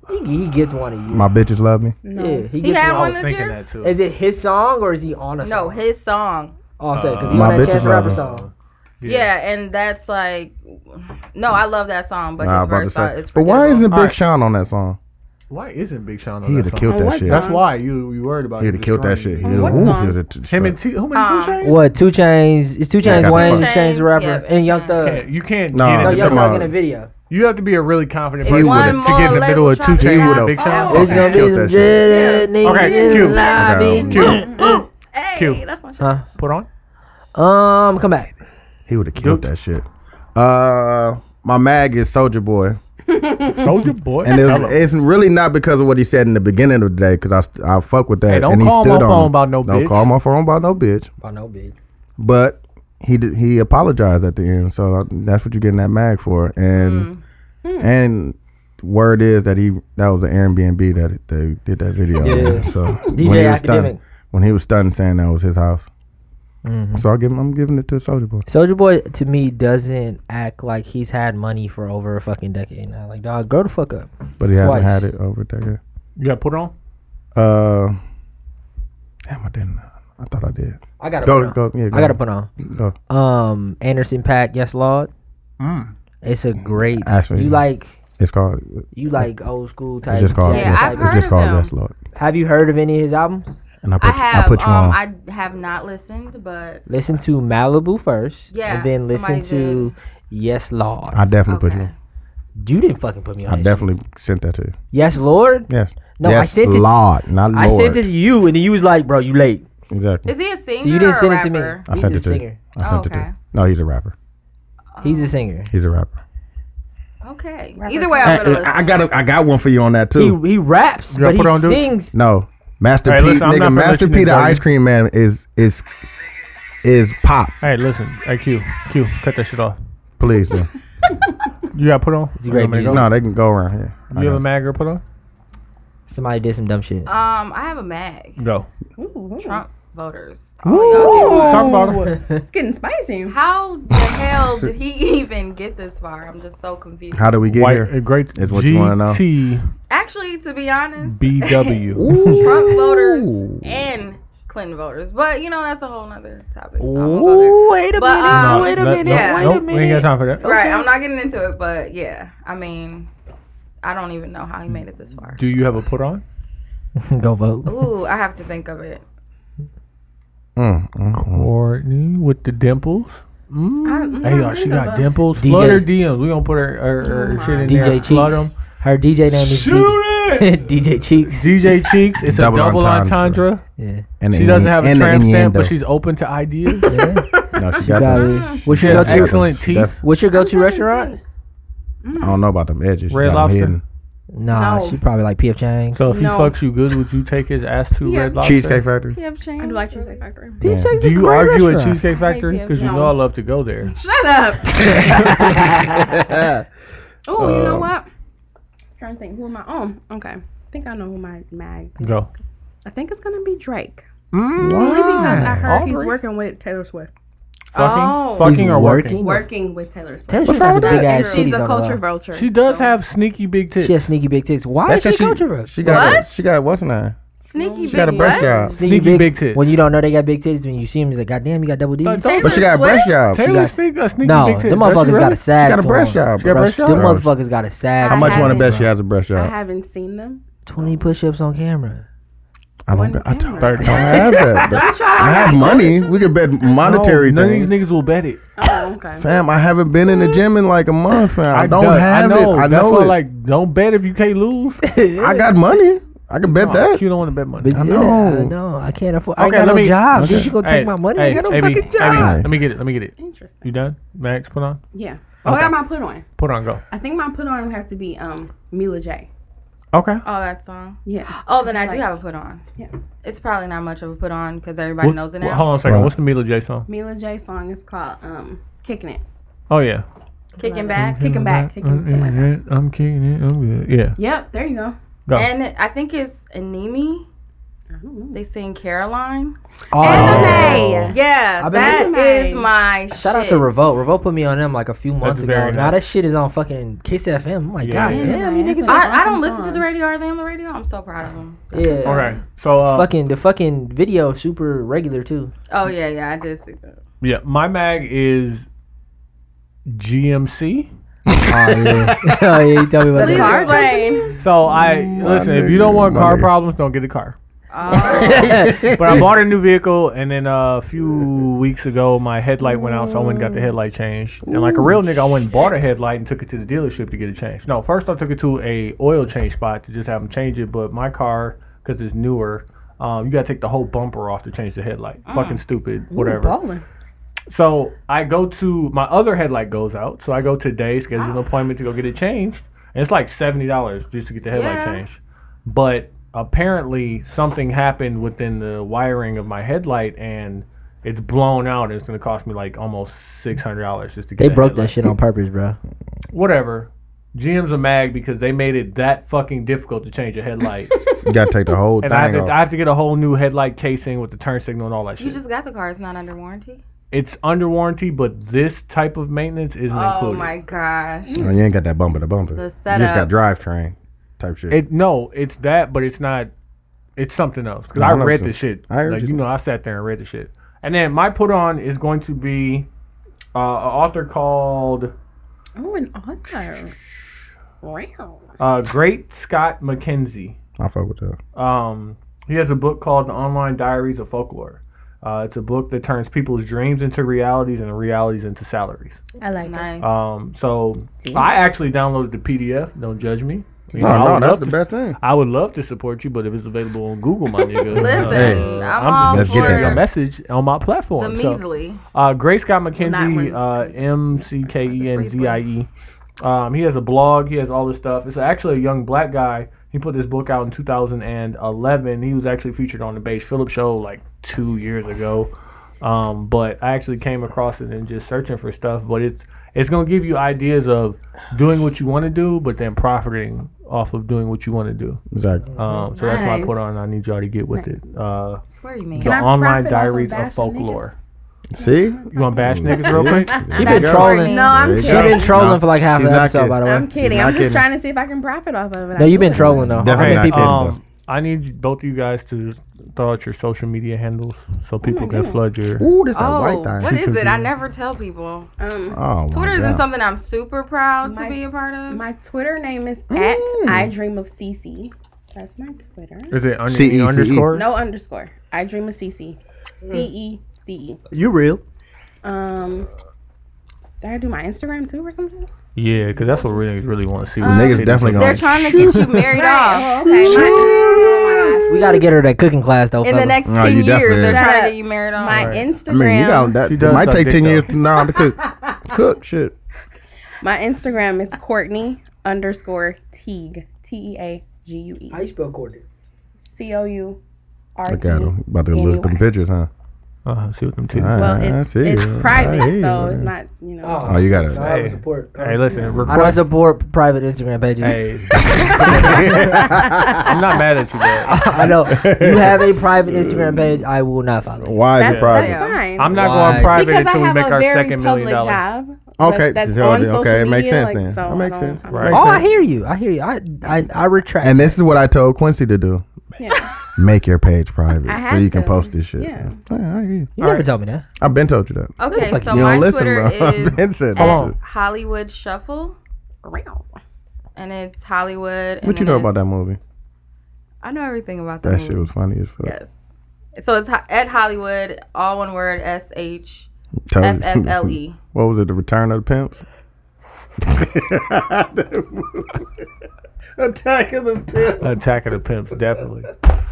Speaker 4: He, he gets one of you.
Speaker 2: My bitches love me.
Speaker 4: yeah, he
Speaker 1: He
Speaker 4: gets
Speaker 1: had
Speaker 4: one.
Speaker 1: one
Speaker 5: I was
Speaker 1: this
Speaker 5: thinking
Speaker 1: year.
Speaker 5: that too.
Speaker 4: Is it his song or is he on a
Speaker 1: No,
Speaker 4: song?
Speaker 1: his song.
Speaker 4: Oh, I said because he
Speaker 2: My
Speaker 4: on that
Speaker 2: bitches
Speaker 4: Chance the Rapper
Speaker 2: love
Speaker 4: song.
Speaker 1: Yeah. and that's like, no, I love that song, but
Speaker 2: Nah, I was
Speaker 1: his
Speaker 2: about to
Speaker 1: verse on
Speaker 2: say.
Speaker 1: is
Speaker 2: But why
Speaker 1: forgettable.
Speaker 2: isn't Big
Speaker 5: Alright.
Speaker 2: Sean on that song?
Speaker 5: Why isn't Big Sean on
Speaker 2: He'd
Speaker 5: that
Speaker 2: have
Speaker 5: song?
Speaker 2: killed
Speaker 7: On
Speaker 2: that
Speaker 7: what
Speaker 2: shit.
Speaker 5: That's
Speaker 7: song?
Speaker 5: why you you worried about
Speaker 2: He'd
Speaker 5: it
Speaker 2: have killed that shit.
Speaker 5: destroying
Speaker 2: He'd
Speaker 5: you.
Speaker 7: what
Speaker 2: have woo,
Speaker 7: song?
Speaker 2: he'd have t-
Speaker 5: Him and T. Who many
Speaker 1: Um,
Speaker 5: Two Chainz?
Speaker 4: What? Two Chains? It's Two Chains.
Speaker 2: that's
Speaker 4: Wayne
Speaker 2: fine.
Speaker 4: and Chains the
Speaker 1: Chainz,
Speaker 4: rapper
Speaker 1: yeah,
Speaker 4: and Young
Speaker 1: Chainz.
Speaker 4: Thug.
Speaker 5: Can't- You can't
Speaker 2: No, no,
Speaker 5: get
Speaker 4: No,
Speaker 5: into
Speaker 2: you're
Speaker 4: Young
Speaker 5: the-
Speaker 2: talking
Speaker 4: Thug
Speaker 2: about-
Speaker 4: in a video.
Speaker 5: You have to be a really confident
Speaker 1: If
Speaker 2: He
Speaker 5: person
Speaker 2: would've-
Speaker 1: one
Speaker 5: to get in the
Speaker 1: more
Speaker 5: middle of
Speaker 1: label
Speaker 5: two
Speaker 1: try
Speaker 5: chains
Speaker 1: to
Speaker 5: with
Speaker 1: out-
Speaker 5: Big Sean.
Speaker 1: Oh,
Speaker 4: It's
Speaker 1: okay.
Speaker 4: gonna be
Speaker 2: Killed
Speaker 4: some
Speaker 2: that shit.
Speaker 4: dread niggas
Speaker 5: Okay,
Speaker 4: in
Speaker 5: cute.
Speaker 4: the lobby.
Speaker 2: Okay.
Speaker 5: Q,
Speaker 1: Hey,
Speaker 5: Cute.
Speaker 1: that's my shit.
Speaker 4: Huh?
Speaker 5: put on.
Speaker 4: Um, come back.
Speaker 2: He would have killed that shit. Uh, my mag is Soldier Boy,
Speaker 5: Soldier Boy.
Speaker 2: and it
Speaker 5: Tell him.
Speaker 2: was, it's really not because of what he said in the beginning of the day, because I st- I fuck with that.
Speaker 5: Hey, don't
Speaker 2: and he
Speaker 5: call
Speaker 2: stood
Speaker 5: my
Speaker 2: on
Speaker 5: phone
Speaker 2: it.
Speaker 5: about no
Speaker 2: Don't
Speaker 5: bitch.
Speaker 2: call my phone about no bitch.
Speaker 4: Oh no, big.
Speaker 2: But he did, he apologized at the end, so tha- that's what you're getting that mag for. And Hmm. and word is that he that was an Airbnb that it- they did that video.
Speaker 4: Yeah.
Speaker 2: on. So
Speaker 4: DJ
Speaker 2: when he was
Speaker 4: Academic.
Speaker 2: stunned, when he was stunned saying that was his house. So I give him, I'm giving it to Soldier Boy.
Speaker 4: Soldier Boy to me doesn't act like he's had money for over a fucking decade now. Like, dog, grow the fuck up.
Speaker 2: But he hasn't
Speaker 4: Twice.
Speaker 2: had it over a decade.
Speaker 5: You got put on.
Speaker 2: Uh, damn, I didn't. I thought I did.
Speaker 4: I gotta
Speaker 2: Go,
Speaker 4: put on.
Speaker 2: go, yeah. Go
Speaker 4: I gotta put on.
Speaker 2: Go.
Speaker 4: Um, Anderson Pack, yes, Lord. It's a great.
Speaker 2: Actually,
Speaker 4: you like
Speaker 2: It's called.
Speaker 4: you like old school type.
Speaker 2: It's just called.
Speaker 1: Yeah,
Speaker 2: yes,
Speaker 1: I've
Speaker 2: it's
Speaker 1: heard
Speaker 2: just
Speaker 1: of
Speaker 2: called
Speaker 1: him.
Speaker 2: Yes Lord.
Speaker 4: Have you heard of any of his albums?
Speaker 2: And I
Speaker 1: I
Speaker 2: put. you-
Speaker 1: have.
Speaker 2: I put you
Speaker 1: um,
Speaker 2: on.
Speaker 1: I have not listened, but
Speaker 4: Listen to Malibu first,
Speaker 1: Yeah,
Speaker 4: and then listen
Speaker 1: somebody
Speaker 4: to Yes, Lord.
Speaker 2: I definitely put you.
Speaker 1: Okay.
Speaker 2: on.
Speaker 4: you didn't fucking put me on.
Speaker 2: I
Speaker 4: that shit.
Speaker 2: definitely sent that to you.
Speaker 4: Yes, Lord.
Speaker 2: Yes.
Speaker 4: No, I
Speaker 2: yes,
Speaker 4: sent it-
Speaker 2: Lord, not Lord.
Speaker 4: I sent it to you, and then you was like, "Bro, you late."
Speaker 2: Exactly.
Speaker 1: is he a singer?
Speaker 4: So you didn't
Speaker 1: or a
Speaker 4: send it to me.
Speaker 1: rapper?
Speaker 2: I
Speaker 4: He's
Speaker 2: sent
Speaker 4: a
Speaker 2: it to you.
Speaker 4: singer.
Speaker 2: I sent
Speaker 1: Oh,
Speaker 2: it to
Speaker 1: okay.
Speaker 2: you. No, he's a rapper.
Speaker 4: He's
Speaker 1: Oh.
Speaker 4: a singer.
Speaker 2: He's a rapper.
Speaker 1: Okay. Either way, I'm
Speaker 2: I,
Speaker 1: gonna listen.
Speaker 2: I- I got. A, I got one for you on that
Speaker 4: He
Speaker 2: too.
Speaker 4: he raps,
Speaker 5: You
Speaker 4: but
Speaker 5: gotta
Speaker 4: he
Speaker 5: put on, dude.
Speaker 4: sings.
Speaker 2: no, Master
Speaker 5: Hey,
Speaker 2: P.
Speaker 5: listen, I'm not
Speaker 2: nigga,
Speaker 5: finna
Speaker 2: Master
Speaker 5: listen
Speaker 2: P.
Speaker 5: to
Speaker 2: The
Speaker 5: Jody.
Speaker 2: Ice Cream Man is is is pop.
Speaker 5: Hey, listen. Hey, Q, Q, cut that shit off.
Speaker 2: Please do.
Speaker 5: You got put on.
Speaker 4: a great
Speaker 5: You want me to
Speaker 4: dude.
Speaker 5: go?
Speaker 2: no, they can go around here. I
Speaker 5: You
Speaker 2: got
Speaker 5: have a mag or put on?
Speaker 4: Somebody did some dumb shit.
Speaker 1: um, I have a mag.
Speaker 5: Go.
Speaker 1: Trump voters. All y'all
Speaker 5: Talk about it.
Speaker 7: It's getting spicy.
Speaker 1: Oh. get- How the hell did he even get this far? I'm just so confused.
Speaker 2: How do we get
Speaker 5: White,
Speaker 2: here?
Speaker 5: uh, great.
Speaker 2: Is what you wanna know.
Speaker 1: Actually, to be honest,
Speaker 5: GTBW.
Speaker 1: Trump voters and Clinton voters. But you know, that's a whole nother topic. So I won't go there.
Speaker 4: Ooh, wait a
Speaker 1: But,
Speaker 4: minute.
Speaker 1: um,
Speaker 4: wait a
Speaker 5: No,
Speaker 4: minute.
Speaker 5: no,
Speaker 1: yeah.
Speaker 4: wait
Speaker 5: nope,
Speaker 4: a
Speaker 5: We ain't
Speaker 4: minute.
Speaker 5: got time for that.
Speaker 1: Right, I'm not getting into it, but yeah, I mean, I don't even know how he made it this far.
Speaker 5: Do you have a put on?
Speaker 1: um,
Speaker 4: Go vote.
Speaker 1: Ooh, I have to think of it.
Speaker 2: Mm.
Speaker 5: Courtney with the dimples.
Speaker 1: I,
Speaker 5: Hey, y'all, she got dimples.
Speaker 4: DJ.
Speaker 5: Flood her DMs. We gonna put her, her, her shit in there.
Speaker 4: DJ
Speaker 5: Flood 'em.
Speaker 4: Cheeks. Her DJ name is
Speaker 5: Shoot it.
Speaker 4: D- DJ Cheeks.
Speaker 5: DJ Cheeks. It's
Speaker 2: Double
Speaker 5: a double
Speaker 2: entendre.
Speaker 5: entendre.
Speaker 4: Yeah.
Speaker 2: And
Speaker 5: She
Speaker 2: the
Speaker 5: doesn't
Speaker 2: innu-
Speaker 5: have a
Speaker 2: and the
Speaker 5: tramp stamp,
Speaker 2: innuendo.
Speaker 5: but she's open to ideas.
Speaker 2: No, she, got,
Speaker 4: Got
Speaker 2: them.
Speaker 4: it. What's
Speaker 2: She
Speaker 4: your
Speaker 2: got
Speaker 4: go
Speaker 2: them.
Speaker 4: to?
Speaker 5: excellent
Speaker 2: She
Speaker 5: teeth.
Speaker 2: def-
Speaker 4: What's your go to restaurant?
Speaker 2: I don't know about them edges. She
Speaker 5: Red
Speaker 2: got them
Speaker 5: Lobster.
Speaker 2: hidden.
Speaker 4: Nah,
Speaker 1: No.
Speaker 4: she probably like PF Chang's.
Speaker 5: So if he
Speaker 7: No.
Speaker 5: fucks you good, would you take his ass to
Speaker 1: Yeah.
Speaker 5: Red Lobster?
Speaker 2: Cheesecake Factory.
Speaker 1: have changed.
Speaker 7: I do like Cheesecake Factory.
Speaker 2: Yeah.
Speaker 5: Do you argue at
Speaker 4: restaurant.
Speaker 5: Cheesecake Factory? Because you
Speaker 7: No.
Speaker 5: know I love to go there.
Speaker 7: Shut up. oh, you
Speaker 2: Uh,
Speaker 7: know what? trying to think who am I? Oh, okay. I think I know who my mag. is.
Speaker 5: Go.
Speaker 7: I think it's gonna be Drake.
Speaker 2: Mm.
Speaker 7: Only because I heard he's working with Taylor Swift.
Speaker 5: Fucking,
Speaker 1: Oh.
Speaker 5: fucking
Speaker 4: He's
Speaker 5: or working.
Speaker 7: Working with Taylor Swift.
Speaker 4: Taylor Swift has a big ass
Speaker 7: She's
Speaker 4: titties
Speaker 7: a
Speaker 4: on
Speaker 7: culture
Speaker 4: her.
Speaker 7: vulture.
Speaker 5: She does
Speaker 7: so-
Speaker 5: have sneaky big tits.
Speaker 4: She has sneaky big tits. Why
Speaker 2: That's
Speaker 4: is
Speaker 2: because
Speaker 4: she
Speaker 2: she,
Speaker 4: culture vulture?
Speaker 2: she got a, she got what's in her?
Speaker 1: sneaky
Speaker 2: She got a
Speaker 1: big what?
Speaker 2: breast job,
Speaker 5: Sneaky big tits.
Speaker 4: When you don't know they got big titties, when you see them, it's like, goddamn, you got double D's.
Speaker 5: Like,
Speaker 4: No,
Speaker 5: don't-
Speaker 2: but she got a breast job. She
Speaker 5: Taylor
Speaker 4: got-
Speaker 5: sneak, a sneaky
Speaker 4: them
Speaker 5: big tit. Does she
Speaker 4: motherfuckers got
Speaker 5: really?
Speaker 4: a sag.
Speaker 2: got a
Speaker 4: to
Speaker 2: breast
Speaker 4: them.
Speaker 2: job.
Speaker 5: She got a
Speaker 2: bro.
Speaker 5: breast
Speaker 4: Them
Speaker 5: job?
Speaker 4: motherfuckers got a sag.
Speaker 2: How
Speaker 4: to
Speaker 2: much
Speaker 4: them.
Speaker 2: you want to bet she has a breast
Speaker 7: I
Speaker 2: job?
Speaker 7: haven't seen them.
Speaker 4: 20 push ups on camera.
Speaker 2: I don't.
Speaker 7: One
Speaker 2: I don't, I
Speaker 7: camera.
Speaker 2: don't have that. But I have money. We could bet monetary
Speaker 5: no,
Speaker 2: things.
Speaker 5: None of these niggas will bet it.
Speaker 7: Oh, okay.
Speaker 2: Fam, I haven't been in the gym in like a month, fam. I, don't
Speaker 5: done-
Speaker 2: have
Speaker 5: I know.
Speaker 2: it. I
Speaker 5: That's
Speaker 2: know
Speaker 5: why,
Speaker 2: it.
Speaker 5: like, don't bet if you can't lose.
Speaker 2: I got money. I can bet
Speaker 5: Oh,
Speaker 2: that.
Speaker 5: you don't want to bet money.
Speaker 4: But I
Speaker 2: know.
Speaker 4: Yeah, I know. I can't afford. I ain't
Speaker 5: Okay,
Speaker 4: got
Speaker 5: let
Speaker 4: no
Speaker 5: me-
Speaker 4: job.
Speaker 2: okay.
Speaker 4: Bitch, you gonna take my money? I ain't got no
Speaker 5: Abby,
Speaker 4: fucking
Speaker 5: Abby,
Speaker 4: job.
Speaker 5: let me get it. Let me get it.
Speaker 7: Interesting.
Speaker 5: You done? Max, put on.
Speaker 7: Yeah. Oh, I got my put on.
Speaker 5: Put on. Go.
Speaker 7: I think my put on would have to be um Mila J.
Speaker 5: Okay.
Speaker 1: Oh, that song.
Speaker 7: Yeah.
Speaker 1: Oh, then I do
Speaker 7: Like-
Speaker 1: have a put on.
Speaker 7: Yeah.
Speaker 1: It's probably not much of a put on because everybody
Speaker 5: What-
Speaker 1: knows it
Speaker 5: what-
Speaker 1: now.
Speaker 5: hold on a second.
Speaker 2: Right.
Speaker 5: What's the Mila J song?
Speaker 7: Mila J song is called um Kicking It.
Speaker 5: Oh yeah.
Speaker 1: Kicking back.
Speaker 7: Kicking back. Kicking something like that.
Speaker 5: I'm kicking it. I'm good. Yeah.
Speaker 7: Yep, there you go.
Speaker 5: Go.
Speaker 1: And I think it's Anemi. They sing Caroline.
Speaker 7: Oh. Anime.
Speaker 1: Yeah,
Speaker 4: I've been
Speaker 1: that
Speaker 7: listening.
Speaker 1: is my
Speaker 4: Shout out to
Speaker 1: shit.
Speaker 4: Revolt. Revolt put me on them like a few months ago.
Speaker 5: very
Speaker 4: Now
Speaker 5: nice.
Speaker 4: that shit is on fucking Kiss FM. I'm like,
Speaker 5: Yeah.
Speaker 4: god damn, you
Speaker 7: Yeah,
Speaker 4: niggas.
Speaker 7: that's
Speaker 1: I, I don't
Speaker 7: Awesome
Speaker 1: listen to
Speaker 7: song.
Speaker 1: the radio. Are they on the radio? I'm so proud of them.
Speaker 4: Yeah.
Speaker 5: Okay. So uh,
Speaker 4: Fucking the fucking video super regular too.
Speaker 1: Oh yeah, yeah, I did see that.
Speaker 5: yeah, my mag is GMC.
Speaker 4: Oh yeah. oh yeah. You tell me about
Speaker 1: Please
Speaker 4: that.
Speaker 1: explain.
Speaker 5: So I listen. If you don't want
Speaker 2: my
Speaker 5: car
Speaker 2: nigga.
Speaker 5: problems, don't get a car.
Speaker 1: Oh,
Speaker 5: But I bought a new vehicle, and then uh, a few weeks ago, my headlight went out, so I went and got the headlight changed. And like a real nigga, I went and bought a headlight and took it to the dealership to get it changed. No, first I took it to a oil change spot to just have them change it. But my car, because it's newer, um, you gotta take the whole bumper off to change the headlight. Fucking stupid, whatever.
Speaker 4: Ballin'.
Speaker 5: So I go to my other headlight goes out. So I go today, schedule
Speaker 1: Ah.
Speaker 5: an appointment to go get it changed. And it's like seventy dollars just to get the headlight
Speaker 1: Yeah.
Speaker 5: changed. But apparently something happened within the wiring of my headlight and it's blown out and it's gonna cost me like almost six hundred dollars just to get
Speaker 4: They
Speaker 5: a
Speaker 4: broke that
Speaker 5: headlight.
Speaker 4: shit on purpose, bro.
Speaker 5: Whatever. GM's a mag because they made it that fucking difficult to change a headlight.
Speaker 2: You gotta take the whole
Speaker 5: and
Speaker 2: thing
Speaker 5: I have, to, I
Speaker 2: off.
Speaker 5: have to get a whole new headlight casing with the turn signal and all that shit.
Speaker 1: you just got the car. It's not under warranty.
Speaker 5: it's under warranty, but this type of maintenance isn't
Speaker 1: Oh
Speaker 5: included.
Speaker 1: my gosh.
Speaker 2: Oh, you ain't got that bumper to bumper.
Speaker 1: The
Speaker 2: You just
Speaker 1: setup.
Speaker 2: got drivetrain type shit.
Speaker 5: It no, it's that, but it's not. It's something else because
Speaker 2: No,
Speaker 5: I
Speaker 2: I know
Speaker 5: read
Speaker 2: what
Speaker 5: the
Speaker 2: you-
Speaker 5: shit.
Speaker 2: I heard
Speaker 5: like
Speaker 2: you.
Speaker 5: you know, I sat there and read the shit. And then my put on is going to be uh, an author called
Speaker 7: Oh, an author. Wow.
Speaker 5: uh, Great Scott McKenzie.
Speaker 2: I fuck with that.
Speaker 5: Um, he has a book called The Online Diaries of Folklore. Uh, it's a book that turns people's dreams into realities and realities into salaries.
Speaker 7: I like
Speaker 1: Nice.
Speaker 5: Um, so I actually downloaded the PDF. Don't judge me. You know, I
Speaker 2: No, no,
Speaker 5: would
Speaker 2: that's
Speaker 5: love
Speaker 2: the
Speaker 5: to-
Speaker 2: best thing.
Speaker 5: I would love to support you, but if it's available on Google, my nigga, uh,
Speaker 1: Listen, I'm,
Speaker 2: Hey,
Speaker 5: I'm just
Speaker 1: all
Speaker 2: let's get that
Speaker 1: for
Speaker 5: a
Speaker 2: done.
Speaker 5: message on my
Speaker 1: the
Speaker 5: platform. So,
Speaker 1: measly.
Speaker 5: uh, Gray Scott
Speaker 7: Not
Speaker 5: McKenzie,
Speaker 7: when-
Speaker 5: uh, M C K E N Z I E. Um, he has a blog. He has all this stuff. It's actually a young black guy. He put this book out in 2011. He was actually featured on the Beige Phillips show like two years ago. Um, but I actually came across it and just searching for stuff. But it's it's gonna give you ideas of doing what you want to do, but then profiting off of doing what you want to do.
Speaker 2: Exactly.
Speaker 5: Um, so that's my
Speaker 7: Nice.
Speaker 5: put on. I need y'all to get with it. Uh,
Speaker 1: swear you mean.
Speaker 5: the
Speaker 7: I
Speaker 5: online
Speaker 7: profit off of
Speaker 5: diaries of,
Speaker 7: bashing
Speaker 5: folklore.
Speaker 2: See?
Speaker 5: You want to bash niggas real quick?
Speaker 2: She
Speaker 4: been trolling.
Speaker 1: No, I'm
Speaker 2: There you
Speaker 4: She
Speaker 1: kidding.
Speaker 2: go.
Speaker 4: been trolling
Speaker 2: No,
Speaker 4: for like half
Speaker 2: she's
Speaker 4: the
Speaker 2: not
Speaker 4: episode, by
Speaker 2: kidding.
Speaker 4: the way.
Speaker 7: I'm kidding.
Speaker 2: not
Speaker 7: I'm just
Speaker 2: kidding.
Speaker 7: trying to see if I can profit off of it.
Speaker 4: No,
Speaker 7: I
Speaker 4: you been
Speaker 7: do.
Speaker 4: trolling though.
Speaker 2: Definitely
Speaker 4: I've
Speaker 2: not kidding.
Speaker 4: been peeping.
Speaker 2: though.
Speaker 5: Um, I need both of you guys to throw out your social media handles
Speaker 7: Oh
Speaker 5: so people can flood your.
Speaker 2: Ooh, that's that
Speaker 1: Oh,
Speaker 2: white thing.
Speaker 1: what is it? I never tell people. Um,
Speaker 2: oh,
Speaker 1: Twitter
Speaker 2: my
Speaker 1: isn't
Speaker 2: God.
Speaker 1: something I'm super proud
Speaker 7: My-
Speaker 1: to be a part of.
Speaker 7: My Twitter name is
Speaker 2: Mm.
Speaker 7: at I Dream of CC. That's my Twitter.
Speaker 5: Is it under,
Speaker 2: CE.
Speaker 5: underscore?
Speaker 7: No underscore. I Dream of CC. C E C E.
Speaker 4: You real?
Speaker 7: Um, did I do my Instagram too or something?
Speaker 5: Yeah, because that's what niggas really want to see.
Speaker 2: Niggas definitely gonna.
Speaker 1: They're trying to get you married off.
Speaker 7: Oh, okay. oh My,
Speaker 4: We got to get her that cooking class though.
Speaker 1: In
Speaker 4: fella.
Speaker 1: the next
Speaker 2: No, you
Speaker 1: ten
Speaker 2: definitely
Speaker 1: years, they're
Speaker 2: did.
Speaker 1: trying
Speaker 7: Shut
Speaker 1: to
Speaker 7: up.
Speaker 1: get you married off.
Speaker 7: my
Speaker 2: I mean, you got
Speaker 7: Instagram.
Speaker 2: that.
Speaker 5: She
Speaker 2: It
Speaker 5: does
Speaker 2: might
Speaker 5: suck
Speaker 2: take
Speaker 5: dick,
Speaker 2: ten
Speaker 5: though.
Speaker 2: years from now to cook. cook shit.
Speaker 7: My Instagram is Courtney underscore Teague. T E A G U E.
Speaker 4: How you spell coordinate?
Speaker 7: C O U R
Speaker 2: Look
Speaker 7: T.
Speaker 2: at them. About to look at them pictures, huh?
Speaker 5: Uh, see what them titties.
Speaker 2: All right.
Speaker 7: Well,
Speaker 2: I
Speaker 7: it's,
Speaker 2: see.
Speaker 7: it's
Speaker 2: I
Speaker 7: private,
Speaker 2: hear you.
Speaker 7: so it's not, you know.
Speaker 2: Oh, you gotta-
Speaker 4: so I
Speaker 5: Hey.
Speaker 4: don't support.
Speaker 5: Hey, listen.
Speaker 4: I don't
Speaker 5: Request,
Speaker 4: support private Instagram pages.
Speaker 5: hey. I'm not mad at you, but
Speaker 4: I know you have a private Instagram page. I will not follow.
Speaker 2: Why is
Speaker 7: That's,
Speaker 2: it private?
Speaker 7: that's fine.
Speaker 5: I'm not
Speaker 4: Why?
Speaker 5: going private
Speaker 7: because I
Speaker 5: until we
Speaker 7: have
Speaker 5: make
Speaker 7: a
Speaker 5: our
Speaker 7: very
Speaker 5: second
Speaker 7: public
Speaker 5: million dollars.
Speaker 7: job.
Speaker 2: Okay,
Speaker 7: that's, that's
Speaker 2: so,
Speaker 7: on
Speaker 2: okay,
Speaker 7: social
Speaker 2: it makes
Speaker 7: media,
Speaker 2: sense
Speaker 7: like,
Speaker 2: then.
Speaker 7: So
Speaker 2: That makes
Speaker 7: I don't-
Speaker 2: sense.
Speaker 7: I
Speaker 5: Right.
Speaker 7: don't-
Speaker 4: Oh, I hear you. I hear you. I I, I retract.
Speaker 2: And this is what I told Quincy to do.
Speaker 7: Yeah.
Speaker 2: Make your page private
Speaker 7: I
Speaker 2: so
Speaker 7: had
Speaker 2: you can
Speaker 7: to.
Speaker 2: post this shit.
Speaker 7: Yeah.
Speaker 2: I, I hear you.
Speaker 4: you never told me that.
Speaker 2: I've been told you that.
Speaker 1: Okay,
Speaker 4: Motherfucker,
Speaker 1: so
Speaker 2: you
Speaker 1: my
Speaker 2: don't listen,
Speaker 1: Twitter
Speaker 2: bro. I've been
Speaker 1: is
Speaker 2: said
Speaker 1: at
Speaker 2: that shit.
Speaker 1: Hollywood Shuffle, and it's Hollywood. and
Speaker 2: What you
Speaker 1: then
Speaker 2: know about
Speaker 1: it's-
Speaker 2: that movie?
Speaker 1: I know everything about that.
Speaker 2: That shit
Speaker 1: movie.
Speaker 2: was funny as fuck.
Speaker 1: Yes. So it's ho- at Hollywood, all one word, S H
Speaker 2: Tell you.
Speaker 1: F F L E.
Speaker 2: What was it? The Return of the Pimps? Attack of the Pimps.
Speaker 5: Attack of the Pimps, definitely.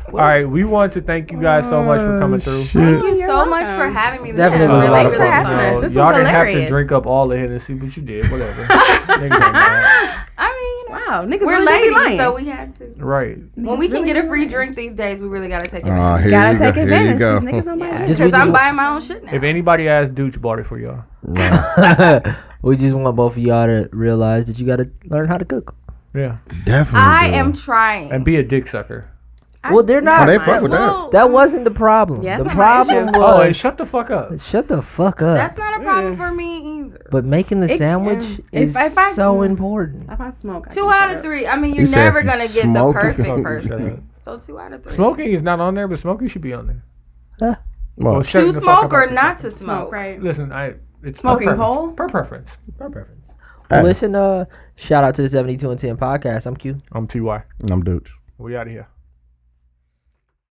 Speaker 5: All right, we want to thank you guys so much for coming through.
Speaker 1: Thank you so much for having me. This
Speaker 4: Definitely
Speaker 1: was
Speaker 4: was a
Speaker 1: really,
Speaker 4: lot of
Speaker 1: really
Speaker 4: fun.
Speaker 1: fun.
Speaker 7: us. This
Speaker 5: y'all
Speaker 7: was
Speaker 5: didn't have to
Speaker 7: hilarious.
Speaker 5: drink up all the Hennessy, but you did. Whatever. Niggas ain't mad.
Speaker 1: I mean,
Speaker 7: Wow, niggas
Speaker 1: we're
Speaker 7: really do be lying.
Speaker 1: ladies, so we had to.
Speaker 5: right.
Speaker 1: When we can get a free drink these days, we really gotta take
Speaker 2: Oh,
Speaker 1: advantage.
Speaker 2: here
Speaker 7: gotta
Speaker 2: you
Speaker 7: take
Speaker 2: go.
Speaker 7: advantage.
Speaker 2: Here
Speaker 7: These
Speaker 2: you
Speaker 7: niggas don't buy
Speaker 1: Yeah.
Speaker 7: shit.
Speaker 4: Just-
Speaker 1: Because I'm
Speaker 4: just-
Speaker 1: buying my own shit now.
Speaker 5: If anybody asked Dooch, bought it for y'all.
Speaker 4: We just want both of y'all to realize that you got to learn how to cook.
Speaker 5: Yeah.
Speaker 2: go. Definitely.
Speaker 1: I
Speaker 2: do.
Speaker 1: am trying.
Speaker 5: And be a dick sucker.
Speaker 4: well, they're
Speaker 2: Oh,
Speaker 4: not.
Speaker 2: they fuck with that.
Speaker 4: that wasn't the problem.
Speaker 7: Yeah,
Speaker 4: the
Speaker 7: that's not my
Speaker 4: problem
Speaker 7: issue.
Speaker 5: Oh, and
Speaker 4: was
Speaker 5: shut the fuck up.
Speaker 4: shut the fuck up.
Speaker 1: That's not a problem for me either.
Speaker 4: but making the
Speaker 7: It-
Speaker 4: sandwich
Speaker 7: yeah. If-
Speaker 4: is
Speaker 7: if I-
Speaker 4: so important.
Speaker 7: If I smoke, I
Speaker 1: Two
Speaker 7: can
Speaker 1: out
Speaker 7: shut
Speaker 1: of
Speaker 7: up.
Speaker 1: three. I mean,
Speaker 2: You
Speaker 1: you're
Speaker 2: said
Speaker 1: never
Speaker 2: if you
Speaker 1: gonna get the
Speaker 2: smoke, you
Speaker 1: perfect
Speaker 5: fucking-
Speaker 1: person. So two out of three.
Speaker 5: Smoking is not on there, but smoking should be on there.
Speaker 2: Well,
Speaker 5: Well,
Speaker 1: to
Speaker 5: shut the fuck
Speaker 1: smoke
Speaker 5: up
Speaker 1: or
Speaker 5: after
Speaker 1: not to
Speaker 7: smoke,
Speaker 1: smoke.
Speaker 7: Oh, right?
Speaker 5: Listen, I it's
Speaker 7: Smoking
Speaker 5: per preference.
Speaker 7: whole?
Speaker 5: per preference. Per preference.
Speaker 2: Hey.
Speaker 4: Listen, uh, shout out to the seventy two and ten podcast. I'm Q.
Speaker 5: I'm Ty.
Speaker 2: I'm Dooch.
Speaker 5: We out of here.